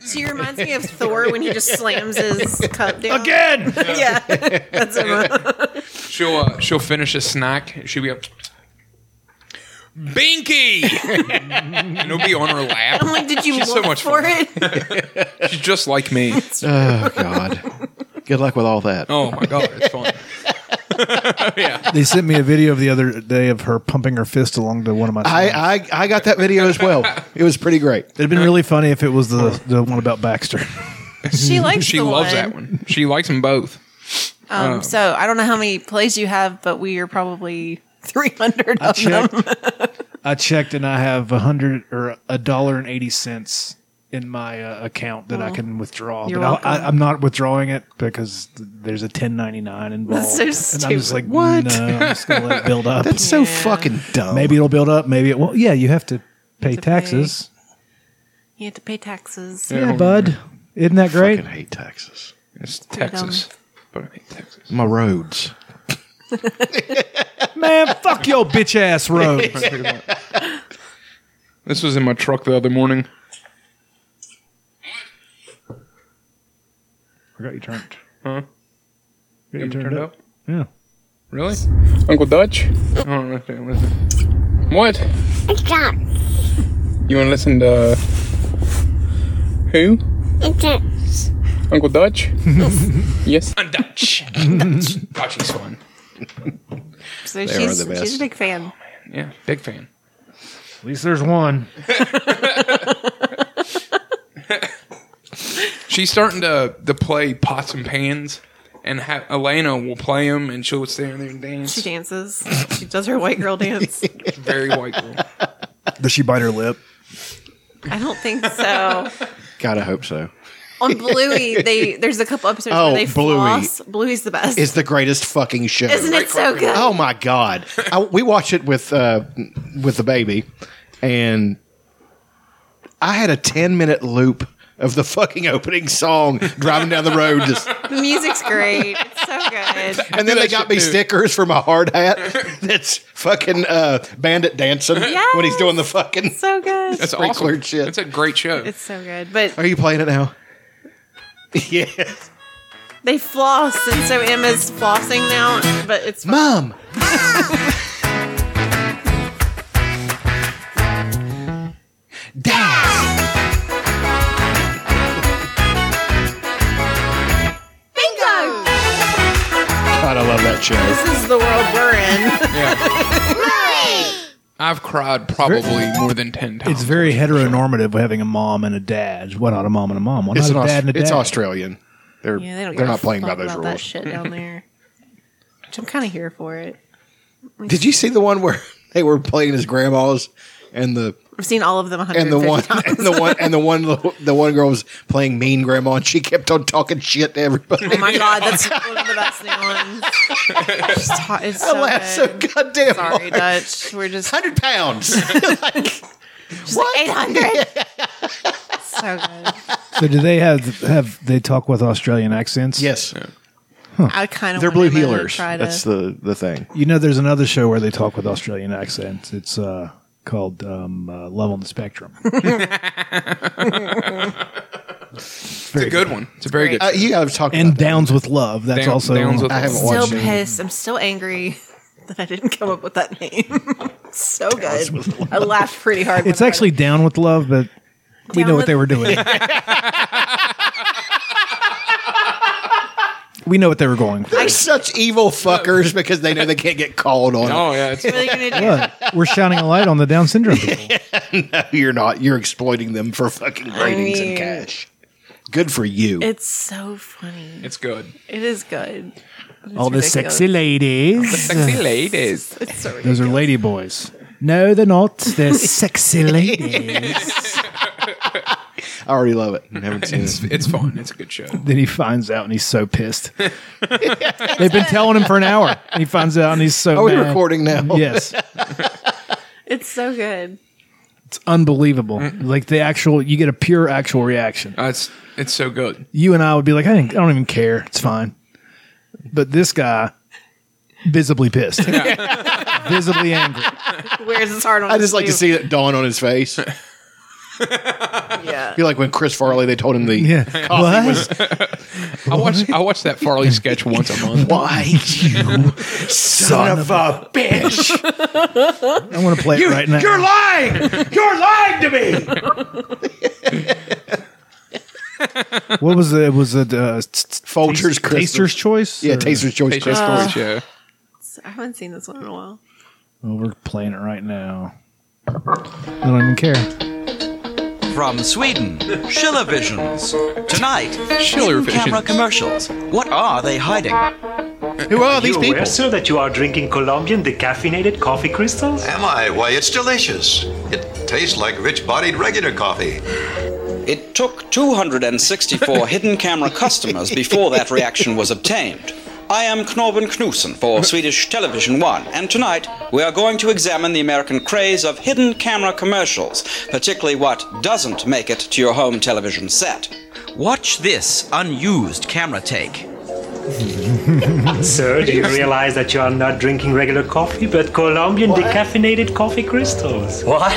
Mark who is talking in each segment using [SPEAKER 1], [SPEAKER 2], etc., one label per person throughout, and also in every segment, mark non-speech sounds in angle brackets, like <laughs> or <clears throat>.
[SPEAKER 1] She reminds me of Thor when he just slams his cup down.
[SPEAKER 2] Again!
[SPEAKER 1] yeah, <laughs> that's Emma.
[SPEAKER 3] She'll uh, she'll finish a snack. She'll be up. Binky, <laughs> and it'll be on her lap.
[SPEAKER 1] I'm like, did you
[SPEAKER 3] She's
[SPEAKER 1] look
[SPEAKER 3] so much
[SPEAKER 1] for
[SPEAKER 3] fun. <laughs>
[SPEAKER 1] it?
[SPEAKER 3] She's just like me.
[SPEAKER 2] Oh, God. Good luck with all that.
[SPEAKER 3] Oh my god, it's fun.
[SPEAKER 4] They sent me a video the other day of her pumping her fist along to one of my.
[SPEAKER 2] I,
[SPEAKER 4] songs.
[SPEAKER 2] I, I got that video as well. It was pretty great.
[SPEAKER 4] It'd been really funny if it was the the one about Baxter. <laughs>
[SPEAKER 1] She likes.
[SPEAKER 3] She
[SPEAKER 1] the
[SPEAKER 3] loves
[SPEAKER 1] one.
[SPEAKER 3] that one. She likes them both.
[SPEAKER 1] Um,
[SPEAKER 2] Oh.
[SPEAKER 1] So I don't know how many plays you have, but we are probably <laughs> 300 <laughs> of them.
[SPEAKER 4] I checked, and I have a hundred or a dollar and eighty cents in my uh, account that I can withdraw.
[SPEAKER 1] you're
[SPEAKER 4] But I'll- I,
[SPEAKER 1] welcome.
[SPEAKER 4] I'm not withdrawing it because th- there's a ten ninety nine involved.
[SPEAKER 1] That's so
[SPEAKER 4] And I'm just
[SPEAKER 1] stupid.
[SPEAKER 4] like,
[SPEAKER 2] What?
[SPEAKER 4] No, I'm just gonna let it build up.
[SPEAKER 2] That's so fucking dumb.
[SPEAKER 4] maybe it'll build up. Maybe it won't. Yeah, you have to pay
[SPEAKER 1] to pay.
[SPEAKER 4] taxes.
[SPEAKER 1] You have to pay taxes.
[SPEAKER 4] Yeah, bud. Isn't that
[SPEAKER 2] I
[SPEAKER 4] great?
[SPEAKER 2] fucking hate taxes.
[SPEAKER 3] It's
[SPEAKER 1] dumb.
[SPEAKER 3] Texas. But I hate Texas.
[SPEAKER 2] My roads.
[SPEAKER 4] Man, fuck your bitch ass road.
[SPEAKER 3] This was in my truck the other morning.
[SPEAKER 4] I got you turned.
[SPEAKER 3] Huh?
[SPEAKER 4] Got you
[SPEAKER 3] It
[SPEAKER 4] turned,
[SPEAKER 3] turned
[SPEAKER 4] up?
[SPEAKER 3] up?
[SPEAKER 4] Yeah.
[SPEAKER 3] Really?
[SPEAKER 5] Uncle Dutch?
[SPEAKER 3] I don't know if they listen.
[SPEAKER 5] What?
[SPEAKER 6] It's dark.
[SPEAKER 5] You want to listen to who?
[SPEAKER 6] It's a,
[SPEAKER 5] Uncle Dutch?
[SPEAKER 3] <laughs>
[SPEAKER 5] yes. <laughs>
[SPEAKER 3] I'm Dutch. Dutch. is fun.
[SPEAKER 1] So
[SPEAKER 2] are
[SPEAKER 1] she's,
[SPEAKER 2] the best.
[SPEAKER 1] she's a big fan.
[SPEAKER 3] Yeah, big fan.
[SPEAKER 4] At least there's one.
[SPEAKER 3] She's starting to to play pots and pans, and ha- Elena will play them, and she'll stand there and
[SPEAKER 1] She
[SPEAKER 3] dance.
[SPEAKER 1] dances. She does her white girl dance.
[SPEAKER 3] Very white girl.
[SPEAKER 4] Does she bite her lip?
[SPEAKER 1] I don't think so.
[SPEAKER 2] God, I hope so.
[SPEAKER 1] On Bluey, they there's a couple episodes
[SPEAKER 2] Oh,
[SPEAKER 1] where they
[SPEAKER 2] Bluey.
[SPEAKER 1] floss. Bluey's the best.
[SPEAKER 2] It's the greatest fucking show.
[SPEAKER 1] Isn't it so good?
[SPEAKER 2] Oh my god! I, we watched it with uh, with the baby, and I had a ten minute loop of the fucking opening song driving down the road, just,
[SPEAKER 1] The music's great. It's so
[SPEAKER 2] <laughs>
[SPEAKER 1] good.
[SPEAKER 2] and then they got me stickers for my hard hat. <laughs> That's fucking uh, bandit dancing when he's doing the fucking.
[SPEAKER 1] So good.
[SPEAKER 3] <laughs> That's
[SPEAKER 2] Sprinkler
[SPEAKER 3] awesome.
[SPEAKER 2] shit.
[SPEAKER 3] It's a great show.
[SPEAKER 1] it's so good. But
[SPEAKER 2] Are you playing it now? <laughs> yeah,
[SPEAKER 1] they floss, and so Emma's flossing now. But it's
[SPEAKER 2] mom. Dad.
[SPEAKER 1] bingo.
[SPEAKER 2] God, I love that show.
[SPEAKER 1] This is the world we're in.
[SPEAKER 3] I've cried probably more than ten times.
[SPEAKER 4] It's very heteronormative having a mom and a dad. Why not a mom and a mom? Why
[SPEAKER 2] It's,
[SPEAKER 4] not a
[SPEAKER 2] an
[SPEAKER 4] dad
[SPEAKER 2] Aus-
[SPEAKER 4] and a dad?
[SPEAKER 2] it's Australian. They're they're not playing by those
[SPEAKER 1] That
[SPEAKER 2] rules.
[SPEAKER 1] shit down
[SPEAKER 2] <laughs>
[SPEAKER 1] there. Which I'm kind of here for it.
[SPEAKER 2] Did you see the one where <laughs> they were playing his grandma's and the
[SPEAKER 1] I've seen all of them 150
[SPEAKER 2] and the one <laughs>
[SPEAKER 1] times.
[SPEAKER 2] and the one and the one the one girl was playing mean grandma and she kept on talking shit to everybody.
[SPEAKER 1] Oh my god, that's one of the best new ones. It's, ta- it's <laughs>
[SPEAKER 2] <laughs>
[SPEAKER 1] so
[SPEAKER 2] I laughed so
[SPEAKER 1] good.
[SPEAKER 2] goddamn
[SPEAKER 1] Sorry,
[SPEAKER 2] hard.
[SPEAKER 1] Dutch. We're just
[SPEAKER 2] Hundred pounds. <laughs>
[SPEAKER 1] what? eight hundred. so good.
[SPEAKER 4] so do they have have they talk with Australian accents?
[SPEAKER 2] yes,
[SPEAKER 1] I kind of
[SPEAKER 2] they're blue healers. That's the the thing.
[SPEAKER 4] You know, there's another show where they talk with Australian accents. It's uh, called um, uh, Love on
[SPEAKER 2] <laughs>
[SPEAKER 4] the Spectrum.
[SPEAKER 3] It's a good one. It's a very good.
[SPEAKER 2] Uh, you guys talking
[SPEAKER 4] and
[SPEAKER 2] about that.
[SPEAKER 4] Downs with Love. That's
[SPEAKER 3] Down-
[SPEAKER 4] also
[SPEAKER 3] Downs with
[SPEAKER 2] I haven't
[SPEAKER 1] Still
[SPEAKER 2] watched it.
[SPEAKER 1] pissed. I'm still angry <laughs> that I didn't come up with that name. <laughs> so good. I laughed pretty hard.
[SPEAKER 4] It's
[SPEAKER 1] when I
[SPEAKER 4] actually Down with Love, but we
[SPEAKER 1] Down
[SPEAKER 4] know what
[SPEAKER 1] with-
[SPEAKER 4] they
[SPEAKER 2] <laughs>
[SPEAKER 4] were doing. we know what they were going
[SPEAKER 2] <laughs>
[SPEAKER 4] for.
[SPEAKER 2] They're such evil fuckers because they know they can't get called on.
[SPEAKER 3] <laughs> Oh yeah, it's,
[SPEAKER 1] read it. What are you gonna do?
[SPEAKER 4] Look, we're shining a light on the Down syndrome people.
[SPEAKER 2] You're not. You're exploiting them for fucking ratings
[SPEAKER 1] mean-
[SPEAKER 2] and cash. Good for you.
[SPEAKER 1] It's so funny.
[SPEAKER 3] it's good.
[SPEAKER 1] It is good. But it's
[SPEAKER 4] All the
[SPEAKER 1] ridiculous.
[SPEAKER 4] sexy ladies.
[SPEAKER 3] Sexy ladies.
[SPEAKER 1] It's so ridiculous.
[SPEAKER 4] <laughs> Those are lady boys. No, they're not. <laughs> They're sexy ladies.
[SPEAKER 2] I already love it. Haven't seen it.
[SPEAKER 3] It's it's fun. It's a good <laughs> show.
[SPEAKER 4] then he finds out and he's so pissed. They've been telling him for an hour. And he finds out and he's so
[SPEAKER 2] Are we
[SPEAKER 4] mad.
[SPEAKER 2] Oh, recording now?
[SPEAKER 4] Yes.
[SPEAKER 1] It's so good.
[SPEAKER 4] It's unbelievable. Like the actual, you get a pure actual reaction.
[SPEAKER 3] Uh, it's it's so good.
[SPEAKER 4] You and I would be like, I, didn't, I don't even care. It's fine. But this guy, visibly pissed, visibly angry.
[SPEAKER 1] Where's his heart on?
[SPEAKER 2] <laughs> I
[SPEAKER 1] his
[SPEAKER 2] just like to
[SPEAKER 1] sleeve.
[SPEAKER 2] see that dawn on his face.
[SPEAKER 1] Yeah.
[SPEAKER 2] You're like when Chris Farley, they told him the
[SPEAKER 4] Yeah. What?
[SPEAKER 3] I watch I watch that Farley sketch once a
[SPEAKER 2] <laughs>
[SPEAKER 3] month.
[SPEAKER 2] why
[SPEAKER 4] <laughs>
[SPEAKER 2] you son of a bitch.
[SPEAKER 4] I want to play it right now.
[SPEAKER 2] You're lying. You're lying to me.
[SPEAKER 4] what was it? Was it uh,
[SPEAKER 2] Folger's Christmas.
[SPEAKER 4] Taster's Choice?
[SPEAKER 2] Yeah,
[SPEAKER 4] or-
[SPEAKER 2] Taster's Choice
[SPEAKER 3] Patient
[SPEAKER 2] Christmas.
[SPEAKER 3] Storage, yeah.
[SPEAKER 1] I haven't seen this one in a while.
[SPEAKER 4] Oh, we're playing it right now. I don't even care.
[SPEAKER 6] From Sweden, Schiller Visions. Tonight,
[SPEAKER 3] Schiller
[SPEAKER 6] camera
[SPEAKER 3] Visions.
[SPEAKER 6] commercials. What are they hiding?
[SPEAKER 2] Who are these
[SPEAKER 7] you aware,
[SPEAKER 2] people?
[SPEAKER 7] sir, that you are drinking Colombian decaffeinated coffee crystals?
[SPEAKER 8] Am I? Why, it's delicious. It tastes like rich bodied regular coffee.
[SPEAKER 6] It
[SPEAKER 3] <laughs>
[SPEAKER 6] took 264 hidden camera customers before that reaction was obtained. I am Knorben Knudsen for Swedish Television 1, and tonight we are going to examine the American craze of hidden camera commercials, particularly what doesn't make it to your home television set. Watch this unused camera take.
[SPEAKER 7] Sir, do you realize that you are not drinking regular coffee, but Colombian decaffeinated coffee crystals? What?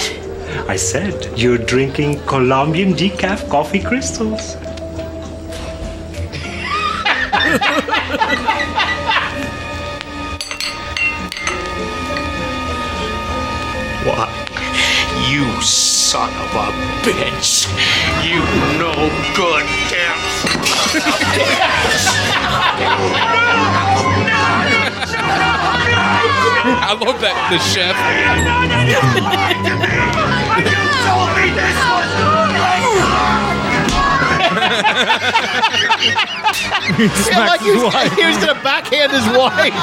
[SPEAKER 7] I said, you're drinking Colombian decaf coffee crystals.
[SPEAKER 9] Why, you son of a bitch. You no good damn.
[SPEAKER 3] I love that the chef.
[SPEAKER 2] Yeah, like he was, he was gonna backhand his wife.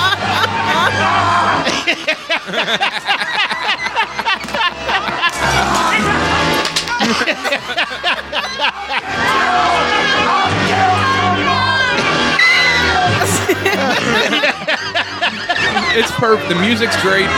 [SPEAKER 3] It's perfect. The music's great.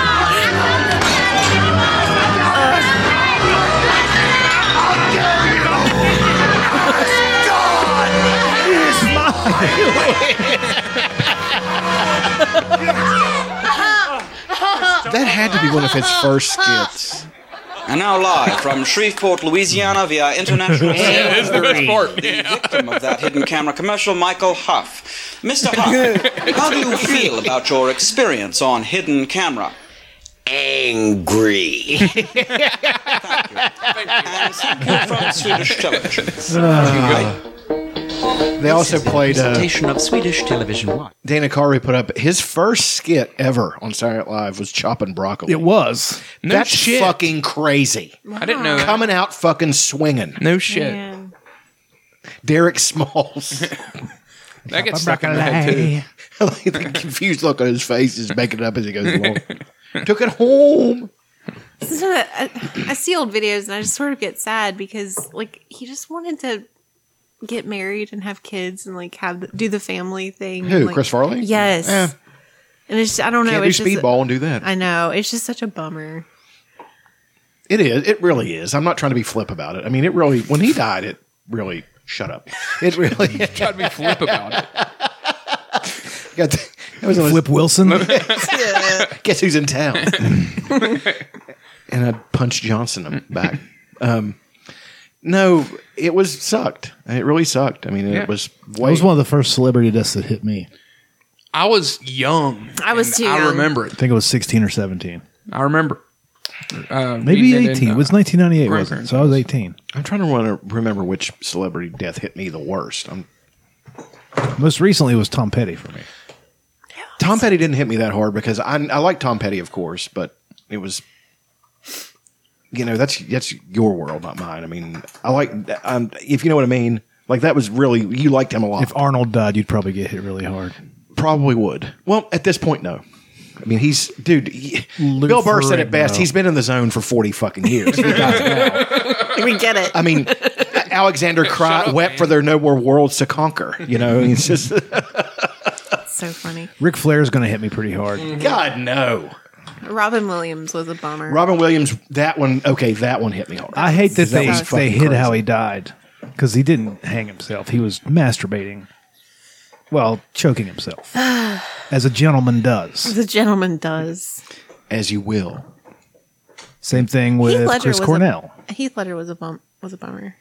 [SPEAKER 2] That had to be one of his first skits.
[SPEAKER 6] And now live from Shreveport, Louisiana via international
[SPEAKER 3] It
[SPEAKER 6] sale.
[SPEAKER 3] is the best part.
[SPEAKER 6] The victim of that hidden camera commercial, Michael Huff. Mr. Huff, how do you feel about your experience on hidden camera?
[SPEAKER 9] Angry.
[SPEAKER 6] And thank you from Swedish television.
[SPEAKER 2] They also played uh,
[SPEAKER 6] of Swedish television.
[SPEAKER 2] Dana Carvey put up his first skit ever on Saturday Night Live was chopping broccoli.
[SPEAKER 4] It was.
[SPEAKER 2] That's
[SPEAKER 3] shit.
[SPEAKER 2] fucking crazy.
[SPEAKER 3] I didn't know that.
[SPEAKER 2] Coming out fucking swinging.
[SPEAKER 3] No shit.
[SPEAKER 1] Man.
[SPEAKER 2] Derek Smalls. <laughs>
[SPEAKER 3] That gets stuck in the head too.
[SPEAKER 2] like the confused look on his face is making it up as he goes <laughs> along. Took it home.
[SPEAKER 1] This is what I, I see old videos and I just sort of get sad because, like, he just wanted to get married and have kids and like have the, do the family thing.
[SPEAKER 2] Who,
[SPEAKER 1] and, like-
[SPEAKER 2] Chris Farley?
[SPEAKER 1] Yes.
[SPEAKER 2] Eh.
[SPEAKER 1] And it's I don't know.
[SPEAKER 2] Can't do
[SPEAKER 1] it's just,
[SPEAKER 2] speedball and do that.
[SPEAKER 1] I know. It's just such a
[SPEAKER 2] <laughs>
[SPEAKER 1] bummer.
[SPEAKER 2] it is. It really is. I'm not trying to be flip about it. I mean, it really. When he died, it really. Shut up. It really <laughs>
[SPEAKER 3] Tried to be flip about it.
[SPEAKER 2] got. The, that was on his-
[SPEAKER 4] Flip Wilson.
[SPEAKER 2] <laughs> guess who's in <laughs> town? and I'd punch Johnson him back. Um, no, it was sucked. It really sucked. I mean, it was
[SPEAKER 4] That
[SPEAKER 2] way.
[SPEAKER 4] was one of the first celebrity deaths that hit me.
[SPEAKER 3] I was young.
[SPEAKER 1] I was
[SPEAKER 3] and
[SPEAKER 1] too
[SPEAKER 3] I
[SPEAKER 1] young.
[SPEAKER 3] remember it.
[SPEAKER 4] I think it was 16 or 17.
[SPEAKER 3] I remember. Uh,
[SPEAKER 4] Maybe
[SPEAKER 3] reading it in,
[SPEAKER 4] 18.
[SPEAKER 3] uh,
[SPEAKER 4] It was 1998, wasn't it? So I was 18.
[SPEAKER 2] I'm trying to wanna remember which celebrity death hit me the worst. I'm,
[SPEAKER 4] Most recently, it was Tom Petty for me.
[SPEAKER 2] Tom Petty didn't hit me that hard because I, I like Tom Petty, of course, but it was. You know that's that's your world, not mine. I mean, I like um, if you know what I mean. Like that was really you liked him a lot.
[SPEAKER 4] If Arnold died, you'd probably get hit really hard.
[SPEAKER 2] Probably would. Well, at this point, no. I mean, he's dude. he-
[SPEAKER 4] Lou
[SPEAKER 2] Bill Burr said it
[SPEAKER 4] Ferrigno.
[SPEAKER 2] best. He's been in the zone for forty fucking
[SPEAKER 4] <laughs>
[SPEAKER 2] years. He got it.
[SPEAKER 1] We get it.
[SPEAKER 2] I mean, Alexander cried,
[SPEAKER 3] up,
[SPEAKER 2] wept
[SPEAKER 3] man.
[SPEAKER 2] for there are no more worlds to conquer. You know, it's
[SPEAKER 3] <laughs>
[SPEAKER 2] just
[SPEAKER 1] It's so funny.
[SPEAKER 4] Ric Flair's going to hit me pretty hard.
[SPEAKER 2] God no.
[SPEAKER 1] Robin Williams was a bummer.
[SPEAKER 2] Robin Williams, that one. Okay, that one hit me hard.
[SPEAKER 4] I hate that,
[SPEAKER 2] That
[SPEAKER 4] they,
[SPEAKER 2] was
[SPEAKER 4] they
[SPEAKER 2] fucking
[SPEAKER 4] hid
[SPEAKER 2] crazy.
[SPEAKER 4] how he died because he didn't hang himself. He was masturbating. Well,
[SPEAKER 2] <sighs>
[SPEAKER 4] choking himself. as a gentleman does.
[SPEAKER 1] the gentleman does.
[SPEAKER 2] As you will.
[SPEAKER 4] Same thing
[SPEAKER 1] Heath
[SPEAKER 4] with
[SPEAKER 1] Ledger
[SPEAKER 4] Chris
[SPEAKER 1] was
[SPEAKER 4] Cornell.
[SPEAKER 1] A, Heath Ledger was a bump. was a bummer.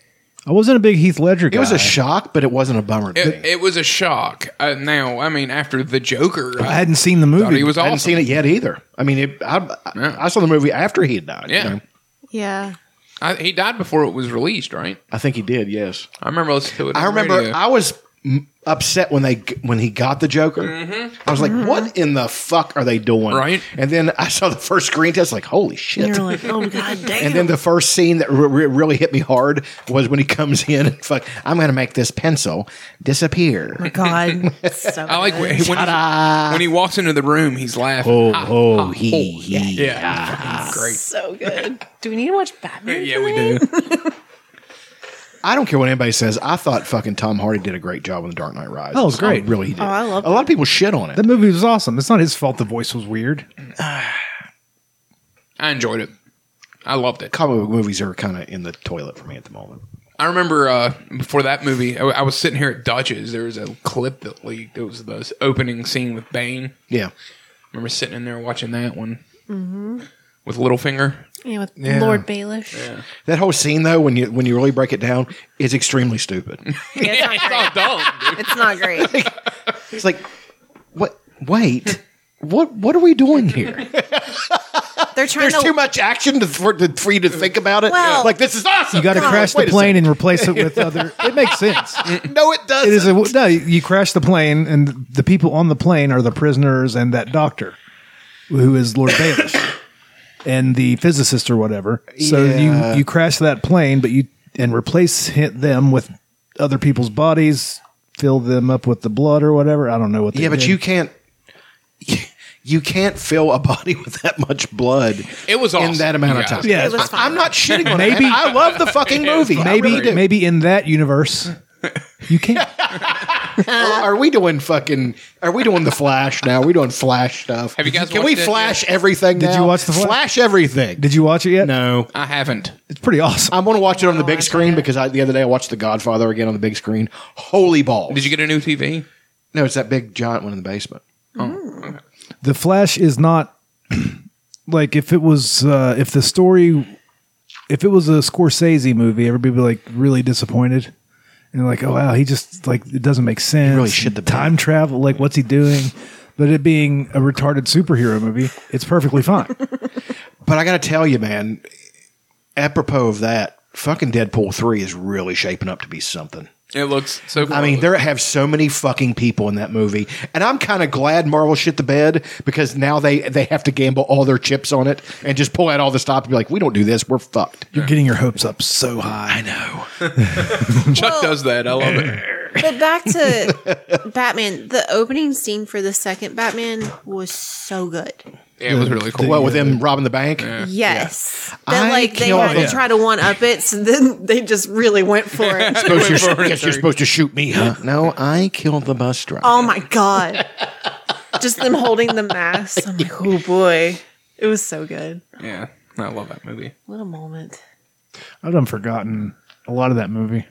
[SPEAKER 4] I wasn't a big Heath Ledger guy.
[SPEAKER 2] It was a shock, but it wasn't a bummer.
[SPEAKER 3] It, it was a shock. Uh, now, I mean, after the Joker,
[SPEAKER 4] I hadn't seen the
[SPEAKER 3] thought
[SPEAKER 4] movie.
[SPEAKER 3] he was
[SPEAKER 2] I
[SPEAKER 3] awesome.
[SPEAKER 2] hadn't seen it yet either. I mean, it, I, I-
[SPEAKER 3] Yeah.
[SPEAKER 2] I saw the movie after he had died. you
[SPEAKER 3] Yeah.
[SPEAKER 2] know.
[SPEAKER 1] Yeah.
[SPEAKER 3] I, he died before it was released, right?
[SPEAKER 2] I think he did. Yes,
[SPEAKER 3] I remember listening to it. on
[SPEAKER 2] I
[SPEAKER 3] the
[SPEAKER 2] remember.
[SPEAKER 3] radio.
[SPEAKER 2] I was m- upset when they g- when he got the Joker. I was like, "What in the fuck are they doing?"
[SPEAKER 3] Mm-hmm. Right.
[SPEAKER 2] And then I saw the first screen test. Like, holy shit!
[SPEAKER 1] You're like, oh god damn.
[SPEAKER 2] And then the first scene that re- re- really hit me hard was when he comes in and fuck, I'm going to make this pencil disappear.
[SPEAKER 1] God. So
[SPEAKER 3] I like when, when, he, when he walks into the room, he's laughing.
[SPEAKER 2] Oh,
[SPEAKER 3] Ha,
[SPEAKER 2] oh,
[SPEAKER 3] ha,
[SPEAKER 2] he,
[SPEAKER 3] ho.
[SPEAKER 2] he.
[SPEAKER 3] ah, Yeah. Fucking Great.
[SPEAKER 1] so good. Do we need to watch Batman?
[SPEAKER 3] Yeah, we do.
[SPEAKER 2] I don't care what anybody says. I thought fucking Tom Hardy did a great job in The Dark Knight Rises.
[SPEAKER 4] Oh, it was great.
[SPEAKER 2] I really, he did.
[SPEAKER 1] I love
[SPEAKER 2] A lot of people shit on
[SPEAKER 4] that
[SPEAKER 2] it.
[SPEAKER 4] movie was awesome. It's not his fault the voice was weird.
[SPEAKER 3] I enjoyed it. I loved it.
[SPEAKER 2] Comic book movies are kind of in the toilet for me at the moment.
[SPEAKER 3] I remember uh, before that movie, I, I was sitting here at Dutch's. There was a clip that leaked. It was the opening scene with Bane.
[SPEAKER 2] Yeah.
[SPEAKER 3] remember sitting in there watching that one Mm-hmm. with Littlefinger.
[SPEAKER 1] Yeah, with Lord Baelish.
[SPEAKER 2] That whole scene though, when you when you really break it down, is extremely stupid.
[SPEAKER 3] Yeah, it's all dumb. dude.
[SPEAKER 1] It's not great.
[SPEAKER 2] It's like, what? Wait, what? What are we
[SPEAKER 1] <laughs>
[SPEAKER 2] doing here?
[SPEAKER 1] They're trying
[SPEAKER 2] There's
[SPEAKER 1] to
[SPEAKER 2] too much action to, for, to, for you to think about it.
[SPEAKER 1] Well-
[SPEAKER 2] like this is awesome.
[SPEAKER 4] You got to
[SPEAKER 2] Come on,
[SPEAKER 4] crash the
[SPEAKER 2] wait a
[SPEAKER 4] plane and replace it
[SPEAKER 2] <laughs>
[SPEAKER 4] with other. It makes sense.
[SPEAKER 2] second. No, it doesn't.
[SPEAKER 4] It is a no. You crash the plane, and the people on the plane are the prisoners and that doctor, who is Lord
[SPEAKER 2] <coughs>
[SPEAKER 4] Baelish, and the physicist or whatever. So
[SPEAKER 2] Yeah.
[SPEAKER 4] you you crash that plane, but you and replace hit them with other people's bodies, fill them up with the blood or whatever. I don't know what. They
[SPEAKER 2] Yeah, but
[SPEAKER 4] did.
[SPEAKER 2] you can't. <laughs> You can't fill a body <laughs> with that much blood.
[SPEAKER 3] It was awesome.
[SPEAKER 2] in that amount
[SPEAKER 3] Yeah.
[SPEAKER 2] of time.
[SPEAKER 4] Yeah, It
[SPEAKER 1] was
[SPEAKER 2] I, am not shitting on
[SPEAKER 4] Maybe-
[SPEAKER 2] maybe, it. I love the fucking movie. I
[SPEAKER 4] maybe
[SPEAKER 2] really do.
[SPEAKER 4] maybe in that universe, you
[SPEAKER 2] <laughs>
[SPEAKER 4] can't.
[SPEAKER 2] Are we doing fucking? Are we doing the Flash now? Are we doing Flash stuff?
[SPEAKER 3] Have you guys
[SPEAKER 2] Can we
[SPEAKER 3] watched it
[SPEAKER 2] Flash everything?
[SPEAKER 4] Did you
[SPEAKER 2] now?
[SPEAKER 4] watch The Flash?
[SPEAKER 2] Flash everything.
[SPEAKER 4] Did you watch it yet?
[SPEAKER 2] no.
[SPEAKER 3] I haven't.
[SPEAKER 4] it's pretty awesome.
[SPEAKER 2] I'm going to watch it on the big screen because I, the other day I watched The Godfather again on the big screen. Holy balls!
[SPEAKER 3] Did you get a new TV?
[SPEAKER 2] No, it's that big giant one in the basement.
[SPEAKER 4] the Flash is not <clears throat> like if it was uh, if the story if it was a Scorsese movie, everybody would be like really disappointed and like, oh wow, he just like it doesn't make sense.
[SPEAKER 2] really shit the bed.
[SPEAKER 4] time travel, like what's he doing? But it being a retarded superhero movie, it's
[SPEAKER 1] <laughs>
[SPEAKER 4] perfectly fine.
[SPEAKER 2] But I got to tell you, man. Apropos of that, fucking Deadpool three is really shaping up to be something.
[SPEAKER 3] It looks so. Cool.
[SPEAKER 2] I mean, there have so many fucking people in that movie, and I'm kind of glad Marvel shit the bed because now they they have to gamble all their chips on it and just pull out all the stops and be like, we don't do this, we're fucked.
[SPEAKER 4] You're getting your hopes up so high. I know.
[SPEAKER 3] Chuck does that. I love
[SPEAKER 2] <laughs>
[SPEAKER 3] it.
[SPEAKER 1] But back to Batman, the opening scene for the second Batman was so good.
[SPEAKER 3] Yeah, it was really cool.
[SPEAKER 2] Well, with them robbing the bank,
[SPEAKER 1] Yes.
[SPEAKER 2] I
[SPEAKER 1] That like they
[SPEAKER 2] can't-
[SPEAKER 1] had to try to one up it, so then they just really went for it.
[SPEAKER 2] Supposed
[SPEAKER 3] <laughs>
[SPEAKER 2] to- guess you're supposed to shoot me, huh? No, I killed the bus driver.
[SPEAKER 1] oh my god. Just them holding the mask. I'm like, oh boy. It was so good.
[SPEAKER 3] yeah, I love that movie.
[SPEAKER 1] What a moment.
[SPEAKER 4] I've done forgotten a lot of that movie.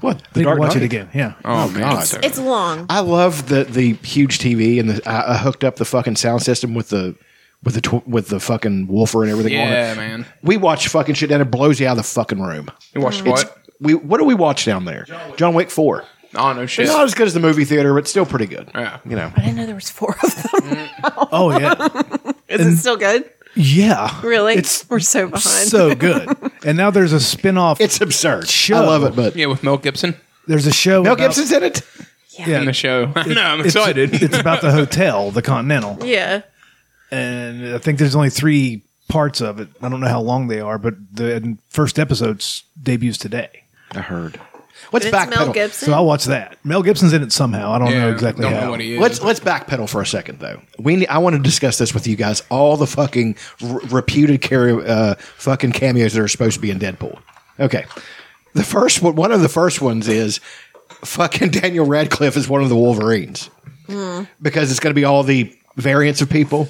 [SPEAKER 2] what?
[SPEAKER 4] Need to
[SPEAKER 2] Dark
[SPEAKER 4] watch
[SPEAKER 2] Knight?
[SPEAKER 4] it again. Yeah.
[SPEAKER 3] Oh, man,
[SPEAKER 2] God.
[SPEAKER 3] it's so-
[SPEAKER 1] It's long.
[SPEAKER 2] I love the the huge TV and the, I, I hooked up the fucking sound system with the with the tw- with the fucking woofer and everything.
[SPEAKER 3] yeah,
[SPEAKER 2] on it.
[SPEAKER 3] man.
[SPEAKER 2] We watch fucking shit down. It blows you out of the fucking room.
[SPEAKER 3] You watched what?
[SPEAKER 2] We what do we watch down there? John Wick, Four.
[SPEAKER 3] Oh no, shit.
[SPEAKER 2] It's not as good as the movie theater, but still pretty good.
[SPEAKER 3] Yeah.
[SPEAKER 2] You know,
[SPEAKER 1] I didn't know there was four of them.
[SPEAKER 4] Oh yeah.
[SPEAKER 1] Is it still good?
[SPEAKER 4] Yeah.
[SPEAKER 1] Really?
[SPEAKER 4] It's
[SPEAKER 1] We're so behind.
[SPEAKER 4] so good. And now there's a spin-off.
[SPEAKER 2] it's absurd.
[SPEAKER 4] Show.
[SPEAKER 2] I love it, but
[SPEAKER 3] Yeah, with Mel Gibson
[SPEAKER 4] there's a show
[SPEAKER 2] Mel
[SPEAKER 4] about-
[SPEAKER 2] Gibson's in it.
[SPEAKER 3] in the
[SPEAKER 2] <laughs>
[SPEAKER 3] show. <laughs> no, I'm
[SPEAKER 4] it's,
[SPEAKER 3] excited.
[SPEAKER 4] <laughs> it's about the hotel, the Continental,
[SPEAKER 1] yeah.
[SPEAKER 4] and I think there's only three parts of it. I don't know how long they are, but the first episode's debuts today,
[SPEAKER 2] I heard. Let's
[SPEAKER 1] But it's Mel
[SPEAKER 2] backpedal.
[SPEAKER 1] Gibson.
[SPEAKER 4] so I'll watch that. Mel Gibson's in it somehow. I don't
[SPEAKER 3] Yeah,
[SPEAKER 4] know exactly
[SPEAKER 3] don't
[SPEAKER 4] how.
[SPEAKER 3] know what he is.
[SPEAKER 2] Let's let's backpedal for a second though. We ne- I want to discuss this with you guys. All the fucking r- reputed carry, uh, fucking cameos that are supposed to be in Deadpool. Okay, the first one. One of the first ones is fucking Daniel Radcliffe is one of the Wolverines
[SPEAKER 1] Hmm.
[SPEAKER 2] because it's going to be all the variants of people.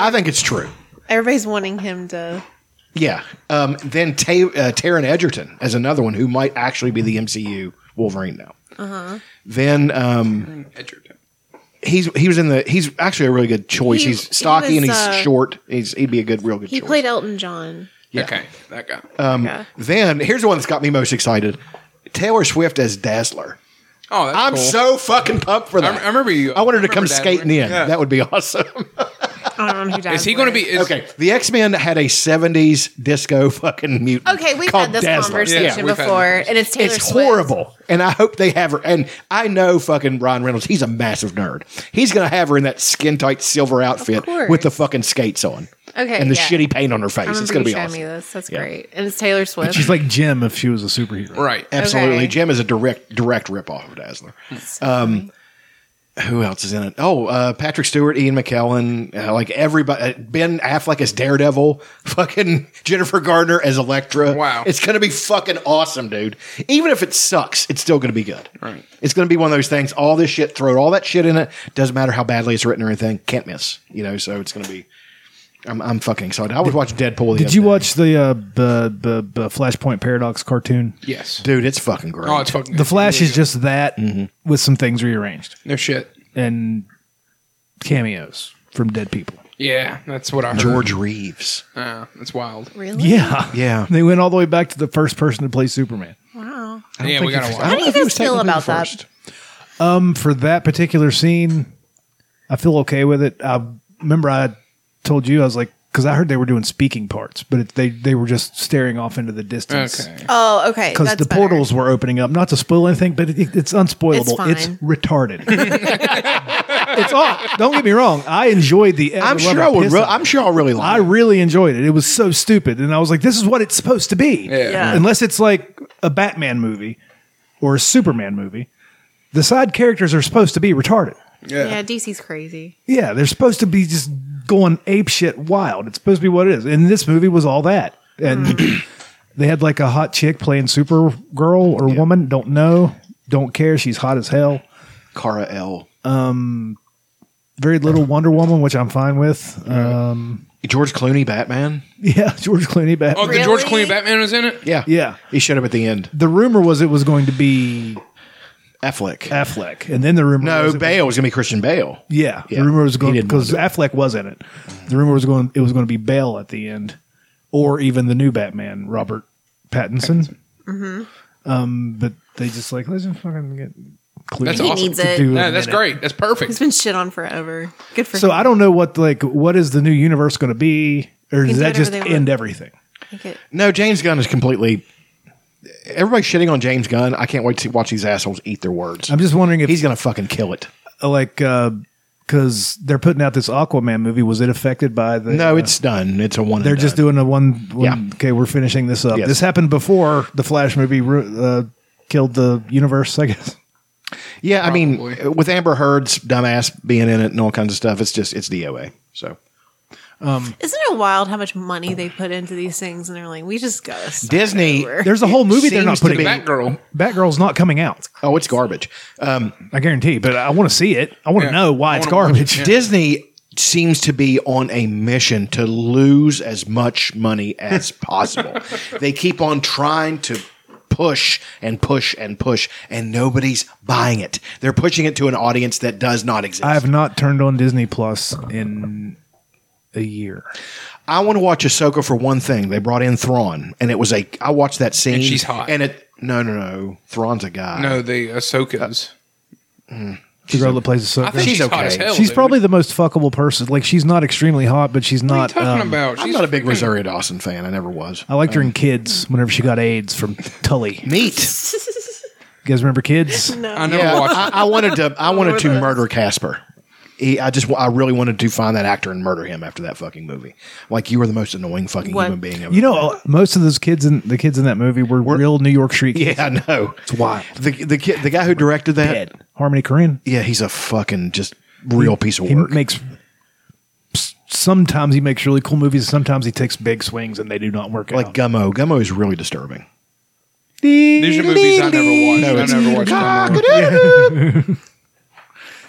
[SPEAKER 2] I think it's true.
[SPEAKER 1] Everybody's wanting him to
[SPEAKER 2] Yeah. Um, then Ta- uh, Taron Egerton as another one who might actually be the MCU Wolverine now.
[SPEAKER 1] Uh-huh.
[SPEAKER 2] Then um,
[SPEAKER 3] Edgerton.
[SPEAKER 2] he's he was in the he's actually a really good choice.
[SPEAKER 1] He-
[SPEAKER 2] he's
[SPEAKER 1] he
[SPEAKER 2] stocky and
[SPEAKER 1] was,
[SPEAKER 2] he's
[SPEAKER 1] uh,
[SPEAKER 2] short. He's he'd be a good real good
[SPEAKER 1] He
[SPEAKER 2] choice.
[SPEAKER 1] played Elton John
[SPEAKER 2] Yeah. Uh,
[SPEAKER 3] Okay, that guy.
[SPEAKER 2] Then here's the one that's got me most excited: Taylor Swift as Dazzler.
[SPEAKER 3] oh, that's
[SPEAKER 2] I'm
[SPEAKER 3] cool.
[SPEAKER 2] so fucking pumped for that.
[SPEAKER 3] I remember you-
[SPEAKER 2] I wanted
[SPEAKER 3] I
[SPEAKER 2] to come
[SPEAKER 3] remember Dazzler.
[SPEAKER 2] skating in.
[SPEAKER 3] Yeah.
[SPEAKER 2] That would be <laughs> awesome.
[SPEAKER 1] I don't know who dies.
[SPEAKER 3] Is he going to be? Is,
[SPEAKER 2] okay, the X Men had a '70s disco fucking mutant.
[SPEAKER 1] Okay, we've
[SPEAKER 2] called
[SPEAKER 1] had this
[SPEAKER 3] Yeah,
[SPEAKER 2] Dazzler.
[SPEAKER 1] conversation
[SPEAKER 3] we've had
[SPEAKER 1] before,
[SPEAKER 3] this.
[SPEAKER 1] and it's Taylor
[SPEAKER 2] it's
[SPEAKER 1] Swift.
[SPEAKER 2] horrible, and I hope they have her. And I know fucking Ryan Reynolds; he's a massive nerd. He's gonna have her in that skin tight silver outfit
[SPEAKER 1] course.
[SPEAKER 2] with the fucking skates on,
[SPEAKER 1] Okay,
[SPEAKER 2] and the
[SPEAKER 1] yeah.
[SPEAKER 2] shitty paint on her face.
[SPEAKER 1] I remember
[SPEAKER 2] It's gonna
[SPEAKER 1] you
[SPEAKER 2] be
[SPEAKER 1] showing
[SPEAKER 2] awesome.
[SPEAKER 1] me this. That's
[SPEAKER 2] Yeah.
[SPEAKER 1] great, and it's Taylor Swift.
[SPEAKER 4] She's like Jim if she was a superhero.
[SPEAKER 3] Right.
[SPEAKER 2] Absolutely.
[SPEAKER 1] Okay.
[SPEAKER 2] Jim is a direct direct ripoff of Dazzler. Um, who else is in it? Oh, uh, Patrick Stewart, Ian McKellen, uh, like everybody. uh, Ben Affleck as Daredevil, <laughs> fucking Jennifer Gardner as Elektra.
[SPEAKER 3] Wow.
[SPEAKER 2] it's gonna be fucking awesome, dude. Even if it sucks, it's still gonna be good. Right, it's gonna be one of those things. All this shit, throw all that shit in it. Doesn't matter how badly it's written or anything. Can't miss, you know. So it's gonna be. I'm, I'm fucking excited. I was watching Deadpool. The
[SPEAKER 4] Did
[SPEAKER 2] other
[SPEAKER 4] you
[SPEAKER 2] day.
[SPEAKER 4] watch the uh, b- b- b- Flashpoint Paradox cartoon?
[SPEAKER 3] Yes.
[SPEAKER 2] Dude, it's fucking great.
[SPEAKER 3] Oh, it's fucking
[SPEAKER 4] The Flash is just that with some things rearranged
[SPEAKER 3] no shit.
[SPEAKER 4] and cameos from dead people.
[SPEAKER 3] Yeah, that's what I heard.
[SPEAKER 2] George Reeves.
[SPEAKER 3] Uh, that's wild.
[SPEAKER 1] really?
[SPEAKER 4] Yeah.
[SPEAKER 2] Yeah.
[SPEAKER 4] They went all the way back to the first person to play Superman.
[SPEAKER 1] Wow.
[SPEAKER 3] Yeah, we gotta watch.
[SPEAKER 1] How do you guys feel about that?
[SPEAKER 4] Um, for that particular scene, I feel okay with it. I remember I told you I was like because I heard they were doing speaking parts, but it, they they were just staring off into the distance.
[SPEAKER 3] Okay.
[SPEAKER 1] Oh, okay.
[SPEAKER 4] Because
[SPEAKER 1] that's
[SPEAKER 4] the
[SPEAKER 1] better.
[SPEAKER 4] portals were opening up, not to spoil anything, but it, it's unspoilable.
[SPEAKER 1] It's
[SPEAKER 4] It's,
[SPEAKER 1] fine. <laughs>
[SPEAKER 4] retarded. it's all. Don't get me wrong. I enjoyed the.
[SPEAKER 2] I'm
[SPEAKER 4] the
[SPEAKER 2] sure
[SPEAKER 4] level
[SPEAKER 2] I would.
[SPEAKER 4] piss
[SPEAKER 2] Re-
[SPEAKER 4] in it.
[SPEAKER 2] I'm sure I'll really
[SPEAKER 4] I
[SPEAKER 2] like. it.
[SPEAKER 4] really enjoyed it. It was so stupid, and I was like, "This is what it's supposed to be."
[SPEAKER 1] Yeah.
[SPEAKER 4] Unless it's like a Batman movie or a Superman movie, the side characters are supposed to be retarded.
[SPEAKER 1] Yeah, DC's crazy.
[SPEAKER 4] Yeah, they're supposed to be just going ape shit wild. It's supposed to be what it is. And this movie was all that. And <clears throat> they had like a hot chick playing Supergirl or woman. Don't know. Don't care. She's hot as hell.
[SPEAKER 2] Cara L.
[SPEAKER 4] Very little Wonder Woman, which I'm fine with. Uh,
[SPEAKER 2] George Clooney, Batman.
[SPEAKER 4] <laughs> yeah, George Clooney back.
[SPEAKER 3] Oh, the George
[SPEAKER 1] Really?
[SPEAKER 3] Clooney Batman was in it.
[SPEAKER 2] Yeah,
[SPEAKER 4] Yeah.
[SPEAKER 2] He showed up at the end.
[SPEAKER 4] The rumor was it was going to be
[SPEAKER 2] Affleck.
[SPEAKER 4] Affleck, and then the rumor was
[SPEAKER 2] no,
[SPEAKER 4] it was-
[SPEAKER 2] Bale was gonna be Christian Bale.
[SPEAKER 4] Yeah,
[SPEAKER 2] Yeah,
[SPEAKER 4] the rumor was
[SPEAKER 2] he
[SPEAKER 4] going
[SPEAKER 2] didn't
[SPEAKER 4] because Affleck was in it. The rumor was going it was going to be Bale at the end, or even the new Batman, Robert Pattinson. Um, but they just like let's just fucking get clear.
[SPEAKER 3] That's He awesome.
[SPEAKER 1] needs it.
[SPEAKER 3] Yeah, that's great. That's
[SPEAKER 1] He's
[SPEAKER 3] perfect.
[SPEAKER 1] been shit on forever. Good for
[SPEAKER 4] So
[SPEAKER 1] him.
[SPEAKER 4] I don't know what like what is the new universe going to be, or
[SPEAKER 1] can
[SPEAKER 4] does
[SPEAKER 1] do
[SPEAKER 4] that
[SPEAKER 1] whatever
[SPEAKER 4] just
[SPEAKER 1] they want.
[SPEAKER 4] end everything?
[SPEAKER 1] I think it-
[SPEAKER 2] No, James Gunn is completely. Everybody's shitting on James Gunn. I can't wait to watch these assholes eat their words.
[SPEAKER 4] I'm just wondering if
[SPEAKER 2] He's gonna fucking kill it.
[SPEAKER 4] like because they're putting out this Aquaman movie. Was it affected by the?
[SPEAKER 2] No,
[SPEAKER 4] uh,
[SPEAKER 2] it's done. It's a one.
[SPEAKER 4] They're just doing a one, one
[SPEAKER 2] Yeah.
[SPEAKER 4] Okay, we're finishing this up.
[SPEAKER 2] Yes.
[SPEAKER 4] This happened before the Flash movie ru- uh, killed the universe, I guess.
[SPEAKER 2] Yeah, I
[SPEAKER 3] Probably.
[SPEAKER 2] mean, with Amber Heard's dumbass being in it and all kinds of stuff, it's just it's DOA. So
[SPEAKER 1] Isn't it wild how much money they put into these things? And they're like, we just got to
[SPEAKER 2] Disney.
[SPEAKER 4] There's a whole movie they're
[SPEAKER 2] seems
[SPEAKER 4] not
[SPEAKER 2] to
[SPEAKER 4] putting.
[SPEAKER 2] be-
[SPEAKER 4] Bat-
[SPEAKER 3] Batgirl.
[SPEAKER 4] Batgirl's not coming out.
[SPEAKER 2] Oh, it's garbage. Um,
[SPEAKER 4] I guarantee, but I want to see it. I want to
[SPEAKER 3] Yeah.
[SPEAKER 4] know why
[SPEAKER 3] I
[SPEAKER 4] it's
[SPEAKER 3] wanna watch
[SPEAKER 4] garbage.
[SPEAKER 2] Disney seems to be on a mission to lose as much
[SPEAKER 3] <laughs>
[SPEAKER 2] money as possible. they keep on trying to push and push and push, and nobody's buying it. They're pushing it to an audience that does not exist.
[SPEAKER 4] I have not turned on Disney Plus in a year.
[SPEAKER 2] I want to watch Ahsoka for one thing. They brought in Thrawn, and it was a. I watched that scene.
[SPEAKER 3] she's hot.
[SPEAKER 2] And it. No, no, no. Thrawn's a guy.
[SPEAKER 3] No, the Ahsoka's.
[SPEAKER 4] The girl that plays Ahsoka.
[SPEAKER 3] I think she's,
[SPEAKER 2] she's
[SPEAKER 3] hot
[SPEAKER 2] okay.
[SPEAKER 3] as hell.
[SPEAKER 4] she's
[SPEAKER 3] dude.
[SPEAKER 4] probably the most fuckable person. Like she's not extremely hot, but she's
[SPEAKER 3] What are you
[SPEAKER 4] not.
[SPEAKER 3] talking
[SPEAKER 4] um,
[SPEAKER 3] about?
[SPEAKER 2] I'm
[SPEAKER 3] She's
[SPEAKER 2] not a big Rosario Dawson fan. I never was.
[SPEAKER 4] I liked her in Kids. Whenever she got AIDS from Tully, you
[SPEAKER 2] Neat.
[SPEAKER 4] guys remember Kids? No.
[SPEAKER 3] I never
[SPEAKER 2] Yeah,
[SPEAKER 3] watched.
[SPEAKER 2] I, I wanted to. I wanted to murder Casper. He, I just. I really wanted to find that actor and murder him after that fucking movie. Like you were the most annoying fucking
[SPEAKER 1] What?
[SPEAKER 2] human being. Ever.
[SPEAKER 4] You know, uh, most of those kids in the kids in that movie were, real New York street kids.
[SPEAKER 2] <laughs> Yeah, I know. It's
[SPEAKER 4] wild.
[SPEAKER 2] The the kid, the guy who directed that.
[SPEAKER 4] Dead. Harmony Korine.
[SPEAKER 2] Yeah, he's a fucking just real piece of
[SPEAKER 4] He
[SPEAKER 2] work.
[SPEAKER 4] makes sometimes he makes really cool movies. and Sometimes he takes big swings and they do not work
[SPEAKER 2] like
[SPEAKER 4] out.
[SPEAKER 2] Gummo. Gummo is really disturbing.
[SPEAKER 3] These are movies I never watched.
[SPEAKER 2] No,
[SPEAKER 3] I
[SPEAKER 2] it's-
[SPEAKER 3] never watched. them.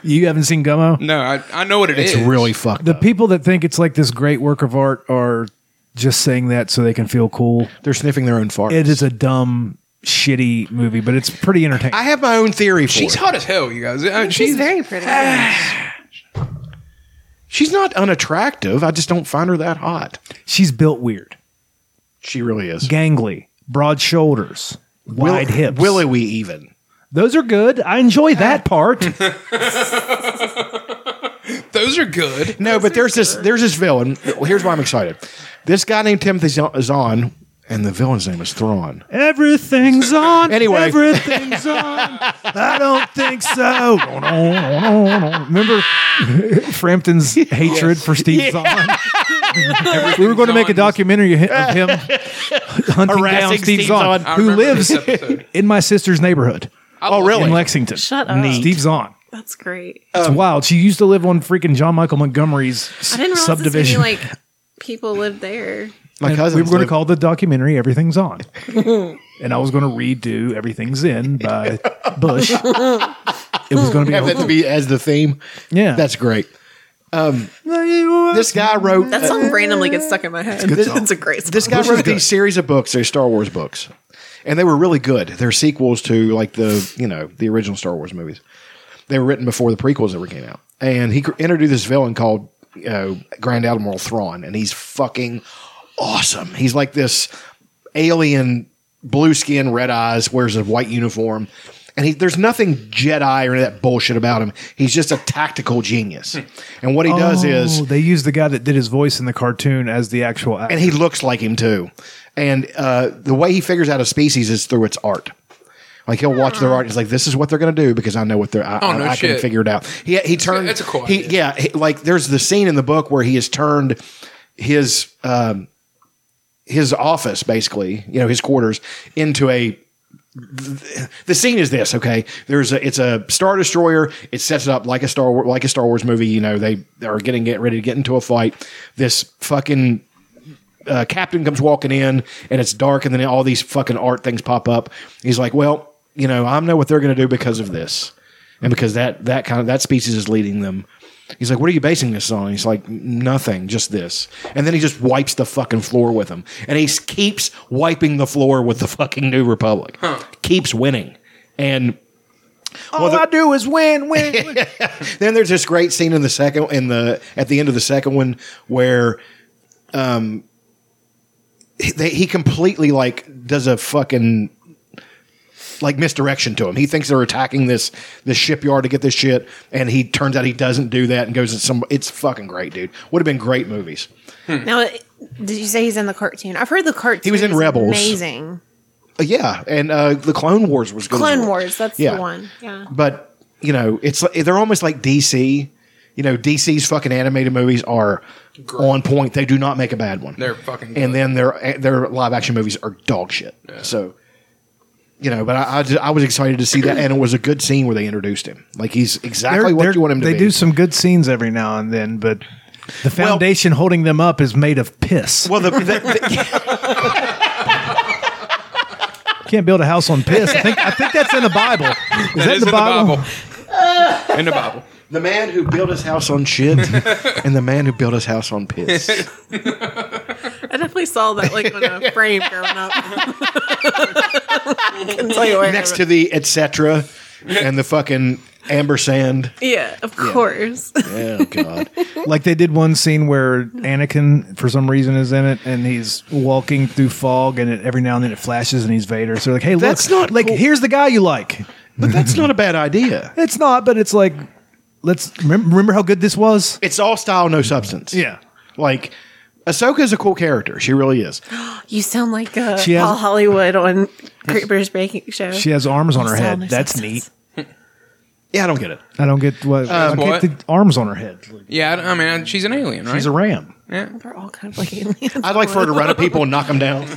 [SPEAKER 4] You haven't seen Gummo?
[SPEAKER 3] No, I, I know what it
[SPEAKER 2] <laughs> It's
[SPEAKER 3] is.
[SPEAKER 2] really fucked.
[SPEAKER 4] The
[SPEAKER 2] up.
[SPEAKER 4] people that think it's like this great work of art are just saying that so they can feel cool.
[SPEAKER 2] They're sniffing their own farts.
[SPEAKER 4] It is a dumb, shitty movie, but it's pretty entertaining.
[SPEAKER 2] I have my own theory. For
[SPEAKER 3] She's
[SPEAKER 2] it.
[SPEAKER 3] hot as hell, you guys. I mean,
[SPEAKER 1] She's
[SPEAKER 3] she's
[SPEAKER 1] very
[SPEAKER 4] <sighs>
[SPEAKER 1] pretty.
[SPEAKER 2] She's not unattractive. I just don't find her that hot.
[SPEAKER 4] She's built weird.
[SPEAKER 2] She really is.
[SPEAKER 4] gangly, broad shoulders,
[SPEAKER 2] Will-
[SPEAKER 4] wide hips.
[SPEAKER 2] Willy we even.
[SPEAKER 4] Those are good. I
[SPEAKER 2] <laughs>
[SPEAKER 4] enjoy that part.
[SPEAKER 3] Those are good.
[SPEAKER 2] No, but there's this there's this villain. Here's why I'm excited. This guy named Timothy Zahn- Zahn, and the villain's name is Thrawn.
[SPEAKER 4] everything's on.
[SPEAKER 2] Anyway.
[SPEAKER 4] everything's on. I don't think so. Remember Frampton's <laughs> hatred for Steve Zahn? we were going to make a
[SPEAKER 3] Zahn.
[SPEAKER 4] documentary of <laughs> him hunting down
[SPEAKER 2] Harassing
[SPEAKER 4] Steve
[SPEAKER 2] Steve
[SPEAKER 4] Zahn,
[SPEAKER 2] Zahn.
[SPEAKER 3] I
[SPEAKER 4] who
[SPEAKER 3] remember
[SPEAKER 4] lives
[SPEAKER 3] this episode.
[SPEAKER 4] in my sister's neighborhood
[SPEAKER 2] Oh,
[SPEAKER 4] in
[SPEAKER 2] really?
[SPEAKER 4] Lexington.
[SPEAKER 1] Shut up. Neat.
[SPEAKER 4] Steve Zahn.
[SPEAKER 1] That's great.
[SPEAKER 4] It's wild. She used to live on freaking John Michael Montgomery's
[SPEAKER 1] I didn't realize
[SPEAKER 4] subdivision.
[SPEAKER 1] this many like people lived there.
[SPEAKER 2] My
[SPEAKER 4] And
[SPEAKER 2] cousin.
[SPEAKER 4] we were going to call the documentary "Everything's On," <laughs> and I was going to redo "Everything's In" by Bush. It was going to be
[SPEAKER 2] have that to be as the theme.
[SPEAKER 4] yeah.
[SPEAKER 2] That's great. Um, This guy wrote
[SPEAKER 1] That song randomly gets stuck in my head. It's, a great song.
[SPEAKER 2] this guy wrote these series of books, these Star Wars books, and they were really good. They're sequels to like the you know the original Star Wars movies. They were written before the prequels ever came out, and he cr- introduced this villain called you know, Grand Admiral Thrawn, and he's fucking awesome. He's like this alien, blue skin, red eyes, wears a white uniform. And he, there's nothing Jedi or any of that bullshit about him. He's just a tactical genius. And what he does is
[SPEAKER 4] Oh, they used the guy that did his voice in the cartoon as the actual actor.
[SPEAKER 2] and he looks like him too. And uh, the way he figures out a species is through its art. Like he'll watch their art. He's like, "This is what they're going to do because I know what they're. I,
[SPEAKER 3] Oh,
[SPEAKER 2] I-
[SPEAKER 3] no
[SPEAKER 2] I can
[SPEAKER 3] shit.
[SPEAKER 2] figure it out." He he turned.
[SPEAKER 3] that's a cool
[SPEAKER 2] he,
[SPEAKER 3] idea.
[SPEAKER 2] Yeah, he- like there's the scene in the book where he has turned his um, his office, basically, you know, his quarters into a the scene is this okay there's a it's a star destroyer it sets it up like a star War- like a star wars movie you know they are getting get ready to get into a fight this fucking uh, captain comes walking in and it's dark and then all these fucking art things pop up he's like well you know i know what they're going to do because of this and because that that kind of that species is leading them he's like what are you basing this on he's like nothing just this and then he just wipes the fucking floor with him and he s- keeps wiping the floor with the fucking new republic keeps winning and
[SPEAKER 4] All I do
[SPEAKER 2] <laughs>
[SPEAKER 4] is win, win. win.
[SPEAKER 2] then there's this great scene in the second in the at the end of the second one where um he, they, he completely like does a fucking like misdirection to him. He thinks they're attacking this this shipyard to get this shit, and he turns out he doesn't do that and goes to some. It's fucking great, dude. Would have been great movies.
[SPEAKER 1] Now, it- did you say he's in the cartoon? I've heard the cartoon.
[SPEAKER 2] He was in
[SPEAKER 1] is
[SPEAKER 2] Rebels.
[SPEAKER 1] Amazing.
[SPEAKER 2] Uh, yeah, and uh, the Clone Wars was good. as
[SPEAKER 1] Clone
[SPEAKER 2] well.
[SPEAKER 1] Wars. That's
[SPEAKER 2] Yeah.
[SPEAKER 1] the one. Yeah.
[SPEAKER 2] but you know it's like- they're almost like DC. You know DC's fucking animated movies are on point. They do not make a bad one.
[SPEAKER 3] They're fucking
[SPEAKER 2] and
[SPEAKER 3] good.
[SPEAKER 2] then their their live action movies are dog shit. So you know, but I I, ju- I was excited to see that, and it was a good scene where they introduced him. Like he's exactly
[SPEAKER 4] They're-
[SPEAKER 2] what
[SPEAKER 4] they're-
[SPEAKER 2] you want him to
[SPEAKER 4] they
[SPEAKER 2] be.
[SPEAKER 4] do some good scenes every now and then, but the foundation holding them up is made of piss.
[SPEAKER 2] well, the, the, the, <laughs>
[SPEAKER 4] Can't build a house on piss. I think I think that's in the Bible. Is that,
[SPEAKER 3] That is in the Bible. in the Bible.
[SPEAKER 2] the man who built his house on
[SPEAKER 3] <laughs>
[SPEAKER 2] shit, and the man who built his house on piss.
[SPEAKER 1] I definitely saw that like on <laughs> a frame growing up. Couldn't tell you where.
[SPEAKER 2] Next to the etc. and the fucking
[SPEAKER 1] <laughs>
[SPEAKER 2] ambersand.
[SPEAKER 1] yeah, of course.
[SPEAKER 2] Oh god.
[SPEAKER 4] Like they did one scene where Anakin, for some reason, is in it, and he's walking through fog, and it, every now and then it flashes, and he's Vader. So they're like, "Hey, look,
[SPEAKER 2] That's not
[SPEAKER 4] like
[SPEAKER 2] cool.
[SPEAKER 4] here's the guy you like."
[SPEAKER 2] But that's not a bad idea.
[SPEAKER 4] It's not, but it's like, let's remember, remember how good this was.
[SPEAKER 2] It's all style, no substance. Like, Ahsoka is a cool character. She really is.
[SPEAKER 1] <laughs> You sound like uh,
[SPEAKER 4] She has-
[SPEAKER 1] Paul Hollywood on Great British Baking Show.
[SPEAKER 4] she has arms on her
[SPEAKER 1] Style
[SPEAKER 4] head.
[SPEAKER 1] no
[SPEAKER 4] That's
[SPEAKER 1] substance.
[SPEAKER 4] neat.
[SPEAKER 2] Yeah, I don't get it.
[SPEAKER 4] I don't get
[SPEAKER 2] Uh,
[SPEAKER 4] what I don't
[SPEAKER 3] what?
[SPEAKER 4] get the arms on her head.
[SPEAKER 3] Yeah, I, I mean, she's an alien, right?
[SPEAKER 4] She's a ram.
[SPEAKER 1] They're all kind of like aliens.
[SPEAKER 2] I'd like for her to run at people and knock them down.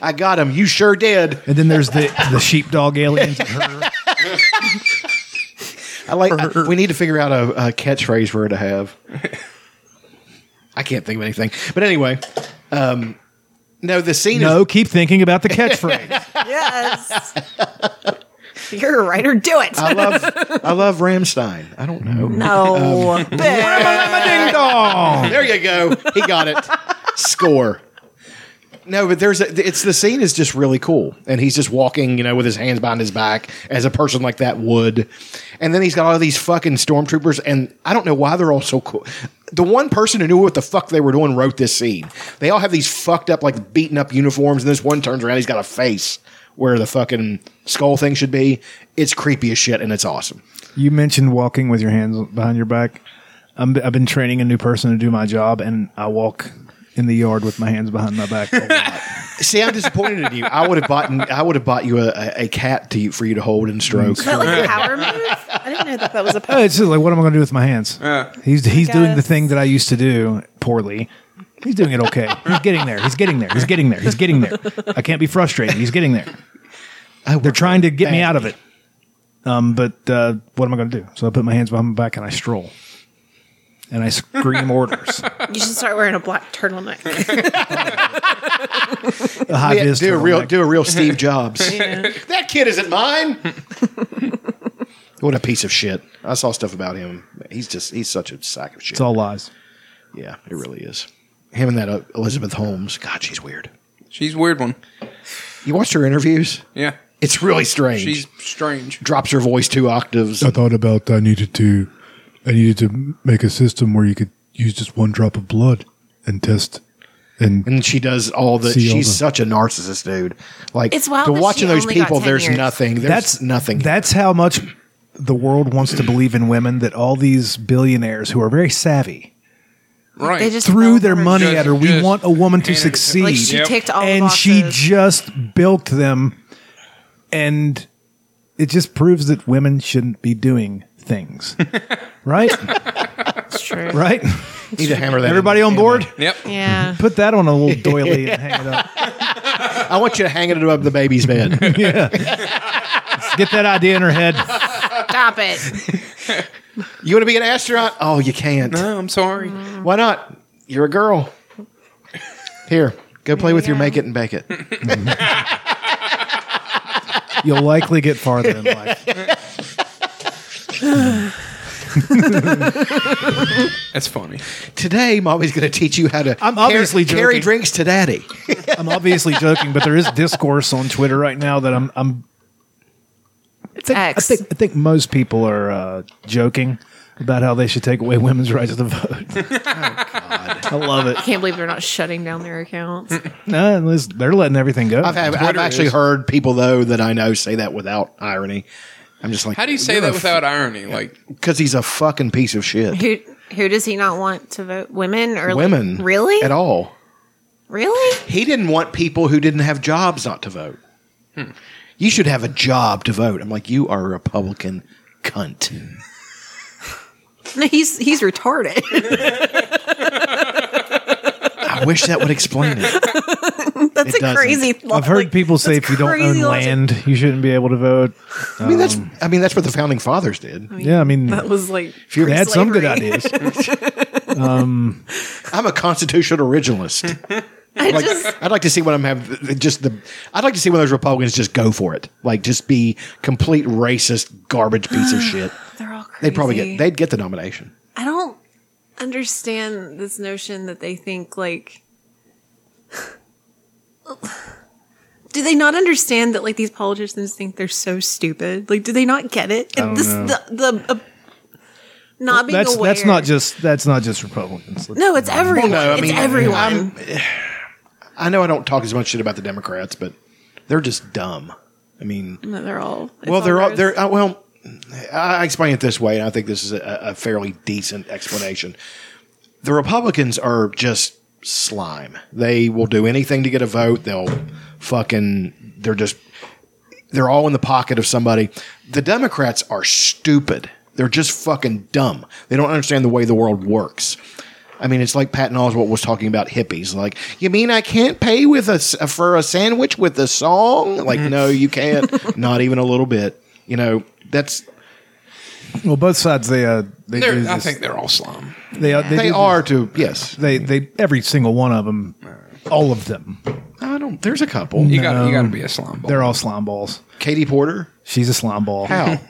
[SPEAKER 2] I got him. You sure did.
[SPEAKER 4] And then there's the the sheepdog aliens.
[SPEAKER 2] <laughs>
[SPEAKER 4] and her.
[SPEAKER 2] I like. <laughs> I- we need to figure out a, a catchphrase for her to have. I can't think of anything. But anyway, um, no, the scene.
[SPEAKER 4] No,
[SPEAKER 2] Is,
[SPEAKER 4] keep thinking about
[SPEAKER 2] <laughs>
[SPEAKER 4] the catchphrase.
[SPEAKER 1] <laughs> yes. You're a writer. Do it.
[SPEAKER 2] I love. I love Ramstein. I don't know.
[SPEAKER 1] no. <laughs>
[SPEAKER 4] Ding dong.
[SPEAKER 2] Oh. There you go. He got it. Score. No, but there's a, it's the scene is just really cool, and he's just walking, you know, with his hands behind his back as a person like that would, and then he's got all these fucking stormtroopers, and I don't know why they're all so cool. The one person who knew what the fuck they were doing wrote this scene. They all have these fucked up, like beaten up uniforms, and this one turns around, he's got a face where the fucking skull thing should be. It's creepy as shit, and it's awesome.
[SPEAKER 4] You mentioned walking with your hands behind your back. I'm, I've been training a new person to do my job, and I walk in the yard with my hands behind
[SPEAKER 2] <laughs>
[SPEAKER 4] my back. <laughs> a lot.
[SPEAKER 2] See, I'm disappointed in you. I would have bought, I would have bought you a, a, a cat to for you to hold and stroke.
[SPEAKER 1] Is that like a power move? I didn't know that that was a
[SPEAKER 4] Oh,
[SPEAKER 1] power.
[SPEAKER 4] it's just like, what am I going to do with my hands? he's he's
[SPEAKER 1] I
[SPEAKER 4] doing the
[SPEAKER 1] guess.
[SPEAKER 4] thing that I used to do poorly. He's doing it okay. He's getting there. He's getting there. He's getting there. He's getting there. I can't be frustrated. He's getting there. They're trying to get me out of it. Um, but uh, what am I going to do? So I put my hands behind my back and I stroll, and
[SPEAKER 2] <laughs>
[SPEAKER 4] I scream orders.
[SPEAKER 1] You should start wearing a black <laughs> turtleneck.
[SPEAKER 4] A high
[SPEAKER 2] Yeah,
[SPEAKER 4] vis
[SPEAKER 2] do a real,
[SPEAKER 4] turtleneck.
[SPEAKER 2] do a real
[SPEAKER 1] <laughs>
[SPEAKER 2] Steve Jobs. that kid isn't mine. <laughs> what a piece of shit! I saw stuff about him. He's just, he's such a sack of shit.
[SPEAKER 4] It's all lies.
[SPEAKER 2] yeah, it really is. Him and that uh, Elizabeth Holmes. God, she's weird.
[SPEAKER 3] She's a weird one.
[SPEAKER 2] You watched her interviews.
[SPEAKER 3] Yeah.
[SPEAKER 2] It's really strange.
[SPEAKER 3] She's strange.
[SPEAKER 2] drops her voice two octaves.
[SPEAKER 10] I thought about I needed to, I needed to make a system where you could use just one drop of blood and test. And
[SPEAKER 2] And she does all the.
[SPEAKER 10] See all
[SPEAKER 2] she's
[SPEAKER 10] the-
[SPEAKER 2] such a narcissist, dude. Like
[SPEAKER 1] It's wild
[SPEAKER 2] to
[SPEAKER 1] that
[SPEAKER 2] watching
[SPEAKER 1] she
[SPEAKER 2] those
[SPEAKER 1] only got
[SPEAKER 2] people.
[SPEAKER 1] 10
[SPEAKER 2] There's
[SPEAKER 1] years.
[SPEAKER 2] nothing. There's
[SPEAKER 4] That's
[SPEAKER 2] nothing.
[SPEAKER 4] That's how much the world wants to believe in women. That all these billionaires who are very savvy
[SPEAKER 3] Right.
[SPEAKER 1] They just
[SPEAKER 4] threw
[SPEAKER 1] fell
[SPEAKER 4] their
[SPEAKER 1] for it.
[SPEAKER 4] money
[SPEAKER 3] Just-
[SPEAKER 4] at her. We
[SPEAKER 3] just
[SPEAKER 4] want a woman
[SPEAKER 3] handed
[SPEAKER 4] to
[SPEAKER 3] it to-
[SPEAKER 4] succeed.
[SPEAKER 1] Like she
[SPEAKER 3] Yep.
[SPEAKER 1] ticked all the
[SPEAKER 4] and
[SPEAKER 1] boxes.
[SPEAKER 4] she just bilked them and it just proves that women shouldn't be doing things
[SPEAKER 1] <laughs>
[SPEAKER 4] right
[SPEAKER 1] That's <laughs> true.
[SPEAKER 4] right
[SPEAKER 2] Need to hammer that. in.
[SPEAKER 4] everybody on board
[SPEAKER 3] yep.
[SPEAKER 1] Yeah.
[SPEAKER 4] put that on a little
[SPEAKER 2] <laughs>
[SPEAKER 4] doily and hang it up
[SPEAKER 2] I want you to hang it above the baby's bed.
[SPEAKER 4] get that idea in her head
[SPEAKER 1] Stop it.
[SPEAKER 2] <laughs> you want to be an astronaut? Oh, you can't.
[SPEAKER 3] No, <laughs> I'm sorry.
[SPEAKER 2] Why not? You're a girl. Here, go play with your
[SPEAKER 1] go.
[SPEAKER 2] make it and bake it.
[SPEAKER 4] you'll likely get farther in life
[SPEAKER 3] That's funny.
[SPEAKER 2] Today, mommy's going to teach you how to.
[SPEAKER 4] I'm
[SPEAKER 2] carry-
[SPEAKER 4] obviously
[SPEAKER 2] carry,
[SPEAKER 4] joking.
[SPEAKER 2] drinks to daddy.
[SPEAKER 4] i'm obviously joking but there is discourse on twitter right now that i'm i'm
[SPEAKER 1] It's X.
[SPEAKER 4] I think, I think most people are uh, joking about how they should take away women's rights to vote. I love it.
[SPEAKER 1] Can't believe they're not shutting down their <laughs> accounts.
[SPEAKER 4] No, unless they're letting everything go.
[SPEAKER 2] I've, had- I've
[SPEAKER 3] Twitter
[SPEAKER 2] actually
[SPEAKER 3] is-
[SPEAKER 2] heard people though that I know say that without irony. I'm just like,
[SPEAKER 3] How do you say that without irony? Like,
[SPEAKER 2] Because he's a fucking piece of shit.
[SPEAKER 1] Who who does he not want to vote? Women or like-
[SPEAKER 2] Women,
[SPEAKER 1] really?
[SPEAKER 2] at all.
[SPEAKER 1] Really? <laughs>
[SPEAKER 2] He didn't want people who didn't have jobs not to vote. You should have a job to vote. I'm like, you are a Republican cunt.
[SPEAKER 1] No, he's he's retarded. <laughs>
[SPEAKER 2] I wish that would explain it.
[SPEAKER 1] That's
[SPEAKER 2] It
[SPEAKER 1] a
[SPEAKER 2] doesn't.
[SPEAKER 1] crazy thought.
[SPEAKER 4] I've heard
[SPEAKER 1] Like,
[SPEAKER 4] people say
[SPEAKER 1] that's
[SPEAKER 4] if you don't own
[SPEAKER 1] crazy logic.
[SPEAKER 4] land, you shouldn't be able to vote.
[SPEAKER 2] I mean, that's I mean that's what the founding fathers did.
[SPEAKER 4] Oh, yeah, I mean,
[SPEAKER 1] That was like
[SPEAKER 4] they had some good
[SPEAKER 1] pre-slavery. <laughs>
[SPEAKER 4] ideas.
[SPEAKER 2] I'm a constitutional originalist.
[SPEAKER 1] I
[SPEAKER 2] Like,
[SPEAKER 1] just
[SPEAKER 2] I'd like to see when I'm have just the. I'd like to see when those Republicans just go for it, like just be complete racist garbage piece of shit.
[SPEAKER 1] <laughs> they're all crazy.
[SPEAKER 2] They'd probably get they'd get the nomination.
[SPEAKER 1] I don't understand this notion that they think like <sighs> do they not understand that like these politicians think they're so stupid? Like do they not get it?
[SPEAKER 4] don't
[SPEAKER 1] this
[SPEAKER 4] know.
[SPEAKER 1] the the uh, not being
[SPEAKER 4] That's
[SPEAKER 1] aware.
[SPEAKER 4] that's not just that's not just Republicans.
[SPEAKER 1] No, it's everyone.
[SPEAKER 2] no, I mean,
[SPEAKER 1] it's everyone.
[SPEAKER 2] I'm- I know I don't talk as much shit about the Democrats, but they're just dumb. I mean,
[SPEAKER 1] No, they're all it's
[SPEAKER 2] well, they're all
[SPEAKER 1] gross.
[SPEAKER 2] they're <laughs> uh, well. I I explain it this way, and I think this is a, a fairly decent explanation. The Republicans are just slime. They will do anything to get a vote. They'll fucking. They're just. They're all in the pocket of somebody. The Democrats are stupid. They're just fucking dumb. They don't understand the way the world works. I mean, it's like Patton Oswalt was talking about hippies. Like, you mean I can't pay with a s- for a sandwich with a song? Like,
[SPEAKER 4] Mm-hmm.
[SPEAKER 2] no, you can't. <laughs> Not even a little bit. You know, that's
[SPEAKER 4] Well, both sides they uh they do
[SPEAKER 3] they're, I
[SPEAKER 4] this-
[SPEAKER 3] think they're all slum.
[SPEAKER 4] they uh, they,
[SPEAKER 2] they
[SPEAKER 4] do
[SPEAKER 2] are to yes.
[SPEAKER 4] this- they they every single one of them, all of them,
[SPEAKER 2] I don't. There's a couple.
[SPEAKER 3] You got you got to be a slum.
[SPEAKER 4] they're all slime balls.
[SPEAKER 2] Katie
[SPEAKER 4] <laughs>
[SPEAKER 2] Porter.
[SPEAKER 4] She's a slime ball.
[SPEAKER 2] How?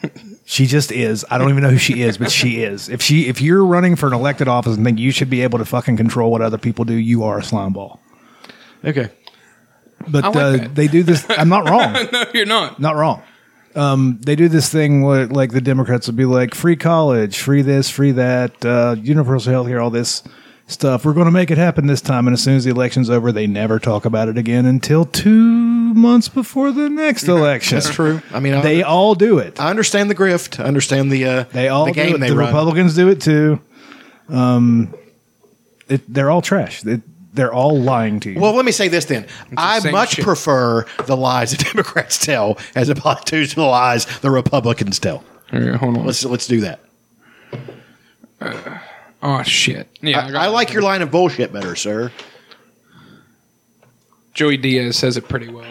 [SPEAKER 4] She just is. I don't even know who she is, but she is. If she if you're running for an elected office and think you should be able to fucking control what other people do, you are a slime ball.
[SPEAKER 2] okay.
[SPEAKER 4] But
[SPEAKER 3] I like
[SPEAKER 4] uh,
[SPEAKER 3] that.
[SPEAKER 4] they do this. I'm not wrong.
[SPEAKER 2] <laughs>
[SPEAKER 3] <laughs> no, you're not.
[SPEAKER 4] Not wrong. Um, they do this thing where, like, the Democrats would be like, free college, free this, free that, uh, universal health care, all this stuff. We're going to make it happen this time. And as soon as the election's over, they never talk about it again until two months before the next election.
[SPEAKER 2] <laughs> That's true. I mean, I-
[SPEAKER 4] they all do it.
[SPEAKER 2] I understand the grift. I understand the uh,
[SPEAKER 4] They all
[SPEAKER 2] the
[SPEAKER 4] do
[SPEAKER 2] game
[SPEAKER 4] it.
[SPEAKER 2] they
[SPEAKER 4] the
[SPEAKER 2] run.
[SPEAKER 4] Republicans do it too. Um, it, they're all trash. They, they're all lying to you.
[SPEAKER 2] Well, let me say this then. I
[SPEAKER 4] same
[SPEAKER 2] much
[SPEAKER 4] shit.
[SPEAKER 2] prefer the lies <laughs> the Democrats tell as opposed to the lies the Republicans tell.
[SPEAKER 3] hold on.
[SPEAKER 2] Let's let's do that.
[SPEAKER 3] Oh shit! Yeah,
[SPEAKER 2] I, I like your line of bullshit better, sir.
[SPEAKER 3] Joey Diaz says it pretty well.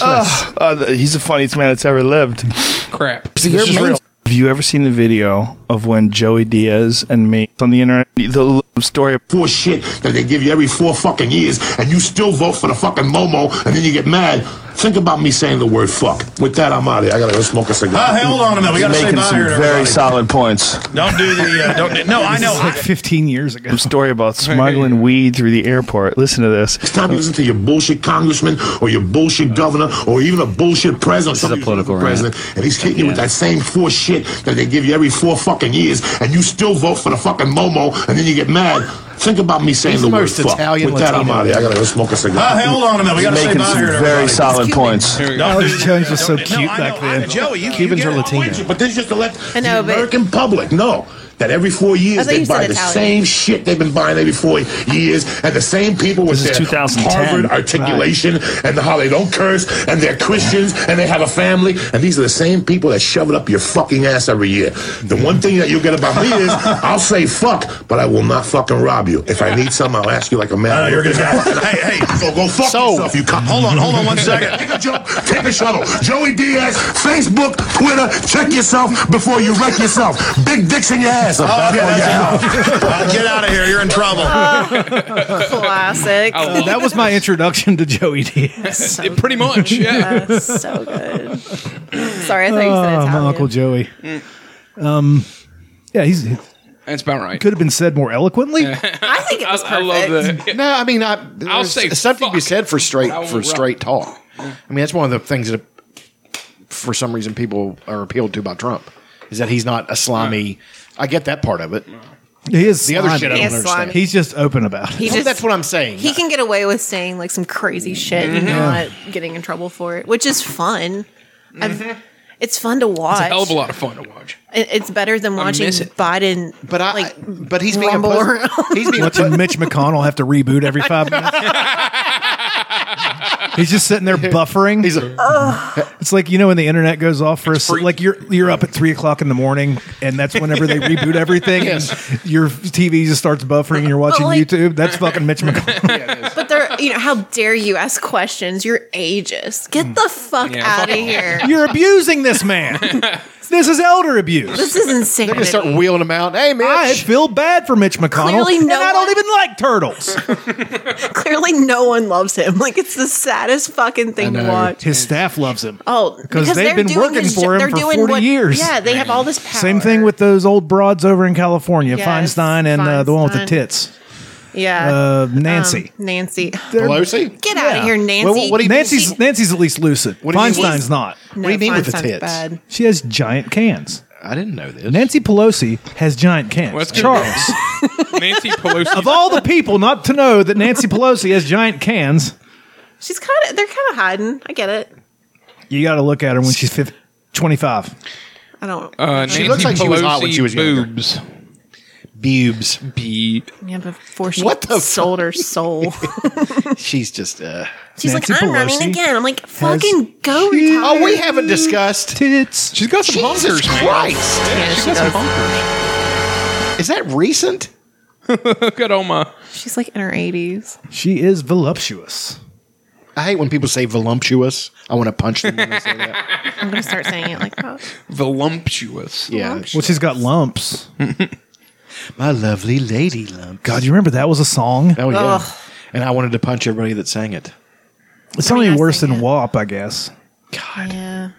[SPEAKER 11] Ugh. Uh, th- he's the funniest man that's ever lived.
[SPEAKER 3] <laughs> Crap.
[SPEAKER 11] See, your main- Have you ever seen the video of when Joey Diaz and me on the internet? The l- story of
[SPEAKER 9] bullshit that they give you every four fucking years, and you still vote for the fucking Momo, and then you get mad. Think about me saying the word fuck. With that, I'm out of here. I gotta go smoke a cigar.
[SPEAKER 11] Uh, hey, hold on a minute. We gotta say
[SPEAKER 9] Making
[SPEAKER 11] bye
[SPEAKER 9] some
[SPEAKER 11] here to
[SPEAKER 9] very
[SPEAKER 11] everybody.
[SPEAKER 9] solid points.
[SPEAKER 11] Don't do the. Uh, don't do,
[SPEAKER 9] no, I
[SPEAKER 11] This
[SPEAKER 9] know.
[SPEAKER 11] is like
[SPEAKER 4] 15 years ago.
[SPEAKER 11] Story about smuggling weed through the airport. Listen to this.
[SPEAKER 9] It's time to listen to your bullshit congressman or your bullshit governor or even a bullshit president. This is a political president, and he's hitting you with that same four shit that they give you every four fucking years, and you still vote for the fucking Momo, and then you get mad. Think about me saying
[SPEAKER 2] He's
[SPEAKER 9] the,
[SPEAKER 2] the
[SPEAKER 9] word
[SPEAKER 2] most
[SPEAKER 9] fuck.
[SPEAKER 2] Italian
[SPEAKER 9] With that, I'm
[SPEAKER 2] Latino.
[SPEAKER 9] out of here. I gotta go smoke a cigar.
[SPEAKER 11] Uh, hey, hold on a minute. We gotta say
[SPEAKER 9] making
[SPEAKER 11] bye
[SPEAKER 9] some
[SPEAKER 11] here to
[SPEAKER 9] very
[SPEAKER 11] everybody.
[SPEAKER 9] solid
[SPEAKER 11] Cuban.
[SPEAKER 9] points.
[SPEAKER 11] Here we
[SPEAKER 4] Oh,
[SPEAKER 11] go. Alex Jones was so
[SPEAKER 9] cute back then. Joey, you, Cubans you are Latino, but this is just to let
[SPEAKER 1] I know,
[SPEAKER 9] the
[SPEAKER 1] but-
[SPEAKER 9] American public know that every four
[SPEAKER 1] I
[SPEAKER 9] years
[SPEAKER 1] thought
[SPEAKER 9] they
[SPEAKER 1] you said
[SPEAKER 9] buy the
[SPEAKER 1] Italian.
[SPEAKER 9] same shit they've been buying every four years, and the same people with
[SPEAKER 11] This is
[SPEAKER 9] their
[SPEAKER 11] 2010.
[SPEAKER 9] Harvard articulation and how they don't curse, and they're Christians, and they have a family, and these are the same people that shove it up your fucking ass every year. The one thing that you'll get about me
[SPEAKER 11] <laughs>
[SPEAKER 9] is I'll say fuck, but I will not fucking rob you. If I need something, I'll ask you like a man.
[SPEAKER 11] No, you're gonna- <laughs>
[SPEAKER 9] hey, hey, go, go fuck yourself. You cunt.
[SPEAKER 11] Hold on, hold on one second.
[SPEAKER 9] Take a joke. Take a shuttle. Joey Diaz, Facebook, Twitter. Check yourself before you wreck yourself. Big dicks in your ass.
[SPEAKER 11] Oh, okay, that's <laughs>
[SPEAKER 9] out.
[SPEAKER 11] Get out of here. You're in trouble.
[SPEAKER 1] Classic.
[SPEAKER 2] Oh,
[SPEAKER 4] that was my introduction to Joey Diaz.
[SPEAKER 3] It pretty much, yeah.
[SPEAKER 2] <laughs>
[SPEAKER 1] so good. Sorry, I thought you said
[SPEAKER 4] Oh,
[SPEAKER 1] Italian.
[SPEAKER 4] my <laughs> Uncle Joey.
[SPEAKER 3] Mm.
[SPEAKER 4] Um, yeah, he's he
[SPEAKER 3] <laughs> That's about right.
[SPEAKER 4] could have been said more eloquently.
[SPEAKER 1] I think it was
[SPEAKER 3] I love that.
[SPEAKER 2] No, I mean, I,
[SPEAKER 3] I'll
[SPEAKER 2] there's
[SPEAKER 3] say
[SPEAKER 2] something to be said for straight
[SPEAKER 3] I will
[SPEAKER 2] for
[SPEAKER 3] rock.
[SPEAKER 2] straight talk. I mean, that's one of the things that, for some reason, people are appealed to by Trump is that he's not a slimy. I get that part of it.
[SPEAKER 4] He is
[SPEAKER 2] The other
[SPEAKER 4] slimy.
[SPEAKER 2] shit I don't He is understand. slimy.
[SPEAKER 4] He's just open about it.
[SPEAKER 1] He
[SPEAKER 2] Well,
[SPEAKER 1] just-
[SPEAKER 2] that's what I'm saying.
[SPEAKER 1] He can get away with saying like some crazy shit
[SPEAKER 4] Mm-hmm.
[SPEAKER 1] and
[SPEAKER 2] Mhm.
[SPEAKER 1] not getting in trouble for it, which is fun.
[SPEAKER 4] Mm-hmm.
[SPEAKER 1] I've, it's fun to watch.
[SPEAKER 3] It's a hell of a lot of fun to watch.
[SPEAKER 1] It- It's better than
[SPEAKER 3] I
[SPEAKER 1] watching
[SPEAKER 3] miss it.
[SPEAKER 1] Biden.
[SPEAKER 2] But I.
[SPEAKER 1] Like,
[SPEAKER 2] but he's being a
[SPEAKER 1] rumble
[SPEAKER 2] pussy.
[SPEAKER 1] around.
[SPEAKER 2] He's being a
[SPEAKER 4] Watching Mitch McConnell have to reboot every five minutes. He's just sitting there buffering. He's
[SPEAKER 1] a,
[SPEAKER 4] it's like you know when the internet goes off for a s- like you're you're up at three o'clock in the morning, and that's whenever they reboot everything. and your TV just starts buffering. and You're watching
[SPEAKER 1] like-
[SPEAKER 4] YouTube. That's fucking Mitch McConnell.
[SPEAKER 1] but they're you know how dare you ask questions? You're ageist. Get
[SPEAKER 3] Mm.
[SPEAKER 1] the fuck out of here.
[SPEAKER 3] <laughs>
[SPEAKER 4] You're abusing this man. This is elder abuse.
[SPEAKER 1] This is insane.
[SPEAKER 2] They're gonna start wheeling him out. Hey, Mitch.
[SPEAKER 4] I feel bad for Mitch McConnell.
[SPEAKER 1] Clearly
[SPEAKER 4] and
[SPEAKER 1] no
[SPEAKER 4] I don't
[SPEAKER 1] one-
[SPEAKER 4] even like turtles.
[SPEAKER 1] Clearly, no one loves him. <laughs> Like it's the saddest fucking thing to watch.
[SPEAKER 4] His staff loves him.
[SPEAKER 1] Oh,
[SPEAKER 4] because
[SPEAKER 1] they're
[SPEAKER 4] they've been
[SPEAKER 1] doing
[SPEAKER 4] working
[SPEAKER 1] his jo-
[SPEAKER 4] for him
[SPEAKER 1] they're
[SPEAKER 4] for
[SPEAKER 1] doing
[SPEAKER 4] forty
[SPEAKER 1] what-
[SPEAKER 4] years.
[SPEAKER 1] Yeah, they have all this power.
[SPEAKER 4] Same thing with those old broads over in California,
[SPEAKER 1] Yes,
[SPEAKER 4] Feinstein and Uh, the one with the
[SPEAKER 1] Feinstein.
[SPEAKER 4] tits.
[SPEAKER 1] Yeah,
[SPEAKER 4] Uh, Nancy.
[SPEAKER 1] Um, Nancy
[SPEAKER 4] They're-
[SPEAKER 2] Pelosi?
[SPEAKER 1] Get out of here, Nancy.
[SPEAKER 4] Well, what do you Nancy's Nancy's at least lucid.
[SPEAKER 1] do you mean?
[SPEAKER 4] Feinstein's not.
[SPEAKER 1] No, What do you mean with the Feinstein's tits? bad.
[SPEAKER 4] She has giant cans.
[SPEAKER 2] I didn't know this.
[SPEAKER 4] Nancy Pelosi has giant cans.
[SPEAKER 3] Well, that's good.
[SPEAKER 4] Charles,
[SPEAKER 3] Nancy Pelosi.
[SPEAKER 4] of all the people not to know that Nancy Pelosi has giant cans,
[SPEAKER 1] She's kind of. They're kind of hiding. I get it.
[SPEAKER 4] you got to look at her when <laughs> she's fif- 25.
[SPEAKER 1] I don't.
[SPEAKER 3] Uh,
[SPEAKER 2] <laughs> She
[SPEAKER 3] Nancy
[SPEAKER 2] looks like she was hot when
[SPEAKER 3] Pelosi
[SPEAKER 2] she was younger.
[SPEAKER 3] boobs.
[SPEAKER 2] Boobs.
[SPEAKER 3] Be
[SPEAKER 1] Yeah, before she
[SPEAKER 2] What the
[SPEAKER 1] sold her soul.
[SPEAKER 2] She's just. uh
[SPEAKER 1] She's like, I'm running again. I'm like,
[SPEAKER 2] has-
[SPEAKER 1] fucking go.
[SPEAKER 2] Oh,
[SPEAKER 1] retire.
[SPEAKER 2] we haven't discussed
[SPEAKER 4] tits.
[SPEAKER 2] She's got
[SPEAKER 3] some
[SPEAKER 2] Jesus
[SPEAKER 3] honkers, man.
[SPEAKER 2] Christ.
[SPEAKER 3] Yeah, she got some honkers.
[SPEAKER 2] Is that recent?
[SPEAKER 3] Look at all my.
[SPEAKER 1] She's like in her 80s.
[SPEAKER 4] She is voluptuous.
[SPEAKER 2] I hate when people say voluptuous. I want to punch <laughs> them. when they say that.
[SPEAKER 1] I'm gonna start saying it like that.
[SPEAKER 3] Voluptuous.
[SPEAKER 2] Yeah.
[SPEAKER 4] Well, she's got lumps.
[SPEAKER 2] My lovely lady lump.
[SPEAKER 4] God, you remember that was a song?
[SPEAKER 2] Oh yeah.
[SPEAKER 1] Ugh.
[SPEAKER 2] And I wanted to punch everybody that sang it.
[SPEAKER 4] It's not any worse than WAP, I guess.
[SPEAKER 1] <laughs> Yeah.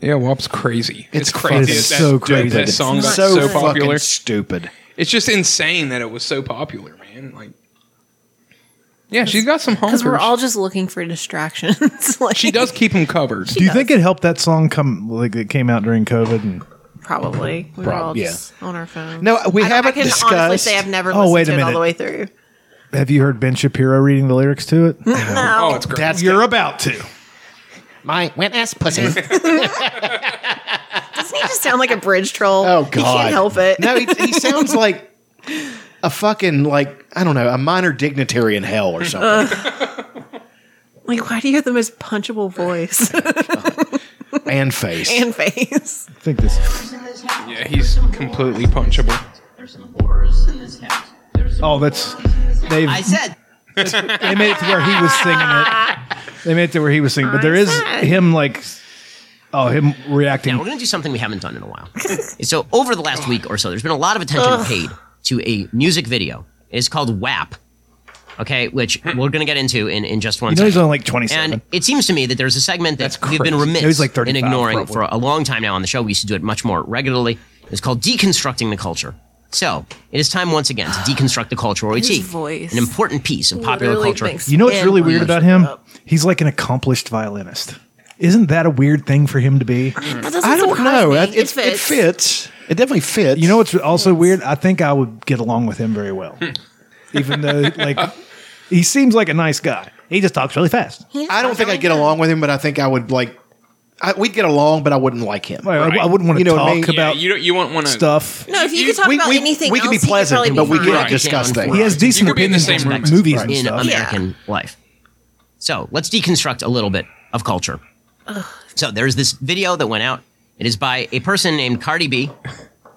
[SPEAKER 3] Yeah, WAP's crazy. It's, crazy.
[SPEAKER 4] fucking
[SPEAKER 3] that-
[SPEAKER 4] so
[SPEAKER 3] that-
[SPEAKER 4] crazy.
[SPEAKER 3] That song got
[SPEAKER 2] It's
[SPEAKER 3] so,
[SPEAKER 2] so
[SPEAKER 3] popular.
[SPEAKER 2] fucking stupid.
[SPEAKER 3] It's just insane that it was so popular, man. Like Yeah, she's got some
[SPEAKER 1] Because we're
[SPEAKER 3] honkers.
[SPEAKER 1] all just looking for distractions. <laughs> like,
[SPEAKER 3] She does keep them covered.
[SPEAKER 4] Do you think it helped that song come like it came out during COVID? And
[SPEAKER 1] probably we were
[SPEAKER 4] Prob-
[SPEAKER 1] all
[SPEAKER 4] yeah.
[SPEAKER 1] just on our phones.
[SPEAKER 2] No, we
[SPEAKER 1] I, don't- I
[SPEAKER 2] haven't
[SPEAKER 1] can honestly
[SPEAKER 2] discussed-
[SPEAKER 1] say I've never listened
[SPEAKER 4] Oh, wait a
[SPEAKER 1] to it all
[SPEAKER 4] minute.
[SPEAKER 1] the way through.
[SPEAKER 4] have you heard Ben Shapiro reading the lyrics to it?
[SPEAKER 12] Mm.
[SPEAKER 1] No.
[SPEAKER 3] Oh, it's great.
[SPEAKER 2] That's you're about to. <laughs> My wet ass pussy.
[SPEAKER 1] Doesn't he just sound like a bridge troll?
[SPEAKER 2] Oh God,
[SPEAKER 1] he can't help it.
[SPEAKER 2] No, he, he sounds like a fucking like I don't know a minor dignitary in hell or something.
[SPEAKER 1] Ugh. like, why do you have the most punchable voice <laughs>
[SPEAKER 2] and face. <laughs>
[SPEAKER 1] and face?
[SPEAKER 4] I think this.
[SPEAKER 3] Yeah, he's completely punchable.
[SPEAKER 4] Oh, that's they've.
[SPEAKER 12] I said.
[SPEAKER 4] they made it to where he was singing it. They made it to where he was singing, but there is him like, oh, him reacting.
[SPEAKER 12] Now, we're going to do something we haven't done in a while. so, over the last week or so, there's been a lot of attention
[SPEAKER 13] Ugh.
[SPEAKER 12] paid to a music video. It's called WAP, okay, which
[SPEAKER 3] Hmm.
[SPEAKER 12] we're going to get into in, in just one
[SPEAKER 4] You know he's
[SPEAKER 12] second.
[SPEAKER 4] only like 27.
[SPEAKER 12] And it seems to me that there's a segment that we've been
[SPEAKER 4] crazy.
[SPEAKER 12] remiss
[SPEAKER 4] No, he's like
[SPEAKER 12] in
[SPEAKER 4] 35
[SPEAKER 12] ignoring
[SPEAKER 4] probably.
[SPEAKER 12] for a long time now on the show. We used to do it much more regularly. It's called Deconstructing the Culture. So, it is time
[SPEAKER 4] <sighs>
[SPEAKER 12] once again to deconstruct the culture where we
[SPEAKER 4] His
[SPEAKER 12] take
[SPEAKER 4] voice
[SPEAKER 12] an important piece of popular
[SPEAKER 4] Literally
[SPEAKER 12] culture.
[SPEAKER 4] You know what's really weird about him? He's like an accomplished violinist. Isn't that a weird thing for him to be?
[SPEAKER 1] doesn't
[SPEAKER 2] I don't
[SPEAKER 1] surprise
[SPEAKER 2] know.
[SPEAKER 1] me.
[SPEAKER 2] It,
[SPEAKER 1] It
[SPEAKER 2] it's- it
[SPEAKER 1] fits.
[SPEAKER 2] fits. It definitely fits.
[SPEAKER 4] You know what's also weird? I think I would get along with him very well,
[SPEAKER 12] Hmm.
[SPEAKER 4] even though like he seems like a nice guy. He just talks really fast.
[SPEAKER 2] I don't think I'd get along with him, but I think I would like. I, we'd get along, but I wouldn't like him.
[SPEAKER 4] I- I wouldn't wanna
[SPEAKER 2] You know what
[SPEAKER 4] talk
[SPEAKER 2] I mean?
[SPEAKER 4] about
[SPEAKER 3] You don't, you won't want to
[SPEAKER 4] stuff.
[SPEAKER 1] No, if you, could talk about
[SPEAKER 2] we-
[SPEAKER 1] anything,
[SPEAKER 2] we could
[SPEAKER 1] else,
[SPEAKER 2] be
[SPEAKER 1] he could
[SPEAKER 2] pleasant,
[SPEAKER 1] probably be
[SPEAKER 2] but we
[SPEAKER 1] fine.
[SPEAKER 2] can't discuss things.
[SPEAKER 4] He has decent
[SPEAKER 12] You could be in the
[SPEAKER 4] opinions
[SPEAKER 12] same
[SPEAKER 4] on
[SPEAKER 12] room
[SPEAKER 4] like movies and
[SPEAKER 12] in
[SPEAKER 4] stuff.
[SPEAKER 12] American life. So let's deconstruct a little bit of culture.
[SPEAKER 1] Ugh.
[SPEAKER 12] So there's this video that went out. It is by a person named Cardi B,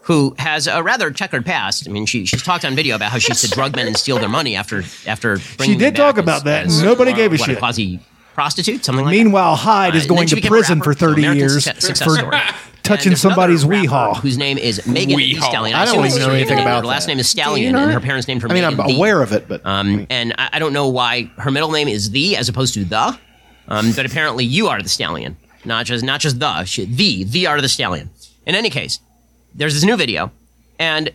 [SPEAKER 12] who has a rather checkered past. I mean, she, she's talked on video about how she used to drug men and steal their money after after bringing
[SPEAKER 4] She did
[SPEAKER 12] them back
[SPEAKER 4] talk about that.
[SPEAKER 12] as-
[SPEAKER 4] and Nobody gave a
[SPEAKER 12] what,
[SPEAKER 4] shit.
[SPEAKER 12] quasi prostitute, something like
[SPEAKER 4] Meanwhile, Hyde
[SPEAKER 12] Uh,
[SPEAKER 4] is
[SPEAKER 12] and then
[SPEAKER 4] going to
[SPEAKER 12] she became a
[SPEAKER 4] prison
[SPEAKER 12] rapper,
[SPEAKER 4] for
[SPEAKER 12] so
[SPEAKER 4] 30
[SPEAKER 12] American
[SPEAKER 4] years
[SPEAKER 12] success- success
[SPEAKER 4] for
[SPEAKER 12] story.
[SPEAKER 4] <laughs> touching somebody's weehaw.
[SPEAKER 12] that. Whose name is Megan Thee
[SPEAKER 4] Weehaw.
[SPEAKER 12] Stallion?
[SPEAKER 4] I don't
[SPEAKER 12] assume
[SPEAKER 4] even
[SPEAKER 12] it's
[SPEAKER 4] know anything
[SPEAKER 12] Megan.
[SPEAKER 4] about
[SPEAKER 12] Her last
[SPEAKER 4] that.
[SPEAKER 12] name is
[SPEAKER 4] Do you
[SPEAKER 12] Stallion,
[SPEAKER 4] know
[SPEAKER 12] and
[SPEAKER 4] it?
[SPEAKER 12] her parents named her.
[SPEAKER 4] I mean, I'm
[SPEAKER 2] aware of it, but
[SPEAKER 12] um, and I, I don't know why her middle name is the as opposed to the, um, but apparently you are the stallion, not just not just the she, the the are the stallion. In any case, there's this new video, and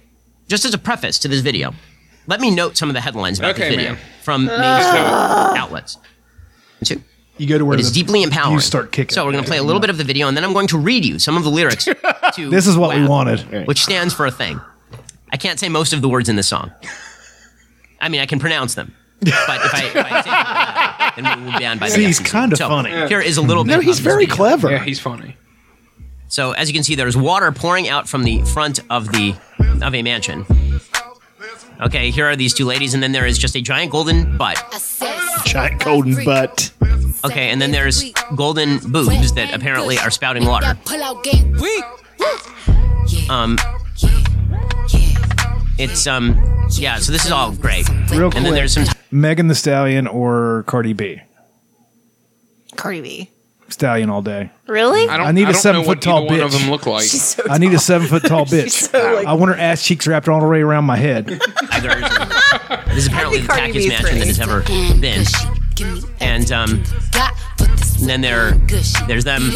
[SPEAKER 12] just as a preface to this video, let me note some of the headlines about
[SPEAKER 3] Okay,
[SPEAKER 12] this video
[SPEAKER 3] man.
[SPEAKER 12] from mainstream
[SPEAKER 3] Ugh.
[SPEAKER 12] outlets. Two.
[SPEAKER 4] You go to where
[SPEAKER 12] it is
[SPEAKER 4] the-
[SPEAKER 12] deeply empowering.
[SPEAKER 4] you start kicking.
[SPEAKER 12] So we're going to play a little bit of the video, and then I'm going to read you some of
[SPEAKER 4] <laughs>
[SPEAKER 12] the lyrics. to
[SPEAKER 4] This is what we
[SPEAKER 12] WAP,
[SPEAKER 4] wanted.
[SPEAKER 12] which stands for a thing. I can't say most of the words in this song. I mean, I can pronounce them, but if I, if I say them, out loud, then we will be on by the
[SPEAKER 4] See, he's
[SPEAKER 12] essence.
[SPEAKER 4] kinda
[SPEAKER 12] So,
[SPEAKER 4] funny.
[SPEAKER 12] Here is a little bit.
[SPEAKER 4] No, he's
[SPEAKER 12] of
[SPEAKER 4] very
[SPEAKER 12] this video.
[SPEAKER 4] clever.
[SPEAKER 3] Yeah, he's funny.
[SPEAKER 12] So as you can see, there's water pouring out from the front of the of a mansion. Okay, here are these two ladies, and then there is just a giant golden butt.
[SPEAKER 2] Giant golden butt.
[SPEAKER 12] Okay, and then there's golden boobs that apparently are spouting water.
[SPEAKER 13] Pull out game week.
[SPEAKER 12] Um, it's um, yeah. So this is all great.
[SPEAKER 4] Real
[SPEAKER 12] and then there's some.
[SPEAKER 4] Megan the Stallion or Cardi B.
[SPEAKER 1] Cardi B.
[SPEAKER 4] Stallion all day.
[SPEAKER 1] Really?
[SPEAKER 4] I, need a seven foot tall bitch.
[SPEAKER 1] She's so
[SPEAKER 4] I need a seven foot
[SPEAKER 12] <laughs>
[SPEAKER 4] tall bitch.
[SPEAKER 1] She's so, like-
[SPEAKER 4] I want her ass cheeks wrapped all the way around my head.
[SPEAKER 12] this is apparently the
[SPEAKER 13] Cardi
[SPEAKER 12] tackiest
[SPEAKER 13] B's
[SPEAKER 12] mansion that has ever been. And um, and then there there's them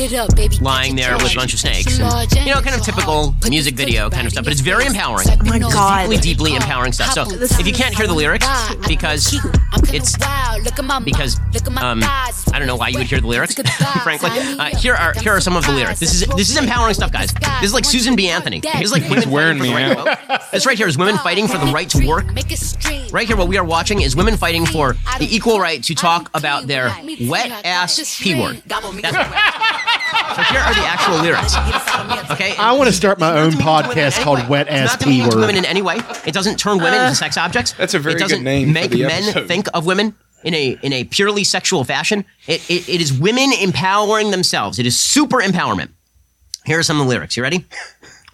[SPEAKER 12] lying there with a bunch of snakes. And, you know, kind of typical music video kind of stuff, but it's very empowering. Oh
[SPEAKER 1] my God.
[SPEAKER 12] deeply, deeply empowering stuff. So if you can't hear the lyrics because it's because um, I don't know why you would hear the lyrics. Frankly, uh, here are here are some of the lyrics. This is this is empowering stuff, guys. This is like Susan B. Anthony. This is like women
[SPEAKER 3] wearing
[SPEAKER 12] fighting
[SPEAKER 3] me
[SPEAKER 12] for the right to vote. This right here is women fighting for the right to work. Right here, what we are watching is women fighting for the equal right to talk about their wet ass p word. So here are <laughs> the actual
[SPEAKER 13] <laughs>
[SPEAKER 12] lyrics. Okay, um,
[SPEAKER 2] I want to start my own podcast called Wet
[SPEAKER 12] it's
[SPEAKER 2] Ass
[SPEAKER 12] not demeaning
[SPEAKER 2] P
[SPEAKER 12] to women
[SPEAKER 2] Word.
[SPEAKER 12] in any way. It doesn't turn women
[SPEAKER 13] Uh,
[SPEAKER 12] into sex objects. That's a
[SPEAKER 3] very
[SPEAKER 12] it
[SPEAKER 3] good
[SPEAKER 12] doesn't
[SPEAKER 3] name for
[SPEAKER 12] Make
[SPEAKER 3] the
[SPEAKER 12] men
[SPEAKER 3] episode.
[SPEAKER 12] think of women in a in a purely sexual fashion. It, it, it is women empowering themselves. It is super empowerment. Here are some of the lyrics. You ready?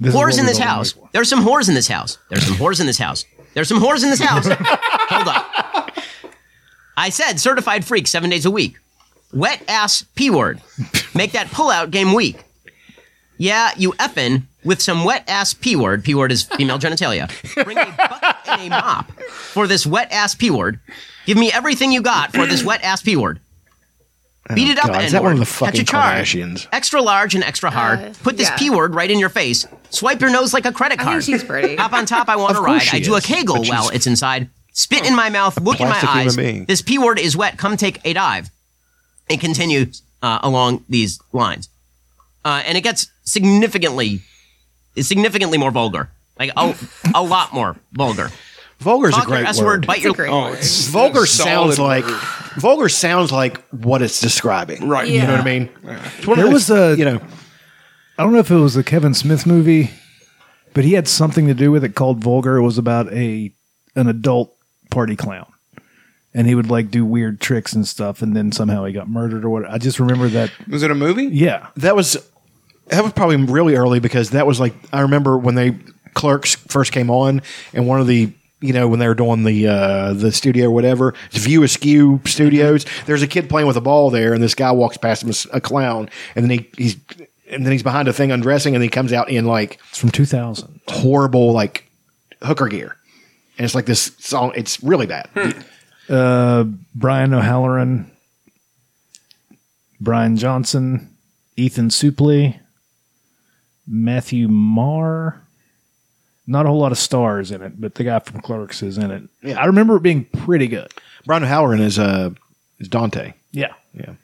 [SPEAKER 13] This is what
[SPEAKER 12] whores
[SPEAKER 13] we
[SPEAKER 12] in this
[SPEAKER 13] don't
[SPEAKER 12] house. There's some whores in this house. There's some whores in this house. There's some whores in
[SPEAKER 13] <laughs>
[SPEAKER 12] this house. Hold up. I said certified freak seven days a week. Wet ass p word. Make that pullout game weak. Yeah, you effin' with some wet ass p word. P word is female genitalia. Bring a bucket and a mop for this wet ass p word. Give me everything you got for this wet ass p word. Beat it up.
[SPEAKER 2] Oh, God, is that one of the
[SPEAKER 12] N-word. Catch
[SPEAKER 2] fucking
[SPEAKER 12] a charge.
[SPEAKER 2] Kardashians?
[SPEAKER 12] Extra large and extra hard. Put this
[SPEAKER 1] Uh, yeah.
[SPEAKER 12] p word right in your face. Swipe your nose like a credit
[SPEAKER 1] I think
[SPEAKER 12] card.
[SPEAKER 1] she's pretty.
[SPEAKER 2] <laughs>
[SPEAKER 12] <laughs> Hop on top. I want
[SPEAKER 1] Of
[SPEAKER 12] to
[SPEAKER 1] course
[SPEAKER 12] ride.
[SPEAKER 1] she
[SPEAKER 12] I do a
[SPEAKER 1] is,
[SPEAKER 12] kegel
[SPEAKER 1] but she's-
[SPEAKER 12] while it's inside. Spit in my mouth. Look in my
[SPEAKER 2] plastic human
[SPEAKER 12] eyes.
[SPEAKER 2] being.
[SPEAKER 12] This P word is wet. Come take a dive. It continues uh, along these lines, uh, and it gets significantly, it's significantly more vulgar. Like a, a lot more vulgar.
[SPEAKER 2] Vulgar is a
[SPEAKER 12] Talk your
[SPEAKER 2] great
[SPEAKER 12] S
[SPEAKER 2] word.
[SPEAKER 12] word. Bite your
[SPEAKER 14] Oh,
[SPEAKER 2] vulgar
[SPEAKER 12] it's a
[SPEAKER 2] sounds
[SPEAKER 12] solid
[SPEAKER 2] like vulgar sounds like what it's describing. Right. You know what I mean? It's one of
[SPEAKER 4] There
[SPEAKER 2] those-
[SPEAKER 4] was a
[SPEAKER 2] you know
[SPEAKER 4] I don't know if it was the Kevin Smith movie, but he had something to do with it called Vulgar. It was about a an adult party clown. And he would like do weird tricks and stuff, and then somehow he got murdered or what. I just remember that.
[SPEAKER 3] Was it a movie?
[SPEAKER 4] Yeah,
[SPEAKER 2] that was that was probably really early because that was like I remember when they Clerks first came on, and one of the you know when they were doing the uh, the studio or whatever View Askew Studios. There's a kid playing with a ball there, and this guy walks past him as a clown, and then he, he's and then he's behind a thing undressing, and he comes out in like
[SPEAKER 4] It's from 2000.
[SPEAKER 2] horrible like hooker gear, and it's like this song. It's really bad.
[SPEAKER 4] Uh, Brian O'Halloran, Brian Johnson, Ethan Supley, Matthew Marr. Not a whole lot of stars in it, but the guy from Clerks is in it. I remember it being pretty good.
[SPEAKER 2] Brian O'Halloran is uh is Dante.
[SPEAKER 4] Yeah.
[SPEAKER 2] Yeah.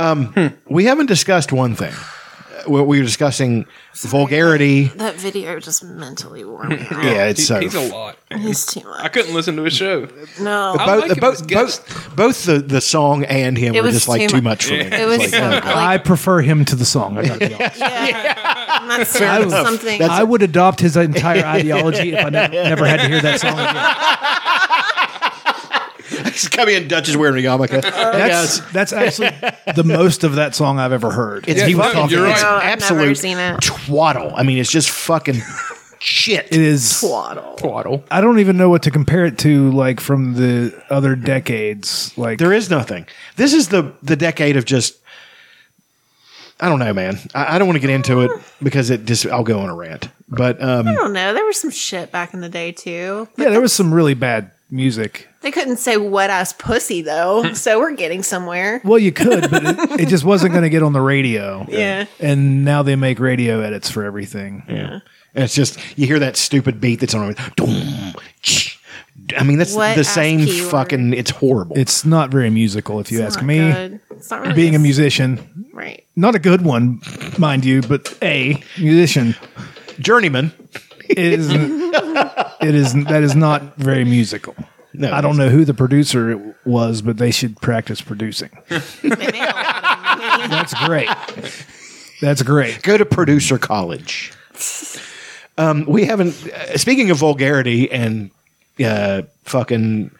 [SPEAKER 2] Um, we haven't discussed one thing. Uh, We we were discussing vulgarity.
[SPEAKER 1] That video just mentally wore me
[SPEAKER 12] <laughs>
[SPEAKER 1] out.
[SPEAKER 2] Yeah, it's uh, so.
[SPEAKER 3] he's a lot.
[SPEAKER 1] He's too much.
[SPEAKER 3] I couldn't listen to his show.
[SPEAKER 12] <laughs>
[SPEAKER 1] No.
[SPEAKER 3] I
[SPEAKER 2] both,
[SPEAKER 3] like him as
[SPEAKER 2] both,
[SPEAKER 3] guest.
[SPEAKER 2] both, both the, the song and him
[SPEAKER 1] It
[SPEAKER 2] were
[SPEAKER 1] was
[SPEAKER 2] just like
[SPEAKER 1] too much.
[SPEAKER 2] too much for me.
[SPEAKER 1] Yeah. It was
[SPEAKER 2] It's
[SPEAKER 1] so-
[SPEAKER 2] like,
[SPEAKER 4] I prefer him to the song. I, gotta be honest.
[SPEAKER 1] Yeah. That's
[SPEAKER 4] Fair
[SPEAKER 1] that's
[SPEAKER 4] enough.
[SPEAKER 1] something.
[SPEAKER 4] I would adopt his entire ideology if I never, never had to hear that song. Again.
[SPEAKER 2] He's coming in Dutch is wearing a
[SPEAKER 1] Uh,
[SPEAKER 2] yarmulke.
[SPEAKER 4] That's, that's actually the most of that song I've ever heard.
[SPEAKER 2] It's
[SPEAKER 4] He was
[SPEAKER 2] fucking-
[SPEAKER 4] talking-
[SPEAKER 2] it's
[SPEAKER 1] No, I've
[SPEAKER 2] absolute
[SPEAKER 1] never seen it.
[SPEAKER 2] twaddle. I mean, it's
[SPEAKER 3] <laughs>
[SPEAKER 2] just fucking shit.
[SPEAKER 4] It is
[SPEAKER 1] twaddle.
[SPEAKER 3] Twaddle.
[SPEAKER 4] I don't even know what to compare it to, like from the other decades. Like
[SPEAKER 2] there is nothing. This is the the decade of just. I don't know, man. I, I don't want to get into it because it just I'll go on a rant. But um,
[SPEAKER 1] I don't know. There was some shit back in the day too.
[SPEAKER 4] Yeah, there was some really bad music.
[SPEAKER 1] They couldn't say wet ass pussy
[SPEAKER 12] Hmm.
[SPEAKER 1] though, so we're getting somewhere.
[SPEAKER 4] Well, you could, but it, it just wasn't going to get on the radio.
[SPEAKER 1] Yeah.
[SPEAKER 4] And now they make radio edits for everything.
[SPEAKER 2] Yeah. And it's just you hear that stupid beat that's on. Doom, ch- I mean, that's
[SPEAKER 4] Wet
[SPEAKER 2] the
[SPEAKER 4] ass
[SPEAKER 2] same
[SPEAKER 4] keyword.
[SPEAKER 2] fucking. It's horrible.
[SPEAKER 4] It's not very musical, if you ask
[SPEAKER 1] not
[SPEAKER 4] me.
[SPEAKER 1] good. It's not really
[SPEAKER 4] Being a
[SPEAKER 1] a-
[SPEAKER 4] musician,
[SPEAKER 1] Right.
[SPEAKER 4] not a good one, mind you, but a musician,
[SPEAKER 2] journeyman.
[SPEAKER 4] It is. it is that is not very musical.
[SPEAKER 2] No,
[SPEAKER 4] I don't know who the producer was, but they should practice producing. That's great. That's great.
[SPEAKER 2] Go to producer college. Um, we haven't. Uh, speaking of vulgarity and uh, fucking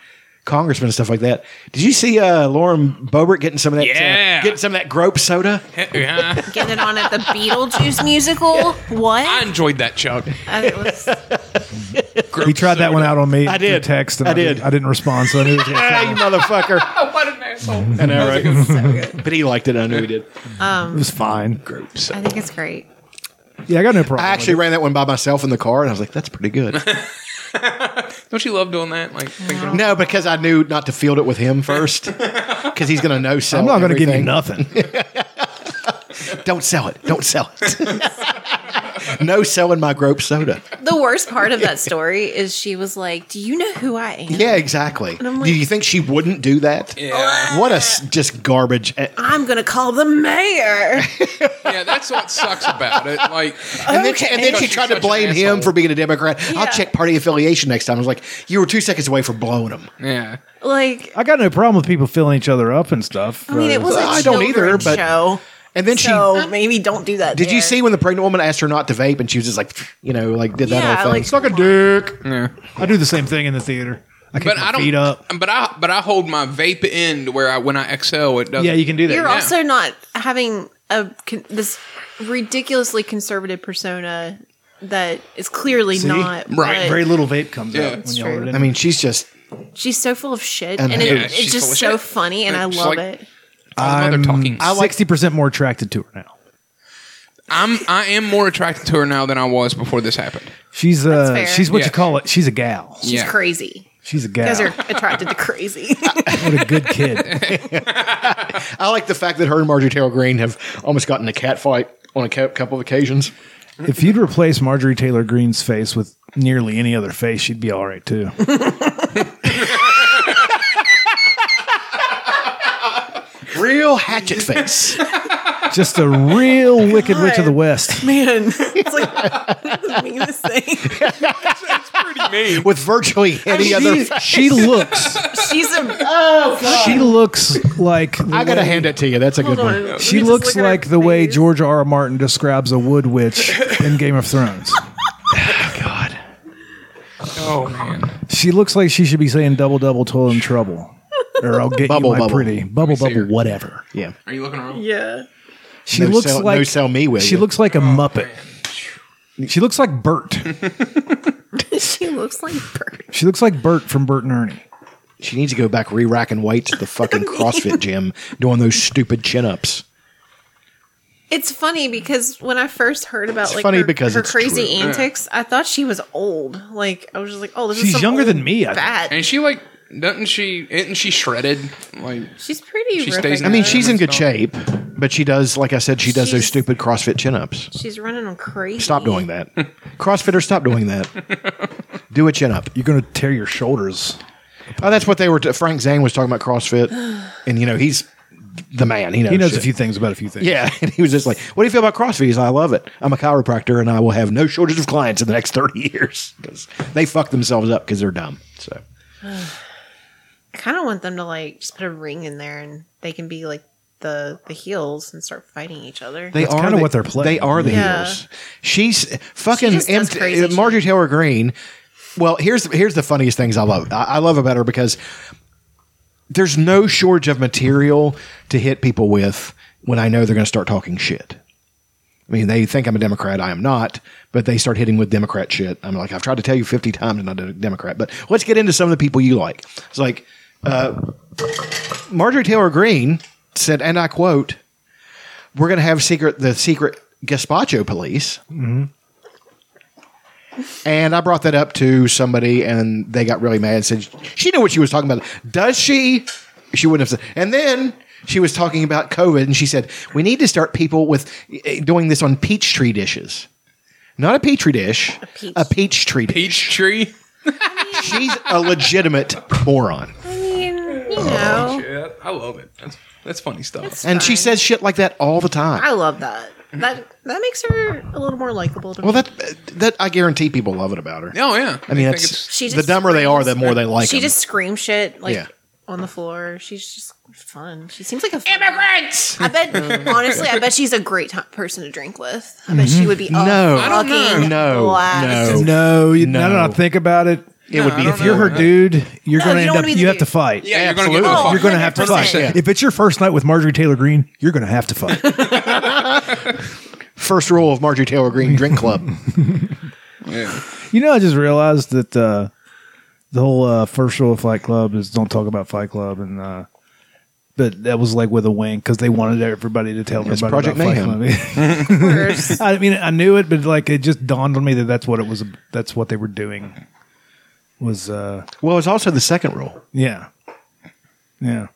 [SPEAKER 2] congressmen and stuff like that. Did you see uh, Lauren Boebert getting some of that? uh,
[SPEAKER 3] Yeah.
[SPEAKER 2] getting some of that grope soda.
[SPEAKER 3] Yeah.
[SPEAKER 1] Getting it on at the <laughs> Beetlejuice musical. What?
[SPEAKER 3] I enjoyed that, Chuck.
[SPEAKER 1] And it was-
[SPEAKER 4] he tried that one out on me.
[SPEAKER 2] I
[SPEAKER 4] through
[SPEAKER 2] did.
[SPEAKER 4] text, and
[SPEAKER 2] I
[SPEAKER 4] I, did.
[SPEAKER 2] did.
[SPEAKER 4] I didn't respond, so I knew it was your
[SPEAKER 2] <laughs> Ah, you
[SPEAKER 4] fault.
[SPEAKER 3] <laughs>
[SPEAKER 2] motherfucker!
[SPEAKER 3] what an asshole!
[SPEAKER 2] I know, right? but he liked it. I knew he did.
[SPEAKER 4] It
[SPEAKER 1] um,
[SPEAKER 4] was fine.
[SPEAKER 1] I think it's great.
[SPEAKER 4] Yeah, I got no problem.
[SPEAKER 2] I actually ran that one by myself in the car, and I was like, "That's pretty good."
[SPEAKER 3] Don't you love doing that? Like thinking,
[SPEAKER 2] No, because I knew not to field it with him first, because he's going to know sell.
[SPEAKER 4] I'm not going to
[SPEAKER 2] everything.
[SPEAKER 4] give you nothing.
[SPEAKER 2] Don't sell it. Don't sell it. <laughs> no selling my grope soda.
[SPEAKER 1] The worst part of <laughs> that story is she was like, "Do you know who I am?"
[SPEAKER 2] Yeah, exactly.
[SPEAKER 1] And I'm like-
[SPEAKER 2] do you think she wouldn't do that? Yeah. What a s- just garbage. And
[SPEAKER 1] I'm gonna call the <laughs> mayor.
[SPEAKER 3] yeah, that's what sucks about it. Like,
[SPEAKER 2] then, she, and then she tried to blame him for being a Democrat. I'll check party affiliation next time. I was like, you were two seconds away from blowing him.
[SPEAKER 3] Yeah.
[SPEAKER 1] Like,
[SPEAKER 4] I got no problem with people filling each other up and stuff.
[SPEAKER 1] I mean, it
[SPEAKER 4] but-
[SPEAKER 1] was a
[SPEAKER 2] I don't either,
[SPEAKER 1] children's
[SPEAKER 2] but.
[SPEAKER 1] show.
[SPEAKER 2] And then
[SPEAKER 1] so
[SPEAKER 2] she.
[SPEAKER 1] maybe don't do that.
[SPEAKER 2] Did you
[SPEAKER 1] there.
[SPEAKER 2] see when the pregnant woman asked her not to vape and she was just like, you know, like did
[SPEAKER 1] Yeah,
[SPEAKER 2] that whole thing?
[SPEAKER 1] like,
[SPEAKER 2] Suck a dick.
[SPEAKER 3] Yeah.
[SPEAKER 4] I do the same thing in the theater. I kick
[SPEAKER 3] But
[SPEAKER 4] my
[SPEAKER 3] I don't.
[SPEAKER 4] feet up.
[SPEAKER 3] But I. But I hold my vape in to where I when I exhale it doesn't.
[SPEAKER 4] Yeah, you can do that.
[SPEAKER 1] You're also not having a con- this ridiculously conservative persona that is clearly
[SPEAKER 4] See?
[SPEAKER 1] not what-
[SPEAKER 4] Very little vape comes
[SPEAKER 1] Yeah,
[SPEAKER 4] out
[SPEAKER 1] that's
[SPEAKER 4] when y'all are
[SPEAKER 1] true.
[SPEAKER 4] in
[SPEAKER 2] I mean, she's just.
[SPEAKER 1] She's so full of shit,
[SPEAKER 2] And
[SPEAKER 1] and,
[SPEAKER 2] yeah,
[SPEAKER 1] it,
[SPEAKER 2] she's
[SPEAKER 1] it's
[SPEAKER 2] full
[SPEAKER 1] just
[SPEAKER 2] of
[SPEAKER 1] so
[SPEAKER 2] shit.
[SPEAKER 1] funny, and I
[SPEAKER 3] It's
[SPEAKER 1] love
[SPEAKER 3] like-
[SPEAKER 1] it.
[SPEAKER 4] I'm
[SPEAKER 3] talking. I like-
[SPEAKER 4] sixty percent more attracted to her now.
[SPEAKER 3] I'm. I am more attracted to her now than I was before this happened.
[SPEAKER 4] She's uh,
[SPEAKER 1] fair.
[SPEAKER 4] she's what
[SPEAKER 3] Yeah.
[SPEAKER 4] you call it. She's a gal.
[SPEAKER 1] She's crazy.
[SPEAKER 4] She's a
[SPEAKER 1] You guys
[SPEAKER 4] gal.
[SPEAKER 1] are attracted to crazy.
[SPEAKER 4] what a good kid.
[SPEAKER 2] I like the fact that her and Marjorie Taylor Green have almost gotten in a cat fight on a cou- couple of occasions.
[SPEAKER 4] If you'd replace Marjorie Taylor Greene's face with nearly any other face, she'd be all right too.
[SPEAKER 2] Real hatchet face.
[SPEAKER 4] Just
[SPEAKER 2] <laughs>
[SPEAKER 4] a real wicked witch of the
[SPEAKER 1] <laughs>
[SPEAKER 4] West.
[SPEAKER 1] Man, it's like being the same.
[SPEAKER 2] With virtually any <laughs>
[SPEAKER 4] She-
[SPEAKER 2] other face.
[SPEAKER 4] she looks-
[SPEAKER 1] She's a <laughs> oh
[SPEAKER 4] She looks like
[SPEAKER 2] I gotta hand it to you. That's a good
[SPEAKER 1] on.
[SPEAKER 2] one.
[SPEAKER 1] Let
[SPEAKER 4] She looks like the way George R. R. Martin describes a wood witch in Game of Thrones.
[SPEAKER 3] Oh man.
[SPEAKER 4] She looks like she should be saying double double toil and trouble. Or I'll get
[SPEAKER 2] Bubble,
[SPEAKER 4] you my
[SPEAKER 2] bubble.
[SPEAKER 4] pretty. Bubble bubble whatever.
[SPEAKER 2] Yeah.
[SPEAKER 3] Are you looking around?
[SPEAKER 1] Yeah.
[SPEAKER 4] She
[SPEAKER 2] No
[SPEAKER 4] looks
[SPEAKER 2] sell-
[SPEAKER 4] like
[SPEAKER 2] no sell me, will
[SPEAKER 4] She
[SPEAKER 2] ya?
[SPEAKER 4] looks like a Muppet. She looks like Bert.
[SPEAKER 1] <laughs> she looks like Bert.
[SPEAKER 4] She looks like Bert from Bert and Ernie.
[SPEAKER 2] She needs to go back re racking weights at the fucking CrossFit gym doing those stupid chin ups.
[SPEAKER 1] It's funny because when I first heard about
[SPEAKER 2] It's
[SPEAKER 1] like
[SPEAKER 2] funny
[SPEAKER 1] her,
[SPEAKER 2] because
[SPEAKER 1] her
[SPEAKER 2] it's
[SPEAKER 1] crazy
[SPEAKER 2] true. Yeah.
[SPEAKER 1] antics, I thought she was old. Like I was just like, oh, this is
[SPEAKER 3] She's
[SPEAKER 1] some
[SPEAKER 3] younger
[SPEAKER 1] old
[SPEAKER 3] than me, I think.
[SPEAKER 1] Bat.
[SPEAKER 3] And she like doesn't she isn't she shredded? Like
[SPEAKER 1] She's pretty.
[SPEAKER 3] She stays
[SPEAKER 2] I mean, she's in good shape, but she does, like I said, she does those stupid CrossFit chin ups.
[SPEAKER 1] She's running on crazy.
[SPEAKER 2] Stop doing that. CrossFitter, stop doing that. Do a chin up.
[SPEAKER 4] You're going to tear your shoulders.
[SPEAKER 2] Oh, that's what they were. T- Frank Zane was talking about CrossFit, and you know he's the man. He knows.
[SPEAKER 4] He
[SPEAKER 2] Oh,
[SPEAKER 4] knows
[SPEAKER 2] shit.
[SPEAKER 4] a few things about a few things.
[SPEAKER 2] Yeah, <laughs> and he was just like, "What do you feel about CrossFit?" He's like, "I love it. I'm a chiropractor, and I will have no shortage of clients in the next <laughs> 30 years because they fuck themselves up because they're dumb." So
[SPEAKER 1] I kind of want them to like just put a ring in there and they can be like the the heels and start fighting each other.
[SPEAKER 2] they are
[SPEAKER 4] kinda
[SPEAKER 2] the-
[SPEAKER 4] what they're playing.
[SPEAKER 2] They are the
[SPEAKER 1] Yeah.
[SPEAKER 2] heels. She's fucking
[SPEAKER 1] She just does
[SPEAKER 2] empty-
[SPEAKER 1] crazy
[SPEAKER 2] uh, Marjorie Taylor Green. Well, here's here's the funniest things I love. I, I love about her because there's no shortage of material to hit people with when I know they're going to start talking shit. I mean, they think I'm a Democrat. I am not, but they start hitting with Democrat shit. I'm like, I've tried to tell you 50 times I'm not a Democrat, but let's get into some of the people you like. It's like, uh, Marjorie Taylor Greene said, and I quote, we're going to have secret, the secret gazpacho police.
[SPEAKER 10] Mhm.
[SPEAKER 2] And I brought that up to somebody, and they got really mad and said, She knew what she was talking about. Does she? She wouldn't have said. And then she was talking about COVID, and she said, We need to start people with eh, doing this on peach tree dishes. Not a petri dish, a peach, tree dish.
[SPEAKER 3] Peach tree?
[SPEAKER 2] She's a legitimate moron.
[SPEAKER 1] I mean, you know,
[SPEAKER 3] shit. I love it. That's that's funny stuff.
[SPEAKER 2] Oh, And she says shit like that all the time.
[SPEAKER 1] I love that. That that makes her a little more likable to
[SPEAKER 2] Well,
[SPEAKER 1] me.
[SPEAKER 2] that that I guarantee people love it about her.
[SPEAKER 3] Oh yeah.
[SPEAKER 2] I
[SPEAKER 3] They
[SPEAKER 2] mean,
[SPEAKER 3] think
[SPEAKER 2] it's,
[SPEAKER 1] She
[SPEAKER 2] the
[SPEAKER 1] just
[SPEAKER 2] dumber they are, the more they like
[SPEAKER 1] she
[SPEAKER 2] them.
[SPEAKER 1] just screams shit like
[SPEAKER 2] Yeah.
[SPEAKER 1] on the floor. She's just fun. She seems like a immigrants. <laughs> I bet honestly, I bet she's a great t- person to drink with. I bet she would be a
[SPEAKER 2] Mm-hmm. No. I don't know.
[SPEAKER 1] fucking
[SPEAKER 2] No.
[SPEAKER 1] blast.
[SPEAKER 2] No.
[SPEAKER 4] No, you,
[SPEAKER 2] No.
[SPEAKER 4] no, no, no. Think about it.
[SPEAKER 2] It would No, be- I don't
[SPEAKER 4] if you're her
[SPEAKER 2] know.
[SPEAKER 4] dude, you're
[SPEAKER 1] No,
[SPEAKER 4] going to
[SPEAKER 1] you
[SPEAKER 4] end
[SPEAKER 1] don't
[SPEAKER 4] up.
[SPEAKER 1] wanna be the
[SPEAKER 4] You have
[SPEAKER 1] dude.
[SPEAKER 4] to fight.
[SPEAKER 3] Yeah, you're gonna get
[SPEAKER 4] Absolutely.
[SPEAKER 3] fucked.
[SPEAKER 4] You're gonna have to fight.
[SPEAKER 3] 100%.
[SPEAKER 4] If it's your first night with Marjorie Taylor Green, you're going to have to fight.
[SPEAKER 2] First rule of Marjorie Taylor Green
[SPEAKER 3] <laughs>
[SPEAKER 2] Drink Club.
[SPEAKER 3] yeah.
[SPEAKER 4] You know, I just realized that uh, the whole uh, first rule of Fight Club is don't talk about Fight Club, and uh, but that was like with a wink because they wanted everybody to tell
[SPEAKER 2] It's
[SPEAKER 4] everybody
[SPEAKER 2] Project
[SPEAKER 4] about
[SPEAKER 2] Mayhem.
[SPEAKER 4] Fight
[SPEAKER 2] <laughs>
[SPEAKER 4] Club. <laughs> I mean, I knew it, but like it just dawned on me that that's what it was. That's what they were doing. Was uh,
[SPEAKER 2] well, it's also the second rule.
[SPEAKER 4] yeah, yeah.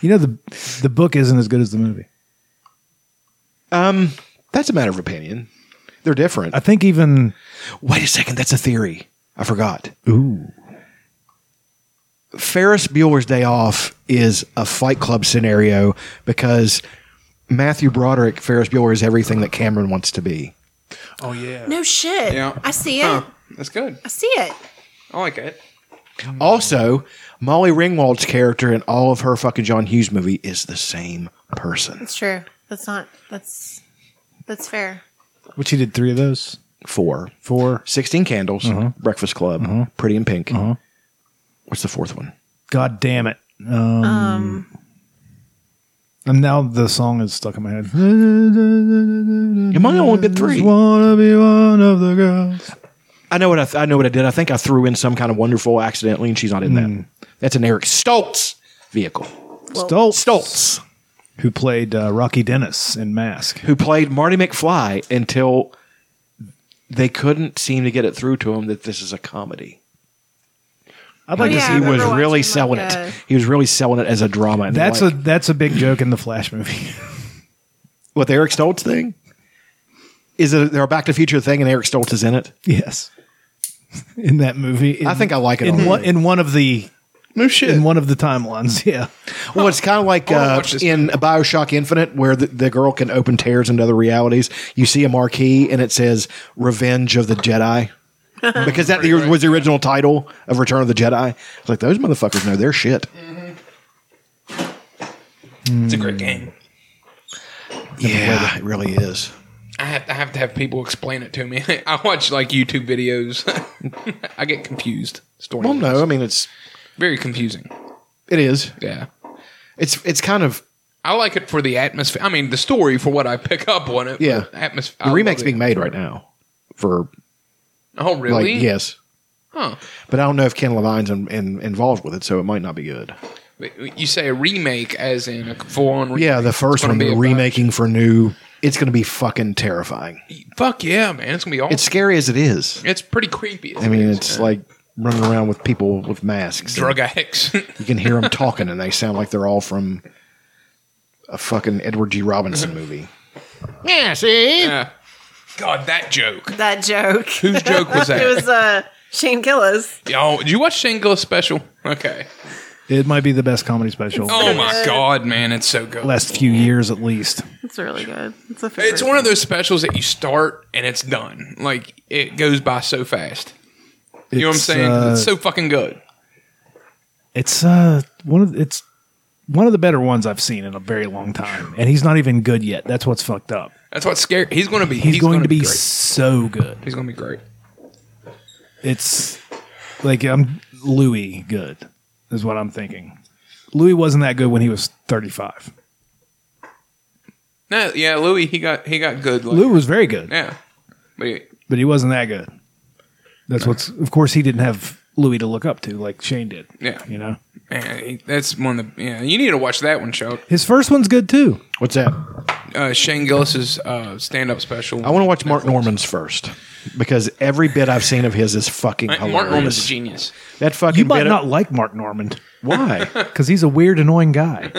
[SPEAKER 4] You know the the book isn't as good as the movie.
[SPEAKER 2] Um, that's a matter of opinion. They're different.
[SPEAKER 3] Uh,
[SPEAKER 4] I think even
[SPEAKER 2] Wait a second, that's a theory. I forgot.
[SPEAKER 4] Ooh.
[SPEAKER 2] Ferris Bueller's Day Off is a Fight Club scenario because Matthew Broderick, Ferris Bueller, is everything that Cameron wants to be.
[SPEAKER 3] Oh yeah.
[SPEAKER 1] No shit.
[SPEAKER 3] Yeah.
[SPEAKER 1] I see it.
[SPEAKER 3] Huh. That's good.
[SPEAKER 1] I see it.
[SPEAKER 3] I like it.
[SPEAKER 2] Also, Molly Ringwald's character in all of her fucking John Hughes movie is the same person.
[SPEAKER 1] That's true. That's not. That's that's fair.
[SPEAKER 4] Which he did three of those.
[SPEAKER 2] Four.
[SPEAKER 4] Four. Uh-huh.
[SPEAKER 2] 16 Candles, Breakfast Club, Pretty in Pink. What's the fourth one?
[SPEAKER 4] God damn it. Um, And now the song is stuck in my head. It
[SPEAKER 2] might only been three.
[SPEAKER 4] Wanna be one of the girls.
[SPEAKER 2] I know what I, th- I know what I did. I think I threw in some kind of wonderful accidentally, and she's not in
[SPEAKER 4] Hmm.
[SPEAKER 2] that. That's an Eric Stoltz vehicle.
[SPEAKER 4] Stoltz.
[SPEAKER 2] Stoltz.
[SPEAKER 4] Who played uh, Rocky Dennis in Mask.
[SPEAKER 2] who played Marty McFly until they couldn't seem to get it through to him that this is a comedy.
[SPEAKER 4] I'd like to see
[SPEAKER 2] he
[SPEAKER 4] what-
[SPEAKER 2] was really selling
[SPEAKER 4] like
[SPEAKER 2] it.
[SPEAKER 4] a-
[SPEAKER 2] He was really selling it as a drama. And
[SPEAKER 4] That's
[SPEAKER 2] that's like,
[SPEAKER 4] a that's a big joke in the Flash movie.
[SPEAKER 2] what the Eric Stoltz thing. Is it there a Back to the Future thing and Eric Stoltz is in it?
[SPEAKER 4] Yes. <laughs> in that movie. in-
[SPEAKER 2] I think I like it
[SPEAKER 4] in
[SPEAKER 2] already.
[SPEAKER 4] one in one of the no shit in one of the timelines. <laughs> Yeah,
[SPEAKER 2] Well, it's kind of like uh, in Bioshock Infinite, where the, the girl can open tears into other realities. You see a marquee and it says "Revenge of the Jedi," because that was the original title of Return of the Jedi. It's like those motherfuckers know their shit.
[SPEAKER 3] It's a great game.
[SPEAKER 2] Yeah, it really is.
[SPEAKER 3] I have, I have to have people explain it to me. <laughs> I watch like YouTube videos. <laughs> I get confused. Story.
[SPEAKER 2] Well, no, I mean it's
[SPEAKER 3] very confusing.
[SPEAKER 2] It is.
[SPEAKER 3] Yeah.
[SPEAKER 2] It's it's kind of
[SPEAKER 3] I like it for the atmosphere. I mean, the story for what I pick up on it.
[SPEAKER 2] yeah.
[SPEAKER 3] Atmosphere.
[SPEAKER 2] The remake's being made right now for
[SPEAKER 3] Oh, really?
[SPEAKER 2] like yes,
[SPEAKER 3] Huh.
[SPEAKER 2] but I don't know if Ken Levine's in, in, involved with it, so it might not be good.
[SPEAKER 3] But You say a remake as in a full on remake.
[SPEAKER 2] Yeah, the
[SPEAKER 3] It's
[SPEAKER 2] first
[SPEAKER 3] gonna
[SPEAKER 2] one
[SPEAKER 3] be
[SPEAKER 2] they're
[SPEAKER 3] a-
[SPEAKER 2] remaking for new. It's going to be fucking terrifying.
[SPEAKER 3] Fuck yeah, man. It's going to be awesome.
[SPEAKER 2] It's
[SPEAKER 3] It's,
[SPEAKER 2] scary as it is.
[SPEAKER 3] pretty creepy.
[SPEAKER 2] I mean, it's like running around with people with masks.
[SPEAKER 3] Drug addicts. <laughs>
[SPEAKER 2] You can hear them talking, and they sound like they're all from a fucking Edward G.
[SPEAKER 3] <laughs>
[SPEAKER 2] Robinson movie.
[SPEAKER 1] Yeah, see?
[SPEAKER 3] Yeah. God, that joke.
[SPEAKER 1] That joke. <laughs>
[SPEAKER 3] Whose joke was that?
[SPEAKER 1] it was uh, Shane Gillis.
[SPEAKER 3] Y'all, did you watch Shane Gillis special? Okay.
[SPEAKER 4] it might be the best comedy special.
[SPEAKER 3] Oh my god, man, it's so good.
[SPEAKER 4] last few years at least.
[SPEAKER 1] It's really good. It's a favorite.
[SPEAKER 3] It's one of those specials that you start and it's done. Like it goes by so fast. you know what I'm
[SPEAKER 4] It's,
[SPEAKER 3] saying?
[SPEAKER 4] uh,
[SPEAKER 3] it's so fucking good.
[SPEAKER 4] It's uh one of it's one of the better ones I've seen in a very long time, and he's not even good yet. That's what's fucked up.
[SPEAKER 3] That's what's scary. He's going to be.
[SPEAKER 4] He's, going
[SPEAKER 3] gonna
[SPEAKER 4] to be,
[SPEAKER 3] great.
[SPEAKER 4] so good.
[SPEAKER 3] He's going to be great.
[SPEAKER 4] It's like I'm Louis good is what I'm thinking. Louis wasn't that good when he was 35.
[SPEAKER 3] No, yeah, Louis. He got he got good. Like,
[SPEAKER 4] Lou was very good,
[SPEAKER 3] yeah, but he,
[SPEAKER 4] but he wasn't that good. That's what's of course he didn't have Louis to look up to like Shane did.
[SPEAKER 3] yeah,
[SPEAKER 4] You know,
[SPEAKER 3] man, he, that's one of the. Yeah, you need to watch that one, Chuck.
[SPEAKER 4] his first one's good too.
[SPEAKER 2] What's that?
[SPEAKER 3] Uh, Shane Gillis's uh, stand up special.
[SPEAKER 2] I want to watch Mark Norman's first because every bit I've seen of his is fucking
[SPEAKER 3] Mark
[SPEAKER 2] hilarious.
[SPEAKER 3] Norman's a genius.
[SPEAKER 2] That fucking
[SPEAKER 4] You might
[SPEAKER 2] bit
[SPEAKER 4] not like Mark Norman. <laughs>
[SPEAKER 2] Why?
[SPEAKER 4] Because he's a weird,
[SPEAKER 2] <laughs>
[SPEAKER 4] annoying guy.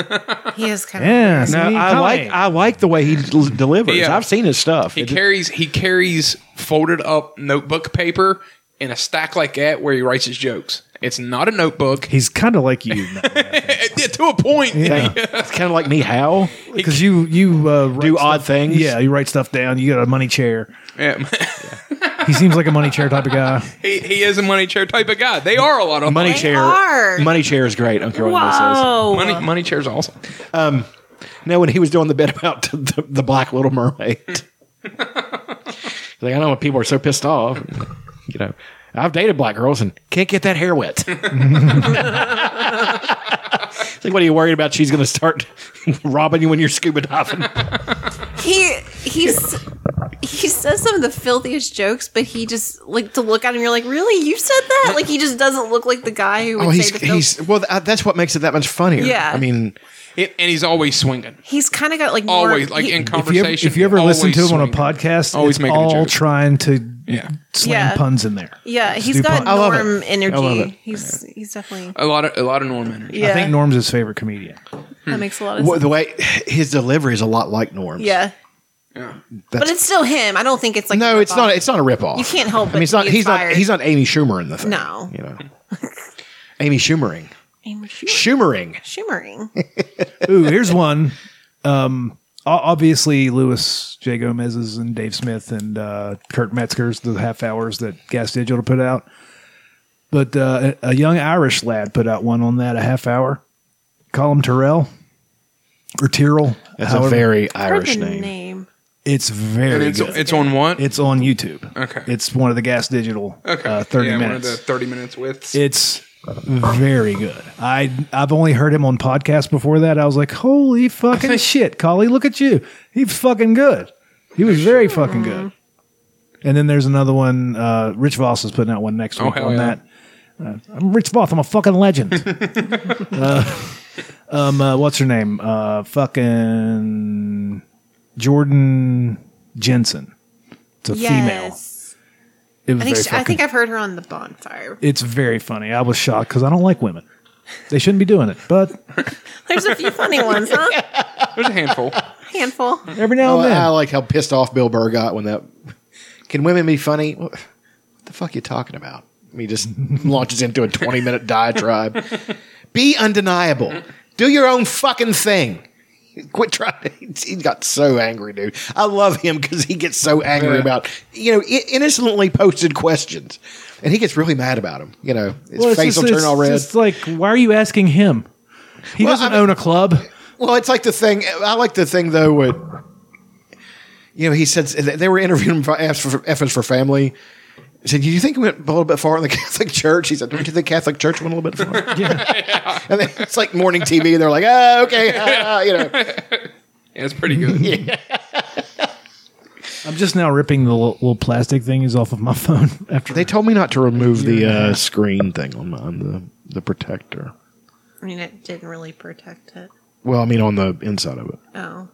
[SPEAKER 1] He is kind
[SPEAKER 4] Yeah,
[SPEAKER 2] No,
[SPEAKER 4] see,
[SPEAKER 2] I
[SPEAKER 4] come
[SPEAKER 2] like
[SPEAKER 4] on.
[SPEAKER 2] I like the way he l- delivers.
[SPEAKER 3] Yeah.
[SPEAKER 2] I've seen his stuff.
[SPEAKER 3] He
[SPEAKER 2] It-
[SPEAKER 3] carries he carries folded up notebook paper in a stack like that where he writes his jokes. It's not a notebook. <laughs>
[SPEAKER 4] He's kind of
[SPEAKER 2] <laughs>
[SPEAKER 4] like you
[SPEAKER 3] Yeah, to a point.
[SPEAKER 4] Yeah.
[SPEAKER 3] <laughs>
[SPEAKER 2] it's kind of like me. How?
[SPEAKER 4] because you you uh, do
[SPEAKER 2] odd things.
[SPEAKER 4] Yeah, you write stuff down. You got a money chair.
[SPEAKER 3] Yeah.
[SPEAKER 4] He seems like a money chair type of guy.
[SPEAKER 3] <laughs> he, he is a money chair type of guy. They are a lot of
[SPEAKER 2] Money chair.
[SPEAKER 1] are.
[SPEAKER 2] Money chair is great. I don't care what
[SPEAKER 1] Whoa.
[SPEAKER 2] anybody says.
[SPEAKER 3] Money, money chair's awesome.
[SPEAKER 2] Um, no, when he was doing the bit about <laughs> the, the Black Little Mermaid, He's like I know people are so pissed off. You know, I've dated black girls and can't get that hair wet. <laughs> It's like, what are you worried about? She's going to start <laughs> robbing you when you're
[SPEAKER 1] <laughs>
[SPEAKER 2] scuba diving.
[SPEAKER 1] He he's he says some of the filthiest jokes, but he just like to look at him. You're like, really? You said that? Like he just doesn't look like the guy who would
[SPEAKER 2] Oh,
[SPEAKER 1] say
[SPEAKER 2] he's
[SPEAKER 1] the filth. He's,
[SPEAKER 2] he's well. th- uh, That's what makes it that much funnier.
[SPEAKER 1] Yeah.
[SPEAKER 2] I mean,
[SPEAKER 3] It, and he's always swinging.
[SPEAKER 1] kind of got like more-
[SPEAKER 3] Always like
[SPEAKER 1] he-
[SPEAKER 3] in
[SPEAKER 4] If you ever,
[SPEAKER 3] conversation.
[SPEAKER 4] if you ever listen
[SPEAKER 3] always
[SPEAKER 4] to him on
[SPEAKER 3] swinging.
[SPEAKER 4] a
[SPEAKER 3] Always
[SPEAKER 4] podcast, always it's
[SPEAKER 3] making a
[SPEAKER 4] all
[SPEAKER 3] joke.
[SPEAKER 4] trying to slam
[SPEAKER 1] Yeah.
[SPEAKER 4] puns in there.
[SPEAKER 1] yeah,
[SPEAKER 4] Just
[SPEAKER 1] he's
[SPEAKER 4] do
[SPEAKER 1] got
[SPEAKER 4] pun- I love it.
[SPEAKER 1] Norm energy.
[SPEAKER 4] I love it.
[SPEAKER 1] He's he's definitely
[SPEAKER 3] a lot of a lot of Norm energy.
[SPEAKER 1] yeah.
[SPEAKER 4] I think Norm's his favorite comedian.
[SPEAKER 1] that makes a lot of
[SPEAKER 2] Well,
[SPEAKER 1] sense.
[SPEAKER 2] the way his delivery is a lot like Norm's.
[SPEAKER 1] yeah,
[SPEAKER 2] That's-
[SPEAKER 1] but it's still him. I don't think it's like
[SPEAKER 2] no, it's not. It's not a ripoff.
[SPEAKER 1] You can't help
[SPEAKER 2] I mean, it's
[SPEAKER 1] but
[SPEAKER 2] not.
[SPEAKER 1] be
[SPEAKER 2] He's not.
[SPEAKER 1] inspired.
[SPEAKER 2] He's not Amy Schumer in the thing.
[SPEAKER 1] No.
[SPEAKER 2] you know, Amy Schumering.
[SPEAKER 1] Amy Schumer.
[SPEAKER 2] Schumering.
[SPEAKER 1] Shimmering.
[SPEAKER 4] Ooh, here's one. Um, o- obviously, Lewis J. Gomez's and Dave Smith and uh, Kurt Metzger's the half hours that Gas Digital put out. But uh, a a young Irish lad put out one on that a half hour. Call him Terrell or Tyrrell.
[SPEAKER 2] That's a
[SPEAKER 4] however.
[SPEAKER 2] very Irish name.
[SPEAKER 4] It's
[SPEAKER 3] And
[SPEAKER 4] very.
[SPEAKER 3] it's,
[SPEAKER 4] good.
[SPEAKER 3] it's on what?
[SPEAKER 4] It's on YouTube.
[SPEAKER 3] Okay.
[SPEAKER 4] It's one of the Gas Digital
[SPEAKER 3] Okay.
[SPEAKER 4] uh, thirty
[SPEAKER 3] yeah,
[SPEAKER 4] minutes.
[SPEAKER 3] One of the thirty minutes with.
[SPEAKER 4] It's very good. I I've only heard him on podcasts before that. I was like, holy fucking
[SPEAKER 1] <laughs>
[SPEAKER 4] shit, Collie, look at you. He's fucking good. He was very fucking good.
[SPEAKER 1] Mm-hmm.
[SPEAKER 4] And then there's another one. Uh, Rich Voss is putting out one next
[SPEAKER 3] Oh,
[SPEAKER 4] week
[SPEAKER 3] hell
[SPEAKER 4] on
[SPEAKER 3] yeah.
[SPEAKER 4] that. Uh, I'm Rich Voss. I'm a
[SPEAKER 1] <laughs>
[SPEAKER 4] fucking legend. uh, um, uh, what's her name? Uh, fucking Jordan Jensen. It's a female.
[SPEAKER 1] Yes.
[SPEAKER 4] It was
[SPEAKER 1] I think
[SPEAKER 4] very
[SPEAKER 1] she, I
[SPEAKER 4] fucking
[SPEAKER 1] think I've heard her on the bonfire.
[SPEAKER 4] it's very funny. I was shocked because I don't like women. They shouldn't be doing it, but
[SPEAKER 1] There's a few funny ones, huh?
[SPEAKER 3] There's a handful.
[SPEAKER 1] handful.
[SPEAKER 4] Every now
[SPEAKER 2] <laughs>
[SPEAKER 4] and
[SPEAKER 2] Oh,
[SPEAKER 4] then.
[SPEAKER 2] I like how pissed off Bill Burr got when that. Can women be funny? What the fuck you talking about? He just launches into a twenty minute diatribe. be undeniable. Do your own fucking thing. Quit trying. He got so angry, dude. I love him because he gets so angry
[SPEAKER 4] Yeah.
[SPEAKER 2] about you know i- innocently posted questions, and he gets really mad about them. You know, his
[SPEAKER 4] Well, it's
[SPEAKER 2] face
[SPEAKER 4] just-
[SPEAKER 2] will turn all red.
[SPEAKER 4] It's just like, why are you asking him? He
[SPEAKER 2] Well,
[SPEAKER 4] doesn't
[SPEAKER 2] I mean-
[SPEAKER 4] own a club.
[SPEAKER 2] Well, it's like the thing. I like the thing though. With you know, he said they were interviewing him for asked for efforts for family. He said, "Do you think we went a little bit far in the <laughs> Catholic Church?" He said, "Don't you think Catholic Church went a little bit far?" <laughs> And then it's like morning TV. They're like, "Oh, okay, <laughs> ah, ah," you know."
[SPEAKER 3] Yeah, it's pretty good.
[SPEAKER 4] I'm just now ripping the little, little plastic thingies off of my <laughs> phone. After
[SPEAKER 2] they told me not to remove the uh, screen thing on, on the the protector.
[SPEAKER 1] I mean, it didn't really protect it.
[SPEAKER 2] Well, I mean, on the inside of it.
[SPEAKER 1] Oh.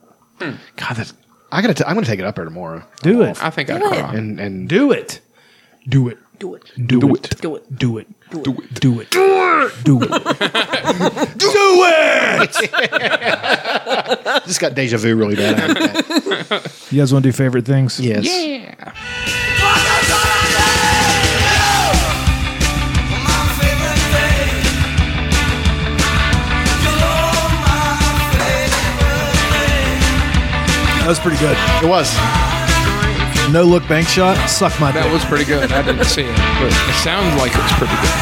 [SPEAKER 2] God, that's. I gotta. T- I'm gonna take it up there tomorrow.
[SPEAKER 4] Do it. I
[SPEAKER 3] think
[SPEAKER 1] I'd Do it. cry.
[SPEAKER 2] And and do
[SPEAKER 4] it. Do it.
[SPEAKER 1] Do it.
[SPEAKER 4] Do, it.
[SPEAKER 1] Do it.
[SPEAKER 4] Do it. Do it. Do it. Do it.
[SPEAKER 2] Do <laughs> it. Just got deja vu really bad.
[SPEAKER 4] You guys want to do favorite things?
[SPEAKER 2] Yes.
[SPEAKER 3] Yeah.
[SPEAKER 4] That was pretty good.
[SPEAKER 2] It was.
[SPEAKER 4] No look bank shot. Suck my
[SPEAKER 3] That
[SPEAKER 4] dick.
[SPEAKER 3] was pretty good. I didn't see it, but it sounds like it's pretty good.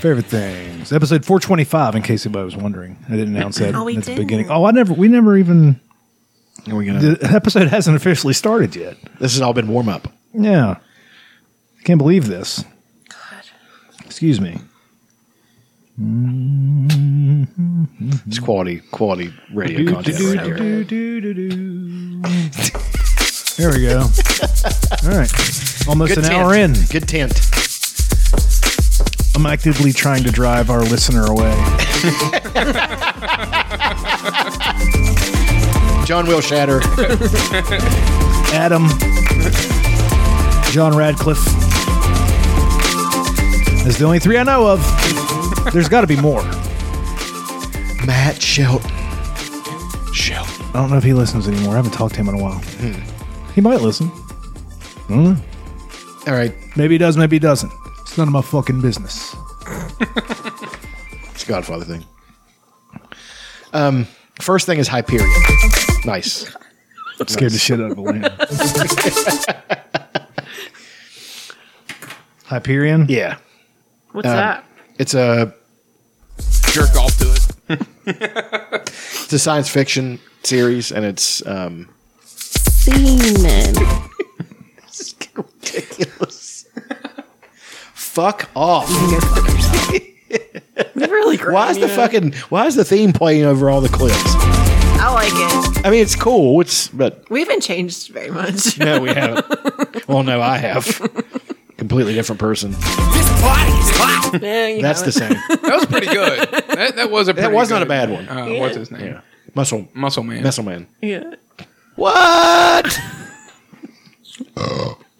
[SPEAKER 4] Favorite things. Episode 425. In case anybody was wondering, I didn't announce
[SPEAKER 1] <laughs>
[SPEAKER 4] that
[SPEAKER 1] Oh, we
[SPEAKER 4] at the
[SPEAKER 1] didn't.
[SPEAKER 4] beginning. Oh, I never. We never even.
[SPEAKER 2] Are we gonna?
[SPEAKER 4] The episode hasn't officially started yet.
[SPEAKER 2] This has all been warm up.
[SPEAKER 4] Yeah. I can't believe this. God. Excuse me.
[SPEAKER 2] It's quality, quality radio content right here.
[SPEAKER 4] There we go. All right. Almost
[SPEAKER 2] Good
[SPEAKER 4] an
[SPEAKER 2] tent.
[SPEAKER 4] hour in.
[SPEAKER 2] Good tent.
[SPEAKER 4] I'm actively trying to drive our listener away.
[SPEAKER 2] John Will Shatter.
[SPEAKER 4] Adam. John Radcliffe. That's the only three I know of. There's got to be more.
[SPEAKER 2] Matt Shelton.
[SPEAKER 4] Shelton. I don't know if he listens anymore. I haven't talked to him in a while. He might listen. I don't know.
[SPEAKER 2] All right.
[SPEAKER 4] Maybe he does, maybe he doesn't. It's none of my fucking business.
[SPEAKER 2] It's a Godfather thing. Um, first thing is Hyperion. Nice.
[SPEAKER 4] Scared the shit out of Elena. <laughs> Hyperion?
[SPEAKER 2] Yeah.
[SPEAKER 1] What's
[SPEAKER 2] Um,
[SPEAKER 1] that?
[SPEAKER 2] It's a
[SPEAKER 3] jerk off to it.
[SPEAKER 2] It's a science fiction series, and it's um,
[SPEAKER 1] Semen.
[SPEAKER 2] ridiculous. Fuck off. really Why is the
[SPEAKER 1] yeah.
[SPEAKER 2] fucking why is the theme playing over all the clips?
[SPEAKER 1] I like it.
[SPEAKER 2] I mean, it's cool. It's but
[SPEAKER 1] We haven't changed very much.
[SPEAKER 2] no, we haven't. <laughs> well, no, I have. Completely different person.
[SPEAKER 1] Yeah, you
[SPEAKER 2] That's
[SPEAKER 1] haven't.
[SPEAKER 2] the same.
[SPEAKER 1] <laughs>
[SPEAKER 3] That was pretty good. That, that was a. Pretty
[SPEAKER 2] That was not
[SPEAKER 3] good-
[SPEAKER 2] a bad one.
[SPEAKER 3] Uh, What's his name?
[SPEAKER 2] Muscle
[SPEAKER 3] Muscle man.
[SPEAKER 2] Muscle man.
[SPEAKER 1] <laughs> Yeah.
[SPEAKER 2] What?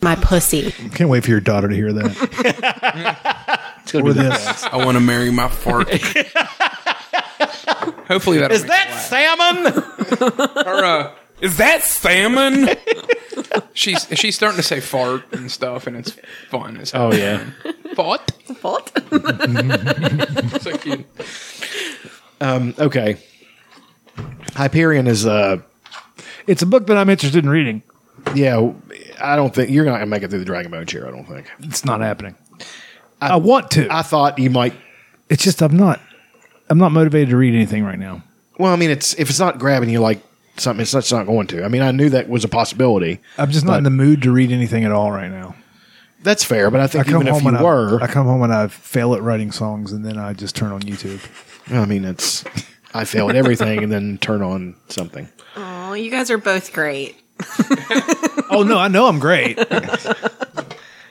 [SPEAKER 1] My pussy.
[SPEAKER 4] Can't wait for your daughter to hear that. <laughs>
[SPEAKER 2] It's gonna
[SPEAKER 4] Or
[SPEAKER 2] be the
[SPEAKER 4] this.
[SPEAKER 2] best.
[SPEAKER 3] I want to marry my fart. Hopefully that
[SPEAKER 2] Is that salmon?
[SPEAKER 3] Or, uh, is that salmon? <laughs> she's she's starting to say fart and stuff, and it's fun. It's
[SPEAKER 2] Oh yeah.
[SPEAKER 3] fart.
[SPEAKER 1] Fart.
[SPEAKER 3] so cute.
[SPEAKER 2] Um, okay. Hyperion is uh
[SPEAKER 4] It's a book that I'm interested in reading.
[SPEAKER 2] yeah, I don't think you're not gonna make it through the Dragon Bone chair, I don't think.
[SPEAKER 4] It's not happening. I, want to.
[SPEAKER 2] I thought you might
[SPEAKER 4] It's just I'm not I'm not motivated to read anything right now.
[SPEAKER 2] Well, I mean, it's if it's not grabbing you like something, it's not, it's not going to. I mean, I knew that was a possibility.
[SPEAKER 4] I'm just not in the mood to read anything at all right now.
[SPEAKER 2] That's fair, but I think even if you
[SPEAKER 4] and
[SPEAKER 2] were,
[SPEAKER 4] I, I come home and I fail at writing songs and then I just turn on YouTube.
[SPEAKER 2] I mean, it's I fail at everything and then turn on something.
[SPEAKER 1] Oh, you guys are both great.
[SPEAKER 4] oh no, I know I'm great.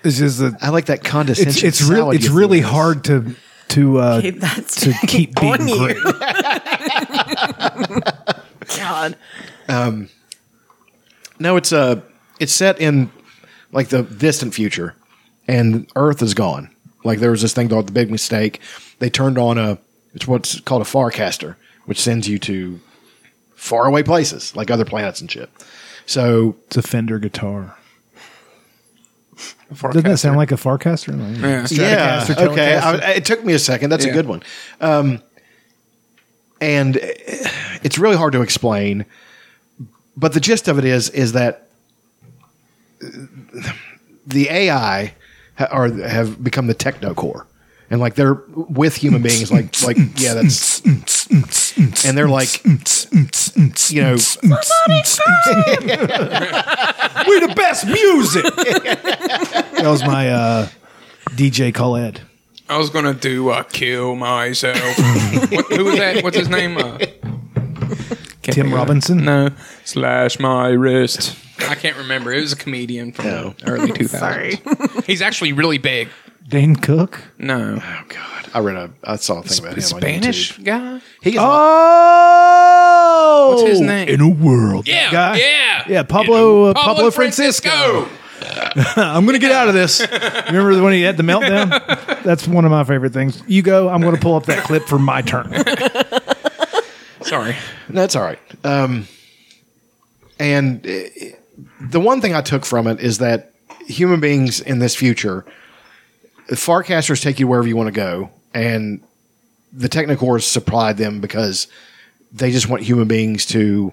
[SPEAKER 4] It's just that
[SPEAKER 2] I like that
[SPEAKER 4] it's
[SPEAKER 2] condescension.
[SPEAKER 4] it's really
[SPEAKER 2] salad
[SPEAKER 4] it's
[SPEAKER 2] you
[SPEAKER 4] really
[SPEAKER 2] threw.
[SPEAKER 4] hard to to
[SPEAKER 1] <laughs>
[SPEAKER 4] uh,
[SPEAKER 1] Keep that
[SPEAKER 4] to keep being
[SPEAKER 1] on you.
[SPEAKER 4] great.
[SPEAKER 1] God.
[SPEAKER 2] Um, no, it's uh, it's set in like the distant future, and Earth is gone. Like there was this thing called the Big Mistake. They turned on a it's what's called a farcaster, which sends you to faraway places like other planets and shit. So
[SPEAKER 4] it's a Fender guitar. Doesn't that sound like a Farcaster? Like,
[SPEAKER 2] Yeah.
[SPEAKER 4] Stratocaster,
[SPEAKER 2] Okay.
[SPEAKER 4] Telecaster?
[SPEAKER 2] I, it took me a second. That's
[SPEAKER 4] Yeah.
[SPEAKER 2] a good one. Um, and it's really hard to explain, but the gist of it is is that the AI ha- are have become the techno core, and like they're with human beings. Like like yeah, that's and they're like you know
[SPEAKER 4] <laughs> We're the best music. <laughs> that was my uh, DJ Khaled.
[SPEAKER 3] I was gonna do uh, kill
[SPEAKER 4] <laughs>
[SPEAKER 3] myself. what, who was that? What's his name? Uh, can't
[SPEAKER 4] Tim
[SPEAKER 3] think of it.
[SPEAKER 4] Robinson?
[SPEAKER 3] No. Slash my wrist. I can't remember. It was a comedian from the early 2000s.
[SPEAKER 4] Sorry.
[SPEAKER 3] He's actually really big.
[SPEAKER 4] Dane Cook.
[SPEAKER 3] No.
[SPEAKER 2] Oh God! I read a I saw a thing about him.
[SPEAKER 3] Spanish
[SPEAKER 2] on YouTube.
[SPEAKER 3] guy.
[SPEAKER 2] He is
[SPEAKER 4] oh,
[SPEAKER 3] What's his name?
[SPEAKER 4] In a world,
[SPEAKER 3] Yeah,
[SPEAKER 4] that guy?
[SPEAKER 3] yeah.
[SPEAKER 4] yeah. Pablo, uh,
[SPEAKER 3] Pablo
[SPEAKER 4] Pablo, Francisco. I'm gonna get out of this. Remember when he had the meltdown? That's one of my favorite things. You go. I'm gonna pull up that clip for my turn.
[SPEAKER 3] Sorry.
[SPEAKER 2] That's all right. Um, and uh, the one thing I took from it is that human beings in this future, farcasters take you wherever you want to go, and the Technicorps supplied them because they just want human beings to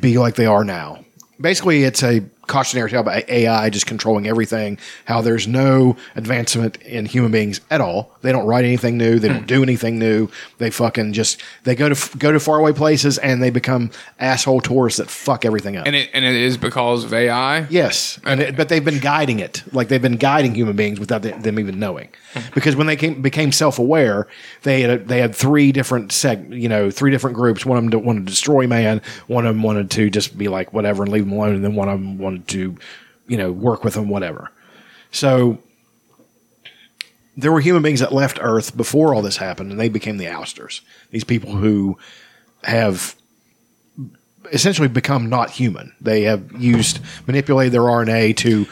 [SPEAKER 2] be like they are now. Basically, it's a cautionary tale about AI just controlling everything, how there's no advancement in human beings at all. They don't write anything new. They don't do anything new. They fucking just, they go to, go to faraway places and they become asshole tourists that fuck everything up.
[SPEAKER 3] And it and it is because of AI.
[SPEAKER 2] Yes, and it, but they've been guiding it, like they've been guiding human beings without th- them even knowing, because when they came, became self-aware, they had they had three different seg, you know, three different groups. One of them wanted to destroy man, one of them wanted to just be like whatever and leave them alone, and then one of them wanted to, you know, work with them, whatever. So there were human beings that left Earth before all this happened, and they became the ousters. These people who have essentially become not human. They have used manipulated their RNA to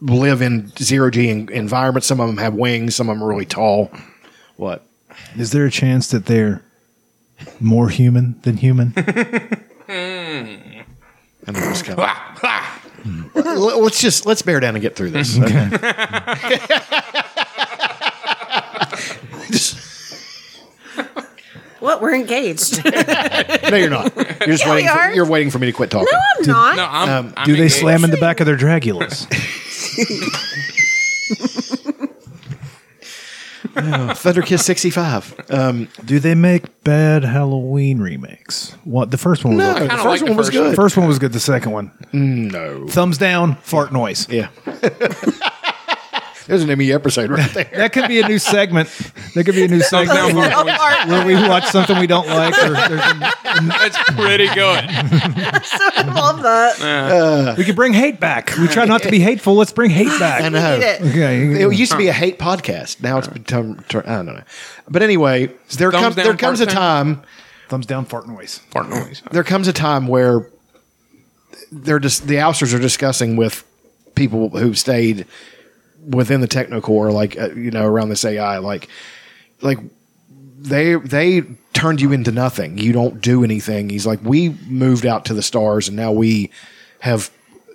[SPEAKER 2] live in zero g en- environments. Some of them have wings. Some of them are really tall. What?
[SPEAKER 4] Is there a chance that they're more human than human?
[SPEAKER 2] I knew it was coming. ah. L- l- let's just let's bear down and get through this.
[SPEAKER 4] Okay.
[SPEAKER 1] What? We're <laughs> engaged.
[SPEAKER 2] <laughs> no, you're not. You're just
[SPEAKER 1] Yeah, we
[SPEAKER 2] waiting. For,
[SPEAKER 1] are.
[SPEAKER 2] you're waiting for me to quit talking.
[SPEAKER 1] No, I'm not.
[SPEAKER 3] No, I'm,
[SPEAKER 2] Um,
[SPEAKER 4] Do they slam in the back of their Dragulas?
[SPEAKER 2] Thunderkiss sixty five. Um,
[SPEAKER 4] Do they make bad Halloween remakes? What the first one? Was
[SPEAKER 2] No,
[SPEAKER 4] okay.
[SPEAKER 2] the Kinda first like the one was first good. one.
[SPEAKER 4] First one was good. The second one,
[SPEAKER 2] no.
[SPEAKER 4] Thumbs down. Fart noise.
[SPEAKER 2] Yeah. <laughs> There's an Emmy episode right there.
[SPEAKER 4] that could be a new segment. That could be a new
[SPEAKER 3] Thumbs
[SPEAKER 1] <laughs>
[SPEAKER 3] down,
[SPEAKER 4] segment
[SPEAKER 3] fart
[SPEAKER 1] Oh,
[SPEAKER 4] where,
[SPEAKER 3] noise.
[SPEAKER 4] where we watch something we don't like. Or there's a
[SPEAKER 3] <laughs> That's pretty good.
[SPEAKER 1] so I love
[SPEAKER 2] <laughs>
[SPEAKER 1] that.
[SPEAKER 4] we could bring hate back. We try not to be hateful. Let's bring hate back.
[SPEAKER 2] I know.
[SPEAKER 4] Okay.
[SPEAKER 2] It used to be a hate podcast. Now it's become. tur- I don't know. But anyway, there
[SPEAKER 4] Thumbs
[SPEAKER 2] comes
[SPEAKER 4] down,
[SPEAKER 2] there comes a
[SPEAKER 4] fart
[SPEAKER 2] time.
[SPEAKER 4] Thumbs down. Fart noise.
[SPEAKER 3] Fart noise.
[SPEAKER 2] There comes a time where they're just the ousters are discussing with people who've stayed within the technocore, like uh, you know, around this AI, like like they they turned you into nothing. You don't do anything. He's like, we moved out to the stars, and now we have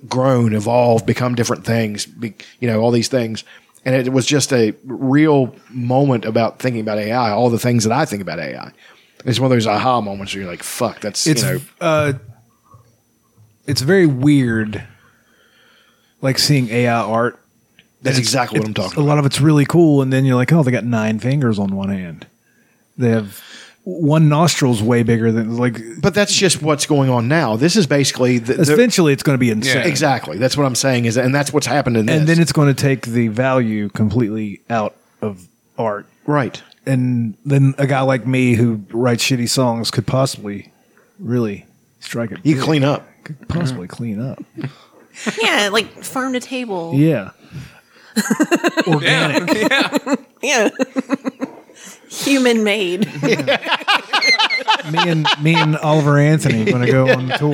[SPEAKER 2] grown, evolved, become different things. Be, you know, all these things. And it was just a real moment about thinking about AI. All the things that I think about AI. It's one of those aha moments where you're like, "Fuck, that's
[SPEAKER 4] It's
[SPEAKER 2] you know."
[SPEAKER 4] uh, it's very weird, like seeing AI art.
[SPEAKER 2] That's
[SPEAKER 4] It's-
[SPEAKER 2] exactly what I'm
[SPEAKER 4] it's-
[SPEAKER 2] talking
[SPEAKER 4] A lot of it's really cool, and then you're like, oh, they got nine fingers on one hand. They have one nostril's way bigger than like.
[SPEAKER 2] But that's just what's going on now. This is basically the, the-
[SPEAKER 4] Eventually, it's going to be insane.
[SPEAKER 2] exactly. That's what I'm saying is, and that's what's happened in this.
[SPEAKER 4] and then it's going to take the value completely out of art
[SPEAKER 2] right
[SPEAKER 4] and then a guy like me who writes shitty songs could possibly really strike it
[SPEAKER 2] You clean up.
[SPEAKER 4] could possibly clean up
[SPEAKER 1] Yeah, like farm to table.
[SPEAKER 4] yeah <laughs> organic
[SPEAKER 1] <laughs> Yeah. Human made.
[SPEAKER 4] me and me and Oliver Anthony going to go on tour.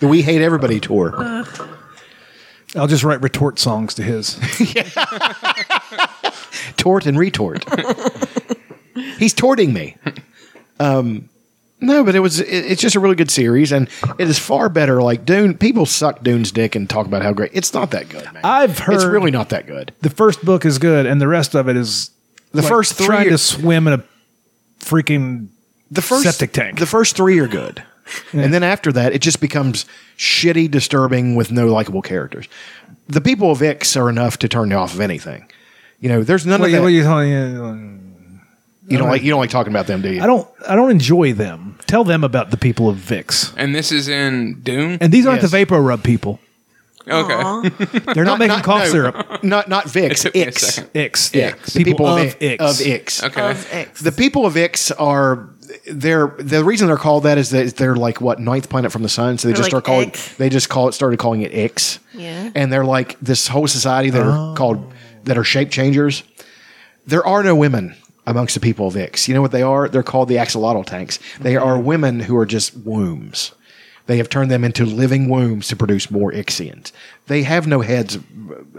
[SPEAKER 2] The We Hate Everybody tour.
[SPEAKER 4] I'll just write retort songs to his.
[SPEAKER 2] Tort and retort. He's torting me. Um, no, but it was. It, it's just a really good series, and it is far better. Like Dune, people suck Dune's dick and talk about how great. It's not that good, man.
[SPEAKER 4] I've heard
[SPEAKER 2] It's really not that good.
[SPEAKER 4] The first book is good, and the rest of it is
[SPEAKER 2] The first three
[SPEAKER 4] trying
[SPEAKER 2] are-
[SPEAKER 4] to swim in a freaking
[SPEAKER 2] the first
[SPEAKER 4] septic tank.
[SPEAKER 2] The first three are good, and then after that, it just becomes shitty, disturbing with no likable characters. The people of X are enough to turn you off of anything. You know, there's none
[SPEAKER 4] What
[SPEAKER 2] of
[SPEAKER 4] you-
[SPEAKER 2] that.
[SPEAKER 4] what
[SPEAKER 2] you,
[SPEAKER 4] you telling you?
[SPEAKER 2] don't like. You don't like talking about them, do you?
[SPEAKER 4] I don't. I don't enjoy them. Tell them about the people of Vix.
[SPEAKER 3] And this is in Doom.
[SPEAKER 4] And these aren't the vapor rub people.
[SPEAKER 3] Okay.
[SPEAKER 4] They're not, making cough
[SPEAKER 2] no,
[SPEAKER 4] syrup.
[SPEAKER 2] Not not Vicks. Ix.
[SPEAKER 4] Ix.
[SPEAKER 2] Yeah.
[SPEAKER 4] Ix.
[SPEAKER 2] The people,
[SPEAKER 4] People
[SPEAKER 2] of, Ix.
[SPEAKER 4] of Ix.
[SPEAKER 2] Of Ix.
[SPEAKER 3] Okay.
[SPEAKER 2] The people of Ix are they're the reason they're called that is that they're like what ninth planet from the sun, so they
[SPEAKER 1] They're
[SPEAKER 2] just
[SPEAKER 1] like
[SPEAKER 2] start calling
[SPEAKER 1] Ix.
[SPEAKER 2] they just call it started calling it Ix.
[SPEAKER 1] Yeah.
[SPEAKER 2] And they're like this whole society that
[SPEAKER 4] Oh.
[SPEAKER 2] are called that are shape changers. There are no women amongst the people of Ix. You know what they are? They're called the axolotl tanks. They are women who are just wombs. They have turned them into living wombs to produce more Ixians. They have no heads uh,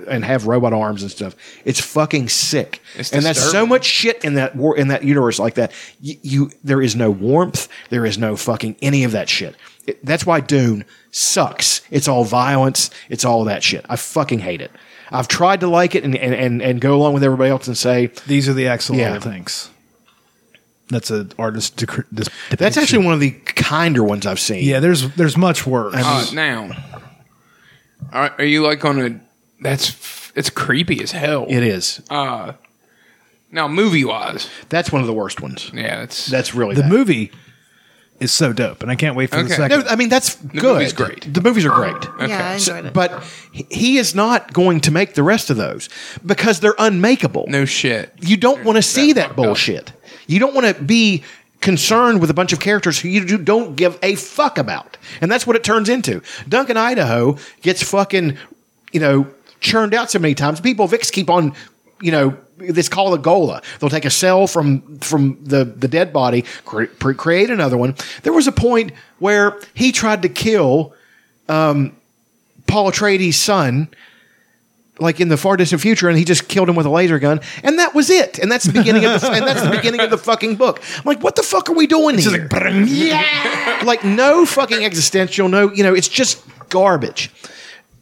[SPEAKER 2] and have robot arms and stuff. It's fucking sick.
[SPEAKER 3] It's
[SPEAKER 2] and that's so
[SPEAKER 3] disturbing.
[SPEAKER 2] much shit in that war in that universe like that. You, you there is no warmth. There is no fucking any of that shit. It- that's why Dune sucks. It's all violence. It's all that shit. I fucking hate it. I've tried to like it and and and, and go along with everybody else and say
[SPEAKER 4] these are the axolotl
[SPEAKER 2] Yeah.
[SPEAKER 4] tanks. That's an artist. Dec- dis-
[SPEAKER 2] That's actually one of the kinder ones I've seen.
[SPEAKER 4] yeah, there's there's much worse.
[SPEAKER 3] Uh, now, are, are you like on a? That's f- it's creepy as hell.
[SPEAKER 2] It is.
[SPEAKER 3] Uh, now movie wise,
[SPEAKER 2] That's one of the worst ones.
[SPEAKER 3] Yeah, that's
[SPEAKER 2] that's really
[SPEAKER 4] the
[SPEAKER 2] bad.
[SPEAKER 4] movie is so dope, and I can't wait for the
[SPEAKER 2] Okay.
[SPEAKER 4] second.
[SPEAKER 2] No, I mean that's
[SPEAKER 4] The
[SPEAKER 2] good.
[SPEAKER 4] movie's great. Oh,
[SPEAKER 2] The movies are great.
[SPEAKER 4] Okay. Yeah, I enjoyed
[SPEAKER 2] it. But he- he is not going to make the rest of those because they're unmakeable. No
[SPEAKER 3] shit.
[SPEAKER 2] You don't want to see that bullshit. You don't want to be concerned with a bunch of characters who you do- don't give a fuck about. And that's what it turns into. Duncan Idaho gets fucking, you know, churned out so many times. People Vix keep on, you know, this call a Gola. They'll take a cell from from the the dead body, cre- pre- create another one. There was a point where he tried to kill um, Paul Atreides' son, like in the far distant future, and he just killed him with a laser gun, and that was it. And that's the beginning of the and that's the beginning of the fucking book. I'm like, what the fuck are we doing here? yeah, like no fucking existential. No, you know, it's just garbage.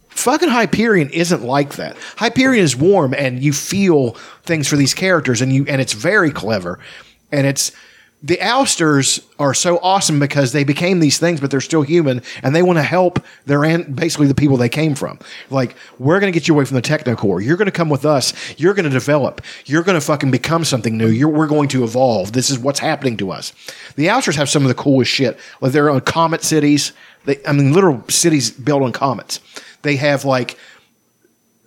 [SPEAKER 2] Fucking Hyperion isn't like that. Hyperion is warm, and you feel things for these characters, and you and it's very clever, and it's. The Ousters are so awesome because they became these things, but they're still human, and they want to help their an- basically the people they came from. Like, we're going to get you away from the technocore. You're going to come with us. You're going to develop. You're going to fucking become something new. You're, we're going to evolve. This is what's happening to us. The Ousters have some of the coolest shit. Like their own comet cities. They, I mean, literal cities built on comets. They have like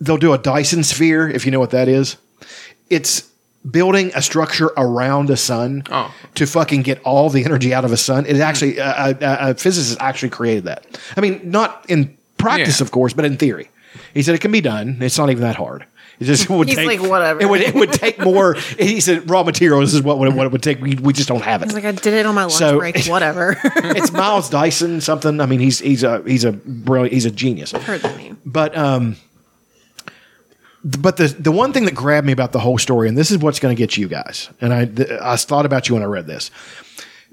[SPEAKER 2] they'll do a Dyson sphere, if you know what that is. It's building a structure around a sun to fucking get all the energy out of a sun. It actually, uh, uh, uh, physicists actually created that. I mean, not in practice, of course, but in theory. He said it can be done. It's not even that hard. It just it would
[SPEAKER 1] He's
[SPEAKER 2] take
[SPEAKER 1] like, "Whatever."
[SPEAKER 2] It would it would take
[SPEAKER 1] <laughs>
[SPEAKER 2] more. He said raw materials is what what it, what it would take. We, we just don't have it.
[SPEAKER 1] He's like, I did it on my lunch
[SPEAKER 2] So- <laughs>
[SPEAKER 1] break. Whatever.
[SPEAKER 2] it's Miles Dyson something. I mean, he's he's a he's a brilliant he's a genius. I've
[SPEAKER 1] heard that name.
[SPEAKER 2] But um, th- but the the one thing that grabbed me about the whole story, and this is what's going to get you guys, and I th- I thought about you when I read this.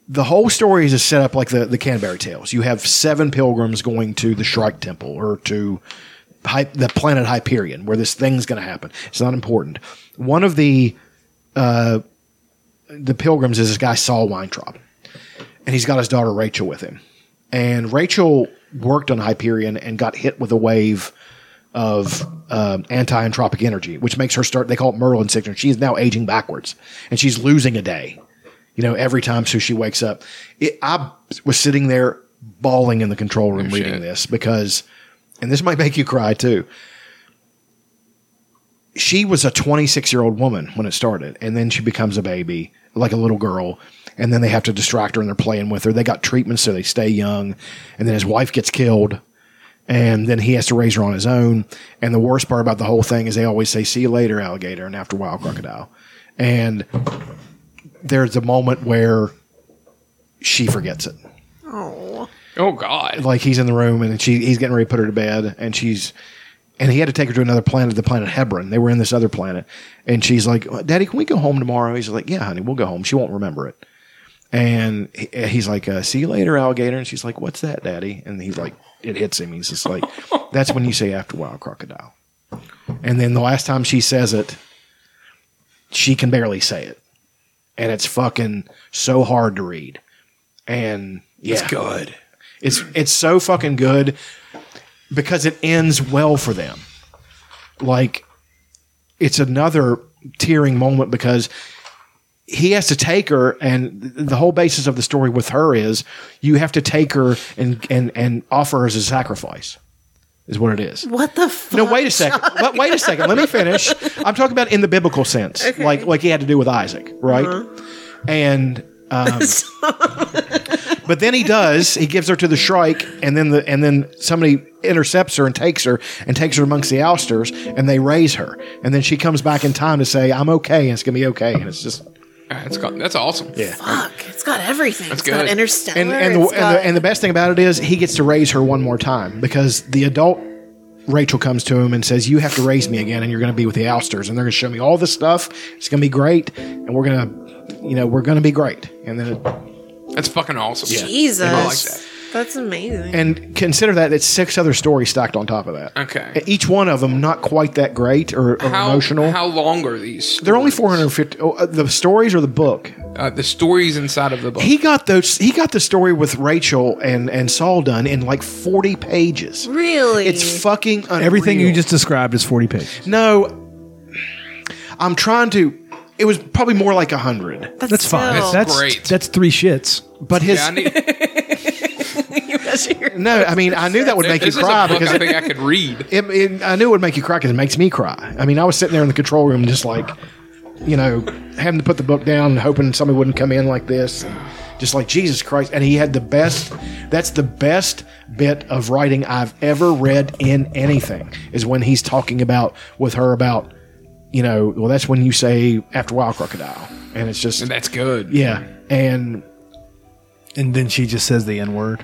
[SPEAKER 2] The whole story is set up like the the Canterbury Tales. You have seven pilgrims going to the Shrike Temple or to Hy- the planet Hyperion, where this thing's going to happen. It's not important. One of the uh, the pilgrims is this guy Saul Weintraub, and he's got his daughter Rachel with him. And Rachel worked on Hyperion and got hit with a wave of um, anti-entropic energy, which makes her start. They call it Merlin sickness. She is now aging backwards, and she's losing a day. You know, every time so she wakes up. It, I was sitting there bawling in the control room reading this because, and this might make you cry too she was a 26 year old woman when it started, and then she becomes a baby, like a little girl, and then they have to distract her and they're playing with her. They got treatment, so they stay young, and then his wife gets killed, and then he has to raise her on his own. And the worst part about the whole thing is they always say, "See you later, alligator," and after a while, crocodile. And there's a moment where she forgets it.
[SPEAKER 1] Oh.
[SPEAKER 3] Oh God.
[SPEAKER 2] Like he's in the room and she he's getting ready to put her to bed and she's and he had to take her to another planet, the planet Hebron. They were in this other planet, and she's like, "Daddy, can we go home tomorrow?" He's like, "Yeah, honey, we'll go home." She won't remember it, and he- he's like, uh, "See you later, alligator." And she's like, "What's that, Daddy?" And he's like, "It hits him."
[SPEAKER 3] <laughs>
[SPEAKER 2] He's just like, "That's when you say after a while, crocodile." And then the last time she says it, she can barely say it, and it's fucking so hard to read. And yeah,
[SPEAKER 3] It's good.
[SPEAKER 2] It's it's so fucking good because it ends well for them. Like it's another tearing moment because he has to take her and th- the whole basis of the story with her is you have to take her and and and offer her as a sacrifice is what it is.
[SPEAKER 1] What the fuck?
[SPEAKER 2] No, wait a second. But wait a second. Let me finish. I'm talking about in the biblical sense, like like he had to do with Isaac, right? And um, but then he does. He gives her to the shrike, and then the and then somebody intercepts her and takes her and takes her amongst the ousters, and they raise her, and then she comes back in time to say, "I'm okay, and it's gonna be okay," and it's just
[SPEAKER 3] That's got, that's awesome.
[SPEAKER 2] Yeah.
[SPEAKER 1] Fuck. It's got everything.
[SPEAKER 3] That's
[SPEAKER 1] it's got
[SPEAKER 3] good.
[SPEAKER 1] interstellar.
[SPEAKER 2] and and the,
[SPEAKER 1] it's
[SPEAKER 2] and
[SPEAKER 1] got-
[SPEAKER 2] the and the best thing about it is he gets to raise her one more time because the adult Rachel comes to him and says, "You have to raise me again, and you're going to be with the Ousters, and they're going to show me all this stuff. It's going to be great, and we're going to, you know, we're going to be great." And then, it,
[SPEAKER 3] That's fucking awesome.
[SPEAKER 1] Jesus.
[SPEAKER 3] I like that.
[SPEAKER 1] That's amazing.
[SPEAKER 2] and consider that it's six other stories stacked on top of that.
[SPEAKER 3] Okay.
[SPEAKER 2] Each one of them not quite that great or, or
[SPEAKER 3] How
[SPEAKER 2] emotional.
[SPEAKER 3] How long are these?
[SPEAKER 2] they're only 450. Oh, uh, the stories or the book?
[SPEAKER 3] Uh, the stories inside of the book.
[SPEAKER 2] He got those. He got the story with Rachel and and Saul done in like forty pages.
[SPEAKER 1] Really?
[SPEAKER 2] It's fucking unreal.
[SPEAKER 4] Everything you just described is 40 pages.
[SPEAKER 2] No, I'm trying to. It was probably more like a hundred.
[SPEAKER 4] That's, fine.
[SPEAKER 2] That's
[SPEAKER 4] that's
[SPEAKER 2] great.
[SPEAKER 4] That's three shits.
[SPEAKER 2] But his <laughs> no, I mean I knew that would make you
[SPEAKER 3] This is a
[SPEAKER 2] cry
[SPEAKER 3] book
[SPEAKER 2] because
[SPEAKER 3] I think I could read.
[SPEAKER 2] It, it, I knew it would make you cry because it makes me cry. I mean, I was sitting there in the control room, just like, you know, having to put the book down, and hoping somebody wouldn't come in like this, and just like Jesus Christ. And he had the best. That's the best bit of writing I've ever read in anything. Is when he's talking about with her about, you know, well, that's when you say after a while, crocodile, and it's just
[SPEAKER 3] And that's good.
[SPEAKER 2] yeah, and
[SPEAKER 4] and then she just says the
[SPEAKER 2] <laughs>
[SPEAKER 4] N word.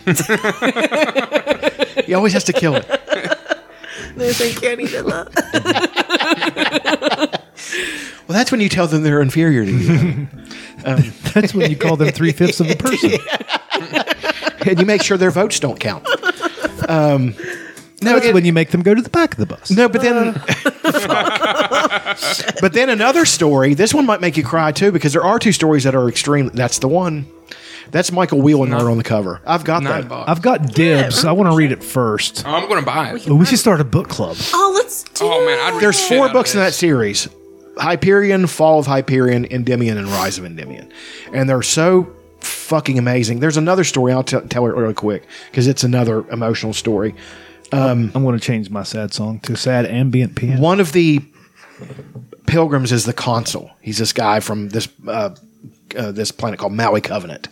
[SPEAKER 2] he always has to kill it.
[SPEAKER 1] No, thank you. I
[SPEAKER 2] <laughs>
[SPEAKER 1] needed that.
[SPEAKER 2] Well, that's when you tell them they're inferior to you. Um,
[SPEAKER 4] that's when you call them three fifths of a person.
[SPEAKER 2] <laughs> and you make sure their votes don't count. Um, no,
[SPEAKER 4] that's when you make them go to the back of the bus.
[SPEAKER 2] No, but then, <laughs> but then another story. This one might make you cry too because there are two stories that are extreme. That's the one. That's Michael Wheeler on the cover. I've got
[SPEAKER 3] nine
[SPEAKER 2] that.
[SPEAKER 3] bucks.
[SPEAKER 4] I've got dibs. I want to read it first.
[SPEAKER 3] I'm going to buy it.
[SPEAKER 4] But we should start a book club.
[SPEAKER 1] oh, let's do
[SPEAKER 3] Oh man, I'd read
[SPEAKER 2] There's
[SPEAKER 3] the shit
[SPEAKER 2] four
[SPEAKER 3] out of
[SPEAKER 2] books in
[SPEAKER 3] this.
[SPEAKER 2] that series: Hyperion, Fall of Hyperion, Endymion, and Rise of Endymion. And they're so fucking amazing. There's another story. I'll t- tell it really quick because it's another emotional story. Um,
[SPEAKER 4] I'm going to change my sad song to sad ambient piano.
[SPEAKER 2] One of the pilgrims is the consul. He's this guy from this uh, uh, this planet called Maui Covenant.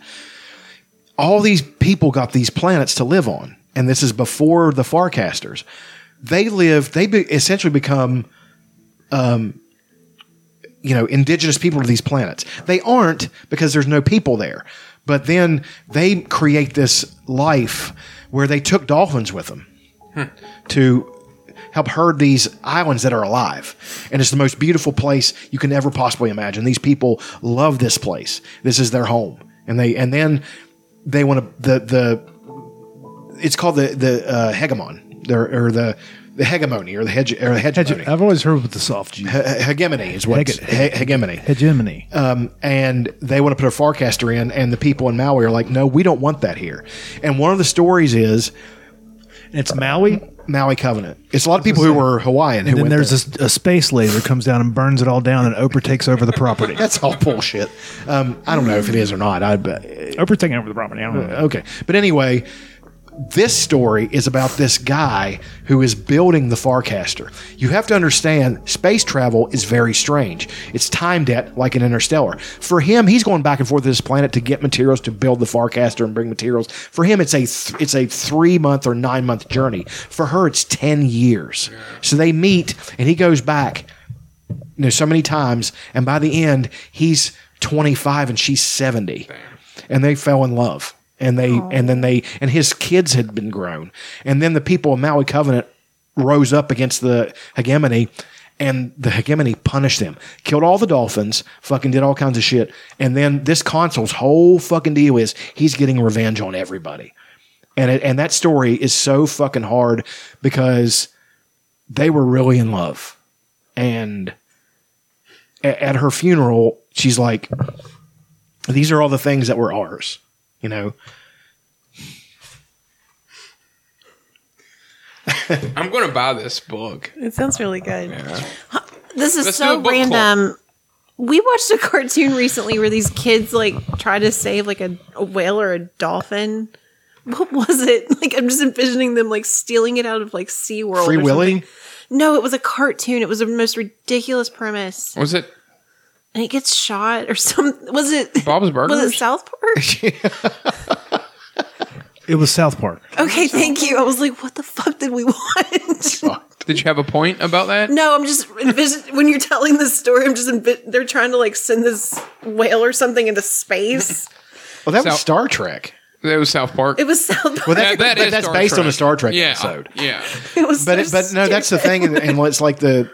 [SPEAKER 2] All these people got these planets to live on, and this is before the Farcasters. They live. They be, essentially become, um, you know, indigenous people to these planets. They aren't because there's no people there. But then they create this life where they took dolphins with them to help herd these islands that are alive. And it's the most beautiful place you can ever possibly imagine. These people love this place. This is their home. And they and then they want to the the it's called the the uh, hegemon or, or the the hegemony or the hedge or the hegemony.
[SPEAKER 4] I've always heard with the soft G.
[SPEAKER 2] He- hegemony is what
[SPEAKER 4] Hege-
[SPEAKER 2] he- hegemony.
[SPEAKER 4] Hegemony.
[SPEAKER 2] Um, and they want to put a Farcaster in, and the people in Maui are like, no, we don't want that here. And one of the stories is
[SPEAKER 4] it's Maui?
[SPEAKER 2] Maui Covenant. It's a lot of people who were Hawaiian.
[SPEAKER 4] And,
[SPEAKER 2] who
[SPEAKER 4] then
[SPEAKER 2] went
[SPEAKER 4] there's
[SPEAKER 2] there.
[SPEAKER 4] a, a space laser comes down and burns it all down, and Oprah takes over the <laughs> property.
[SPEAKER 2] That's all bullshit. Um, I don't know if it is or not. I bet.
[SPEAKER 4] Oprah taking over the property. I don't know.
[SPEAKER 2] Okay. But anyway, this story is about this guy who is building the Farcaster. You have to understand space travel is very strange. It's time debt like an interstellar. For him, he's going back and forth to this planet to get materials to build the Farcaster and bring materials. For him, it's a th- it's a three month or nine month journey. For her, it's ten years. So they meet, and he goes back you know so many times and by the end he's 25 and she's 70. And they fell in love. And they and then they and his kids had been grown. And then the people of Maui Covenant rose up against the hegemony and the hegemony punished them. Killed all the dolphins, fucking did all kinds of shit. And then this consul's whole fucking deal is he's getting revenge on everybody. And it, and that story is so fucking hard because they were really in love. And a- at her funeral, she's like, "These are all the things that were ours," you know.
[SPEAKER 3] I'm going to buy this book.
[SPEAKER 1] It sounds really good.
[SPEAKER 3] Yeah.
[SPEAKER 1] This is
[SPEAKER 3] Let's do a
[SPEAKER 1] so
[SPEAKER 3] book club.
[SPEAKER 1] random. We watched a <laughs> cartoon recently where these kids like try to save like a, a whale or a dolphin. What was it? <laughs> Like I'm just envisioning them like stealing it out of like
[SPEAKER 3] Oh,
[SPEAKER 1] SeaWorld.
[SPEAKER 2] Free
[SPEAKER 1] or something.
[SPEAKER 2] Willy.
[SPEAKER 1] No, it was a cartoon. It was the most ridiculous premise.
[SPEAKER 3] Was it
[SPEAKER 1] And it gets shot or <laughs> some was it
[SPEAKER 3] Bob's Burgers?
[SPEAKER 1] was it South
[SPEAKER 2] <laughs>
[SPEAKER 1] Park?
[SPEAKER 4] It was South Park.
[SPEAKER 1] okay, thank you. I was like, what the fuck did we
[SPEAKER 2] <laughs>
[SPEAKER 1] watch?
[SPEAKER 3] <laughs> Did you have a point about that?
[SPEAKER 1] No, I'm just envision when you're telling this story. I'm just envi- they're trying to like send this whale or something into
[SPEAKER 2] <laughs>
[SPEAKER 1] space.
[SPEAKER 2] Well, that was Star Trek.
[SPEAKER 3] That was South Park.
[SPEAKER 1] It was South Park.
[SPEAKER 2] Well, that's, but that's
[SPEAKER 3] Star
[SPEAKER 2] based on a
[SPEAKER 3] Trek.
[SPEAKER 2] Star Trek
[SPEAKER 3] Yeah,
[SPEAKER 2] episode.
[SPEAKER 3] Yeah.
[SPEAKER 1] It was
[SPEAKER 2] but it, but no, that's the thing, and, and it's like the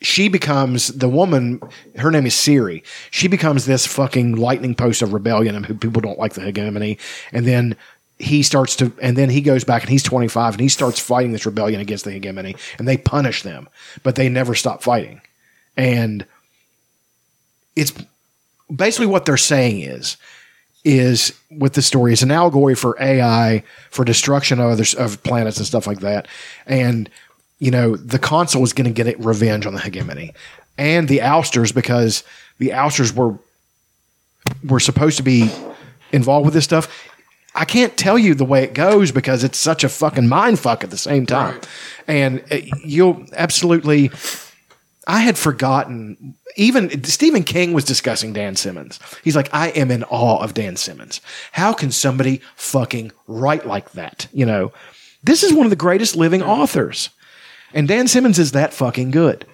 [SPEAKER 2] she becomes the woman. Her name is Siri. She becomes this fucking lightning post of rebellion, and who people don't like the hegemony. And then he starts to, and then he goes back, and he's twenty five, and he starts fighting this rebellion against the hegemony, and they punish them, but they never stop fighting, and it's basically what they're saying is is with the story is an allegory for AI for destruction of others of planets and stuff like that. And you know, the console is going to get it revenge on the hegemony and the ousters because the ousters were were supposed to be involved with this stuff. I can't tell you the way it goes because it's such a fucking mind fuck at the same time. And uh, you'll absolutely I had forgotten. Even Stephen King was discussing Dan Simmons. He's like, I am in awe of Dan Simmons. How can somebody fucking write like that? You know, this is one of the greatest living authors. And Dan Simmons is that fucking good.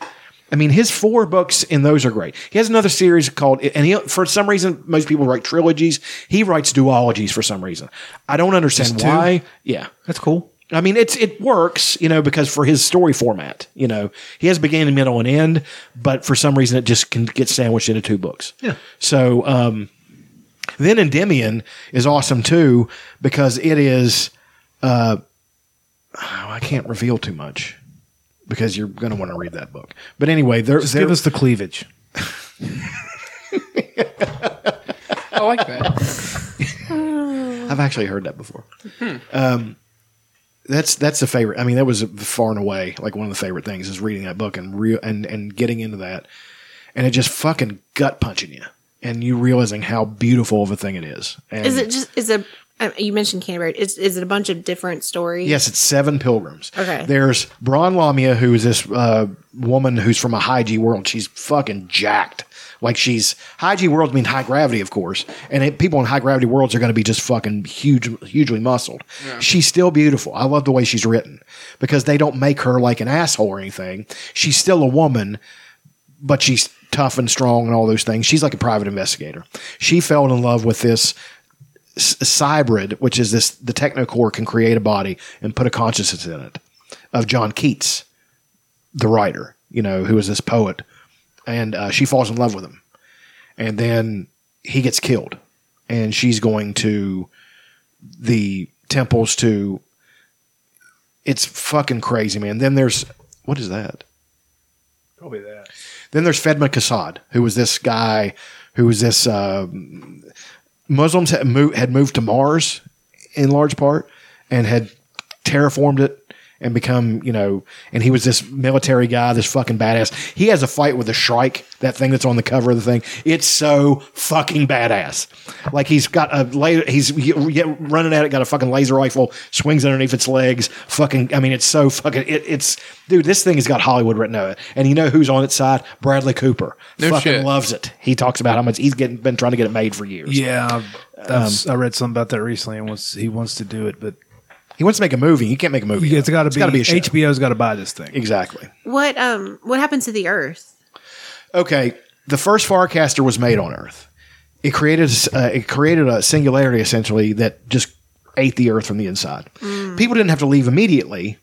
[SPEAKER 2] I mean, his four books and those are great. He has another series called, and he, for some reason, most people write trilogies. He writes duologies for some reason. I don't understand
[SPEAKER 4] Just two?
[SPEAKER 2] why. Yeah. That's cool. I mean, it's it works, you know, because for his story format, you know, he has beginning, middle, and end, but for some reason, it just can get sandwiched into two books. Yeah. So, um, then Endymion is awesome too because it is. Uh, oh, I can't reveal too much because you're going to want to read that book. But anyway, there,
[SPEAKER 4] Just
[SPEAKER 2] there-
[SPEAKER 4] give us the cleavage.
[SPEAKER 3] I like that.
[SPEAKER 2] I've actually heard that before. Um, that's that's the favorite. I mean, that was far and away like one of the favorite things is reading that book and real and and getting into that, and it just fucking gut punching you, and you realizing how beautiful of a thing it is. And
[SPEAKER 1] Is it just is a uh, you mentioned Canterbury? Is is it a bunch of different stories?
[SPEAKER 2] Yes, it's seven pilgrims.
[SPEAKER 1] Okay.
[SPEAKER 2] There's Braun Lamia, who is this uh, woman who's from a high G world. She's fucking jacked. Like she's high G worlds mean high gravity, of course, and it, people in high gravity worlds are going to be just fucking huge, hugely muscled.
[SPEAKER 15] Yeah.
[SPEAKER 2] She's still beautiful. I love the way she's written because they don't make her like an asshole or anything. She's still a woman, but she's tough and strong and all those things. She's like a private investigator. She fell in love with this s- cybrid, which is this the technocore can create a body and put a consciousness in it of John Keats, the writer, you know, who is this poet, and uh, she falls in love with him, and then he gets killed, and she's going to the temples to. It's fucking crazy, man. Then there's what is that?
[SPEAKER 4] Probably that.
[SPEAKER 2] Then there's Fedma Kassad, who was this guy who was this um Muslims had moved, had moved to Mars in large part and had terraformed it and become, you know, and he was this military guy, this fucking badass. He has a fight with a shrike, that thing that's on the cover of the thing. It's so fucking badass. Like he's got a laser, he's y- y- running at it, got a fucking laser rifle, swings underneath its legs. Fucking, I mean, it's so fucking, it, it's, dude, this thing has got Hollywood written on it. And you know who's on its side? Bradley Cooper.
[SPEAKER 4] No
[SPEAKER 2] fucking
[SPEAKER 4] shit.
[SPEAKER 2] loves it. He talks about how much he's getting, been trying to get it made for years.
[SPEAKER 4] Yeah, I've- I've- I read something about that recently, and wants he wants to do it, but
[SPEAKER 2] he wants to make a movie. You can't make a movie.
[SPEAKER 4] It's got to be.
[SPEAKER 2] gotta be a show.
[SPEAKER 4] HBO's got to buy this thing.
[SPEAKER 2] Exactly.
[SPEAKER 1] What um what happened to the Earth?
[SPEAKER 2] Okay. the first Farcaster was made on Earth. It created a s- uh, it created a singularity essentially that just ate the Earth from the inside. People didn't have to leave immediately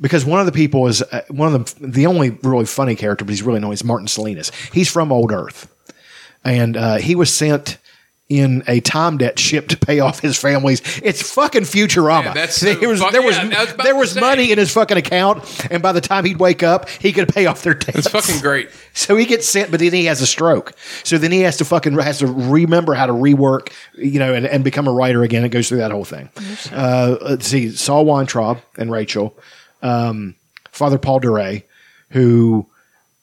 [SPEAKER 2] because one of the people is uh, one of the the only really funny character, but he's really known is Martin Salinas. He's from Old Earth, and uh, he was sent. In a time debt ship to pay off his family's, it's fucking Futurama.
[SPEAKER 3] that's
[SPEAKER 2] <laughs> there was there was, there was money in his fucking account, and by the time he'd wake up, he could pay off their debts.
[SPEAKER 3] It's fucking
[SPEAKER 2] <laughs>
[SPEAKER 3] great.
[SPEAKER 2] So he gets sent, but then he has a stroke. So then he has to fucking has to remember how to rework, you know, and, and become a writer again. It goes through that whole thing. Uh, let's see, Saul Weintraub and Rachel, um, Father Paul Duray, who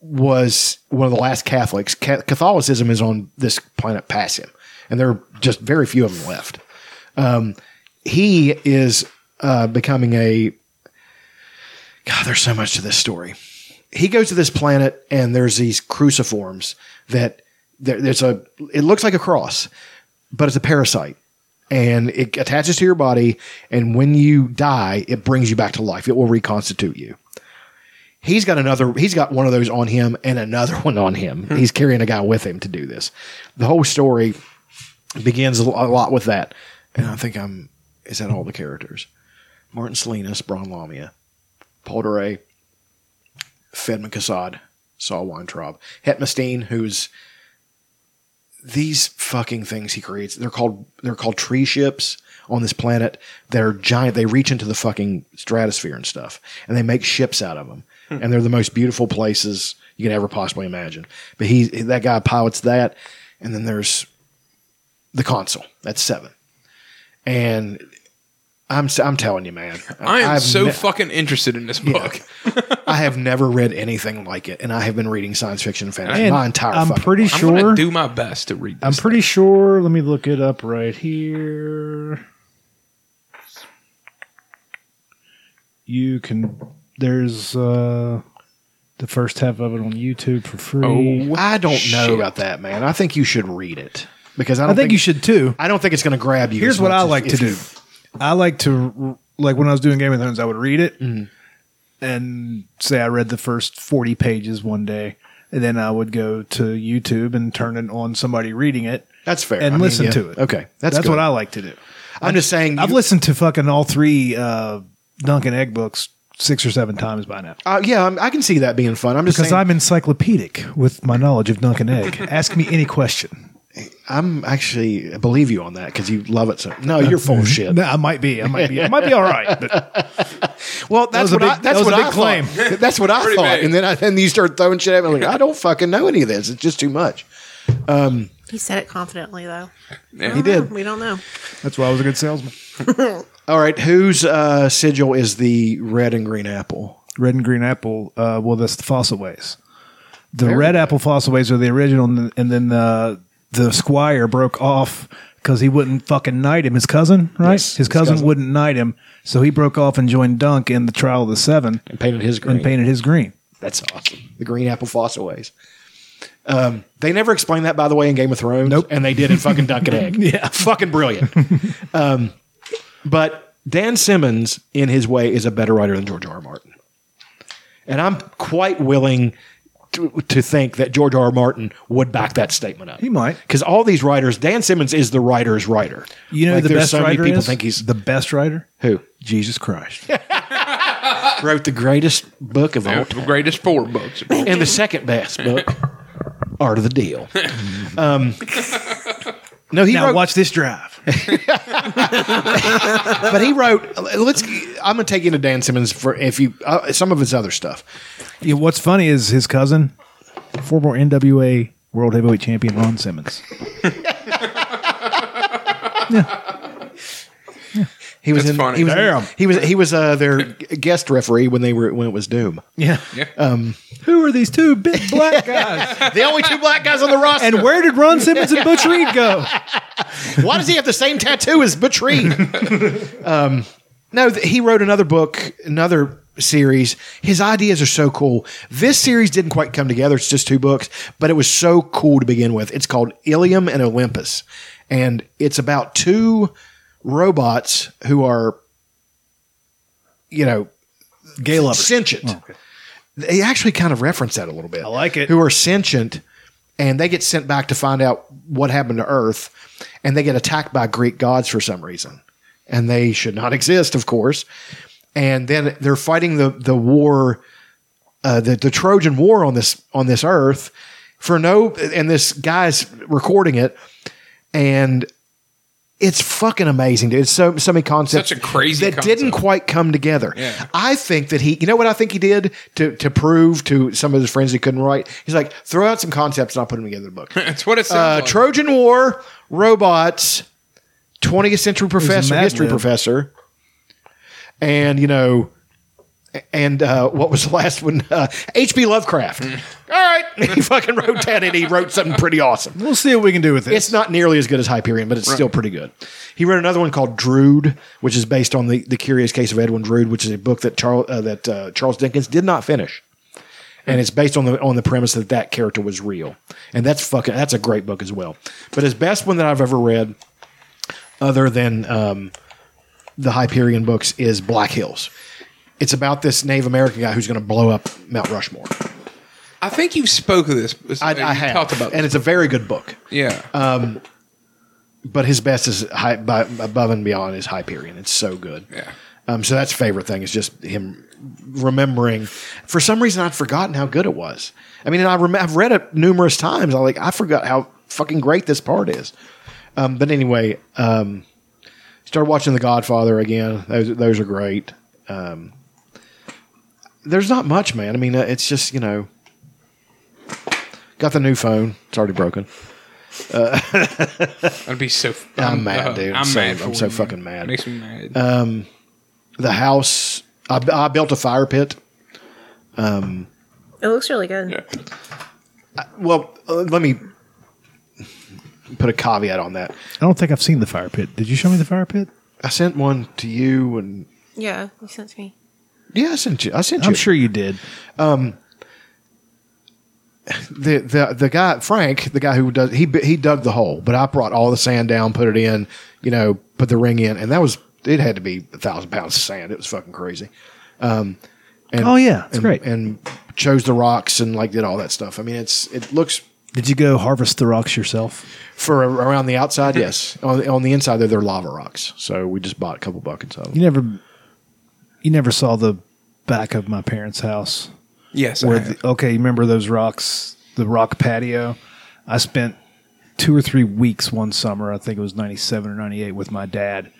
[SPEAKER 2] was one of the last Catholics. Ca- Catholicism is on this planet past him, and there are just very few of them left. Um, he is uh, becoming a God, there's so much to this story. He goes to this planet and there's these cruciforms that there, there's a, it looks like a cross, but it's a parasite and it attaches to your body. And when you die, it brings you back to life. It will reconstitute you. He's got another, he's got one of those on him and another <laughs> one on him. He's carrying a guy with him to do this. The whole story begins a lo- a lot with that. And I think I'm, is that all the characters? Martin Salinas, Bron Lamia, Paul Duray, Fedman Kassad, Saul Weintraub, Hetmestein, who's these fucking things he creates. They're called they're called tree ships on this planet. They're giant. They reach into the fucking stratosphere and stuff, and they make ships out of them.
[SPEAKER 15] Hmm.
[SPEAKER 2] And they're the most beautiful places you can ever possibly imagine. But he that guy pilots that, and then there's the console. That's seven, and. I'm, s- I'm telling you, man.
[SPEAKER 3] I am
[SPEAKER 2] I've
[SPEAKER 3] so
[SPEAKER 2] ne-
[SPEAKER 3] fucking interested in this
[SPEAKER 4] <laughs>
[SPEAKER 3] book.
[SPEAKER 2] I have never read anything like it, and I have been reading science fiction and fantasy
[SPEAKER 4] And
[SPEAKER 2] my entire.
[SPEAKER 4] I'm
[SPEAKER 2] fucking
[SPEAKER 4] pretty
[SPEAKER 2] life.
[SPEAKER 4] I'm gonna sure-
[SPEAKER 3] do my best to read.
[SPEAKER 4] I'm pretty sure. Let me look it up right here. You can. There's uh, the first half of it on YouTube for free.
[SPEAKER 2] Oh, I don't know about that, man. I think you should read it because I don't
[SPEAKER 4] I think you should too.
[SPEAKER 2] I don't think it's going to grab you.
[SPEAKER 4] Here's
[SPEAKER 2] as
[SPEAKER 4] what
[SPEAKER 2] much
[SPEAKER 4] I
[SPEAKER 2] as-
[SPEAKER 4] like to
[SPEAKER 2] if-
[SPEAKER 4] do. I like to like when I was doing Game of Thrones, I would read it
[SPEAKER 2] Mm-hmm.
[SPEAKER 4] and say I read the first forty pages one day, and then I would go to YouTube and turn it on somebody reading it.
[SPEAKER 2] That's fair.
[SPEAKER 4] And
[SPEAKER 2] I mean,
[SPEAKER 4] listen
[SPEAKER 2] yeah.
[SPEAKER 4] to it.
[SPEAKER 2] Okay, that's
[SPEAKER 4] that's,
[SPEAKER 2] good.
[SPEAKER 4] what I like to do.
[SPEAKER 2] I'm just saying.
[SPEAKER 4] I've
[SPEAKER 2] you-
[SPEAKER 4] listened to fucking all three uh, Duncan Egg books six or seven times by now.
[SPEAKER 2] Uh, yeah, I'm, I can see that being fun. I'm just
[SPEAKER 4] Because
[SPEAKER 2] saying.
[SPEAKER 4] I'm encyclopedic with my knowledge of Duncan Egg.
[SPEAKER 2] <laughs>
[SPEAKER 4] Ask me any question.
[SPEAKER 2] I'm actually I believe you on that because you love it so. No, you're full of shit.
[SPEAKER 4] No, I might be. I might be. I might be all right.
[SPEAKER 2] <laughs>
[SPEAKER 4] But
[SPEAKER 2] Well,
[SPEAKER 4] That
[SPEAKER 2] that's
[SPEAKER 4] was a
[SPEAKER 2] what I, that's
[SPEAKER 4] big- that was
[SPEAKER 2] what
[SPEAKER 4] a big
[SPEAKER 2] I
[SPEAKER 4] claim.
[SPEAKER 2] thought. <laughs> That's what I
[SPEAKER 4] Pretty
[SPEAKER 2] thought,
[SPEAKER 4] big.
[SPEAKER 2] and then I, and you start throwing shit at me like I don't fucking know any of this. It's just too much. Um,
[SPEAKER 1] He said it confidently, though.
[SPEAKER 2] Yeah.
[SPEAKER 1] I
[SPEAKER 2] He
[SPEAKER 1] don't know.
[SPEAKER 2] did.
[SPEAKER 1] We don't know.
[SPEAKER 4] that's why I was a good salesman.
[SPEAKER 2] all right, whose uh, sigil is the red and green apple?
[SPEAKER 4] Red and green apple. Uh, well, that's the fossil ways. The
[SPEAKER 2] Very
[SPEAKER 4] red apple fossil ways are the original, and and then the the squire broke off because he wouldn't fucking knight him. His cousin, right? his, cousin wouldn't knight him, so he broke off and joined Dunk in the Trial of the Seven and
[SPEAKER 2] painted his green.
[SPEAKER 4] And painted his green.
[SPEAKER 2] That's awesome. The green apple fossil ways. Um, they never explained that, by the way, in Game of Thrones. Nope. And they did in fucking Dunkin'
[SPEAKER 4] <laughs>
[SPEAKER 2] Egg. yeah. Fucking brilliant. Um, but Dan Simmons, in his way, is a better writer than George R. R. Martin. And I'm quite willing to, to think that George R. R. Martin would back that statement up. He
[SPEAKER 4] might.
[SPEAKER 2] Because all these writers, Dan Simmons is the writer's writer.
[SPEAKER 4] You know who
[SPEAKER 2] Like,
[SPEAKER 4] the
[SPEAKER 2] there's
[SPEAKER 4] best
[SPEAKER 2] so many
[SPEAKER 4] writer
[SPEAKER 2] people
[SPEAKER 4] is?
[SPEAKER 2] think he's
[SPEAKER 4] the best writer.
[SPEAKER 2] Who?
[SPEAKER 4] Jesus Christ.
[SPEAKER 2] wrote the greatest book of all time.
[SPEAKER 3] greatest four
[SPEAKER 1] <laughs>
[SPEAKER 3] books.
[SPEAKER 1] Uh,
[SPEAKER 2] and the second best book, Art of the Deal. Um, no, he
[SPEAKER 4] now
[SPEAKER 2] wrote,
[SPEAKER 4] watch this drive. <laughs>
[SPEAKER 2] but he wrote. Let's. I'm gonna take you to Dan Simmons for if you uh, some of his other stuff.
[SPEAKER 4] Yeah, what's funny is his cousin, former NWA World Heavyweight Champion Ron Simmons.
[SPEAKER 2] He was
[SPEAKER 4] That's
[SPEAKER 2] in.
[SPEAKER 4] funny.
[SPEAKER 2] He was.
[SPEAKER 4] Damn.
[SPEAKER 2] He was. He was uh, their guest referee when they were when it was Doom.
[SPEAKER 4] Yeah.
[SPEAKER 2] Um,
[SPEAKER 4] Who are these two big <laughs> black guys?
[SPEAKER 2] the only two black guys on the roster.
[SPEAKER 4] And where did Ron Simmons and Butch Reed go?
[SPEAKER 2] Why does he have the same tattoo as Butch Reed? um, no, th- he wrote another book, another series. His ideas are so cool. This series didn't quite come together. It's just two books, but it was so cool to begin with. It's called Ilium and Olympus, and it's about two robots who are, you know,
[SPEAKER 4] gay lovers,
[SPEAKER 2] Oh, sentient. They actually kind of reference that a little bit. I
[SPEAKER 4] like it.
[SPEAKER 2] Who are sentient and they get sent back to find out what happened to Earth, and they get attacked by Greek gods for some reason, and they should not <laughs> exist, of course. And then they're fighting the the war, uh, the the Trojan War on this on this Earth for no, and this guy's recording it, and. It's fucking amazing, dude. It's so so many concepts.
[SPEAKER 3] Such a crazy
[SPEAKER 2] that didn't quite come together.
[SPEAKER 3] Yeah.
[SPEAKER 2] I think that he, you know what I think he did to to prove to some of his friends he couldn't write. He's like, throw out some concepts and I'll put them together in a book.
[SPEAKER 3] That's what it
[SPEAKER 2] Uh,
[SPEAKER 3] sounds like.
[SPEAKER 2] Trojan War, robots, 20th century professor,
[SPEAKER 3] Mad
[SPEAKER 2] history
[SPEAKER 3] Lib.
[SPEAKER 2] professor, and you know, and uh, what was the last one? Uh, H.P. Lovecraft. All right, <laughs> he fucking wrote that, and he wrote something pretty awesome.
[SPEAKER 4] We'll see what we can do with it.
[SPEAKER 2] It's not nearly as good as Hyperion, but it's
[SPEAKER 4] Right.
[SPEAKER 2] still pretty good. He wrote another one called Drood, which is based on the, the Curious Case of Edwin Drood, which is a book that Charles uh, that uh, Charles Dickens did not finish, and it's based on the on the premise that that character was real, and that's fucking that's a great book as well. But his best one that I've ever read, other than um, the Hyperion books, is Black Hills. It's about this Native American guy who's going to blow up Mount Rushmore.
[SPEAKER 3] I think you spoke of this.
[SPEAKER 2] I,
[SPEAKER 3] you
[SPEAKER 2] I have,
[SPEAKER 3] talked about
[SPEAKER 2] and it's a very good book.
[SPEAKER 3] Yeah.
[SPEAKER 2] Um, but his best is high, by, above and beyond is Hyperion. It's so good. Yeah. Um, so that's favorite thing is just him remembering. For some reason, I'd forgotten how good it was. I mean, and I rem- I've read it numerous times. I like I forgot how fucking great this part is. Um, but anyway, um, started watching The Godfather again. Those those are great. Um, there's not much, man. I mean, uh, it's just you know, got the new phone. It's already broken. Uh,
[SPEAKER 3] I'd be so. uh,
[SPEAKER 2] I'm mad, dude. I'm, so, I'm
[SPEAKER 3] for
[SPEAKER 2] so
[SPEAKER 3] you.
[SPEAKER 2] fucking mad.
[SPEAKER 3] Makes me mad.
[SPEAKER 2] Um, the house. I, I built a fire pit. Um,
[SPEAKER 1] It looks really good.
[SPEAKER 2] I- well, uh, let me put a caveat on that.
[SPEAKER 4] I don't think I've seen the fire pit. Did you show me the fire pit?
[SPEAKER 2] I sent one to you, and
[SPEAKER 1] Yeah, you sent me.
[SPEAKER 2] yeah, I sent you. I sent you.
[SPEAKER 4] I'm sure you did.
[SPEAKER 2] Um, the the the guy Frank, the guy who does he he dug the hole, but I brought all the sand down, put it in, you know, put the ring in, and that was it had to be a thousand pounds of sand. It was fucking crazy. Um, and,
[SPEAKER 4] Oh, yeah, it's
[SPEAKER 2] and,
[SPEAKER 4] great.
[SPEAKER 2] And chose the rocks and like did all that stuff. I mean, it's it looks
[SPEAKER 4] Did you go harvest the rocks yourself?
[SPEAKER 2] for around the outside, yes. On the, on the inside, they're, they're lava rocks. So we just bought a couple buckets of them.
[SPEAKER 4] You never, you never saw the back of my parents' house.
[SPEAKER 3] Yes, I
[SPEAKER 4] Where
[SPEAKER 3] have.
[SPEAKER 4] the, okay, you remember those rocks, the rock patio? I spent two or three weeks one summer. I think it was '97 or '98 with my dad,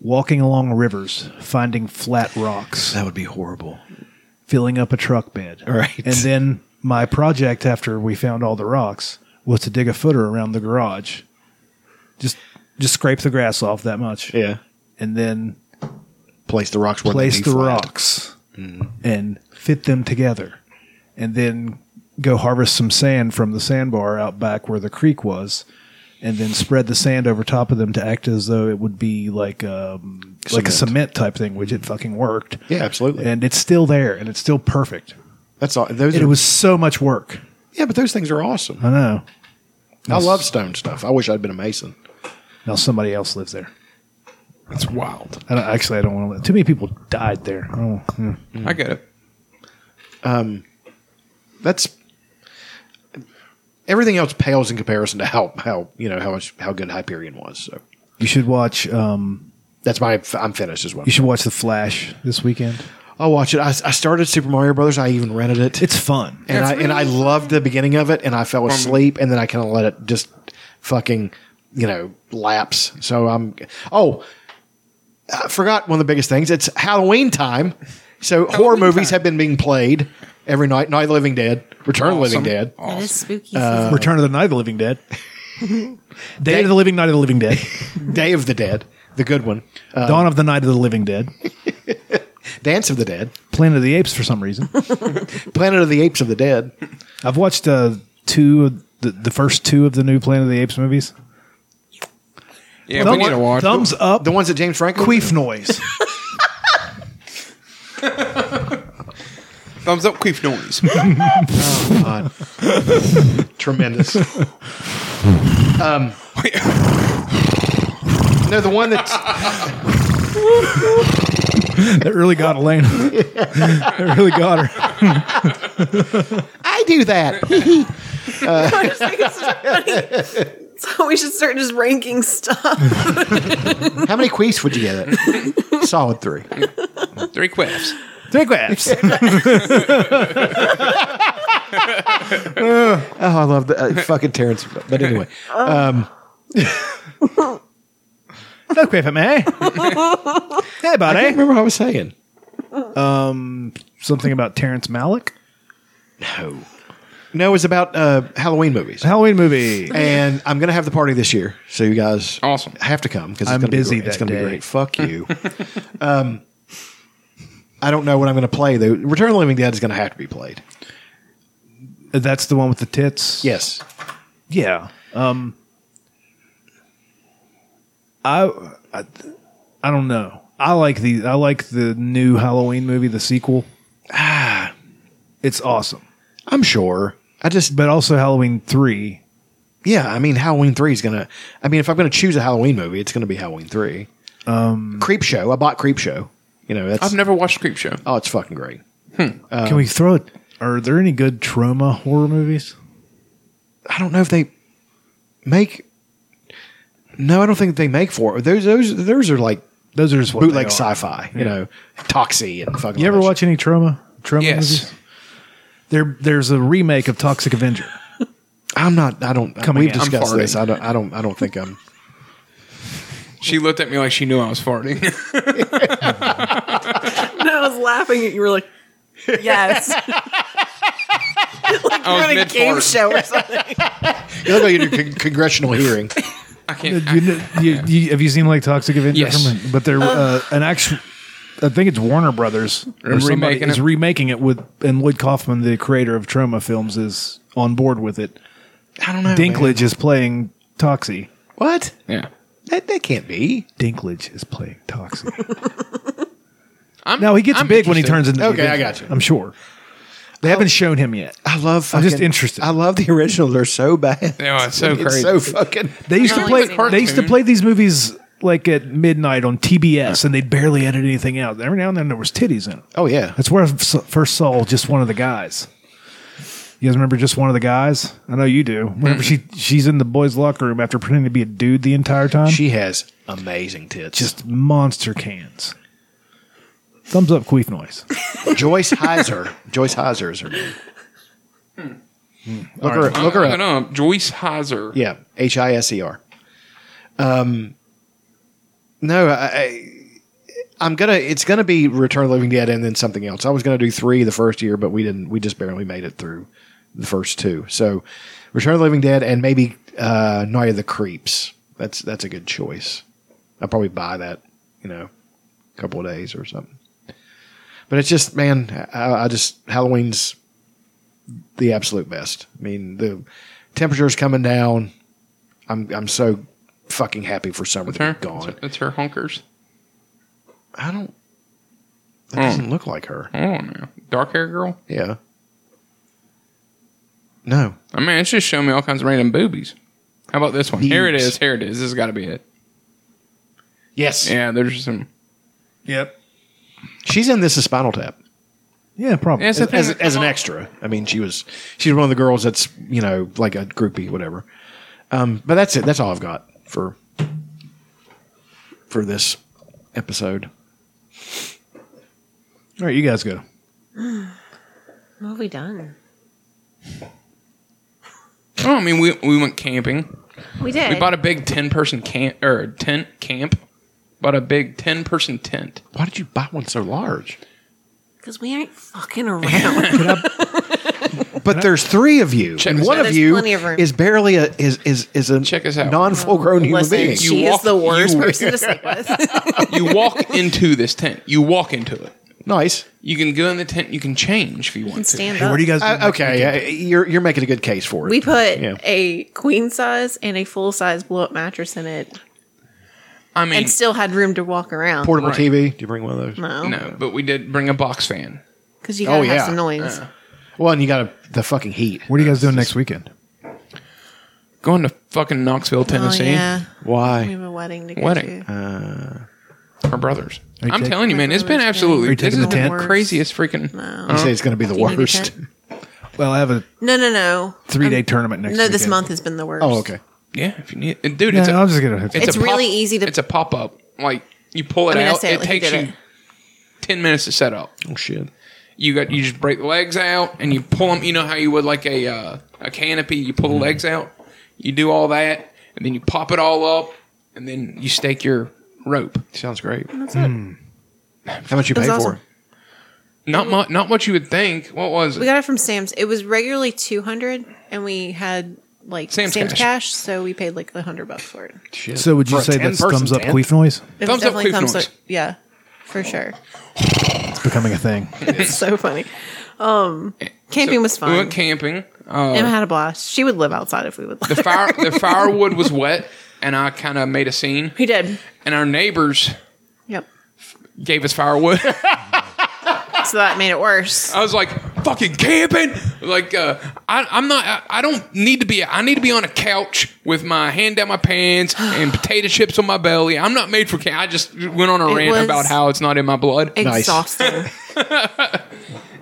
[SPEAKER 4] walking along rivers, finding flat rocks. That
[SPEAKER 2] would be horrible.
[SPEAKER 4] Filling up a truck bed.
[SPEAKER 2] <laughs> Right.
[SPEAKER 4] And then my project after we found all the rocks was to dig a footer around the garage. Just just scrape the grass off that much.
[SPEAKER 2] Yeah.
[SPEAKER 4] And then
[SPEAKER 2] place the rocks where they
[SPEAKER 4] place
[SPEAKER 2] be Mm.
[SPEAKER 4] the
[SPEAKER 2] flat.
[SPEAKER 4] rocks and fit them together. And then go harvest some sand from the sandbar out back where the creek was and then spread the sand over top of them to act as though it would be like um like
[SPEAKER 2] Cement.
[SPEAKER 4] a
[SPEAKER 2] Mm.
[SPEAKER 4] cement type thing, which it fucking worked.
[SPEAKER 2] Yeah, absolutely.
[SPEAKER 4] And it's still there and it's still perfect.
[SPEAKER 2] That's all. Those
[SPEAKER 4] it
[SPEAKER 2] are-
[SPEAKER 4] was so much work.
[SPEAKER 2] Yeah, but those things are awesome.
[SPEAKER 4] I know.
[SPEAKER 2] I love stone stuff. I wish I'd been a mason.
[SPEAKER 4] Now somebody else lives there.
[SPEAKER 3] That's wild.
[SPEAKER 4] I don't, actually, I don't want to. Too many people died there. Oh, yeah.
[SPEAKER 3] I
[SPEAKER 2] mm.
[SPEAKER 3] get it.
[SPEAKER 2] Um, that's everything else pales in comparison to how how you know how much how good Hyperion was. So
[SPEAKER 4] You should watch. Um,
[SPEAKER 2] that's my. I'm finished as well.
[SPEAKER 4] you should watch The Flash this weekend.
[SPEAKER 2] I'll watch it. I, I started Super Mario Brothers. I even rented it.
[SPEAKER 4] It's fun,
[SPEAKER 2] and
[SPEAKER 4] It's
[SPEAKER 2] I and I
[SPEAKER 4] really
[SPEAKER 2] loved the beginning of it, and I fell
[SPEAKER 4] Um,
[SPEAKER 2] asleep, and then I kind of let it just fucking you know lapse. So I'm oh, I forgot one of the biggest things. It's Halloween time, so horror movies have been being played every night. Night of the Living Dead, Return of the Living
[SPEAKER 4] Awesome.
[SPEAKER 2] Dead,
[SPEAKER 1] That is spooky.
[SPEAKER 2] Uh,
[SPEAKER 4] Return of the Night of the
[SPEAKER 3] <laughs>
[SPEAKER 4] Living Dead. Day, of the Living, Night of the Living Dead.
[SPEAKER 2] Day of the Dead, the good one.
[SPEAKER 3] Um,
[SPEAKER 2] Uh,
[SPEAKER 4] Dawn of the Night of the Living Dead.
[SPEAKER 2] Dance of the Dead.
[SPEAKER 4] Planet of the Apes for some
[SPEAKER 3] <laughs>
[SPEAKER 4] reason.
[SPEAKER 2] Planet of the Apes of the Dead.
[SPEAKER 4] I've watched uh, two of the, the first two of the new Planet of the Apes movies.
[SPEAKER 3] Yeah,
[SPEAKER 4] Thumb-
[SPEAKER 3] we need to watch.
[SPEAKER 4] Thumbs up.
[SPEAKER 3] <laughs>
[SPEAKER 2] The ones that James Franco.
[SPEAKER 4] Queef noise.
[SPEAKER 3] Thumbs up, queef
[SPEAKER 2] <laughs>
[SPEAKER 3] noise.
[SPEAKER 2] oh God, <laughs>
[SPEAKER 4] <laughs>
[SPEAKER 2] tremendous. Um, no, the one that
[SPEAKER 4] that really
[SPEAKER 3] <laughs>
[SPEAKER 4] got Elaine. that really got her. <laughs>
[SPEAKER 2] I do that.
[SPEAKER 1] No, I just think it's so funny. <laughs> So we should start just ranking stuff.
[SPEAKER 2] How many queefs would you get? It? Solid three.
[SPEAKER 3] Three quiffs.
[SPEAKER 2] Three quiffs. <laughs> oh, I love the uh, fucking Terrence. But anyway, um,
[SPEAKER 4] No quiff at me. hey, buddy. I
[SPEAKER 2] remember what I was saying.
[SPEAKER 4] Um, something about Terrence Malick.
[SPEAKER 2] No. no, it's about uh, Halloween movies.
[SPEAKER 4] Halloween movie.
[SPEAKER 2] And I'm gonna have the party this year, so you guys awesome have to come because
[SPEAKER 4] I'm
[SPEAKER 2] gonna
[SPEAKER 4] busy
[SPEAKER 2] Be great. It's
[SPEAKER 4] that
[SPEAKER 2] gonna
[SPEAKER 4] day.
[SPEAKER 2] be great. Fuck
[SPEAKER 4] <laughs>
[SPEAKER 2] you. um, I don't know what I'm gonna play though. Return of the Living Dead is gonna have to be played.
[SPEAKER 4] That's the one with the tits.
[SPEAKER 2] Yes.
[SPEAKER 4] Yeah. Um. I, I, I don't know. I like the I like the new Halloween movie, the sequel. <sighs> Ah, it's awesome.
[SPEAKER 2] I'm sure. I just
[SPEAKER 4] but also Halloween three.
[SPEAKER 2] Yeah, I mean Halloween three is gonna. I mean, if I'm gonna choose a Halloween movie, it's gonna be Halloween three. Um, Creep Show. I bought Creep Show. You know, that's,
[SPEAKER 3] I've never watched Creep Show.
[SPEAKER 2] Oh, it's fucking great. Um,
[SPEAKER 4] Can we throw it? Are there any good trauma horror movies?
[SPEAKER 2] I don't know if they make. No, I don't think they make four. Those those those are like
[SPEAKER 4] those are just
[SPEAKER 2] bootleg
[SPEAKER 4] are.
[SPEAKER 2] sci-fi. You
[SPEAKER 4] Yeah.
[SPEAKER 2] know, Toxie and fucking.
[SPEAKER 4] You ever watch any trauma? Trauma
[SPEAKER 2] Yes.
[SPEAKER 4] movies? There, there's a remake of Toxic Avenger.
[SPEAKER 2] I'm not. I don't.
[SPEAKER 4] Coming
[SPEAKER 2] we've
[SPEAKER 4] out. I'm
[SPEAKER 2] discussed
[SPEAKER 4] farting.
[SPEAKER 2] this. I don't. I don't. I don't think I'm.
[SPEAKER 3] She looked at me like she knew I was farting. <laughs>
[SPEAKER 1] and <laughs> I was laughing at you were like, <laughs> yes. like
[SPEAKER 3] I
[SPEAKER 1] you're
[SPEAKER 3] was
[SPEAKER 1] on a
[SPEAKER 3] mid-fart.
[SPEAKER 1] game show or something.
[SPEAKER 2] You look like you're doing con- congressional
[SPEAKER 4] <laughs>
[SPEAKER 2] hearing.
[SPEAKER 3] I
[SPEAKER 4] You, you- you- have you seen like Toxic Avenger?
[SPEAKER 2] Yes.
[SPEAKER 4] Something- But they're uh,
[SPEAKER 2] Uh-huh.
[SPEAKER 4] an actual. I think it's Warner Brothers or
[SPEAKER 3] They're
[SPEAKER 4] somebody
[SPEAKER 3] remaking
[SPEAKER 4] is
[SPEAKER 3] it?
[SPEAKER 4] remaking it with, and Lloyd Kaufman, the creator of Trauma Films, is on board with it.
[SPEAKER 2] I don't know.
[SPEAKER 4] Dinklage is playing Toxie.
[SPEAKER 2] What?
[SPEAKER 3] Yeah.
[SPEAKER 2] That, that can't be.
[SPEAKER 4] Dinklage is playing Toxie.
[SPEAKER 3] I'm,
[SPEAKER 4] now he gets
[SPEAKER 2] <laughs> I'm
[SPEAKER 4] big when he
[SPEAKER 2] interested.
[SPEAKER 4] turns into. the
[SPEAKER 2] Okay, I Oh.
[SPEAKER 4] Avenger,
[SPEAKER 2] got you.
[SPEAKER 4] I'm sure. They haven't shown him yet.
[SPEAKER 2] I love.
[SPEAKER 4] I'm
[SPEAKER 2] Fucking,
[SPEAKER 4] just interested.
[SPEAKER 2] I love the original. They're so bad.
[SPEAKER 3] <laughs> Yeah, it's so crazy.
[SPEAKER 2] so fucking.
[SPEAKER 4] They used to
[SPEAKER 2] No,
[SPEAKER 4] play.
[SPEAKER 2] it's a
[SPEAKER 4] They used to
[SPEAKER 2] cartoon.
[SPEAKER 4] play these movies like at midnight on TBS, and they'd barely edit anything out. Every now and then there was titties in it.
[SPEAKER 2] Oh yeah,
[SPEAKER 4] that's where I s- first saw just one of the guys. You guys remember just one of the guys? I know you do. Whenever she she's in the boys' locker room after pretending to be a dude the entire time,
[SPEAKER 2] She has amazing tits.
[SPEAKER 4] just monster cans. Thumbs up, queef noise.
[SPEAKER 2] Joyce Heiser. <laughs> Joyce Heiser is her name.
[SPEAKER 3] Hmm.
[SPEAKER 2] Look her.
[SPEAKER 3] I'm
[SPEAKER 2] Look her up.
[SPEAKER 3] looking up. Joyce Heiser.
[SPEAKER 2] Yeah, H I S E R. Um, no, I, I, I'm gonna. It's gonna be Return of the Living Dead and then something else. I was gonna do three the first year, but we didn't. We just barely made it through the first two. So, Return of the Living Dead and maybe uh, Night of the Creeps. That's that's a good choice. I'll probably buy that. You know, a couple of days or something. But it's just, man, I, I just Halloween's the absolute best. I mean, the temperature's coming down. I'm I'm so fucking happy for summer
[SPEAKER 3] That's
[SPEAKER 2] to
[SPEAKER 3] her.
[SPEAKER 2] be gone.
[SPEAKER 3] That's, that's her honkers.
[SPEAKER 2] I don't. That
[SPEAKER 3] Hmm.
[SPEAKER 2] doesn't look like her.
[SPEAKER 3] I don't know. Dark hair girl?
[SPEAKER 2] Yeah. No.
[SPEAKER 3] I mean, it's just showing me all kinds of random boobies. How about this one? Here it is. Here it is. This has got to be it.
[SPEAKER 2] Yes.
[SPEAKER 3] Yeah, there's some.
[SPEAKER 4] Yep.
[SPEAKER 2] She's in this as Spinal Tap.
[SPEAKER 4] Yeah, probably.
[SPEAKER 2] As, as, as an extra. I mean, she was she's one of the girls that's you know like a groupie, whatever. Um, but that's it. That's all I've got for for this episode.
[SPEAKER 4] All right, you guys go.
[SPEAKER 1] what have we done?
[SPEAKER 3] Oh, I mean, we, we went camping.
[SPEAKER 1] We did.
[SPEAKER 3] We bought a big 10 person camp or tent camp. Bought a big 10 person tent.
[SPEAKER 2] Why did you buy one so large?
[SPEAKER 1] Because we ain't
[SPEAKER 2] <laughs>
[SPEAKER 1] fucking around.
[SPEAKER 2] But there's three of you, and
[SPEAKER 1] this
[SPEAKER 2] one
[SPEAKER 1] out.
[SPEAKER 2] of
[SPEAKER 1] There's
[SPEAKER 2] you
[SPEAKER 1] plenty of room.
[SPEAKER 2] is barely a is is is a Check us out. non full grown human
[SPEAKER 1] Listen,
[SPEAKER 2] being.
[SPEAKER 1] she is the worst
[SPEAKER 2] you-
[SPEAKER 1] person to sleep
[SPEAKER 2] <laughs>
[SPEAKER 1] with.
[SPEAKER 3] you walk into this tent. You walk into it.
[SPEAKER 2] Nice.
[SPEAKER 3] You can go in the tent. You can change if you want to.
[SPEAKER 1] stand Hey, what do you up. guys do
[SPEAKER 2] Uh, okay, uh, you're you're making a good case for it.
[SPEAKER 1] We put
[SPEAKER 2] Yeah.
[SPEAKER 1] a queen size and a full size blow up mattress in it.
[SPEAKER 3] I mean-
[SPEAKER 1] and still had room to walk around.
[SPEAKER 2] portable TV. Do you bring one of those?
[SPEAKER 1] No.
[SPEAKER 3] No, but we did bring a box fan.
[SPEAKER 1] Because you gotta
[SPEAKER 2] Oh,
[SPEAKER 1] have
[SPEAKER 2] yeah.
[SPEAKER 1] some noise.
[SPEAKER 3] Yeah.
[SPEAKER 2] Well, and you got a, the fucking heat.
[SPEAKER 4] What are you guys doing next weekend?
[SPEAKER 3] Going to fucking Knoxville, Tennessee.
[SPEAKER 1] Oh, yeah. We
[SPEAKER 2] Why?
[SPEAKER 1] have a wedding to go
[SPEAKER 3] Wedding.
[SPEAKER 1] to.
[SPEAKER 3] Our brothers.
[SPEAKER 2] Are you
[SPEAKER 3] I'm
[SPEAKER 2] taking-
[SPEAKER 3] telling you, man, it's been
[SPEAKER 1] Brothers, yeah.
[SPEAKER 3] absolutely.
[SPEAKER 1] Are you
[SPEAKER 3] This
[SPEAKER 1] taking
[SPEAKER 3] is
[SPEAKER 1] the
[SPEAKER 3] the
[SPEAKER 1] tent?
[SPEAKER 3] craziest freaking.
[SPEAKER 1] No.
[SPEAKER 2] You say it's going to be the <laughs>
[SPEAKER 1] Do you need a
[SPEAKER 2] worst.
[SPEAKER 1] tent?
[SPEAKER 4] Well, I have a
[SPEAKER 1] No, no, no. Um,
[SPEAKER 4] three day tournament next.
[SPEAKER 1] no, this
[SPEAKER 4] weekend.
[SPEAKER 1] month has been the worst.
[SPEAKER 4] Oh, okay.
[SPEAKER 3] Yeah, if you need, and dude,
[SPEAKER 4] Yeah,
[SPEAKER 3] it's a,
[SPEAKER 4] I'm just gonna-
[SPEAKER 1] It's,
[SPEAKER 3] a pop-
[SPEAKER 1] really easy to.
[SPEAKER 3] It's a pop up. Like you pull it
[SPEAKER 1] I mean, I
[SPEAKER 3] out,
[SPEAKER 1] say it
[SPEAKER 3] it
[SPEAKER 1] like he
[SPEAKER 3] takes you
[SPEAKER 1] did it.
[SPEAKER 3] ten minutes to set up.
[SPEAKER 2] Oh shit!
[SPEAKER 3] You got you just break the legs out and you pull them. You know how you would like a uh, a canopy. You
[SPEAKER 2] Mm-hmm.
[SPEAKER 3] pull the legs out. You do all that, and then you pop it all up, and then you stake your rope.
[SPEAKER 2] Sounds great.
[SPEAKER 1] That's
[SPEAKER 2] How much you
[SPEAKER 1] That's
[SPEAKER 2] pay
[SPEAKER 1] awesome.
[SPEAKER 2] for?
[SPEAKER 3] Not much. Not what you would think. What was it?
[SPEAKER 1] we got it from Sam's. It was regularly two hundred, and we had like
[SPEAKER 3] Sam's
[SPEAKER 1] Sam's,
[SPEAKER 3] cash.
[SPEAKER 1] cash. so we paid like a hundred bucks for it.
[SPEAKER 2] Shit.
[SPEAKER 4] So would you
[SPEAKER 2] For a
[SPEAKER 4] say that's
[SPEAKER 2] 10-person
[SPEAKER 4] thumbs
[SPEAKER 2] <laughs>
[SPEAKER 4] up
[SPEAKER 2] tent?
[SPEAKER 4] queef noise?
[SPEAKER 1] It
[SPEAKER 3] Thumbs
[SPEAKER 1] was
[SPEAKER 3] up,
[SPEAKER 1] definitely
[SPEAKER 3] Queef
[SPEAKER 1] thumbs
[SPEAKER 3] Noise.
[SPEAKER 1] up. Yeah, for sure.
[SPEAKER 4] It's becoming a thing.
[SPEAKER 1] it's <laughs> so funny. Um, camping
[SPEAKER 3] So
[SPEAKER 1] was
[SPEAKER 3] We
[SPEAKER 1] fun.
[SPEAKER 3] went camping. Uh,
[SPEAKER 1] Emma had a blast. She would live outside if we would.
[SPEAKER 3] the
[SPEAKER 1] <laughs>
[SPEAKER 3] fire the firewood was wet, and I kind of made a scene.
[SPEAKER 1] He did.
[SPEAKER 3] And our neighbors
[SPEAKER 1] Yep.
[SPEAKER 3] gave us firewood. <laughs> Ah.
[SPEAKER 1] So that made it worse.
[SPEAKER 3] I was like, fucking camping. Like, uh, I, I'm not, I, I don't need to be, I need to be on a couch with my hand down my
[SPEAKER 1] <gasps>
[SPEAKER 3] pants and potato chips on my belly. I'm not made for camp. I just went on a
[SPEAKER 1] It
[SPEAKER 3] rant
[SPEAKER 1] was
[SPEAKER 3] about how it's not in my blood.
[SPEAKER 1] Exhausting.
[SPEAKER 3] <laughs>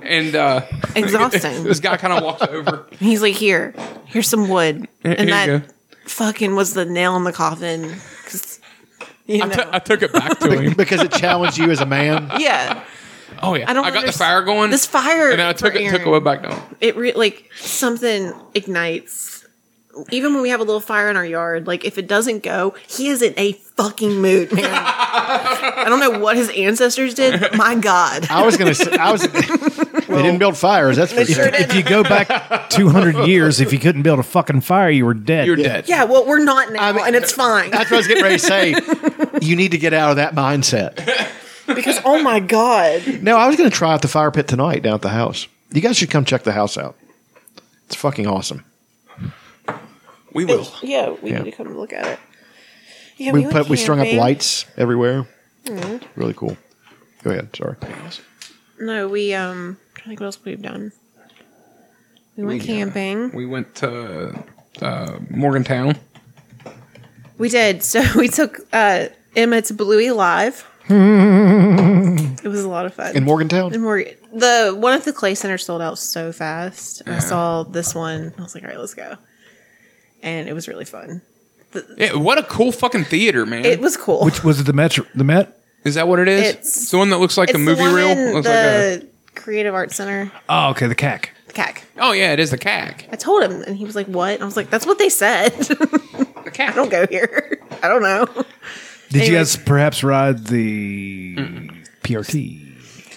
[SPEAKER 3] And, uh,
[SPEAKER 1] Exhausting.
[SPEAKER 3] this guy kind of
[SPEAKER 1] <laughs>
[SPEAKER 3] walked over.
[SPEAKER 1] He's like, here, here's some wood,
[SPEAKER 3] Here you
[SPEAKER 1] and that
[SPEAKER 3] go.
[SPEAKER 1] fucking was the nail in the coffin. 'Cause, you know,
[SPEAKER 3] I took it back to him.
[SPEAKER 2] because it challenged you as a man.
[SPEAKER 3] <laughs>
[SPEAKER 1] yeah,
[SPEAKER 3] Oh, yeah. I,
[SPEAKER 1] I don't
[SPEAKER 3] got the
[SPEAKER 1] underst-
[SPEAKER 3] fire going.
[SPEAKER 1] this fire
[SPEAKER 3] And then I
[SPEAKER 1] for
[SPEAKER 3] took it, took
[SPEAKER 1] Aaron.
[SPEAKER 3] it way back down.
[SPEAKER 1] it re- like something ignites. Even when we have a little fire in our yard, like if it doesn't go, he is in a fucking mood, man. I don't know what his ancestors did, but my God.
[SPEAKER 2] I was gonna. Say, I was. <laughs> they didn't build fires. That's for
[SPEAKER 4] If,
[SPEAKER 2] sure.
[SPEAKER 4] if you go back 200 years, if you couldn't build a fucking fire, you were dead.
[SPEAKER 2] You're dead.
[SPEAKER 1] Yeah, well, we're not now, and it's fine.
[SPEAKER 2] That's what I was getting ready to say. You need to get out of that mindset.
[SPEAKER 1] <laughs> because oh my god,
[SPEAKER 2] No, I was going to try out the fire pit tonight down at the house. You guys should come check the house out. It's fucking awesome.
[SPEAKER 3] We will.
[SPEAKER 1] yeah, we
[SPEAKER 2] Yeah.
[SPEAKER 1] need to come look at it. Yeah,
[SPEAKER 2] we
[SPEAKER 1] went
[SPEAKER 2] put we strung up
[SPEAKER 1] camping.
[SPEAKER 2] lights everywhere.
[SPEAKER 1] Mhm.
[SPEAKER 2] Really cool. Go ahead. Sorry.
[SPEAKER 1] No, we um. I think what else we've done. We went
[SPEAKER 3] We, uh,
[SPEAKER 1] camping.
[SPEAKER 3] We went to uh, Morgantown.
[SPEAKER 1] We did. So <laughs> we took uh Emma to Bluey
[SPEAKER 2] <laughs>
[SPEAKER 1] Live. It was a lot of fun
[SPEAKER 2] In Morgantown?
[SPEAKER 1] In Morgan, the one at the Clay Center sold out so fast. And I
[SPEAKER 3] Yeah.
[SPEAKER 1] saw this one. I was like, all right, let's go. And it was really fun.
[SPEAKER 3] Yeah, what a cool fucking theater, man.
[SPEAKER 1] It was cool.
[SPEAKER 4] Which was it the Met? The Met?
[SPEAKER 3] Is that what it is?
[SPEAKER 1] It's-
[SPEAKER 3] It's the one that looks like
[SPEAKER 1] It's
[SPEAKER 3] a
[SPEAKER 1] the
[SPEAKER 3] movie
[SPEAKER 1] one
[SPEAKER 3] reel.
[SPEAKER 1] in
[SPEAKER 3] Looks like a,
[SPEAKER 1] the Creative Arts Center,
[SPEAKER 4] Oh, okay. The CAC.
[SPEAKER 1] CAC.
[SPEAKER 3] oh yeah, it is the CAC.
[SPEAKER 1] I told him, and he was like, "What?" And I was like, "That's what they said." <laughs> the
[SPEAKER 3] cat.
[SPEAKER 1] I don't go here. I don't know.
[SPEAKER 4] Did you
[SPEAKER 1] Anyway.
[SPEAKER 4] guys perhaps ride the PRT?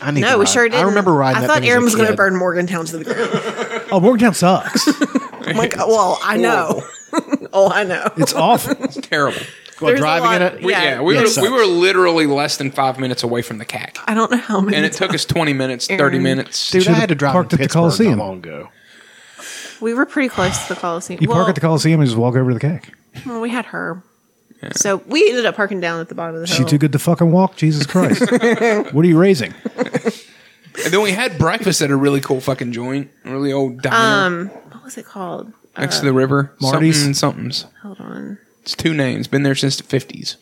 [SPEAKER 2] I
[SPEAKER 1] No, we sure did. I thought Aaron was going to burn Morgantown to the ground.
[SPEAKER 4] Oh, Morgantown sucks.
[SPEAKER 1] I'm like, well, I know. <laughs> oh, I know.
[SPEAKER 4] <laughs> It's awful.
[SPEAKER 3] It's terrible.
[SPEAKER 2] Well,
[SPEAKER 1] There's a
[SPEAKER 2] driving
[SPEAKER 1] lot-
[SPEAKER 2] in it.
[SPEAKER 3] We, <laughs> yeah, we,
[SPEAKER 2] Yeah,
[SPEAKER 3] were,
[SPEAKER 2] it sucks.
[SPEAKER 3] we were literally less than five minutes away from the CAC.
[SPEAKER 1] I don't know how many.
[SPEAKER 3] And it took us
[SPEAKER 1] <laughs>
[SPEAKER 3] 20 minutes, 30
[SPEAKER 1] Aaron.
[SPEAKER 3] minutes.
[SPEAKER 2] Dude, I
[SPEAKER 4] Should've
[SPEAKER 2] had to drive
[SPEAKER 4] parked
[SPEAKER 2] in
[SPEAKER 4] at the
[SPEAKER 2] Pittsburgh
[SPEAKER 4] Coliseum.
[SPEAKER 2] not long ago.
[SPEAKER 1] we were pretty close to the Coliseum.
[SPEAKER 4] You
[SPEAKER 1] well,
[SPEAKER 4] park at the Coliseum and just walk over to the CAC.
[SPEAKER 1] well, we had her. So we ended up parking down at the bottom of the hill.
[SPEAKER 3] Oh.
[SPEAKER 4] She too good to fucking walk?
[SPEAKER 3] <laughs>
[SPEAKER 4] Jesus Christ. what are you raising?
[SPEAKER 3] And then we had breakfast at a really cool fucking joint, a really old diner
[SPEAKER 1] Um, uh, what was it called?
[SPEAKER 3] next to the river.
[SPEAKER 4] Marty's?
[SPEAKER 3] Something and somethings.
[SPEAKER 1] Hold on.
[SPEAKER 3] It's two names. Been there since the 50s.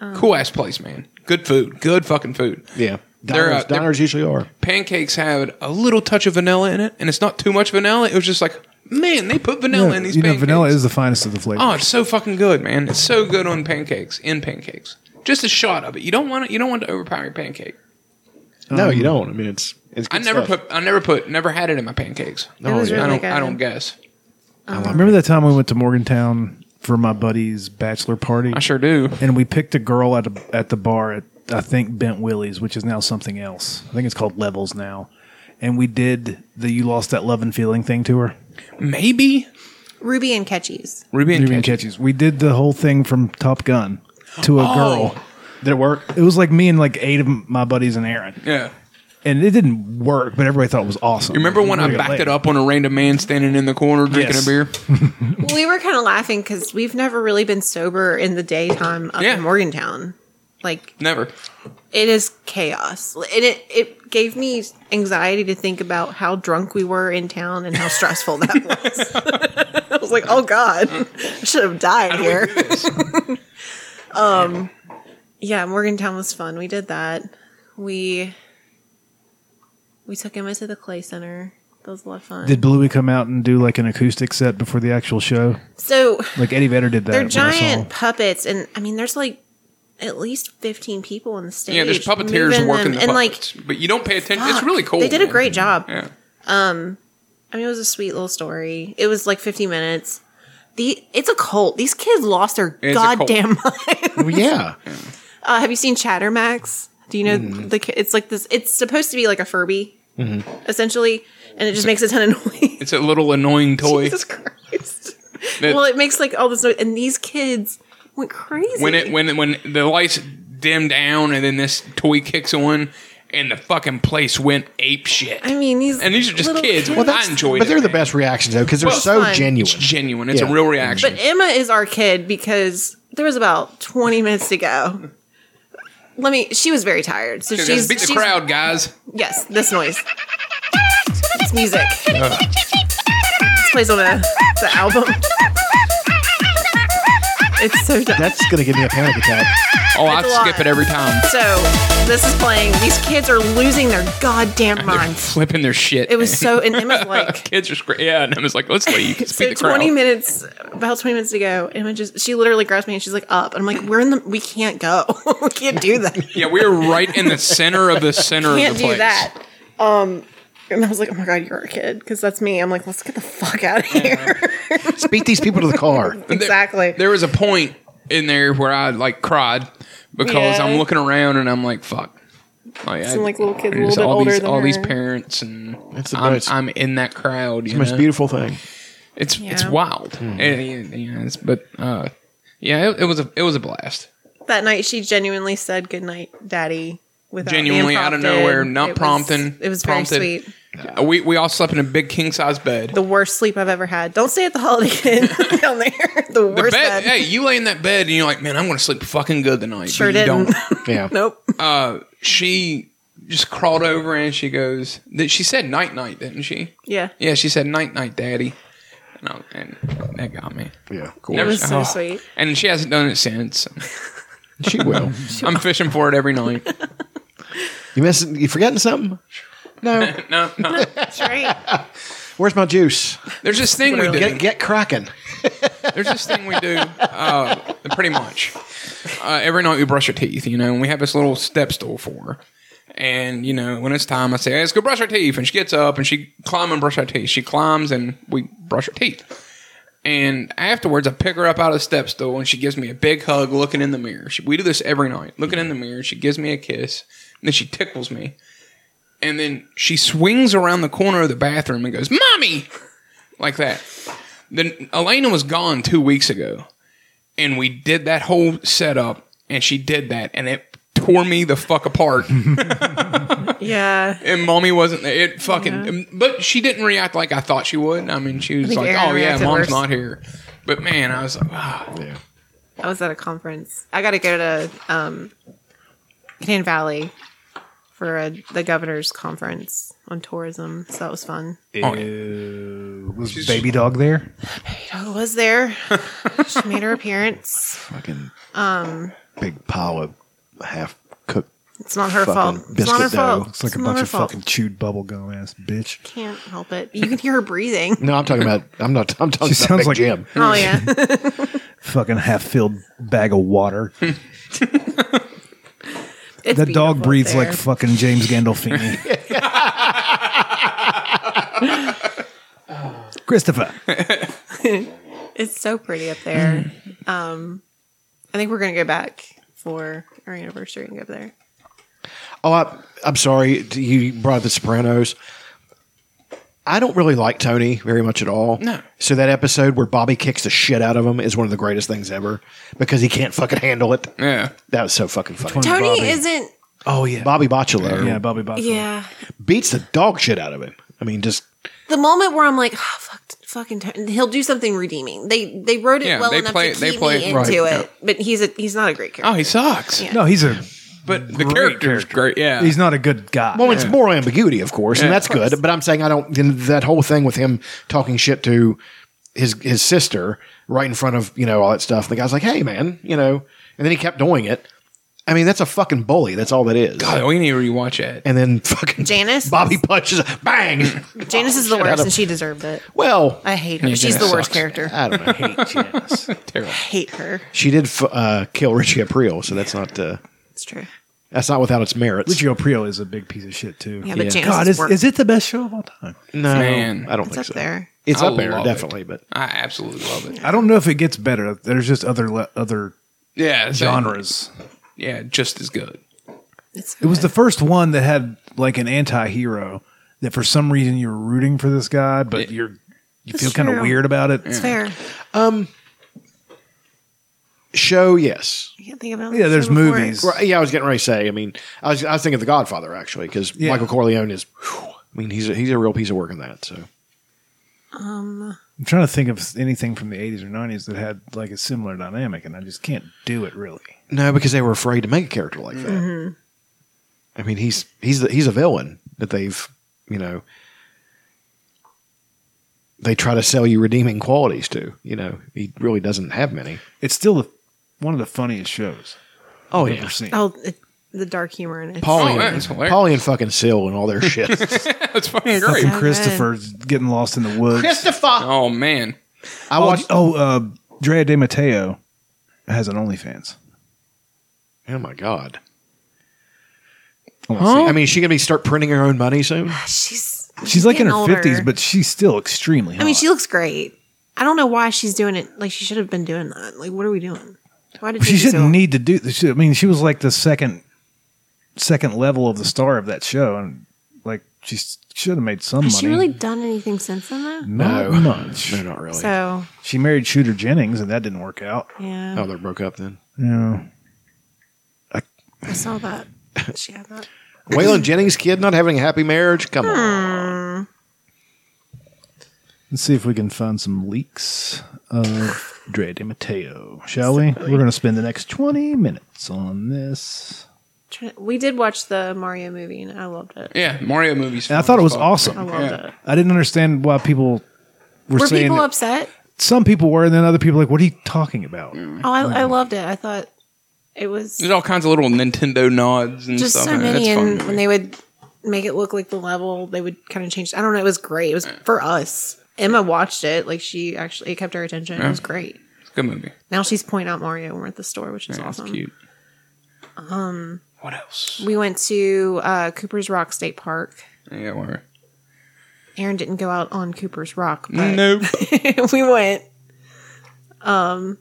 [SPEAKER 1] Um,
[SPEAKER 3] cool ass place, man. Good food. Good fucking food.
[SPEAKER 2] Yeah.
[SPEAKER 3] They're, uh,
[SPEAKER 2] Diners,
[SPEAKER 3] they're-
[SPEAKER 2] diners usually are.
[SPEAKER 3] Pancakes had a little touch of vanilla in it, and it's not too much vanilla. It was just like, man, they put vanilla in these
[SPEAKER 4] you know,
[SPEAKER 3] pancakes.
[SPEAKER 4] vanilla is the finest of the flavors.
[SPEAKER 3] Oh, it's so fucking good, man. It's so good on pancakes, in pancakes. Just a shot of it. You don't want it. You don't want to overpower your pancake.
[SPEAKER 2] no, you don't. I mean, it's it's. Good
[SPEAKER 3] I never
[SPEAKER 2] stuff.
[SPEAKER 3] put. I never put. Never had it in my pancakes.
[SPEAKER 1] It was
[SPEAKER 3] I
[SPEAKER 1] really
[SPEAKER 3] don't.
[SPEAKER 1] good.
[SPEAKER 3] I don't guess.
[SPEAKER 4] Remember that time we went to Morgantown for my buddy's bachelor party?
[SPEAKER 3] I sure do.
[SPEAKER 4] And we picked a girl at a, at the bar at I think Bent Willie's, which is now something else. I think it's called Levels now. And we did the you lost that love and feeling thing to her.
[SPEAKER 3] Maybe
[SPEAKER 1] Ruby and Ketchies.
[SPEAKER 3] Ruby and
[SPEAKER 4] Ruby and Ketchies. We did the whole thing from Top Gun to a
[SPEAKER 3] Oh.
[SPEAKER 4] girl.
[SPEAKER 2] Did it work?
[SPEAKER 4] It was like me and like eight of my buddies and Aaron.
[SPEAKER 3] Yeah.
[SPEAKER 4] And it didn't work, but everybody thought it was awesome.
[SPEAKER 3] You remember when I
[SPEAKER 4] Really good
[SPEAKER 3] backed
[SPEAKER 4] lady.
[SPEAKER 3] it up on a random man standing in the corner drinking a
[SPEAKER 4] Yes.
[SPEAKER 3] beer?
[SPEAKER 1] Well, we were kind of laughing because we've never really been sober in the daytime up
[SPEAKER 3] Yeah.
[SPEAKER 1] in Morgantown. Like
[SPEAKER 3] Never.
[SPEAKER 1] it is chaos, and it it gave me anxiety to think about how drunk we were in town and how stressful that
[SPEAKER 3] <laughs>
[SPEAKER 1] was. I was <laughs> like, oh god, I should have died here. <laughs> um, yeah, Morgantown was fun. We did that. We we took Emma to the Clay Center. Those a lot of fun.
[SPEAKER 4] Did Bluey come out and do like an acoustic set before the actual show?
[SPEAKER 1] so
[SPEAKER 4] Like Eddie Vedder did that.
[SPEAKER 1] they're
[SPEAKER 4] when I saw him.
[SPEAKER 1] giant puppets, and I mean, there's like at least 15 people on the stage.
[SPEAKER 3] Yeah, there's puppeteers
[SPEAKER 1] moving
[SPEAKER 3] working
[SPEAKER 1] them,
[SPEAKER 3] the
[SPEAKER 1] and
[SPEAKER 3] puppets, but you don't pay attention. It's
[SPEAKER 1] fuck,
[SPEAKER 3] really cool.
[SPEAKER 1] They did a great job.
[SPEAKER 3] Yeah.
[SPEAKER 1] Um, I mean, it was a sweet little story. It was like 50 minutes. The it's a cult. These kids lost their
[SPEAKER 2] It's a cult.
[SPEAKER 1] goddamn <laughs> minds.
[SPEAKER 2] <laughs> yeah.
[SPEAKER 1] Uh, have you seen Chattermax? Do you know
[SPEAKER 3] Mm-hmm.
[SPEAKER 1] the ki- It's like this. It's supposed to be like a Furby, essentially, and it just makes a ton of noise.
[SPEAKER 3] Mm-hmm. It's a little annoying toy.
[SPEAKER 1] Jesus Christ.
[SPEAKER 3] That-
[SPEAKER 1] well, it makes like all this noise, and these kids went crazy.
[SPEAKER 3] when it when when the lights dim down and then this toy kicks on and the fucking place went ape shit.
[SPEAKER 1] I mean, these
[SPEAKER 3] And these are just
[SPEAKER 1] little
[SPEAKER 3] kids. Well, I enjoyed
[SPEAKER 2] But
[SPEAKER 3] it.
[SPEAKER 2] they're the best reactions though because they're
[SPEAKER 3] Well,
[SPEAKER 2] so
[SPEAKER 1] fine.
[SPEAKER 2] genuine.
[SPEAKER 3] It's genuine. It's a real reaction.
[SPEAKER 1] But Emma is our kid because there was about 20 minutes to go. Let me. She was very tired, so
[SPEAKER 3] They're gonna
[SPEAKER 1] she's
[SPEAKER 3] beat the
[SPEAKER 1] she's-
[SPEAKER 3] crowd, guys.
[SPEAKER 1] Yes, this noise. It's music. This plays on a the album. It's so dumb.
[SPEAKER 2] That's gonna give me a panic attack.
[SPEAKER 3] Oh,
[SPEAKER 1] I'd It's a skip lot. it
[SPEAKER 3] every time.
[SPEAKER 1] So this is playing. These kids are losing their goddamn minds.
[SPEAKER 3] Flipping their shit.
[SPEAKER 1] It was so.
[SPEAKER 3] <laughs>
[SPEAKER 1] And Emma's like.
[SPEAKER 3] kids are screaming. Yeah, and I was like, let's leave. Let's
[SPEAKER 1] So
[SPEAKER 3] beat the crowd.
[SPEAKER 1] twenty minutes, about twenty minutes ago, Emma just she literally grabs me and she's like, "Up!" And I'm like, "We're in the, we can't go, <laughs> we can't do that,
[SPEAKER 3] yeah, we were right in the center
[SPEAKER 1] <laughs>
[SPEAKER 3] of the center
[SPEAKER 1] can't
[SPEAKER 3] of the
[SPEAKER 1] do
[SPEAKER 3] place.
[SPEAKER 1] that." Um, and I was like, "Oh my god, you're a kid," because that's me. I'm like, "Let's get the fuck out of here." <laughs>
[SPEAKER 2] Let's beat these people to the car.
[SPEAKER 1] exactly.
[SPEAKER 3] There was a point in there where I like cried because
[SPEAKER 1] Yeah.
[SPEAKER 3] I'm looking around and I'm like, fuck. Like,
[SPEAKER 1] Some, like, little kids a
[SPEAKER 3] there's
[SPEAKER 1] little bit
[SPEAKER 3] all
[SPEAKER 1] older
[SPEAKER 3] these,
[SPEAKER 1] than
[SPEAKER 3] all these
[SPEAKER 1] her.
[SPEAKER 3] parents and
[SPEAKER 2] It's the
[SPEAKER 3] I'm,
[SPEAKER 2] most-
[SPEAKER 3] I'm in that crowd.
[SPEAKER 2] It's
[SPEAKER 3] you
[SPEAKER 2] the most
[SPEAKER 3] know?
[SPEAKER 2] beautiful Hmm. thing.
[SPEAKER 3] It's it's
[SPEAKER 1] Yeah.
[SPEAKER 3] wild. And, and, you know, it's- but uh, yeah, it, it was a it was a blast.
[SPEAKER 1] That night, she genuinely said, "Good night, Daddy." Without
[SPEAKER 3] Genuinely out of nowhere, not prompting.
[SPEAKER 1] It was
[SPEAKER 3] prompted.
[SPEAKER 1] very sweet.
[SPEAKER 3] Uh, We we all slept in a big king size bed.
[SPEAKER 1] The worst sleep I've ever had. Don't stay at the Holiday Inn <laughs> down there. The
[SPEAKER 3] The
[SPEAKER 1] worst
[SPEAKER 3] bed,
[SPEAKER 1] bed.
[SPEAKER 3] Hey, you lay in that bed and you're like, man, I'm going to sleep fucking good tonight.
[SPEAKER 1] Sure
[SPEAKER 3] But you
[SPEAKER 1] didn't. <laughs>
[SPEAKER 3] Don't.
[SPEAKER 2] Yeah.
[SPEAKER 1] Nope.
[SPEAKER 3] Uh, she just crawled over and she goes, that she said night night, didn't she?
[SPEAKER 1] Yeah.
[SPEAKER 3] Yeah, she said night night, daddy. And, I, and that got me.
[SPEAKER 2] Yeah,
[SPEAKER 3] cool.
[SPEAKER 1] That was so
[SPEAKER 4] Oh.
[SPEAKER 1] sweet.
[SPEAKER 3] And she hasn't done it since.
[SPEAKER 1] <laughs>
[SPEAKER 2] She will.
[SPEAKER 3] I'm fishing for it every night.
[SPEAKER 2] You missing? You forgetting something? No.
[SPEAKER 3] no,
[SPEAKER 2] <laughs>
[SPEAKER 3] no.
[SPEAKER 1] That's right.
[SPEAKER 2] Where's my juice?
[SPEAKER 3] There's this thing we do.
[SPEAKER 2] Get, get cracking.
[SPEAKER 3] There's this thing we do, uh, pretty much. Uh, every night we brush our teeth, you know, and we have this little step stool for her. And, you know, when it's time, I say, "Hey, let's go brush our teeth. And she gets up and she climbs and brush our teeth. She climbs and we brush our teeth. And afterwards, I pick her up out of the step stool and she gives me a big hug looking in the mirror. She, we do this every night, looking in the mirror. She gives me a kiss and then she tickles me. And then she swings around the corner of the bathroom and goes, Mommy! Like that. Then Elena was gone two weeks ago. And we did that whole setup and she did that and it tore me the fuck apart.
[SPEAKER 4] <laughs>
[SPEAKER 1] Yeah.
[SPEAKER 3] and mommy wasn't there. It fucking, but she didn't react like I thought she would. I mean, she was
[SPEAKER 1] think
[SPEAKER 3] like,
[SPEAKER 1] Aaron
[SPEAKER 3] oh yeah,
[SPEAKER 1] reacted
[SPEAKER 3] mom's
[SPEAKER 1] worse.
[SPEAKER 3] not here. But man, I was like, ah.
[SPEAKER 2] Yeah.
[SPEAKER 1] I was at a conference. I got to go to um, Canaan Valley for a, the governor's conference on tourism. So that was fun.
[SPEAKER 3] oh,
[SPEAKER 4] Ew. Was baby dog there?
[SPEAKER 1] Dog
[SPEAKER 3] <laughs>
[SPEAKER 1] was there. she made her appearance.
[SPEAKER 2] Fucking
[SPEAKER 1] Um,
[SPEAKER 2] big pile of half cooked.
[SPEAKER 1] It's not her fault. It's not her fault.
[SPEAKER 4] Looks like
[SPEAKER 1] It's
[SPEAKER 4] a
[SPEAKER 1] not
[SPEAKER 4] bunch
[SPEAKER 1] her
[SPEAKER 4] of
[SPEAKER 1] fault.
[SPEAKER 4] fucking chewed bubblegum ass bitch.
[SPEAKER 1] can't help it. You can hear her
[SPEAKER 2] <laughs>
[SPEAKER 1] breathing. <laughs>
[SPEAKER 2] No, I'm talking about. I'm not. I'm talking
[SPEAKER 4] <laughs> She
[SPEAKER 2] about Big
[SPEAKER 4] sounds like-
[SPEAKER 2] Jim.
[SPEAKER 1] Oh yeah.
[SPEAKER 4] Fucking half filled bag
[SPEAKER 3] <laughs>
[SPEAKER 4] of water.
[SPEAKER 1] It's
[SPEAKER 4] that dog
[SPEAKER 1] beautiful
[SPEAKER 4] breathes
[SPEAKER 1] there.
[SPEAKER 4] like fucking
[SPEAKER 3] <laughs>
[SPEAKER 4] James Gandolfini. Christopher.
[SPEAKER 1] it's so pretty up there. Um, I think we're gonna go back for our anniversary and go up there.
[SPEAKER 2] Oh, I, I'm sorry. You brought the Sopranos. I don't really like Tony very much at all. No. So that episode where Bobby kicks the shit out of him is one of the greatest things ever because he can't fucking handle it.
[SPEAKER 3] Yeah.
[SPEAKER 2] That was so fucking funny.
[SPEAKER 1] Tony isn't.
[SPEAKER 2] Oh yeah. Bobby Botcholo.
[SPEAKER 4] Yeah, Bobby Botcholo.
[SPEAKER 1] Yeah.
[SPEAKER 2] Beats the dog shit out of him. I mean, just
[SPEAKER 1] the moment where I'm like, oh, fuck, fucking, Tony. he'll do something redeeming. They they wrote it
[SPEAKER 3] Yeah,
[SPEAKER 1] well
[SPEAKER 3] they
[SPEAKER 1] enough
[SPEAKER 3] play-
[SPEAKER 1] to
[SPEAKER 3] they
[SPEAKER 1] keep
[SPEAKER 3] play
[SPEAKER 1] me
[SPEAKER 3] it
[SPEAKER 1] into
[SPEAKER 3] right,
[SPEAKER 1] it,
[SPEAKER 3] yeah.
[SPEAKER 1] but he's a he's not a great character.
[SPEAKER 3] Oh, he sucks.
[SPEAKER 1] Yeah.
[SPEAKER 4] No, he's a
[SPEAKER 3] But the character's great. Yeah.
[SPEAKER 4] he's not a good guy.
[SPEAKER 2] well, it's moral ambiguity, of course,
[SPEAKER 4] Yeah.
[SPEAKER 2] and that's
[SPEAKER 4] Of course.
[SPEAKER 2] good. But I'm saying I don't then that whole thing with him talking shit to his his sister right in front of you know all that stuff. The guy's like, "Hey, man," you know, and then he kept doing it. I mean, that's a fucking bully. That's all that is. God,
[SPEAKER 3] we need to rewatch it.
[SPEAKER 2] And then fucking
[SPEAKER 1] Janice.
[SPEAKER 2] Bobby punches. Bang.
[SPEAKER 1] Janice is the
[SPEAKER 2] Shit, I
[SPEAKER 1] worst,
[SPEAKER 2] don't-
[SPEAKER 1] and she deserved it.
[SPEAKER 2] Well,
[SPEAKER 1] Oh, I hate her.
[SPEAKER 2] Yeah,
[SPEAKER 1] She's the
[SPEAKER 2] Janice
[SPEAKER 1] worst
[SPEAKER 2] sucks.
[SPEAKER 1] character.
[SPEAKER 2] I don't know. I
[SPEAKER 4] <laughs>
[SPEAKER 2] hate
[SPEAKER 1] Janice.
[SPEAKER 3] Terrible.
[SPEAKER 1] Hate her.
[SPEAKER 2] She did f- uh, kill Richie Aprile, so that's not. Uh,
[SPEAKER 1] It's true.
[SPEAKER 2] That's not without its merits.
[SPEAKER 4] Richie Aprile is a big piece of shit too.
[SPEAKER 1] Yeah, but Janice
[SPEAKER 4] God,
[SPEAKER 1] is
[SPEAKER 4] is,
[SPEAKER 1] work.
[SPEAKER 4] is it the best show of all time?
[SPEAKER 2] No, Man. I don't
[SPEAKER 1] It's
[SPEAKER 2] think
[SPEAKER 1] up
[SPEAKER 2] so.
[SPEAKER 1] there.
[SPEAKER 2] It's
[SPEAKER 4] I
[SPEAKER 2] up there
[SPEAKER 4] love it.
[SPEAKER 2] definitely, but
[SPEAKER 3] I absolutely love it.
[SPEAKER 4] I don't know if it gets better. There's just other le- other
[SPEAKER 3] Yeah, same.
[SPEAKER 4] genres.
[SPEAKER 3] Yeah, just as good. <laughs>
[SPEAKER 4] It was the first one that had like an anti-hero that for some reason you're rooting for this guy, but you're you
[SPEAKER 2] That's
[SPEAKER 4] feel kind of
[SPEAKER 2] true.
[SPEAKER 4] weird about it.
[SPEAKER 2] It's
[SPEAKER 1] fair.
[SPEAKER 2] Um, show yes.
[SPEAKER 1] I can't think about
[SPEAKER 4] Yeah, there's
[SPEAKER 1] show before it.
[SPEAKER 4] movies.
[SPEAKER 2] Right, yeah, I was getting ready to say. I mean, I was, I was thinking of The Godfather actually because Michael Corleone is. whew, I mean, he's a, he's a real piece of work in that. So
[SPEAKER 1] Um,
[SPEAKER 4] I'm trying to think of anything from the 80s or 90s that had like a similar dynamic, and I just can't do it really.
[SPEAKER 2] no, because they were afraid to make a character like that.
[SPEAKER 4] Mhm.
[SPEAKER 2] I mean, he's he's the, he's a villain that they've you know they try to sell you redeeming qualities to. You know, he really doesn't have many.
[SPEAKER 4] It's still the, one of the funniest shows.
[SPEAKER 2] Oh
[SPEAKER 4] I've
[SPEAKER 2] yeah,
[SPEAKER 4] ever seen.
[SPEAKER 1] Oh, it, the dark humor in it.
[SPEAKER 2] Paulie, and, Paulie and fucking Syl and all <laughs> their shit.
[SPEAKER 3] That's fucking
[SPEAKER 4] <laughs>
[SPEAKER 3] great.
[SPEAKER 4] Fucking Christopher's getting lost in the woods.
[SPEAKER 3] Oh man,
[SPEAKER 2] I
[SPEAKER 4] watched. Oh, uh, Drea De Matteo has an OnlyFans.
[SPEAKER 2] Oh my god.
[SPEAKER 4] wanna see
[SPEAKER 2] I mean, is she gonna be start printing her own money soon?
[SPEAKER 1] She's
[SPEAKER 4] She's like in
[SPEAKER 1] getting
[SPEAKER 4] her
[SPEAKER 1] older.
[SPEAKER 4] fifties, but she's still extremely hot.
[SPEAKER 1] I mean, she looks great. I don't know why she's doing it. Like she should have been doing that. Like, what are we doing? Why did
[SPEAKER 4] she
[SPEAKER 1] we do
[SPEAKER 4] shouldn't
[SPEAKER 1] so-
[SPEAKER 4] need to do. She, I mean, she was like the second, second level of the star of that show, and like she s- should have made some
[SPEAKER 1] Has
[SPEAKER 4] money.
[SPEAKER 1] she really done anything since then? Though?
[SPEAKER 4] Not
[SPEAKER 2] No.
[SPEAKER 4] much.
[SPEAKER 2] No, not really.
[SPEAKER 1] So
[SPEAKER 4] She married Shooter Jennings, and that didn't work out.
[SPEAKER 1] yeah,
[SPEAKER 2] Oh, they broke up then.
[SPEAKER 4] Yeah.
[SPEAKER 1] I saw that.
[SPEAKER 4] <laughs>
[SPEAKER 1] She had that.
[SPEAKER 2] Waylon Jennings' kid not having a happy marriage? Come on.
[SPEAKER 1] Hmm.
[SPEAKER 4] Let's see if we can find some leaks of Dre De Matteo, shall we? We're going to spend the next 20 minutes on this.
[SPEAKER 1] Try- We did watch the Mario movie, and I loved it.
[SPEAKER 3] Yeah, Mario movies.
[SPEAKER 4] And I thought it was awesome.
[SPEAKER 1] I loved it.
[SPEAKER 4] I didn't understand why people were,
[SPEAKER 1] Were
[SPEAKER 4] saying.
[SPEAKER 1] people
[SPEAKER 4] that-
[SPEAKER 1] upset?
[SPEAKER 4] some people were, and then other people were like, what are you talking about?
[SPEAKER 1] Oh, I, I loved it. I thought it was
[SPEAKER 3] There's all kinds of little Nintendo nods and
[SPEAKER 1] just
[SPEAKER 3] stuff.
[SPEAKER 1] so
[SPEAKER 3] in it.
[SPEAKER 1] many,
[SPEAKER 3] It's fun
[SPEAKER 1] and
[SPEAKER 3] movie.
[SPEAKER 1] when they would make it look like the level, they would kind of change. I don't know. It was great. It was for us. Emma watched it. Like she actually, it kept her attention. It
[SPEAKER 3] Yeah.
[SPEAKER 1] was great.
[SPEAKER 3] It's a good movie.
[SPEAKER 1] Now she's pointing out Mario when we're at the store, which is
[SPEAKER 3] Yeah, it's
[SPEAKER 1] awesome.
[SPEAKER 3] cute.
[SPEAKER 1] Um,
[SPEAKER 3] what else?
[SPEAKER 1] We went to uh, Cooper's Rock State Park.
[SPEAKER 3] Yeah, whatever.
[SPEAKER 1] Aaron didn't go out on Cooper's Rock, but
[SPEAKER 3] Nope.
[SPEAKER 1] <laughs> we went. Um,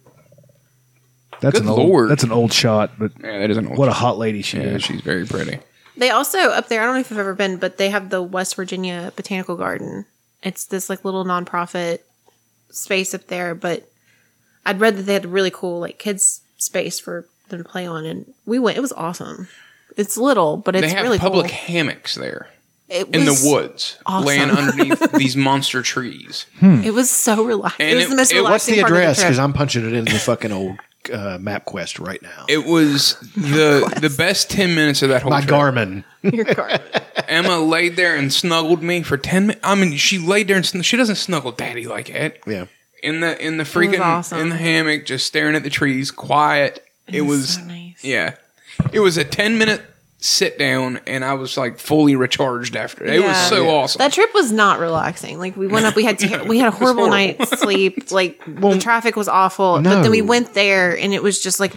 [SPEAKER 4] That's
[SPEAKER 3] Good
[SPEAKER 4] an old,
[SPEAKER 3] lord.
[SPEAKER 4] That's an old shot, but
[SPEAKER 3] yeah, that is an old
[SPEAKER 4] what a hot lady she
[SPEAKER 3] Yeah,
[SPEAKER 4] is.
[SPEAKER 3] she's very pretty.
[SPEAKER 1] they also up there. I don't know if you've ever been, but they have the West Virginia Botanical Garden. It's this like little nonprofit space up there, but I'd read that they had a really cool like kids space for them to play on, and we went. It was awesome. It's little, but it's
[SPEAKER 3] they have
[SPEAKER 1] really
[SPEAKER 3] public
[SPEAKER 1] cool.
[SPEAKER 3] hammocks there
[SPEAKER 1] It
[SPEAKER 3] in the
[SPEAKER 1] was
[SPEAKER 3] woods,
[SPEAKER 1] awesome.
[SPEAKER 3] laying
[SPEAKER 1] <laughs>
[SPEAKER 3] underneath these monster trees.
[SPEAKER 1] It was so relaxing.
[SPEAKER 3] And
[SPEAKER 1] It was
[SPEAKER 3] it-
[SPEAKER 1] the most
[SPEAKER 3] it-
[SPEAKER 1] relaxing
[SPEAKER 2] What's the
[SPEAKER 1] part of
[SPEAKER 2] address?
[SPEAKER 1] trip.
[SPEAKER 2] Because I'm punching it into the fucking old uh, map quest right now.
[SPEAKER 3] It was
[SPEAKER 1] <laughs>
[SPEAKER 3] the the best ten minutes of that whole.
[SPEAKER 2] My
[SPEAKER 3] trip.
[SPEAKER 2] Garmin.
[SPEAKER 3] Emma laid there and snuggled me for ten minutes. I mean, she laid there and sn- she doesn't snuggle daddy like that.
[SPEAKER 2] Yeah.
[SPEAKER 3] In the in the freaking
[SPEAKER 1] awesome.
[SPEAKER 3] in the hammock, just staring at the trees, quiet. <laughs> It, was yeah. It was a ten minute sit down, and I was like fully recharged after it. It was
[SPEAKER 1] Yeah.
[SPEAKER 3] so awesome.
[SPEAKER 1] That trip was not relaxing. Like we went up, we had ter- we
[SPEAKER 3] <laughs>
[SPEAKER 1] had a horrible,
[SPEAKER 3] horrible. <laughs>
[SPEAKER 1] night's sleep. Like the traffic was awful. But
[SPEAKER 2] no.
[SPEAKER 1] then we went there, and it was just like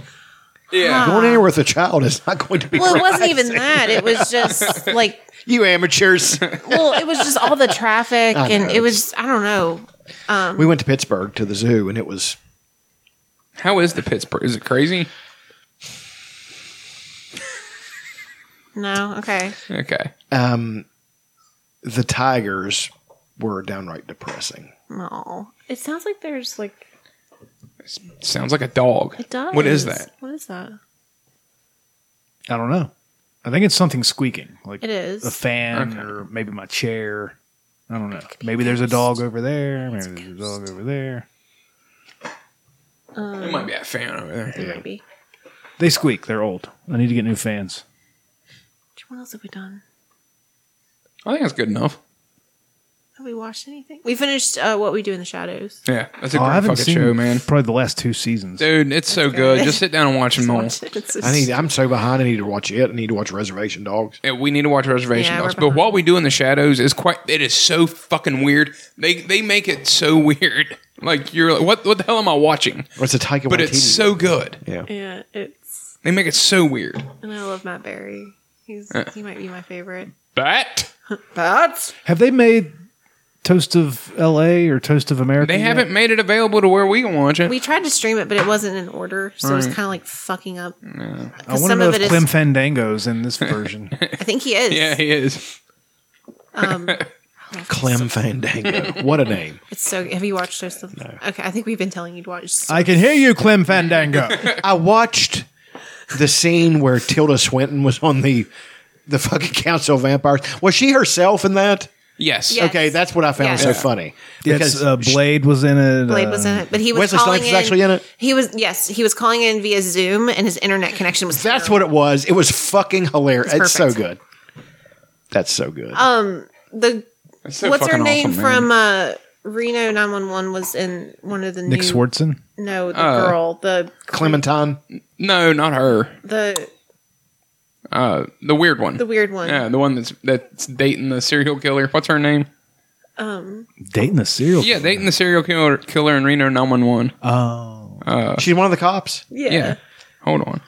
[SPEAKER 1] Yeah.
[SPEAKER 2] Going anywhere with a child is not going to be.
[SPEAKER 1] well, it wasn't
[SPEAKER 2] relaxing.
[SPEAKER 1] even that. It was just like
[SPEAKER 2] <laughs> you amateurs.
[SPEAKER 1] well, it was just all the traffic,
[SPEAKER 2] I
[SPEAKER 1] and
[SPEAKER 2] know,
[SPEAKER 1] it was I don't know. Um,
[SPEAKER 2] we went to Pittsburgh to the zoo, and it was
[SPEAKER 3] How is the Pittsburgh? Is it crazy?
[SPEAKER 1] no okay.
[SPEAKER 3] Okay.
[SPEAKER 2] um, the tigers were downright depressing.
[SPEAKER 1] No, it sounds like there's like
[SPEAKER 3] Sounds like a dog.
[SPEAKER 1] it does.
[SPEAKER 3] What is that?
[SPEAKER 1] What is that?
[SPEAKER 4] I don't know. I think it's something squeaking, like
[SPEAKER 1] It is.
[SPEAKER 4] a fan or maybe my chair. I don't know. Maybe there's a dog over there. Maybe there's a dog over there.
[SPEAKER 1] Um,
[SPEAKER 3] It might be a fan over there.
[SPEAKER 1] It might be.
[SPEAKER 4] They squeak. They're old. I need to get new fans.
[SPEAKER 1] What else have we done?
[SPEAKER 3] I think that's good enough.
[SPEAKER 1] Have we watched anything? We finished uh, What We Do in the Shadows.
[SPEAKER 3] Yeah, that's a
[SPEAKER 11] Oh, I
[SPEAKER 3] great
[SPEAKER 11] haven't
[SPEAKER 3] fucking
[SPEAKER 11] seen
[SPEAKER 3] show, man.
[SPEAKER 11] Probably the last two seasons.
[SPEAKER 3] Dude, it's so good. Just sit down and watch them all.
[SPEAKER 2] I need. I'm so behind. I need to watch it. I need to watch Reservation Dogs.
[SPEAKER 3] Yeah, we need to watch Reservation
[SPEAKER 2] Yeah,
[SPEAKER 3] Dogs.
[SPEAKER 2] we're
[SPEAKER 3] But what we do in the shadows is quite. It is so fucking weird. They they make it so <laughs> weird. Like you're like, what what the hell am I watching?
[SPEAKER 2] What's a Taika
[SPEAKER 3] But it's
[SPEAKER 2] Waititi.
[SPEAKER 3] so good.
[SPEAKER 2] Yeah.
[SPEAKER 1] Yeah, it's
[SPEAKER 3] They make it so weird.
[SPEAKER 1] and I love Matt Berry. He's
[SPEAKER 3] Uh.
[SPEAKER 1] he might be my favorite.
[SPEAKER 3] But
[SPEAKER 1] But
[SPEAKER 4] Have they made Toast of L.A. or Toast of America?
[SPEAKER 3] they
[SPEAKER 4] yet?
[SPEAKER 3] haven't made it available to where we can watch it.
[SPEAKER 1] we tried to stream it, but it wasn't in order, so it's
[SPEAKER 4] Right.
[SPEAKER 1] kind of like fucking up.
[SPEAKER 4] I
[SPEAKER 1] 'Cause
[SPEAKER 4] want to
[SPEAKER 1] some
[SPEAKER 4] know
[SPEAKER 1] of
[SPEAKER 4] if
[SPEAKER 1] it is-
[SPEAKER 4] Clem Fandango's in this version.
[SPEAKER 1] I think he is.
[SPEAKER 3] Yeah, he is.
[SPEAKER 1] Um,
[SPEAKER 2] Clem Fandango. What a name.
[SPEAKER 1] it's so. Have you watched Toast of? Okay, I think we've been telling you to watch.
[SPEAKER 4] I can hear you, Clem Fandango.
[SPEAKER 2] I watched the scene where Tilda Swinton was on the the fucking Council of Vampires. Was she herself in that?
[SPEAKER 3] Yes.
[SPEAKER 2] Okay, that's what I found so
[SPEAKER 4] Yeah.
[SPEAKER 2] funny.
[SPEAKER 4] Yes, uh, Blade was in it.
[SPEAKER 1] Blade was in
[SPEAKER 4] uh,
[SPEAKER 1] it, but he was
[SPEAKER 2] Wesley
[SPEAKER 1] calling
[SPEAKER 2] Snipes was actually in it?
[SPEAKER 1] He was yes, he was calling in via Zoom, and his internet connection was.
[SPEAKER 2] That's what it was. It was fucking hilarious.
[SPEAKER 1] It's
[SPEAKER 2] It's so good. That's so good.
[SPEAKER 1] Um, the
[SPEAKER 2] so
[SPEAKER 1] what's her
[SPEAKER 2] fucking
[SPEAKER 1] name
[SPEAKER 2] awesome,
[SPEAKER 1] from uh, Reno nine one one was in one of the
[SPEAKER 2] Nick
[SPEAKER 1] new,
[SPEAKER 2] Swardson?
[SPEAKER 1] No, the
[SPEAKER 3] Uh,
[SPEAKER 1] girl, the
[SPEAKER 2] Clementine.
[SPEAKER 3] No, not her.
[SPEAKER 1] the
[SPEAKER 3] Uh, the weird one.
[SPEAKER 1] The weird one.
[SPEAKER 3] Yeah, the one that's that's dating the serial killer. What's her name?
[SPEAKER 1] um.
[SPEAKER 4] dating the serial.
[SPEAKER 3] Yeah, dating the serial killer killer in Reno 911.
[SPEAKER 4] Oh,
[SPEAKER 3] uh,
[SPEAKER 2] she's one of the cops.
[SPEAKER 1] Yeah.
[SPEAKER 3] Hold on.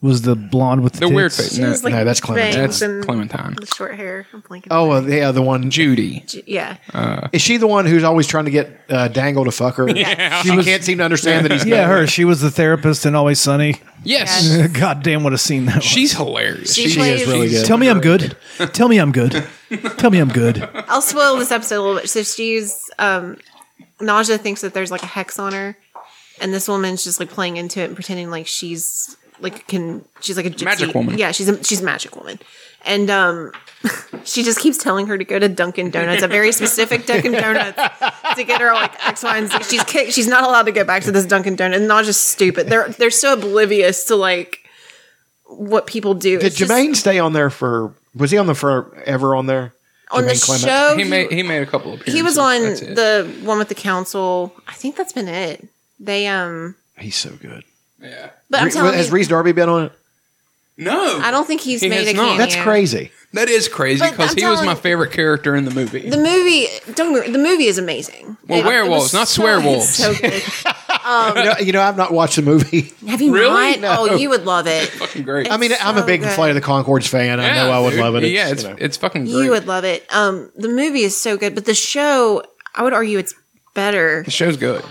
[SPEAKER 4] Was the blonde with the,
[SPEAKER 3] The weird
[SPEAKER 4] tits?
[SPEAKER 3] face. No,
[SPEAKER 1] She was, like,
[SPEAKER 3] no, that's Clementine.
[SPEAKER 1] bangs
[SPEAKER 3] That's
[SPEAKER 1] and
[SPEAKER 3] Clementine.
[SPEAKER 1] The short hair. I'm blanking.
[SPEAKER 2] Oh uh, yeah, the one
[SPEAKER 3] Judy.
[SPEAKER 1] J- Yeah.
[SPEAKER 2] Is she the one who's always trying to get uh, Dangle to fuck her?
[SPEAKER 1] Yeah.
[SPEAKER 2] She can't seem to understand that he's
[SPEAKER 4] yeah,
[SPEAKER 2] gay. <laughs>
[SPEAKER 4] her. She was the therapist in Always Sunny. <laughs>
[SPEAKER 3] Yes.
[SPEAKER 4] God damn, what a scene that was.
[SPEAKER 3] She's hilarious.
[SPEAKER 1] She She is plays- really good.
[SPEAKER 4] Tell me I'm good. Tell me I'm good. Tell me I'm good.
[SPEAKER 1] I'll spoil this episode a little bit. So she's um, Nausea thinks that there's like a hex on her, and this woman's just like playing into it and pretending like she's like can she's like a gypsy.
[SPEAKER 3] Magic woman.
[SPEAKER 1] Yeah, she's a she's a magic woman, and um, <laughs> she just keeps telling her to go to Dunkin' Donuts, a very specific Dunkin' Donuts, to get her like X, Y, and Z. She's kicked, she's not allowed to go back to this Dunkin' Donut. And Nausea's stupid. They're they're so oblivious to like what people do.
[SPEAKER 2] Did
[SPEAKER 1] It's just-
[SPEAKER 2] Jermaine stay on there for? Was he on the forever on there?
[SPEAKER 1] On the
[SPEAKER 2] Jermaine Clement?
[SPEAKER 1] show,
[SPEAKER 3] He made he made a couple of appearances.
[SPEAKER 1] he was on
[SPEAKER 3] That's it.
[SPEAKER 1] the one with the council. I think that's been it. They um,
[SPEAKER 2] He's so good.
[SPEAKER 3] Yeah.
[SPEAKER 1] but I'm
[SPEAKER 2] Re-
[SPEAKER 1] telling
[SPEAKER 2] has
[SPEAKER 1] you,
[SPEAKER 2] Reese Darby been on it?
[SPEAKER 3] No.
[SPEAKER 1] I don't think he's
[SPEAKER 3] He
[SPEAKER 1] made
[SPEAKER 3] has
[SPEAKER 1] a
[SPEAKER 3] not.
[SPEAKER 1] cameo.
[SPEAKER 2] That's crazy.
[SPEAKER 3] That is crazy
[SPEAKER 1] But
[SPEAKER 3] because
[SPEAKER 1] I'm
[SPEAKER 3] he was
[SPEAKER 1] telling-
[SPEAKER 3] my favorite character in the movie.
[SPEAKER 1] The movie, don't get me- the movie is amazing.
[SPEAKER 3] Well,
[SPEAKER 1] It- it
[SPEAKER 3] werewolves,
[SPEAKER 1] was
[SPEAKER 3] not
[SPEAKER 1] so-
[SPEAKER 3] swearwolves.
[SPEAKER 1] it's <laughs> so good. Um,
[SPEAKER 2] you, know, you know, I've not watched the movie. <laughs>
[SPEAKER 1] have you
[SPEAKER 3] Really?
[SPEAKER 1] not?
[SPEAKER 3] No.
[SPEAKER 1] Oh, you would
[SPEAKER 3] <laughs>
[SPEAKER 1] love it.
[SPEAKER 3] fucking great.
[SPEAKER 2] I mean, I'm a
[SPEAKER 1] so
[SPEAKER 2] big
[SPEAKER 1] good.
[SPEAKER 2] Flight of the Concords fan. I know I would
[SPEAKER 3] dude.
[SPEAKER 2] love it.
[SPEAKER 3] yeah, it's
[SPEAKER 2] you know.
[SPEAKER 3] it's fucking great.
[SPEAKER 1] You would love it. Um, the movie is so good, but the show, I would argue, it's better.
[SPEAKER 3] the show's good.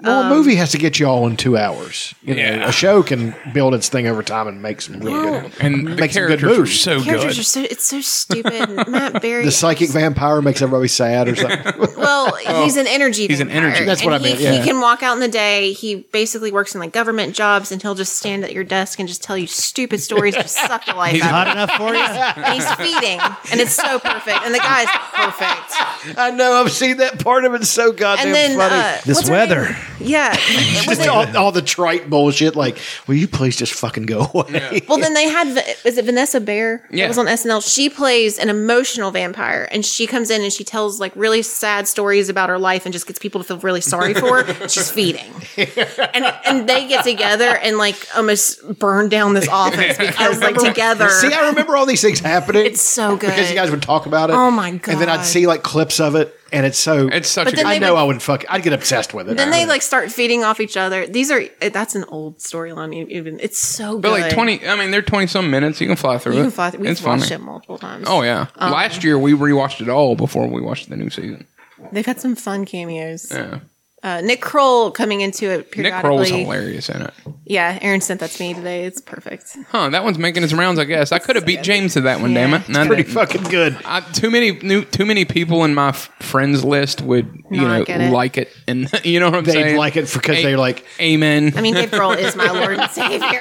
[SPEAKER 2] Well, a
[SPEAKER 1] Um,
[SPEAKER 2] movie has to get you all in two hours. You know,
[SPEAKER 3] Yeah.
[SPEAKER 2] a show can build its thing over time and make some really good
[SPEAKER 3] And the
[SPEAKER 2] make some good
[SPEAKER 3] characters are
[SPEAKER 2] moves.
[SPEAKER 3] so
[SPEAKER 1] Characters
[SPEAKER 3] good.
[SPEAKER 1] are so it's so stupid.
[SPEAKER 2] <laughs>
[SPEAKER 1] Matt Berry.
[SPEAKER 2] The psychic vampire makes everybody sad or something.
[SPEAKER 3] <laughs>
[SPEAKER 1] Well,
[SPEAKER 2] <laughs> Oh,
[SPEAKER 1] he's an energy.
[SPEAKER 2] he's an
[SPEAKER 1] vampire,
[SPEAKER 2] energy. That's
[SPEAKER 1] and
[SPEAKER 2] what I
[SPEAKER 1] he-
[SPEAKER 2] meant, yeah.
[SPEAKER 1] He can walk out in the day. He basically works in like government jobs, and he'll just stand at your desk and just tell you stupid stories
[SPEAKER 2] <laughs>
[SPEAKER 1] to suck the life
[SPEAKER 4] He's
[SPEAKER 1] out.
[SPEAKER 4] hot
[SPEAKER 1] of you.
[SPEAKER 4] enough for you.
[SPEAKER 1] And he's feeding, and it's so perfect. And the
[SPEAKER 2] <laughs>
[SPEAKER 1] guy's perfect.
[SPEAKER 2] I know. I've seen that part of it. It's so goddamn
[SPEAKER 1] And then,
[SPEAKER 2] funny.
[SPEAKER 1] uh, This what's her weather. name? Yeah.
[SPEAKER 2] <laughs>
[SPEAKER 1] It was
[SPEAKER 2] Just all, all the trite bullshit. Like, will you please just fucking go <laughs> away?
[SPEAKER 1] Well, then they had Va- is it Vanessa Bayer? that
[SPEAKER 2] Yeah.
[SPEAKER 1] was on SNL. She plays an emotional vampire, and she comes in and she tells like really sad stories about her life, and just gets people to feel really sorry for
[SPEAKER 2] <laughs>
[SPEAKER 1] her. She's feeding, and and they get together and like almost burn down
[SPEAKER 2] <laughs>
[SPEAKER 1] this office because like together.
[SPEAKER 2] See, I remember all these things happening. It's
[SPEAKER 1] so good
[SPEAKER 2] because you guys would talk about it.
[SPEAKER 1] Oh, my
[SPEAKER 2] And then
[SPEAKER 1] God.
[SPEAKER 2] I'd see like clips of it, and it's so it's
[SPEAKER 1] such But a then good-
[SPEAKER 2] I
[SPEAKER 1] they
[SPEAKER 2] know
[SPEAKER 1] would-
[SPEAKER 2] I would fuck. I'd get obsessed with it.
[SPEAKER 1] then they like start feeding off each other. These are eh, that's an old storyline. e- Even it's so
[SPEAKER 3] But
[SPEAKER 1] good.
[SPEAKER 3] like twenty, I mean, they're twenty some minutes. You can fly through
[SPEAKER 1] You
[SPEAKER 3] it.
[SPEAKER 1] can fly. Through, we've
[SPEAKER 3] it's funny.
[SPEAKER 1] watched it multiple times.
[SPEAKER 3] Oh yeah.
[SPEAKER 1] Um,
[SPEAKER 3] Last year we rewatched it all before we watched the new season.
[SPEAKER 1] They've had some fun cameos.
[SPEAKER 3] Yeah.
[SPEAKER 1] Uh, Nick Kroll coming into it
[SPEAKER 3] Nick
[SPEAKER 1] periodically.
[SPEAKER 3] Kroll's hilarious in it.
[SPEAKER 1] Yeah, Aaron sent that to me today. It's perfect.
[SPEAKER 3] Huh, that one's making its rounds, I guess. I could have beat James to that one, damn it. It's
[SPEAKER 2] pretty fucking
[SPEAKER 3] <laughs>
[SPEAKER 2] good.
[SPEAKER 3] I, too many new, too many people in my f- friends list would you
[SPEAKER 1] Not
[SPEAKER 3] know
[SPEAKER 1] get it.
[SPEAKER 3] like it, and <laughs> you know what I'm
[SPEAKER 2] They'd
[SPEAKER 3] saying.
[SPEAKER 2] like it because
[SPEAKER 3] A-
[SPEAKER 2] they're like,
[SPEAKER 3] Amen.
[SPEAKER 1] I mean, Dave Grohl is my Lord
[SPEAKER 3] <laughs>
[SPEAKER 1] and Savior.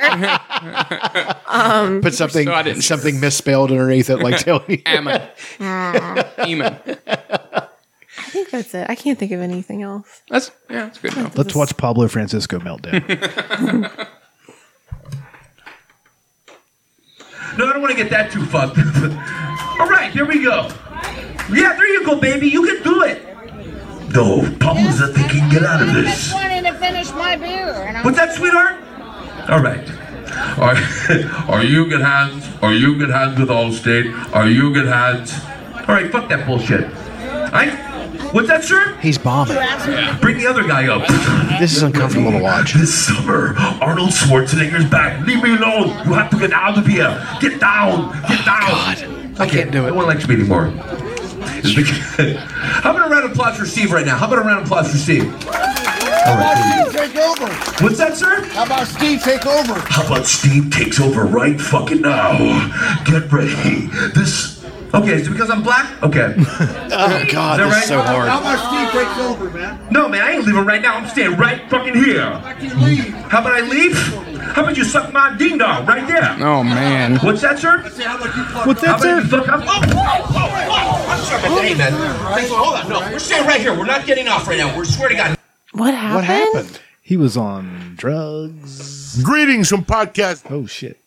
[SPEAKER 1] um,
[SPEAKER 2] put something something misspelled underneath
[SPEAKER 3] <laughs>
[SPEAKER 2] it, like tell you.
[SPEAKER 3] Amen.
[SPEAKER 1] mm,
[SPEAKER 3] Amen.
[SPEAKER 1] I think that's it. I can't think of anything else.
[SPEAKER 3] That's yeah, that's good enough.
[SPEAKER 4] Let's watch Pablo Francisco meltdown.
[SPEAKER 15] <laughs> No, I don't want to get that too fucked. All right, here we go. Yeah, there you go, baby. You can do it. No problems that they can get out of this.
[SPEAKER 16] wanted to finish my beer. And I'm
[SPEAKER 15] What's that, sweetheart?
[SPEAKER 17] All right.
[SPEAKER 15] <laughs>
[SPEAKER 17] Are, are you good hands? Are you good hands with Allstate? Are you good hands? All right, fuck that bullshit.
[SPEAKER 15] I. What's that, sir?
[SPEAKER 2] <laughs> He's bombing.
[SPEAKER 15] Bring the other guy up.
[SPEAKER 2] This is uncomfortable to watch.
[SPEAKER 15] This summer, Arnold Schwarzenegger's back. Leave me alone. You have to get out of here. Get down. Get down. Oh, I can't do it. No one likes me anymore. <laughs> How about a round of applause for Steve right now? How about a round of applause for Steve?
[SPEAKER 18] Take over.
[SPEAKER 15] What's that, sir?
[SPEAKER 18] How about Steve take over?
[SPEAKER 15] How about Steve takes over right fucking now? Get ready. This. Okay, is it because I'm black? Okay. oh,
[SPEAKER 2] God, this is so hard. How
[SPEAKER 18] about Steve takes over, man?
[SPEAKER 15] No, man, I ain't leaving right now. I'm staying right fucking here. How about I leave? How about you suck my ding dong right there?
[SPEAKER 3] Oh man.
[SPEAKER 15] What's that, sir?
[SPEAKER 3] What's that,
[SPEAKER 15] How about you
[SPEAKER 3] sir?
[SPEAKER 15] fuck up? Oh,
[SPEAKER 18] I'm sorry, but hey, man. Thanks for- Hold on. No, we're staying right here. We're not getting off right now. We're swear to God.
[SPEAKER 1] What happened?
[SPEAKER 4] What happened? He was on drugs.
[SPEAKER 9] Greetings from podcast.
[SPEAKER 4] Oh shit.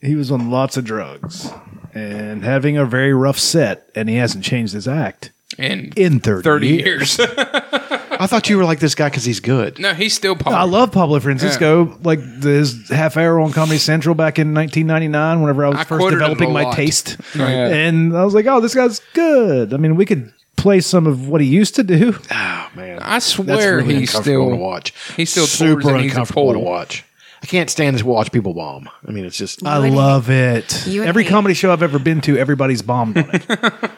[SPEAKER 4] He was on lots of drugs and having a very rough set, and he hasn't changed his act
[SPEAKER 3] in
[SPEAKER 4] in thirty,
[SPEAKER 3] 30
[SPEAKER 4] years.
[SPEAKER 3] years. <laughs>
[SPEAKER 2] I thought you were like this guy because he's good.
[SPEAKER 3] no, he's still
[SPEAKER 4] No, I
[SPEAKER 3] popular.
[SPEAKER 4] love Pablo Francisco. Like his half hour on Comedy Central back in 1999, whenever I was
[SPEAKER 3] I
[SPEAKER 4] first
[SPEAKER 3] quoted him
[SPEAKER 4] developing
[SPEAKER 3] a
[SPEAKER 4] my
[SPEAKER 3] lot.
[SPEAKER 4] taste,
[SPEAKER 3] Right. Yeah.
[SPEAKER 4] and I was like, "Oh, this guy's good." I mean, we could play some of what he used to do.
[SPEAKER 3] I swear
[SPEAKER 2] Oh, really
[SPEAKER 3] he's
[SPEAKER 2] uncomfortable
[SPEAKER 3] still
[SPEAKER 2] to watch.
[SPEAKER 3] He's still
[SPEAKER 2] super
[SPEAKER 3] tours and he's a
[SPEAKER 2] uncomfortable to
[SPEAKER 3] pole.
[SPEAKER 2] watch. I can't stand to watch people bomb. I mean, it's just
[SPEAKER 4] I love it.
[SPEAKER 2] you would
[SPEAKER 4] Every
[SPEAKER 2] hate-
[SPEAKER 4] comedy show I've ever been to, everybody's bombed on it.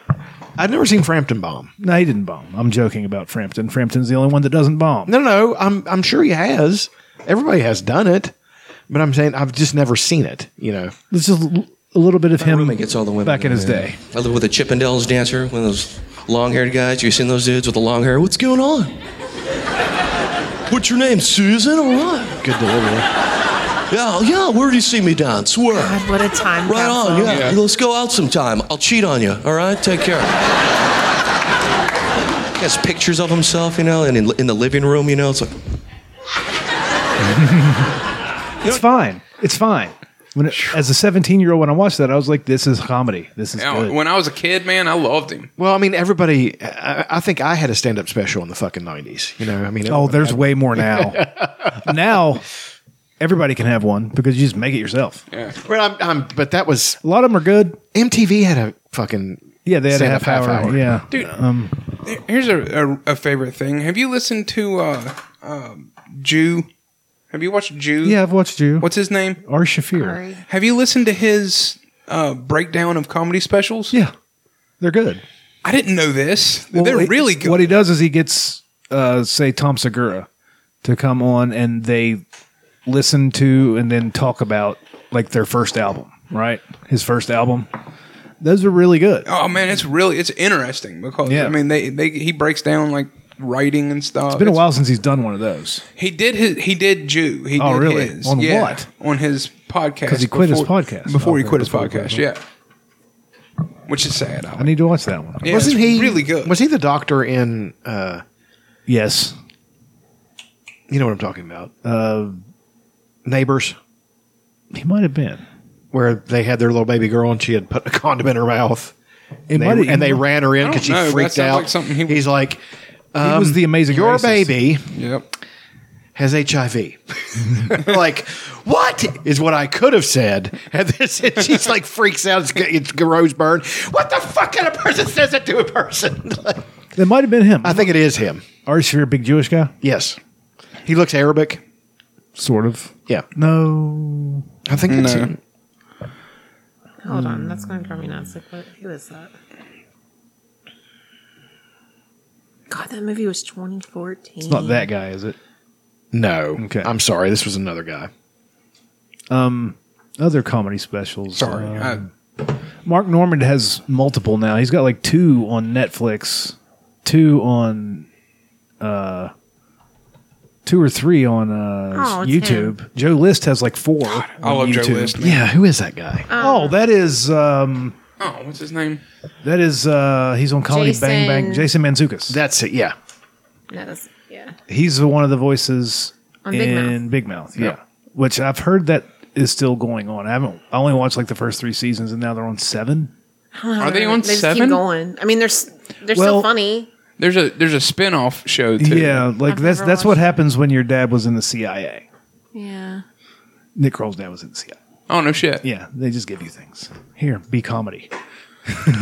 [SPEAKER 2] I've never seen Frampton bomb.
[SPEAKER 4] no, he didn't bomb. I'm joking about Frampton. Frampton's the only one that doesn't bomb.
[SPEAKER 2] No, no, no. I'm I'm sure he has. Everybody has done it, but I'm saying I've just never seen it. You know,
[SPEAKER 4] This is l- a little bit of him
[SPEAKER 14] gets all the women
[SPEAKER 4] back in his day.
[SPEAKER 14] I live with a Chippendales dancer, one of those long-haired guys. You seen those dudes with the long hair? What's going on? What's your name, Susan or what? Good delivery. Yeah, yeah. Where do you see me down? Swear.
[SPEAKER 1] God, what a time
[SPEAKER 14] Right on.
[SPEAKER 1] capsule.
[SPEAKER 14] Yeah. Let's go out sometime. I'll cheat on you. All right. Take care. He has pictures of himself, you know, and in, in the living room, you know, it's like
[SPEAKER 4] It's fine. It's fine. When it, as a 17 year old, when I watched that, I was like, "This is comedy. This is
[SPEAKER 3] Now,
[SPEAKER 4] good."
[SPEAKER 3] when I was a kid, man, I loved him.
[SPEAKER 2] Well, I mean, everybody. I, I think I had a stand-up special in the fucking nineties. You know, I mean,
[SPEAKER 4] Oh, there's
[SPEAKER 2] everybody-
[SPEAKER 3] <laughs>
[SPEAKER 4] way more now. now, everybody can have one because you just make it yourself.
[SPEAKER 2] Yeah. Well, I'm, I'm, but that was
[SPEAKER 4] a lot of them are good.
[SPEAKER 2] MTV had a fucking
[SPEAKER 4] Yeah, they had a
[SPEAKER 2] stand-up
[SPEAKER 4] half, hour, Yeah,
[SPEAKER 3] Dude.
[SPEAKER 4] Um,
[SPEAKER 3] Here's a, a, a favorite thing. Have you listened to uh, um Jew? Have you watched Jew?
[SPEAKER 4] yeah, I've watched you.
[SPEAKER 3] What's his name?
[SPEAKER 4] R. Shafir.
[SPEAKER 3] Have you listened to his uh, breakdown of comedy specials?
[SPEAKER 4] Yeah, they're good.
[SPEAKER 3] I didn't know this.
[SPEAKER 4] Well,
[SPEAKER 3] They're
[SPEAKER 4] it-
[SPEAKER 3] really good.
[SPEAKER 4] What he does is he gets, uh, say, Tom Segura to come on, and they listen to and then talk about like their first album, right? His first album. Those are really good.
[SPEAKER 3] Oh man, it's really it's interesting because
[SPEAKER 4] Yeah.
[SPEAKER 3] I mean they they he breaks down like writing and stuff.
[SPEAKER 4] It's been a while since he's done one of those.
[SPEAKER 3] He did his he did Jew. He
[SPEAKER 4] Oh,
[SPEAKER 3] did
[SPEAKER 4] really?
[SPEAKER 3] his.
[SPEAKER 4] On
[SPEAKER 3] yeah,
[SPEAKER 4] what?
[SPEAKER 3] On his podcast
[SPEAKER 4] 'Cause he quit his podcast.
[SPEAKER 3] before he
[SPEAKER 4] Okay,
[SPEAKER 3] quit his
[SPEAKER 4] before he
[SPEAKER 3] podcast.
[SPEAKER 4] quit.
[SPEAKER 3] Yeah, which is sad.
[SPEAKER 4] I need to watch that one.
[SPEAKER 3] Yeah, it's really good.
[SPEAKER 2] Was he the doctor in? uh
[SPEAKER 4] Yes.
[SPEAKER 2] You know what I'm talking about?
[SPEAKER 4] Uh,
[SPEAKER 2] Neighbors,
[SPEAKER 4] He might have been.
[SPEAKER 2] where they had their little baby girl and she had put a condom in her mouth, and
[SPEAKER 4] might
[SPEAKER 2] they,
[SPEAKER 4] have-
[SPEAKER 2] and they ran her in
[SPEAKER 4] I
[SPEAKER 2] because she
[SPEAKER 4] don't know, that
[SPEAKER 2] freaked
[SPEAKER 4] sounds
[SPEAKER 2] out.
[SPEAKER 4] like
[SPEAKER 2] something he, He's like,
[SPEAKER 4] he was
[SPEAKER 2] um,
[SPEAKER 4] the amazing.
[SPEAKER 2] Your
[SPEAKER 4] racist.
[SPEAKER 2] baby
[SPEAKER 3] Yep.
[SPEAKER 2] has HIV. <laughs> like, what is what I could have said? And this, <laughs> she's like freaks out. It's, it's Rose Byrne. What the fuck kind of person says that to a person? <laughs> Like,
[SPEAKER 4] That might have been him.
[SPEAKER 2] I think it is him.
[SPEAKER 4] Are you a big Jewish guy?
[SPEAKER 2] Yes, he looks Arabic.
[SPEAKER 4] Sort of.
[SPEAKER 2] Yeah,
[SPEAKER 4] No.
[SPEAKER 2] I think it's
[SPEAKER 4] No.
[SPEAKER 2] him.
[SPEAKER 1] Hold on, that's going to drive me nuts. Like, what, who is that? God, that movie was 2014.
[SPEAKER 4] It's not that guy, is it?
[SPEAKER 2] No. Okay. I'm sorry. This was another guy.
[SPEAKER 4] Um, other comedy specials.
[SPEAKER 2] Sorry,
[SPEAKER 4] Um, Mark Norman has multiple now. He's got like two on Netflix, two on, uh, two or three on uh,
[SPEAKER 1] Oh, it's
[SPEAKER 4] YouTube. Joe List has like four.
[SPEAKER 3] I
[SPEAKER 4] on
[SPEAKER 3] love Joe
[SPEAKER 4] YouTube.
[SPEAKER 3] List, man. Yeah,
[SPEAKER 2] who is that guy?
[SPEAKER 4] oh, that is um,
[SPEAKER 3] Oh, what's his name?
[SPEAKER 4] that is uh, he's on Comedy Bang Bang. Jason
[SPEAKER 1] Jason-
[SPEAKER 4] Manzukis.
[SPEAKER 2] That's it. Yeah,
[SPEAKER 1] No, that's, yeah.
[SPEAKER 4] he's one of the voices
[SPEAKER 1] On Big
[SPEAKER 4] in Big Mouth. Yeah. Which I've heard that is still going on. I haven't I only watched like the first three seasons and now they're on seven.
[SPEAKER 1] I don't know,
[SPEAKER 3] Are they
[SPEAKER 1] they're-
[SPEAKER 3] on
[SPEAKER 1] they Just
[SPEAKER 3] Seven?
[SPEAKER 1] keep going. I mean, they're s- they're
[SPEAKER 4] Well-
[SPEAKER 1] still funny.
[SPEAKER 3] There's a there's a spin-off show too.
[SPEAKER 4] Yeah, like that's
[SPEAKER 1] never
[SPEAKER 4] that's what happens when your dad was in the CIA.
[SPEAKER 1] Yeah.
[SPEAKER 4] Nick Kroll's dad was in the CIA.
[SPEAKER 3] Oh no shit.
[SPEAKER 4] Yeah, they just give you things. Here, be comedy.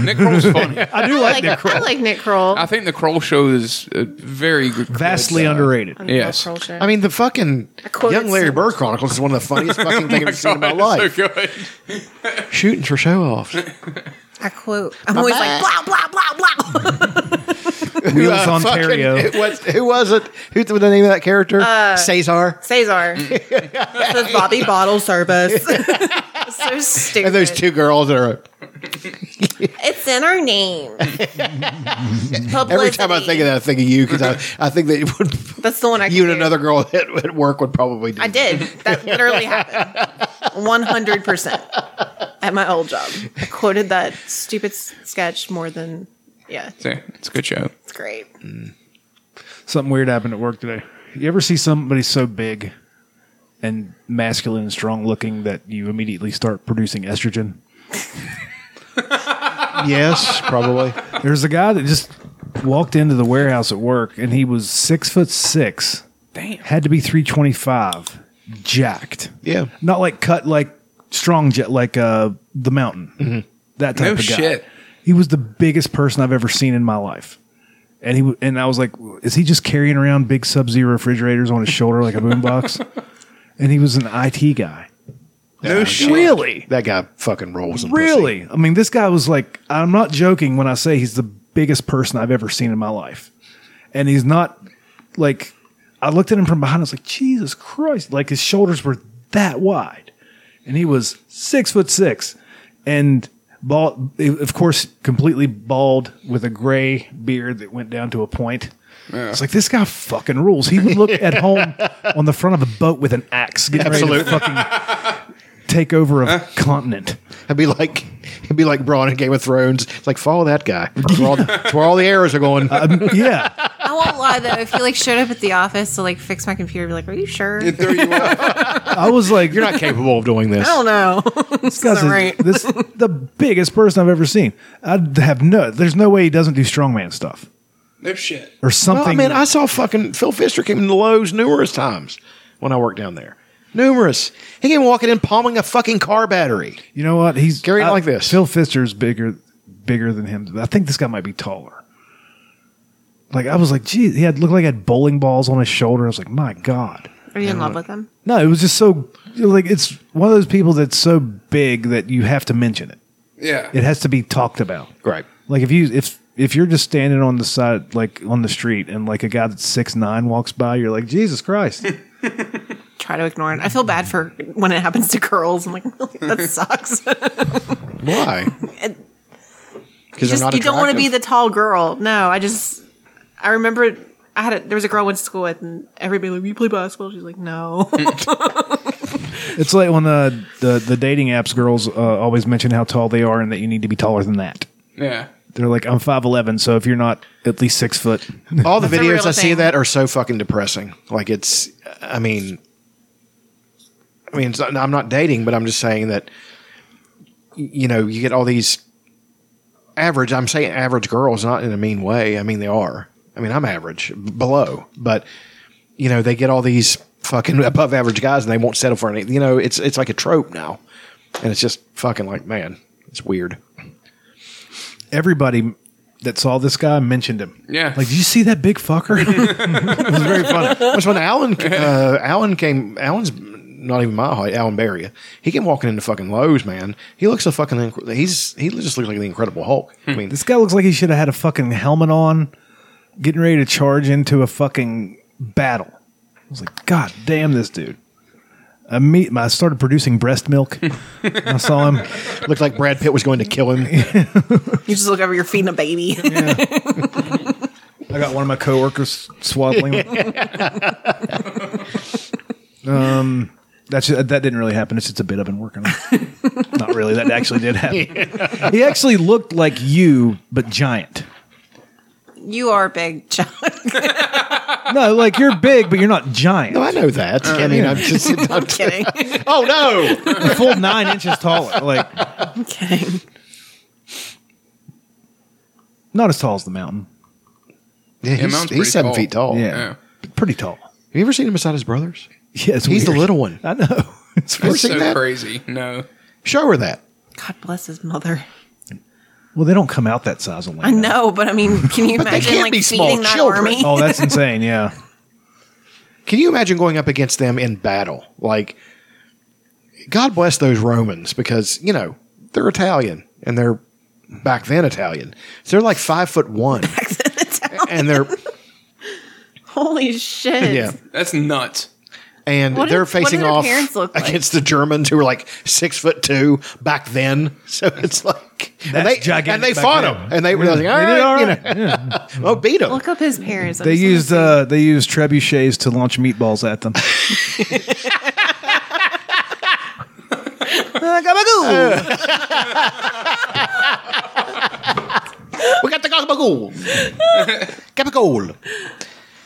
[SPEAKER 3] Nick
[SPEAKER 2] <laughs>
[SPEAKER 3] Kroll's funny.
[SPEAKER 4] I do like, Nick Kroll.
[SPEAKER 1] I like Nick Kroll.
[SPEAKER 3] I think the Kroll show is uh, very good.
[SPEAKER 4] Vastly
[SPEAKER 2] uh, <laughs>
[SPEAKER 4] underrated. I love
[SPEAKER 3] Yes.
[SPEAKER 1] Kroll show.
[SPEAKER 2] I mean, the fucking
[SPEAKER 1] quoted
[SPEAKER 2] Young Larry Bird Chronicles is one of the funniest fucking
[SPEAKER 3] <laughs>
[SPEAKER 2] things I've ever seen in my
[SPEAKER 3] Oh God,
[SPEAKER 2] life.
[SPEAKER 3] it's so good.
[SPEAKER 2] Shooting for show offs.
[SPEAKER 1] I quote. I'm always like blah blah blah blah.
[SPEAKER 2] Who, uh, fucking- <laughs> it was- who was it? Who was the name of that character?
[SPEAKER 1] Uh,
[SPEAKER 2] Cesar.
[SPEAKER 1] Cesar. This is Bobby Bottle
[SPEAKER 2] <laughs>
[SPEAKER 1] Service. so stupid.
[SPEAKER 2] And those two girls that are.
[SPEAKER 1] It's in our name.
[SPEAKER 2] Every time I think of that, I think of you
[SPEAKER 1] <laughs>
[SPEAKER 2] because I, I think that it would,
[SPEAKER 1] That's the one I
[SPEAKER 2] you and another girl <laughs> at, at work would probably do.
[SPEAKER 1] I did. That literally happened. 100% at my old job. I quoted that stupid s- sketch more than, yeah,
[SPEAKER 3] So, it's a good show.
[SPEAKER 1] it's great.
[SPEAKER 4] Something weird happened at work today. You ever see somebody so big and masculine and strong looking that you immediately start producing estrogen?
[SPEAKER 2] yes, probably.
[SPEAKER 4] There's a guy that just walked into the warehouse at work and he was six foot six. Damn. Had to be 325. Jacked.
[SPEAKER 2] Yeah.
[SPEAKER 4] Not like cut like strong jet like uh the mountain. That type
[SPEAKER 3] No
[SPEAKER 4] of guy.
[SPEAKER 3] shit.
[SPEAKER 4] He was the biggest person I've ever seen in my life. And he w- and I was like, is he just carrying around big sub zero refrigerators on his shoulder like a boombox? and he was an IT guy.
[SPEAKER 2] No
[SPEAKER 4] shit. Really?
[SPEAKER 2] That guy fucking rolls. in pussy.
[SPEAKER 4] Really? I mean, this guy was like, I'm not joking when I say he's the biggest person I've ever seen in my life. And he's not like, I looked at him from behind. I was like, Jesus Christ. Like his shoulders were that wide. And he was six foot six and bald, of course, completely bald with a gray beard that went down to a point. It's like this guy fucking rules. He would look at home on the front of a boat with an axe, getting ready to
[SPEAKER 2] Absolutely.
[SPEAKER 4] fucking take over a continent.
[SPEAKER 2] It'd be like it'd be like Braun in Game of Thrones. It's like follow that guy. It's where all the, it's where all the arrows are going.
[SPEAKER 4] Uh, yeah.
[SPEAKER 19] I won't lie though, if you like showed up at the office to like fix my computer, I'd be like, "Are you sure?"
[SPEAKER 4] I was like,
[SPEAKER 2] "You're not capable of doing
[SPEAKER 19] I don't
[SPEAKER 1] know.
[SPEAKER 4] This guy's a- this the biggest person I've ever seen. I'd have no. There's no way he doesn't do strongman stuff
[SPEAKER 3] No shit.
[SPEAKER 4] or something.
[SPEAKER 2] Well, I mean, I saw fucking Phil Fister came into Lowe's numerous times when I worked down there. Numerous. He came walking in, palming a fucking car battery.
[SPEAKER 4] you know what? He's
[SPEAKER 2] carrying it
[SPEAKER 4] I-
[SPEAKER 2] like this.
[SPEAKER 4] Phil Fister's bigger, bigger than him. I think this guy might be taller. Like I was like, geez, he had looked like he had bowling balls on his shoulder. I was like, my god.
[SPEAKER 1] Are you in love with them?
[SPEAKER 4] No, it was just so like it's one of those people that's so big that you have to mention it.
[SPEAKER 3] Yeah.
[SPEAKER 4] It has to be talked about.
[SPEAKER 2] Right.
[SPEAKER 4] Like if you if if you're just standing on the side like on the street and like a guy that's six nine walks by, you're like Jesus Christ.
[SPEAKER 1] Try to ignore it. I feel bad for when it happens to girls. I'm like, <laughs>
[SPEAKER 2] <laughs>
[SPEAKER 1] that sucks.
[SPEAKER 2] Why?
[SPEAKER 1] <laughs> You
[SPEAKER 2] Because they're
[SPEAKER 1] just-
[SPEAKER 2] not
[SPEAKER 1] you don't want to be
[SPEAKER 2] attractive?
[SPEAKER 1] the tall girl. No, I just I remember I had a, there was a girl I went to school with, and everybody like, you play basketball? She's like, no. <laughs>
[SPEAKER 4] it's like when the the, the dating apps girls uh, always mention how tall they are and that you need to be taller than that.
[SPEAKER 3] Yeah.
[SPEAKER 4] They're like I'm five eleven, so if you're not at least six foot,
[SPEAKER 2] <laughs> All the
[SPEAKER 4] That's a
[SPEAKER 2] videos
[SPEAKER 4] real
[SPEAKER 2] I see
[SPEAKER 4] thing.
[SPEAKER 2] of that are so fucking depressing. Like it's, I mean, I mean, it's not, I'm not dating, but I'm just saying that, y- you know, you get all these average. I'm saying average girls, not in a mean way. I mean, they are. I mean, I'm average, b- below, but you know, they get all these fucking <laughs> above average guys, and they won't settle for anything. You know, it's it's like a trope now, and it's just fucking like, man, it's weird.
[SPEAKER 4] everybody that saw this guy mentioned him.
[SPEAKER 3] Yeah.
[SPEAKER 4] Like, did you see that big fucker? <laughs> it was very funny.
[SPEAKER 2] That's when <laughs> Alan uh, Alan came. Alan's not even my height. Alan Barry. He came walking into fucking Lowe's, man. He looks a fucking. inc- He's he just looks like the Incredible Hulk. I mean,
[SPEAKER 4] This guy looks like he should have had a fucking helmet on, getting ready to charge into a fucking battle. I was like, God damn this dude. I meet I started producing breast milk. I saw him.
[SPEAKER 2] Looked like Brad Pitt was going to kill <laughs> him.
[SPEAKER 1] you just look over your feet and a baby. <laughs>
[SPEAKER 4] I got one of my coworkers swaddling. him. um, that's that didn't really happen. It's just a bit I've been working on. Not really. That actually did happen. He actually looked like you, but giant.
[SPEAKER 1] you are big, Chuck.
[SPEAKER 4] No, like you're big, but you're not giant. No,
[SPEAKER 2] I know that. I mean, I'm <laughs> just <laughs> I'm
[SPEAKER 1] kidding. <laughs>
[SPEAKER 2] oh no,
[SPEAKER 4] full nine inches taller. Like, I'm
[SPEAKER 1] kidding.
[SPEAKER 4] Not as tall as the mountain.
[SPEAKER 2] Yeah, he's- mountain's he's pretty seven tall. feet tall.
[SPEAKER 4] Yeah.
[SPEAKER 2] Oh, Yeah. <laughs>
[SPEAKER 4] pretty tall.
[SPEAKER 2] Have you ever seen him beside his brothers?
[SPEAKER 4] Yeah, it's
[SPEAKER 2] he's the
[SPEAKER 4] weird.
[SPEAKER 2] little <laughs> one.
[SPEAKER 4] I know. It's
[SPEAKER 2] Ever
[SPEAKER 3] That's
[SPEAKER 2] seen
[SPEAKER 3] so
[SPEAKER 2] that?
[SPEAKER 3] crazy. No.
[SPEAKER 2] Show her that.
[SPEAKER 1] God bless his mother.
[SPEAKER 4] Well, they don't come out that size on
[SPEAKER 1] I
[SPEAKER 4] land.
[SPEAKER 1] know, but I mean, can you
[SPEAKER 2] But they
[SPEAKER 1] imagine
[SPEAKER 2] can't
[SPEAKER 1] like
[SPEAKER 2] be small
[SPEAKER 1] feeding that
[SPEAKER 2] children.
[SPEAKER 1] army?
[SPEAKER 4] Oh, that's
[SPEAKER 2] <laughs>
[SPEAKER 4] insane. Yeah.
[SPEAKER 2] Can you imagine going up against them in battle? Like, God bless those Romans because you know they're Italian and they're back then Italian. So they're like five
[SPEAKER 1] <laughs>
[SPEAKER 2] foot one, and they're
[SPEAKER 1] <laughs> Holy shit!
[SPEAKER 2] yeah,
[SPEAKER 3] that's nuts.
[SPEAKER 2] And
[SPEAKER 1] What did-
[SPEAKER 2] they're
[SPEAKER 1] what did
[SPEAKER 2] facing
[SPEAKER 1] their
[SPEAKER 2] off
[SPEAKER 1] parents look like?
[SPEAKER 2] against the Germans who were like six foot two back then. So it's like and they and they
[SPEAKER 4] back
[SPEAKER 2] fought
[SPEAKER 4] then.
[SPEAKER 2] them and they were
[SPEAKER 4] Yeah.
[SPEAKER 2] like, all
[SPEAKER 4] They
[SPEAKER 2] right,
[SPEAKER 4] did all
[SPEAKER 2] you
[SPEAKER 4] right.
[SPEAKER 2] know, <laughs> oh beat them.
[SPEAKER 1] Look up his parents.
[SPEAKER 4] They used uh, they used trebuchets to launch meatballs
[SPEAKER 2] <laughs>
[SPEAKER 4] at them.
[SPEAKER 2] we got the Gabagool. Gabagool.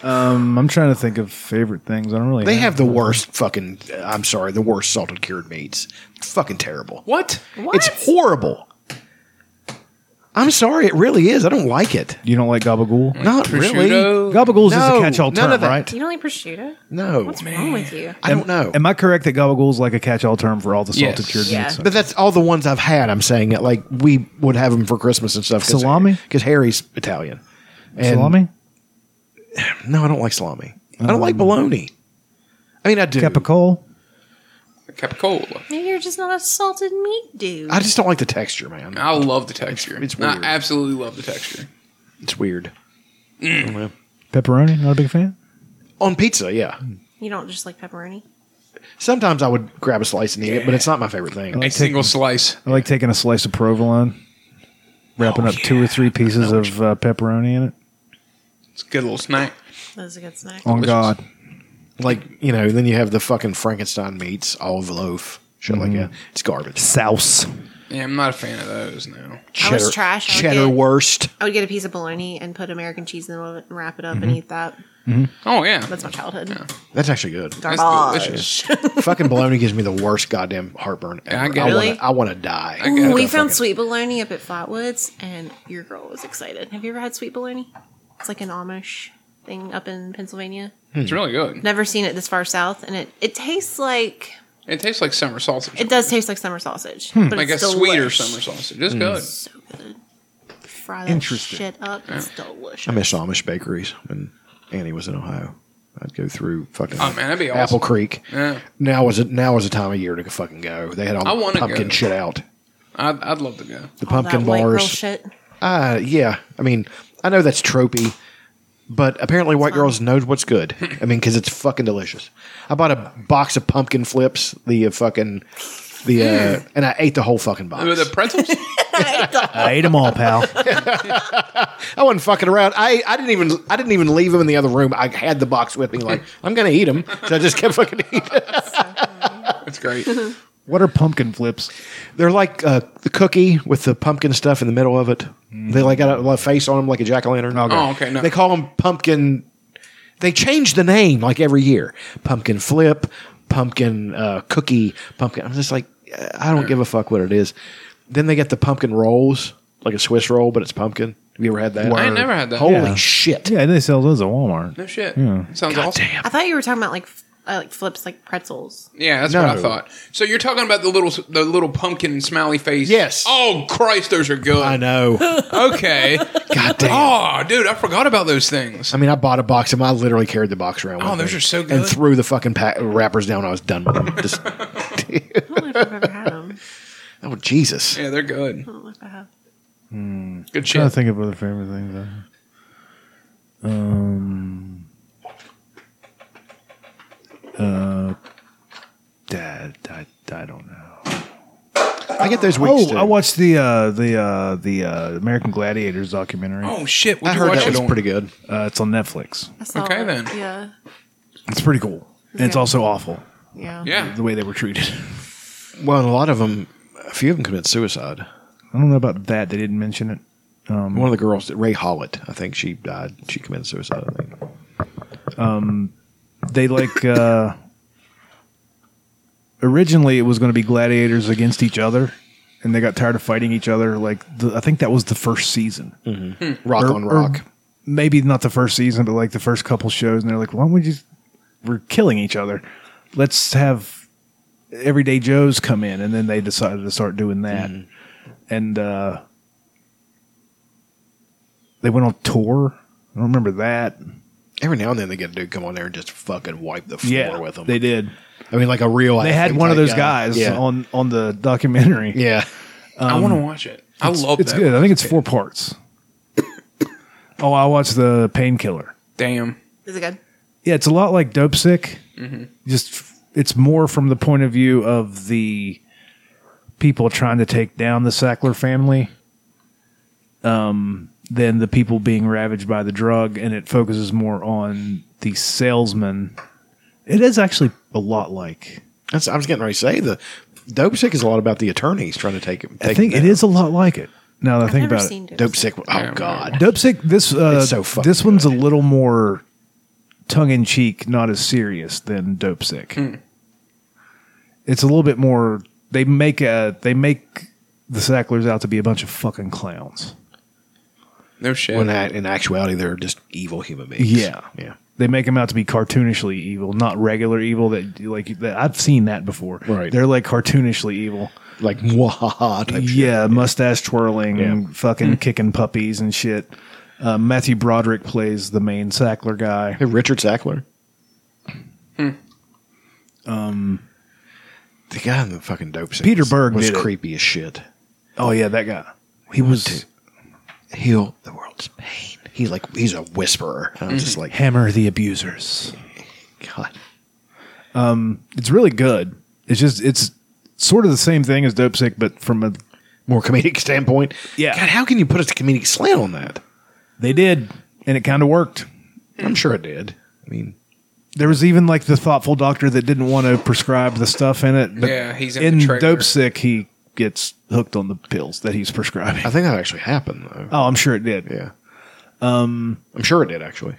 [SPEAKER 4] Um, I'm trying to think of favorite things. I don't really.
[SPEAKER 2] They have the worst fucking. uh, I'm sorry, the worst salted cured meats. It's fucking terrible.
[SPEAKER 3] What?
[SPEAKER 2] It's <laughs> horrible. I'm sorry, it really is. I don't like it.
[SPEAKER 4] You don't like gabagool?
[SPEAKER 2] Not really.
[SPEAKER 4] Prosciutto? Gabagool's just a
[SPEAKER 2] No,
[SPEAKER 4] catch-all
[SPEAKER 2] none
[SPEAKER 4] term,
[SPEAKER 2] of that.
[SPEAKER 4] right?
[SPEAKER 19] You don't like prosciutto?
[SPEAKER 2] No.
[SPEAKER 19] What's wrong with you?
[SPEAKER 2] I don't know.
[SPEAKER 4] Am I correct that gabagool's like a catch-all term for all the salted cured meats?
[SPEAKER 2] But that's all the ones I've had. I'm saying it like we would have them for Christmas and stuff.
[SPEAKER 4] Salami?
[SPEAKER 2] because Harry's Italian. And-
[SPEAKER 4] Salami?
[SPEAKER 2] No, I don't like salami. I don't like bologna. I mean, I do.
[SPEAKER 4] Capicola.
[SPEAKER 3] Capicola.
[SPEAKER 19] Maybe you're just not a salted meat dude.
[SPEAKER 2] I just don't like the texture, man.
[SPEAKER 3] I love the texture.
[SPEAKER 2] It's, it's
[SPEAKER 3] I
[SPEAKER 2] weird.
[SPEAKER 3] absolutely love the texture.
[SPEAKER 2] it's weird.
[SPEAKER 4] Pepperoni? Not a big fan.
[SPEAKER 2] On pizza, yeah.
[SPEAKER 19] You don't just like pepperoni?
[SPEAKER 2] Sometimes I would grab a slice and eat it, but it's not my favorite thing.
[SPEAKER 4] A single
[SPEAKER 3] slice.
[SPEAKER 4] I like taking a slice of provolone, wrapping up two or three pieces of uh, pepperoni in it.
[SPEAKER 3] It's a good little snack.
[SPEAKER 19] That's a good snack.
[SPEAKER 2] Oh.
[SPEAKER 4] On God.
[SPEAKER 2] Like, you know, then you have the fucking Frankenstein meats, olive loaf, shit like that. It's garbage.
[SPEAKER 4] Souse.
[SPEAKER 3] Yeah, I'm not a fan of those now.
[SPEAKER 2] Cheddar,
[SPEAKER 19] trash. I would
[SPEAKER 2] cheddar
[SPEAKER 19] get-
[SPEAKER 2] worst.
[SPEAKER 19] I would get a piece of bologna and put American cheese in the middle of it and wrap it up and
[SPEAKER 2] Mhm.
[SPEAKER 19] eat that.
[SPEAKER 2] Mhm.
[SPEAKER 3] Oh, yeah.
[SPEAKER 19] That's my childhood.
[SPEAKER 2] That's actually good.
[SPEAKER 19] That's Garbage.
[SPEAKER 2] fucking bologna gives me the worst goddamn heartburn ever.
[SPEAKER 3] I
[SPEAKER 2] I,
[SPEAKER 3] get
[SPEAKER 19] it.
[SPEAKER 2] wanna,
[SPEAKER 19] Really?
[SPEAKER 2] I wanna die.
[SPEAKER 19] Ooh, we found sweet bologna up at Flatwoods, and your girl was excited. Have you ever had sweet bologna? It's like an Amish thing up in Pennsylvania.
[SPEAKER 3] It's really good.
[SPEAKER 19] Never seen it this far south, and it, it tastes like
[SPEAKER 3] It tastes like summer sausage.
[SPEAKER 19] it does taste like summer sausage,
[SPEAKER 2] Hmm.
[SPEAKER 19] but
[SPEAKER 3] like
[SPEAKER 19] it's
[SPEAKER 3] a sweeter
[SPEAKER 19] delish.
[SPEAKER 3] summer sausage. It's
[SPEAKER 2] Mm.
[SPEAKER 3] good.
[SPEAKER 19] So good. Fry that
[SPEAKER 2] Interesting.
[SPEAKER 19] shit up. It's
[SPEAKER 3] Yeah.
[SPEAKER 19] delicious.
[SPEAKER 2] I miss Amish bakeries when Annie was in Ohio. I'd go through fucking
[SPEAKER 3] Oh, man, that'd be
[SPEAKER 2] Apple
[SPEAKER 3] awesome.
[SPEAKER 2] Creek.
[SPEAKER 3] Yeah.
[SPEAKER 2] Now was it now was the time of year to fucking go. They had all
[SPEAKER 3] I
[SPEAKER 2] the
[SPEAKER 3] wanna
[SPEAKER 2] pumpkin
[SPEAKER 3] go.
[SPEAKER 2] shit out.
[SPEAKER 3] I'd, I'd love to go.
[SPEAKER 2] The pumpkin
[SPEAKER 19] white girl
[SPEAKER 2] bars.
[SPEAKER 19] shit.
[SPEAKER 2] Uh yeah. I mean, I know that's tropey, but apparently white girls knows
[SPEAKER 3] <laughs>
[SPEAKER 2] what's good. I mean, because it's fucking delicious. I bought a box of pumpkin flips, the uh, fucking the uh, and I ate the whole fucking box.
[SPEAKER 3] The
[SPEAKER 19] <laughs>
[SPEAKER 3] pretzels?
[SPEAKER 4] I ate them all, pal.
[SPEAKER 2] I wasn't fucking around. I, I didn't even I didn't even leave them in the other room. I had the box with me, like
[SPEAKER 3] <laughs>
[SPEAKER 2] I'm gonna eat them. So I just kept fucking <laughs> eating.
[SPEAKER 3] That's great.
[SPEAKER 4] What are pumpkin flips?
[SPEAKER 2] They're like uh, the cookie with the pumpkin stuff in the middle of it. They like got a, a face on them like a jack o' lantern.
[SPEAKER 3] Mm-hmm. Oh, okay, no.
[SPEAKER 2] They call them pumpkin. They change the name like every year. Pumpkin flip, pumpkin uh, cookie, pumpkin. I'm just like uh, I don't give a fuck what it is. Then they get the pumpkin rolls, like a Swiss roll, but it's pumpkin. Have you ever had that?
[SPEAKER 3] I ain't never had that.
[SPEAKER 2] Holy
[SPEAKER 3] Yeah.
[SPEAKER 2] shit!
[SPEAKER 4] Yeah, they sell those at Walmart.
[SPEAKER 3] No shit.
[SPEAKER 4] Yeah.
[SPEAKER 3] Sounds awesome.
[SPEAKER 19] I thought you were talking about like f- uh, like flips, like pretzels.
[SPEAKER 3] Yeah, that's what I
[SPEAKER 2] No.
[SPEAKER 3] thought. So you're talking about the little the little pumpkin smiley face. Yes. Oh Christ, those are good. I <laughs>
[SPEAKER 2] know. <laughs>
[SPEAKER 3] okay. God damn. Oh, dude, I forgot about those things.
[SPEAKER 2] I mean, I bought a box of them. I literally carried the box around.
[SPEAKER 3] Oh,
[SPEAKER 2] with
[SPEAKER 3] those
[SPEAKER 2] me
[SPEAKER 3] are so
[SPEAKER 2] And
[SPEAKER 3] good.
[SPEAKER 2] threw the fucking pack, wrappers down. when I was done with <laughs> them. Just, oh Jesus!
[SPEAKER 3] Yeah, they're good.
[SPEAKER 4] Hmm.
[SPEAKER 3] Good
[SPEAKER 4] I'm Trying
[SPEAKER 3] shit.
[SPEAKER 4] to think of other favorite things. I have. Um. Uh. Dad, I, I don't know.
[SPEAKER 2] I get those
[SPEAKER 4] Oh,
[SPEAKER 2] weeks
[SPEAKER 4] I watched the uh, the uh, the uh, American Gladiators documentary.
[SPEAKER 3] Oh shit!
[SPEAKER 2] I
[SPEAKER 3] Would you
[SPEAKER 2] heard
[SPEAKER 3] watch
[SPEAKER 2] that
[SPEAKER 3] it
[SPEAKER 2] was
[SPEAKER 3] on-
[SPEAKER 2] pretty good.
[SPEAKER 4] Uh, it's on Netflix.
[SPEAKER 19] I saw
[SPEAKER 3] Okay,
[SPEAKER 19] it.
[SPEAKER 3] then.
[SPEAKER 19] Yeah.
[SPEAKER 4] It's pretty cool. And it's
[SPEAKER 19] Yeah.
[SPEAKER 4] also awful.
[SPEAKER 19] Yeah.
[SPEAKER 3] Yeah.
[SPEAKER 4] The way they were treated.
[SPEAKER 2] Well, and a lot of them, a few of them commit suicide.
[SPEAKER 4] I don't know about that. They didn't mention it. Um,
[SPEAKER 2] One of the girls, Ray Hollett, I think she died. She committed suicide. I think.
[SPEAKER 4] um, they like uh, originally it was going to be gladiators against each other and they got tired of fighting each other. Like the, I think that was the first season,
[SPEAKER 2] Mhm. Hmm.
[SPEAKER 4] Er,
[SPEAKER 2] Rock on Rock.
[SPEAKER 4] maybe not the first season, but like the first couple shows, and they're like, "Why don't we just we're killing each other? Let's have everyday Joes come in," and then they decided to start doing that,
[SPEAKER 2] Mm-hmm.
[SPEAKER 4] and uh, they went on tour. I don't remember that.
[SPEAKER 2] Every now and then they get a dude come on there and just fucking wipe the floor
[SPEAKER 4] Yeah,
[SPEAKER 2] with them.
[SPEAKER 4] they did.
[SPEAKER 2] I mean, like a real.
[SPEAKER 4] They had
[SPEAKER 2] athlete
[SPEAKER 4] one of
[SPEAKER 2] type
[SPEAKER 4] those
[SPEAKER 2] guy.
[SPEAKER 4] guys
[SPEAKER 2] Yeah.
[SPEAKER 4] on on the documentary.
[SPEAKER 2] Yeah,
[SPEAKER 3] I want to
[SPEAKER 2] Um,
[SPEAKER 3] watch it. I
[SPEAKER 4] it's,
[SPEAKER 3] love
[SPEAKER 4] it's
[SPEAKER 3] that.
[SPEAKER 4] good. I think it's four parts. oh, I watched the painkiller.
[SPEAKER 3] Damn.
[SPEAKER 1] Is it good?
[SPEAKER 4] Yeah, it's a lot like Dope Sick.
[SPEAKER 3] Mhm.
[SPEAKER 4] Just f- it's more from the point of view of the people trying to take down the Sackler family, um, than the people being ravaged by the drug, and it focuses more on the salesman. It is actually a lot like.
[SPEAKER 2] That's, I was getting ready to say the dope sick is a lot about the attorneys trying to take him. Take
[SPEAKER 4] I think
[SPEAKER 2] him
[SPEAKER 4] it
[SPEAKER 2] down.
[SPEAKER 4] is a lot like it. Now that I think
[SPEAKER 2] never
[SPEAKER 4] about
[SPEAKER 2] seen
[SPEAKER 4] it,
[SPEAKER 2] Dope Dope Sick. Sick. Oh, Yeah, God.
[SPEAKER 4] Dope Sick. This uh,
[SPEAKER 2] It's so fucking
[SPEAKER 4] this one's a little more tongue in cheek, not as serious than Dope Sick. It's a little bit more. They make a they make the Sacklers out to be a bunch of fucking clowns.
[SPEAKER 3] No shit.
[SPEAKER 2] When that, in actuality, they're just evil human beings.
[SPEAKER 4] Yeah,
[SPEAKER 2] yeah.
[SPEAKER 4] They make them out to be cartoonishly evil, not regular evil. That like that I've seen that before. Right. They're like cartoonishly evil,
[SPEAKER 2] like mwahaha.
[SPEAKER 4] Type yeah, mustache twirling, fucking kicking puppies and shit. Uh, Matthew Broderick plays the main Sackler guy.
[SPEAKER 2] Richard Sackler.
[SPEAKER 3] Hmm.
[SPEAKER 4] Um,
[SPEAKER 2] the guy in the fucking dope. Sick
[SPEAKER 4] Peter
[SPEAKER 2] was-
[SPEAKER 4] Berg
[SPEAKER 2] was
[SPEAKER 4] did it.
[SPEAKER 2] creepy as shit.
[SPEAKER 4] Oh yeah, that guy. He was
[SPEAKER 2] heal the world's pain. He's like he's a whisperer. And I'm just like
[SPEAKER 4] hammer the abusers.
[SPEAKER 2] God.
[SPEAKER 4] Um, it's really good. It's just it's sort of the same thing as Dope Sick, but from a
[SPEAKER 2] more comedic <laughs> standpoint.
[SPEAKER 4] Yeah.
[SPEAKER 2] God, how can you put a comedic slant on that?
[SPEAKER 4] They did, and it kind of worked.
[SPEAKER 2] I'm sure it did. I mean,
[SPEAKER 4] There was even like the thoughtful doctor that didn't want to prescribe the stuff in it. But
[SPEAKER 3] Yeah, he's in
[SPEAKER 4] in
[SPEAKER 3] the trailer.
[SPEAKER 4] Dope Sick. He gets hooked on the pills that he's prescribing. I
[SPEAKER 2] think that actually happened though.
[SPEAKER 4] <laughs> Oh, I'm sure it did.
[SPEAKER 2] Yeah.
[SPEAKER 4] Um,
[SPEAKER 2] I'm sure it did actually.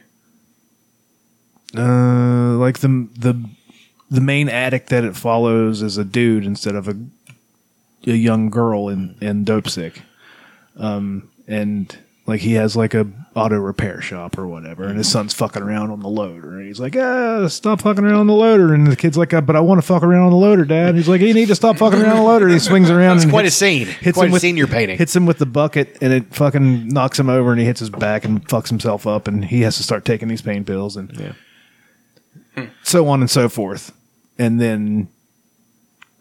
[SPEAKER 4] Uh, like the the the main addict that it follows is a dude instead of a a young girl in in dope sick, um, and like he has like a auto repair shop or whatever, and his son's fucking around on the loader, and he's like, ah, stop fucking around on the loader, and the kid's like, "Ah, but I want to fuck around on the loader, dad. And he's like, you need to stop fucking around on the loader. And he swings around.
[SPEAKER 2] It's
[SPEAKER 4] and
[SPEAKER 2] quite
[SPEAKER 4] hits-
[SPEAKER 2] a scene.
[SPEAKER 4] Hits
[SPEAKER 2] Quite
[SPEAKER 4] him
[SPEAKER 2] a
[SPEAKER 4] with
[SPEAKER 2] scene you're painting.
[SPEAKER 4] Hits him with the bucket, and it fucking knocks him over, and he hits his back and fucks himself up, and he has to start taking these pain pills, and so on and so forth. And then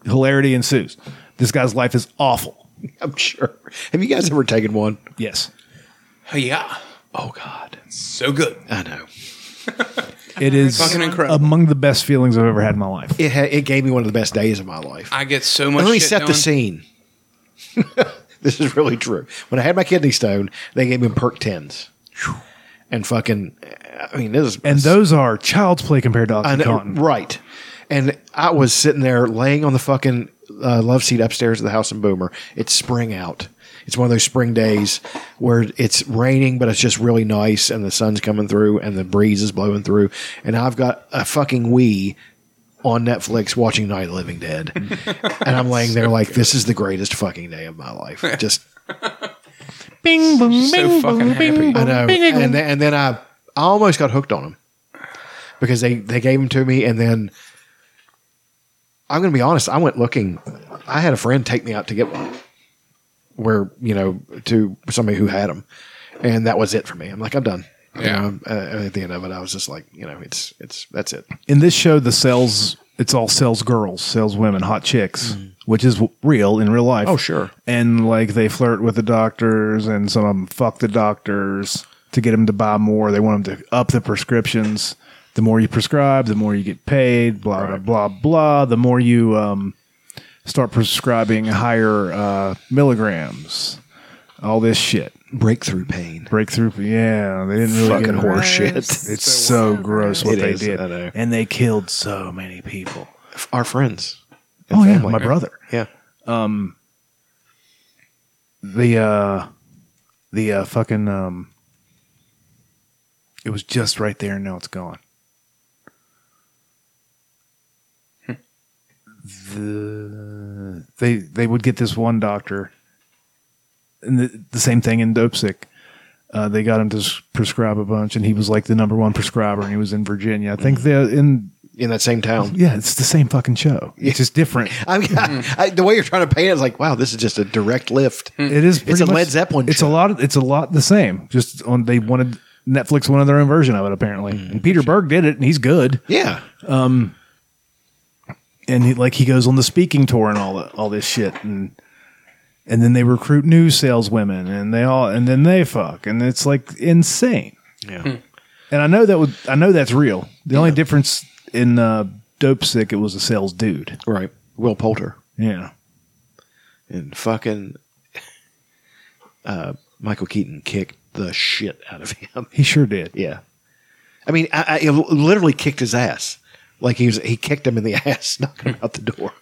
[SPEAKER 4] hilarity ensues. This guy's life is awful.
[SPEAKER 2] <laughs> I'm sure. Have you guys ever taken one?
[SPEAKER 4] Yes.
[SPEAKER 3] Yeah.
[SPEAKER 2] Oh God.
[SPEAKER 3] So good.
[SPEAKER 2] I know.
[SPEAKER 4] It is
[SPEAKER 3] Fucking incredible.
[SPEAKER 4] among the best feelings I've ever had in my life.
[SPEAKER 2] It ha- it gave me one of the best days of my life.
[SPEAKER 3] I get so much.
[SPEAKER 2] Let me
[SPEAKER 3] shit
[SPEAKER 2] set the
[SPEAKER 3] done.
[SPEAKER 2] scene. <laughs> this is really true. When I had my kidney stone, they gave me perk tens. And fucking, I mean, this is
[SPEAKER 4] And those are child's play compared to
[SPEAKER 2] I know,
[SPEAKER 4] OxyContin.
[SPEAKER 2] right? And I was sitting there laying on the fucking uh, love seat upstairs of the house in Boomer. It's spring out. It's one of those spring days where it's raining, but it's just really nice, and the sun's coming through, and the breeze is blowing through. And I've got a fucking Wii on Netflix watching Night of the Living Dead, <laughs> and I'm laying there like, this is the greatest fucking day of my life. Just
[SPEAKER 4] Bing, boom,
[SPEAKER 3] So
[SPEAKER 4] bing,
[SPEAKER 3] fucking
[SPEAKER 4] boom,
[SPEAKER 3] happy.
[SPEAKER 4] bing, boom,
[SPEAKER 2] I know.
[SPEAKER 4] bing,
[SPEAKER 2] and,
[SPEAKER 4] boom.
[SPEAKER 2] then, and then I, I almost got hooked on them because they, they gave them to me. And then I'm going to be honest. I went looking. I had a friend take me out to get one where, you know, to somebody who had them. And that was it for me. I'm like, I'm done.
[SPEAKER 3] Yeah.
[SPEAKER 2] You know, uh, at the end of it, I was just like, you know, it's, it's, that's it.
[SPEAKER 4] In this show, the sales it's all sales girls, sales women, hot chicks, which is w- real in real life.
[SPEAKER 2] Mm. Oh, sure.
[SPEAKER 4] And like they flirt with the doctors, and some of them fuck the doctors to get them to buy more. They want them to up the prescriptions. The more you prescribe, the more you get paid. Blah blah blah blah. The more you um, start prescribing higher uh, milligrams, all this shit.
[SPEAKER 2] Breakthrough pain.
[SPEAKER 4] Breakthrough. Yeah, they didn't really
[SPEAKER 2] Fucking
[SPEAKER 4] get it.
[SPEAKER 2] horse Oh, shit.
[SPEAKER 4] It's so, gross what
[SPEAKER 2] It
[SPEAKER 4] they
[SPEAKER 2] is,
[SPEAKER 4] did,
[SPEAKER 2] I know.
[SPEAKER 4] and they killed so many people.
[SPEAKER 2] Our friends.
[SPEAKER 4] Oh yeah,
[SPEAKER 2] family.
[SPEAKER 4] my brother.
[SPEAKER 2] Yeah.
[SPEAKER 4] Um. The uh, the uh, fucking um. It was just right there, and now it's gone. the they they would get this one doctor, and the, the same thing in dope sick. Uh, they got him to s- prescribe a bunch, and he was like the number one prescriber, and he was in Virginia. I
[SPEAKER 2] Mm.
[SPEAKER 4] think they're in
[SPEAKER 2] in that same town.
[SPEAKER 4] <laughs> Yeah, it's the same fucking show. It's just different.
[SPEAKER 2] <laughs> I mean, I, the way you're trying to paint it is like, wow, this is just a direct lift.
[SPEAKER 4] It is.
[SPEAKER 2] It's
[SPEAKER 4] pretty
[SPEAKER 2] a
[SPEAKER 4] much-
[SPEAKER 2] Led Zeppelin.
[SPEAKER 4] It's a lot. Of, it's a lot the same. Just on they wanted Netflix wanted their own version of it apparently,
[SPEAKER 2] Mm,
[SPEAKER 4] and Peter Berg did it, and he's good.
[SPEAKER 2] Yeah.
[SPEAKER 4] Um. And he, like he goes on the speaking tour and all all this shit and. And then they recruit new saleswomen, and they all, and then they fuck, and it's like insane.
[SPEAKER 2] Yeah.
[SPEAKER 4] And I know that would, I know that's real. The only difference in uh, Dope Sick, it was a sales dude,
[SPEAKER 2] right? Will Poulter.
[SPEAKER 4] Yeah.
[SPEAKER 2] And fucking uh, Michael Keaton kicked the shit out of him.
[SPEAKER 4] He sure did.
[SPEAKER 2] Yeah. I mean, I, I he literally kicked his ass. Like he was, he kicked him in the <laughs> ass, knocking him out the door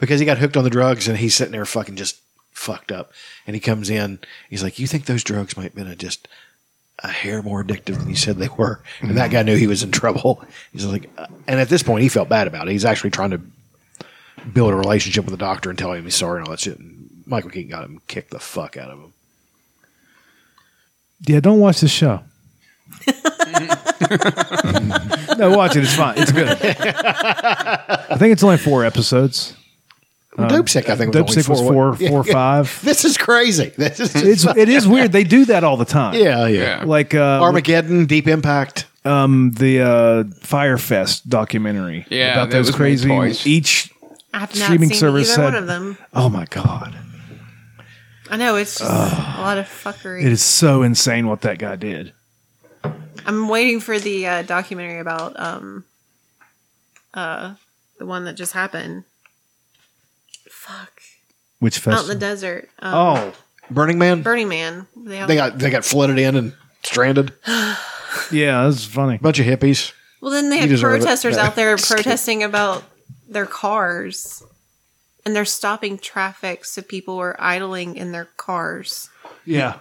[SPEAKER 2] because he got hooked on the drugs and he's sitting there fucking just fucked up. And he comes in, he's like, "You think those drugs might have been a, just a hair more addictive than you said they were?" And that guy knew he was in trouble. He's like, uh, and at this point, he felt bad about it. He's actually trying to build a relationship with the doctor and tell him he's sorry and all that shit. And Michael Keaton got him kicked the fuck out of him.
[SPEAKER 4] Yeah, don't watch
[SPEAKER 3] <laughs>
[SPEAKER 4] this show. no, watch it. It's fine. It's good. I think it's only four episodes.
[SPEAKER 2] Well, Dope Sick, I think, was
[SPEAKER 4] Um, Dope
[SPEAKER 2] only
[SPEAKER 4] Sick was
[SPEAKER 2] four,
[SPEAKER 4] four,
[SPEAKER 2] what? Yeah. <laughs>
[SPEAKER 4] four, or five.
[SPEAKER 2] This is crazy. This is
[SPEAKER 4] It's it is weird. They do that all the time.
[SPEAKER 2] Yeah, yeah.
[SPEAKER 4] Like uh,
[SPEAKER 2] Armageddon, Deep Impact,
[SPEAKER 4] um, the uh, Firefest documentary.
[SPEAKER 3] Yeah,
[SPEAKER 4] about
[SPEAKER 3] that
[SPEAKER 4] those
[SPEAKER 3] was made
[SPEAKER 4] crazy
[SPEAKER 3] twice.
[SPEAKER 4] each
[SPEAKER 19] I have not
[SPEAKER 4] streaming
[SPEAKER 19] seen
[SPEAKER 4] service
[SPEAKER 19] either one
[SPEAKER 4] said.
[SPEAKER 19] of them.
[SPEAKER 4] Oh my god,
[SPEAKER 19] I know it's just a lot of fuckery.
[SPEAKER 4] it is so insane what that guy did.
[SPEAKER 19] I'm waiting for the uh, documentary about um, uh, the one that just happened
[SPEAKER 4] Which oh,
[SPEAKER 19] out in the desert. Um,
[SPEAKER 2] Burning Man.
[SPEAKER 19] Burning Man. They, have,
[SPEAKER 2] Oh. They got they got flooded in and stranded.
[SPEAKER 19] <gasps>
[SPEAKER 4] yeah, that's funny.
[SPEAKER 2] Bunch of hippies.
[SPEAKER 19] Well, then they
[SPEAKER 2] You
[SPEAKER 19] had
[SPEAKER 2] deserve it.
[SPEAKER 19] protesters
[SPEAKER 2] No.
[SPEAKER 19] out
[SPEAKER 2] <laughs>
[SPEAKER 19] there protesting about their cars, and they're stopping traffic, so people were idling in their cars.
[SPEAKER 4] Yeah.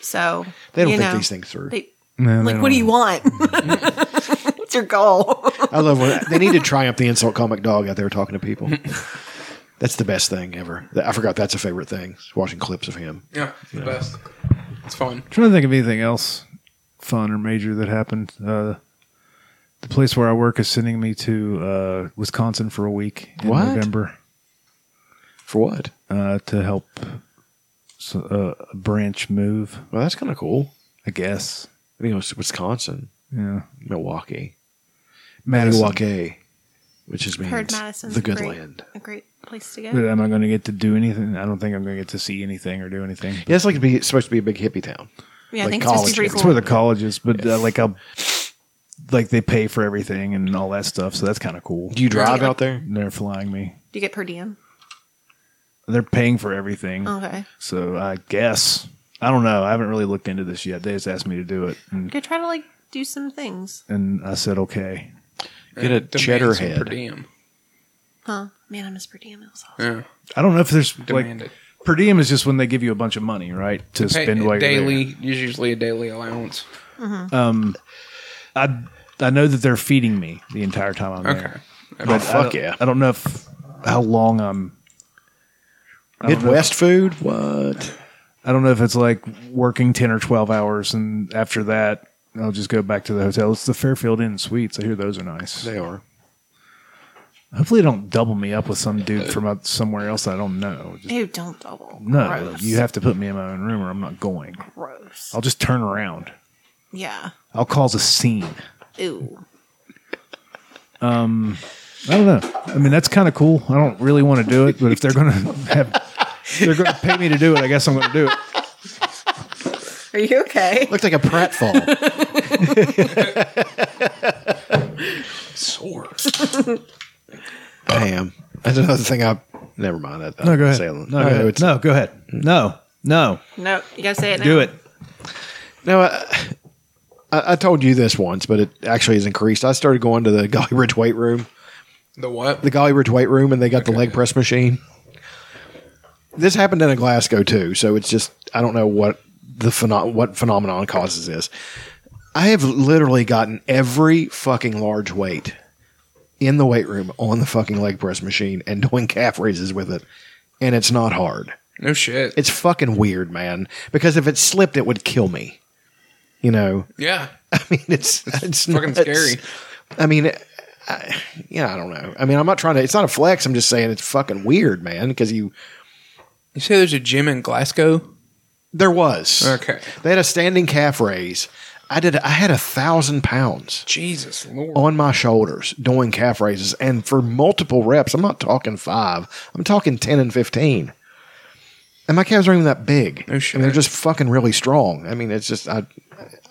[SPEAKER 19] So
[SPEAKER 2] They don't
[SPEAKER 19] you
[SPEAKER 2] think
[SPEAKER 19] know,
[SPEAKER 2] these things through.
[SPEAKER 19] they-
[SPEAKER 4] No,
[SPEAKER 19] like, what do you want? <laughs> What's your goal?
[SPEAKER 2] I
[SPEAKER 19] <laughs>
[SPEAKER 2] love when they need to triumph the insult comic dog out there talking to people. That's the best thing ever. I forgot that's a favorite thing. is Watching clips of him.
[SPEAKER 3] Yeah, it's the best. It's fun.
[SPEAKER 4] trying to think of anything else fun or major that happened. Uh, the place where I work is sending me to uh, Wisconsin for a week in
[SPEAKER 2] What?
[SPEAKER 4] November.
[SPEAKER 2] For what?
[SPEAKER 4] Uh, to help s- uh, a branch move.
[SPEAKER 2] Well, that's kind of cool.
[SPEAKER 4] I guess.
[SPEAKER 2] I mean, it was Wisconsin,
[SPEAKER 4] Yeah.
[SPEAKER 2] Milwaukee,
[SPEAKER 4] Madison.
[SPEAKER 2] Milwaukee, which is means
[SPEAKER 19] Heard Madison's
[SPEAKER 2] the good
[SPEAKER 19] a great,
[SPEAKER 2] land.
[SPEAKER 19] a great place to
[SPEAKER 4] But
[SPEAKER 19] go.
[SPEAKER 4] am I going to get to do anything? I don't think I'm going to get to see anything or do anything.
[SPEAKER 2] Yeah, it's like to be, it's supposed to be a big hippie town.
[SPEAKER 19] Yeah, I
[SPEAKER 2] Like
[SPEAKER 19] think it's supposed to be
[SPEAKER 2] college.
[SPEAKER 19] pretty
[SPEAKER 4] It's
[SPEAKER 19] cool.
[SPEAKER 4] where the college is, but uh, like I'll, like they pay for everything and all that stuff, so that's kind of cool.
[SPEAKER 2] Do you drive out there?
[SPEAKER 4] They're flying me.
[SPEAKER 19] Do you get per diem?
[SPEAKER 4] They're paying for
[SPEAKER 1] Oh.
[SPEAKER 4] everything.
[SPEAKER 19] Okay.
[SPEAKER 4] So I guess I don't know. I haven't really looked into this yet. They just asked me to do it, and,
[SPEAKER 19] Go try to like do some things,
[SPEAKER 4] and I said okay.
[SPEAKER 2] Get a cheddar
[SPEAKER 3] some
[SPEAKER 2] head.
[SPEAKER 3] per diem.
[SPEAKER 19] huh? Man, I miss per diem. It was awesome.
[SPEAKER 3] Yeah.
[SPEAKER 4] I don't know if there's
[SPEAKER 3] Demand
[SPEAKER 4] like per diem is just when they give you a bunch of money, right, to
[SPEAKER 3] Pay-
[SPEAKER 4] spend while you're
[SPEAKER 3] daily. There's usually a daily allowance.
[SPEAKER 4] there. Um, I I know that they're feeding me the entire time I'm
[SPEAKER 3] Okay.
[SPEAKER 4] there.
[SPEAKER 3] Oh,
[SPEAKER 4] But I
[SPEAKER 3] fuck
[SPEAKER 4] don't-
[SPEAKER 3] yeah.
[SPEAKER 4] I don't know if how long I'm. I don't know
[SPEAKER 2] Oh, Midwest food? What?
[SPEAKER 4] I don't know if it's like working 10 or 12 hours and after that I'll just go back to the hotel. It's the Fairfield Inn Suites. I hear those are nice. They
[SPEAKER 2] are.
[SPEAKER 4] Hopefully, they don't double me up with some dude from out somewhere else I don't know. Just-
[SPEAKER 19] Ew, don't double.
[SPEAKER 4] no,
[SPEAKER 19] Gross.
[SPEAKER 4] you have to put me in my own room or I'm not going.
[SPEAKER 19] Gross.
[SPEAKER 4] I'll just turn around.
[SPEAKER 19] Yeah.
[SPEAKER 4] I'll cause a scene.
[SPEAKER 19] Ew.
[SPEAKER 4] Um, I don't know. I mean, that's kind of cool. I don't really want to do it, but if they're going to have, if they're going to pay me to do it, I guess I'm going to do
[SPEAKER 19] <laughs>
[SPEAKER 4] it.
[SPEAKER 19] Are you okay?
[SPEAKER 2] Looked like a pratfall.
[SPEAKER 3] Sore.
[SPEAKER 2] <laughs> Damn. That's another thing I. Never mind. I,
[SPEAKER 4] No, go ahead.
[SPEAKER 2] Salem.
[SPEAKER 4] No, go ahead.
[SPEAKER 2] it's-
[SPEAKER 4] No, go ahead. No, no.
[SPEAKER 19] No, you gotta say it. Now.
[SPEAKER 4] Do
[SPEAKER 19] <laughs>
[SPEAKER 4] it.
[SPEAKER 2] No, I, uh, I, I told you this once, but it actually has increased. I started going to the Golly Bridge weight room,
[SPEAKER 3] The what?
[SPEAKER 2] the Golly Bridge weight room, and they got the leg press machine. This happened in Glasgow too, so it's just I don't know what the pheno- what phenomenon causes this. I have literally gotten every fucking large weight in the weight room on the fucking leg press machine and doing calf raises with it, and it's not hard.
[SPEAKER 3] No shit.
[SPEAKER 2] It's fucking weird, man. Because if it slipped, it would kill me. You know.
[SPEAKER 3] Yeah.
[SPEAKER 2] I <laughs> mean,
[SPEAKER 3] <laughs>
[SPEAKER 2] it's it's,
[SPEAKER 3] fucking
[SPEAKER 2] nuts.
[SPEAKER 3] scary.
[SPEAKER 2] I mean, I, yeah, I don't know. I mean, I'm not trying to. It's not a flex. I'm just saying it's fucking weird, man. Because you
[SPEAKER 3] you say there's a gym in Glasgow.
[SPEAKER 2] There was.
[SPEAKER 3] Okay.
[SPEAKER 2] They had a standing calf raise. I did. I had a thousand pounds.
[SPEAKER 3] Jesus Lord.
[SPEAKER 2] on my shoulders doing calf raises and for multiple reps. I'm not talking five, I'm talking 10 and 15. And my calves aren't even that big. And they're just fucking really strong. I mean, it's just, I,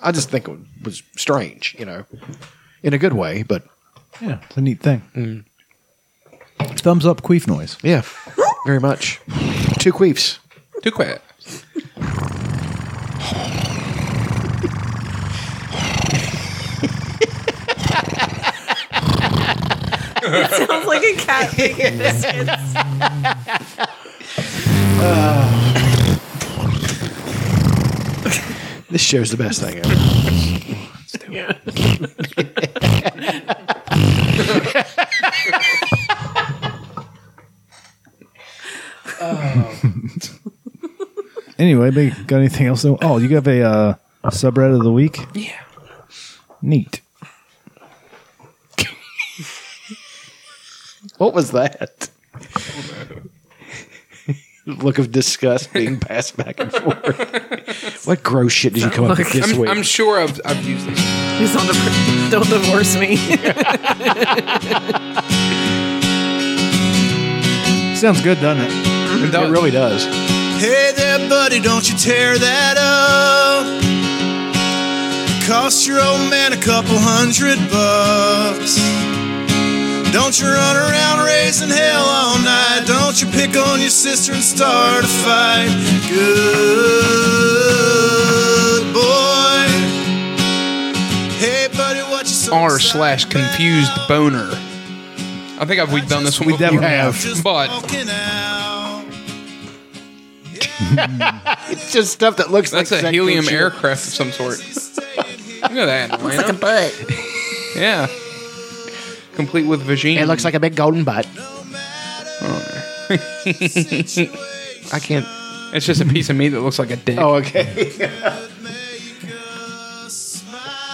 [SPEAKER 2] I just think it was strange, you know, in a good way, but
[SPEAKER 4] Yeah, it's a neat thing. Thumbs up, queef noise.
[SPEAKER 2] Yeah, very much. Two queefs.
[SPEAKER 3] Too quiet.
[SPEAKER 19] it sounds like a cat making biscuits.
[SPEAKER 2] this show's the best thing ever.
[SPEAKER 19] yeah.
[SPEAKER 4] Anyway, they got anything else? though? Oh, you have a uh, subreddit of the week?
[SPEAKER 3] Yeah.
[SPEAKER 4] Neat.
[SPEAKER 2] What was that? Look of disgust being passed back and forth. what gross shit did you come up with this
[SPEAKER 3] I'm,
[SPEAKER 2] week?
[SPEAKER 3] I'm sure I've, I've used this.
[SPEAKER 19] Please don't, di- don't divorce me.
[SPEAKER 4] Sounds good, doesn't it?
[SPEAKER 2] It, really does.
[SPEAKER 20] Hey there, buddy, don't you tear that up. Cost your old man a couple hundred bucks. Don't you run around raising hell all night. Don't you pick on your sister and start a fight. Good boy. Hey, buddy, what you so
[SPEAKER 3] R slash confused boner. I think I've, we've done this one. We
[SPEAKER 20] definitely
[SPEAKER 3] have, but
[SPEAKER 20] walking out?
[SPEAKER 2] it's just stuff that looks
[SPEAKER 3] that's
[SPEAKER 2] like
[SPEAKER 3] a
[SPEAKER 2] sexual
[SPEAKER 3] helium
[SPEAKER 2] shit.
[SPEAKER 3] aircraft of some sort. Look at that.
[SPEAKER 1] Looks like a butt.
[SPEAKER 3] Yeah. Complete with vagina.
[SPEAKER 2] It looks like a big golden butt.
[SPEAKER 3] Oh.
[SPEAKER 2] <laughs>
[SPEAKER 3] I
[SPEAKER 2] can't.
[SPEAKER 3] It's just a piece of meat that looks like a dick.
[SPEAKER 2] Oh, okay. <laughs>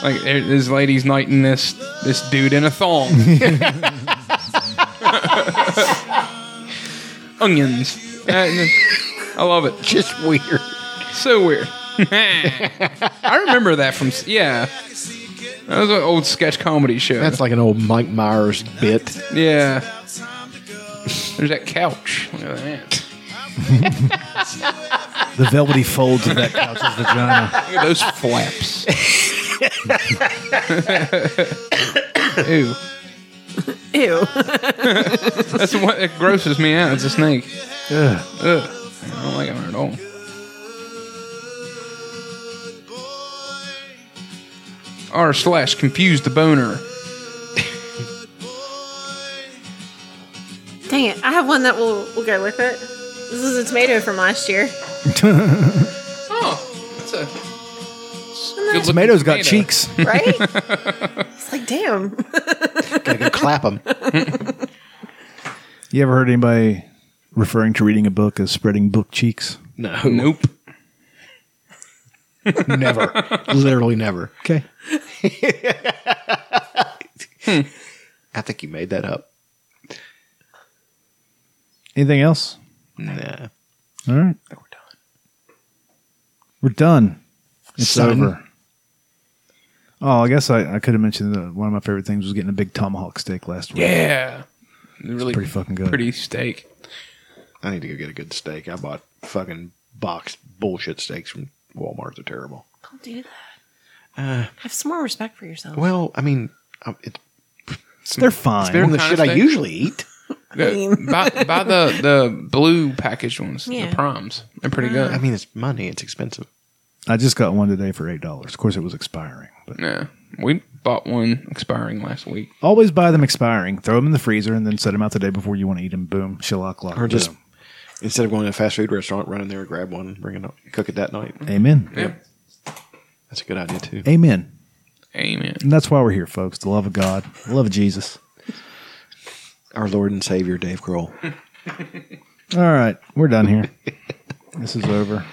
[SPEAKER 3] Like there- this lady's knighting this this dude in a thong. Onions. Uh, I love it.
[SPEAKER 2] Just weird.
[SPEAKER 3] So weird. I remember that from s- yeah. That was an old sketch comedy show.
[SPEAKER 2] That's like an old Mike Myers bit.
[SPEAKER 3] yeah. There's that couch. Look at that.
[SPEAKER 4] The velvety folds of that couch's <laughs> vagina.
[SPEAKER 3] Look at those flaps. Ew.
[SPEAKER 19] Ew.
[SPEAKER 3] That's what it grosses me out. It's a snake. Ugh. I don't like it at all. R slash confused the boner.
[SPEAKER 1] Dang it. I have one that will will go with it. This is a tomato from last year.
[SPEAKER 3] Oh, that's a
[SPEAKER 1] Good
[SPEAKER 4] Tomatoes got
[SPEAKER 1] tomato.
[SPEAKER 4] cheeks.
[SPEAKER 19] <laughs>
[SPEAKER 1] Right? It's like, damn.
[SPEAKER 2] Gotta go clap them.
[SPEAKER 4] You ever heard anybody referring to reading a book as spreading book cheeks?
[SPEAKER 2] No. Nope. never. Literally never.
[SPEAKER 4] Okay.
[SPEAKER 2] I think you made that up.
[SPEAKER 4] Anything else?
[SPEAKER 2] Nah.
[SPEAKER 4] All right. We're done. It's
[SPEAKER 2] Son.
[SPEAKER 4] over. Oh, I guess I, I could have mentioned that one of my favorite things was getting a big tomahawk steak last week.
[SPEAKER 3] Yeah. Really
[SPEAKER 4] pretty fucking good.
[SPEAKER 3] Pretty steak.
[SPEAKER 2] I need to go get a good steak. I bought fucking boxed bullshit steaks from Walmart. They're terrible.
[SPEAKER 1] Don't do that.
[SPEAKER 2] Uh,
[SPEAKER 1] Have some more respect for yourself.
[SPEAKER 2] well, I mean, um, it,
[SPEAKER 4] they're fine.
[SPEAKER 2] It's better than the
[SPEAKER 3] What
[SPEAKER 2] shit
[SPEAKER 3] kind of
[SPEAKER 2] I
[SPEAKER 3] steak?
[SPEAKER 2] usually eat.
[SPEAKER 3] Yeah, buy, buy the the blue packaged ones,
[SPEAKER 1] Yeah.
[SPEAKER 3] the primes. They're pretty good.
[SPEAKER 2] I mean, it's money. It's expensive.
[SPEAKER 4] I just got one today for eight dollars. Of course, it was expiring.
[SPEAKER 3] yeah, we bought one expiring last week.
[SPEAKER 4] Always buy them expiring. Throw them in the freezer and then set them out the day before you want to eat them. Boom, shellac lock.
[SPEAKER 2] Or just
[SPEAKER 4] boom.
[SPEAKER 2] instead of going to a fast food restaurant, run in there, grab one, bring it up, cook it that night.
[SPEAKER 4] Amen.
[SPEAKER 3] Yeah.
[SPEAKER 2] That's a good idea too.
[SPEAKER 4] Amen.
[SPEAKER 3] Amen.
[SPEAKER 4] And that's why we're here, folks. The love of God, the love of Jesus.
[SPEAKER 2] Our Lord and Savior, Dave Grohl.
[SPEAKER 4] All right, we're done here. this is over.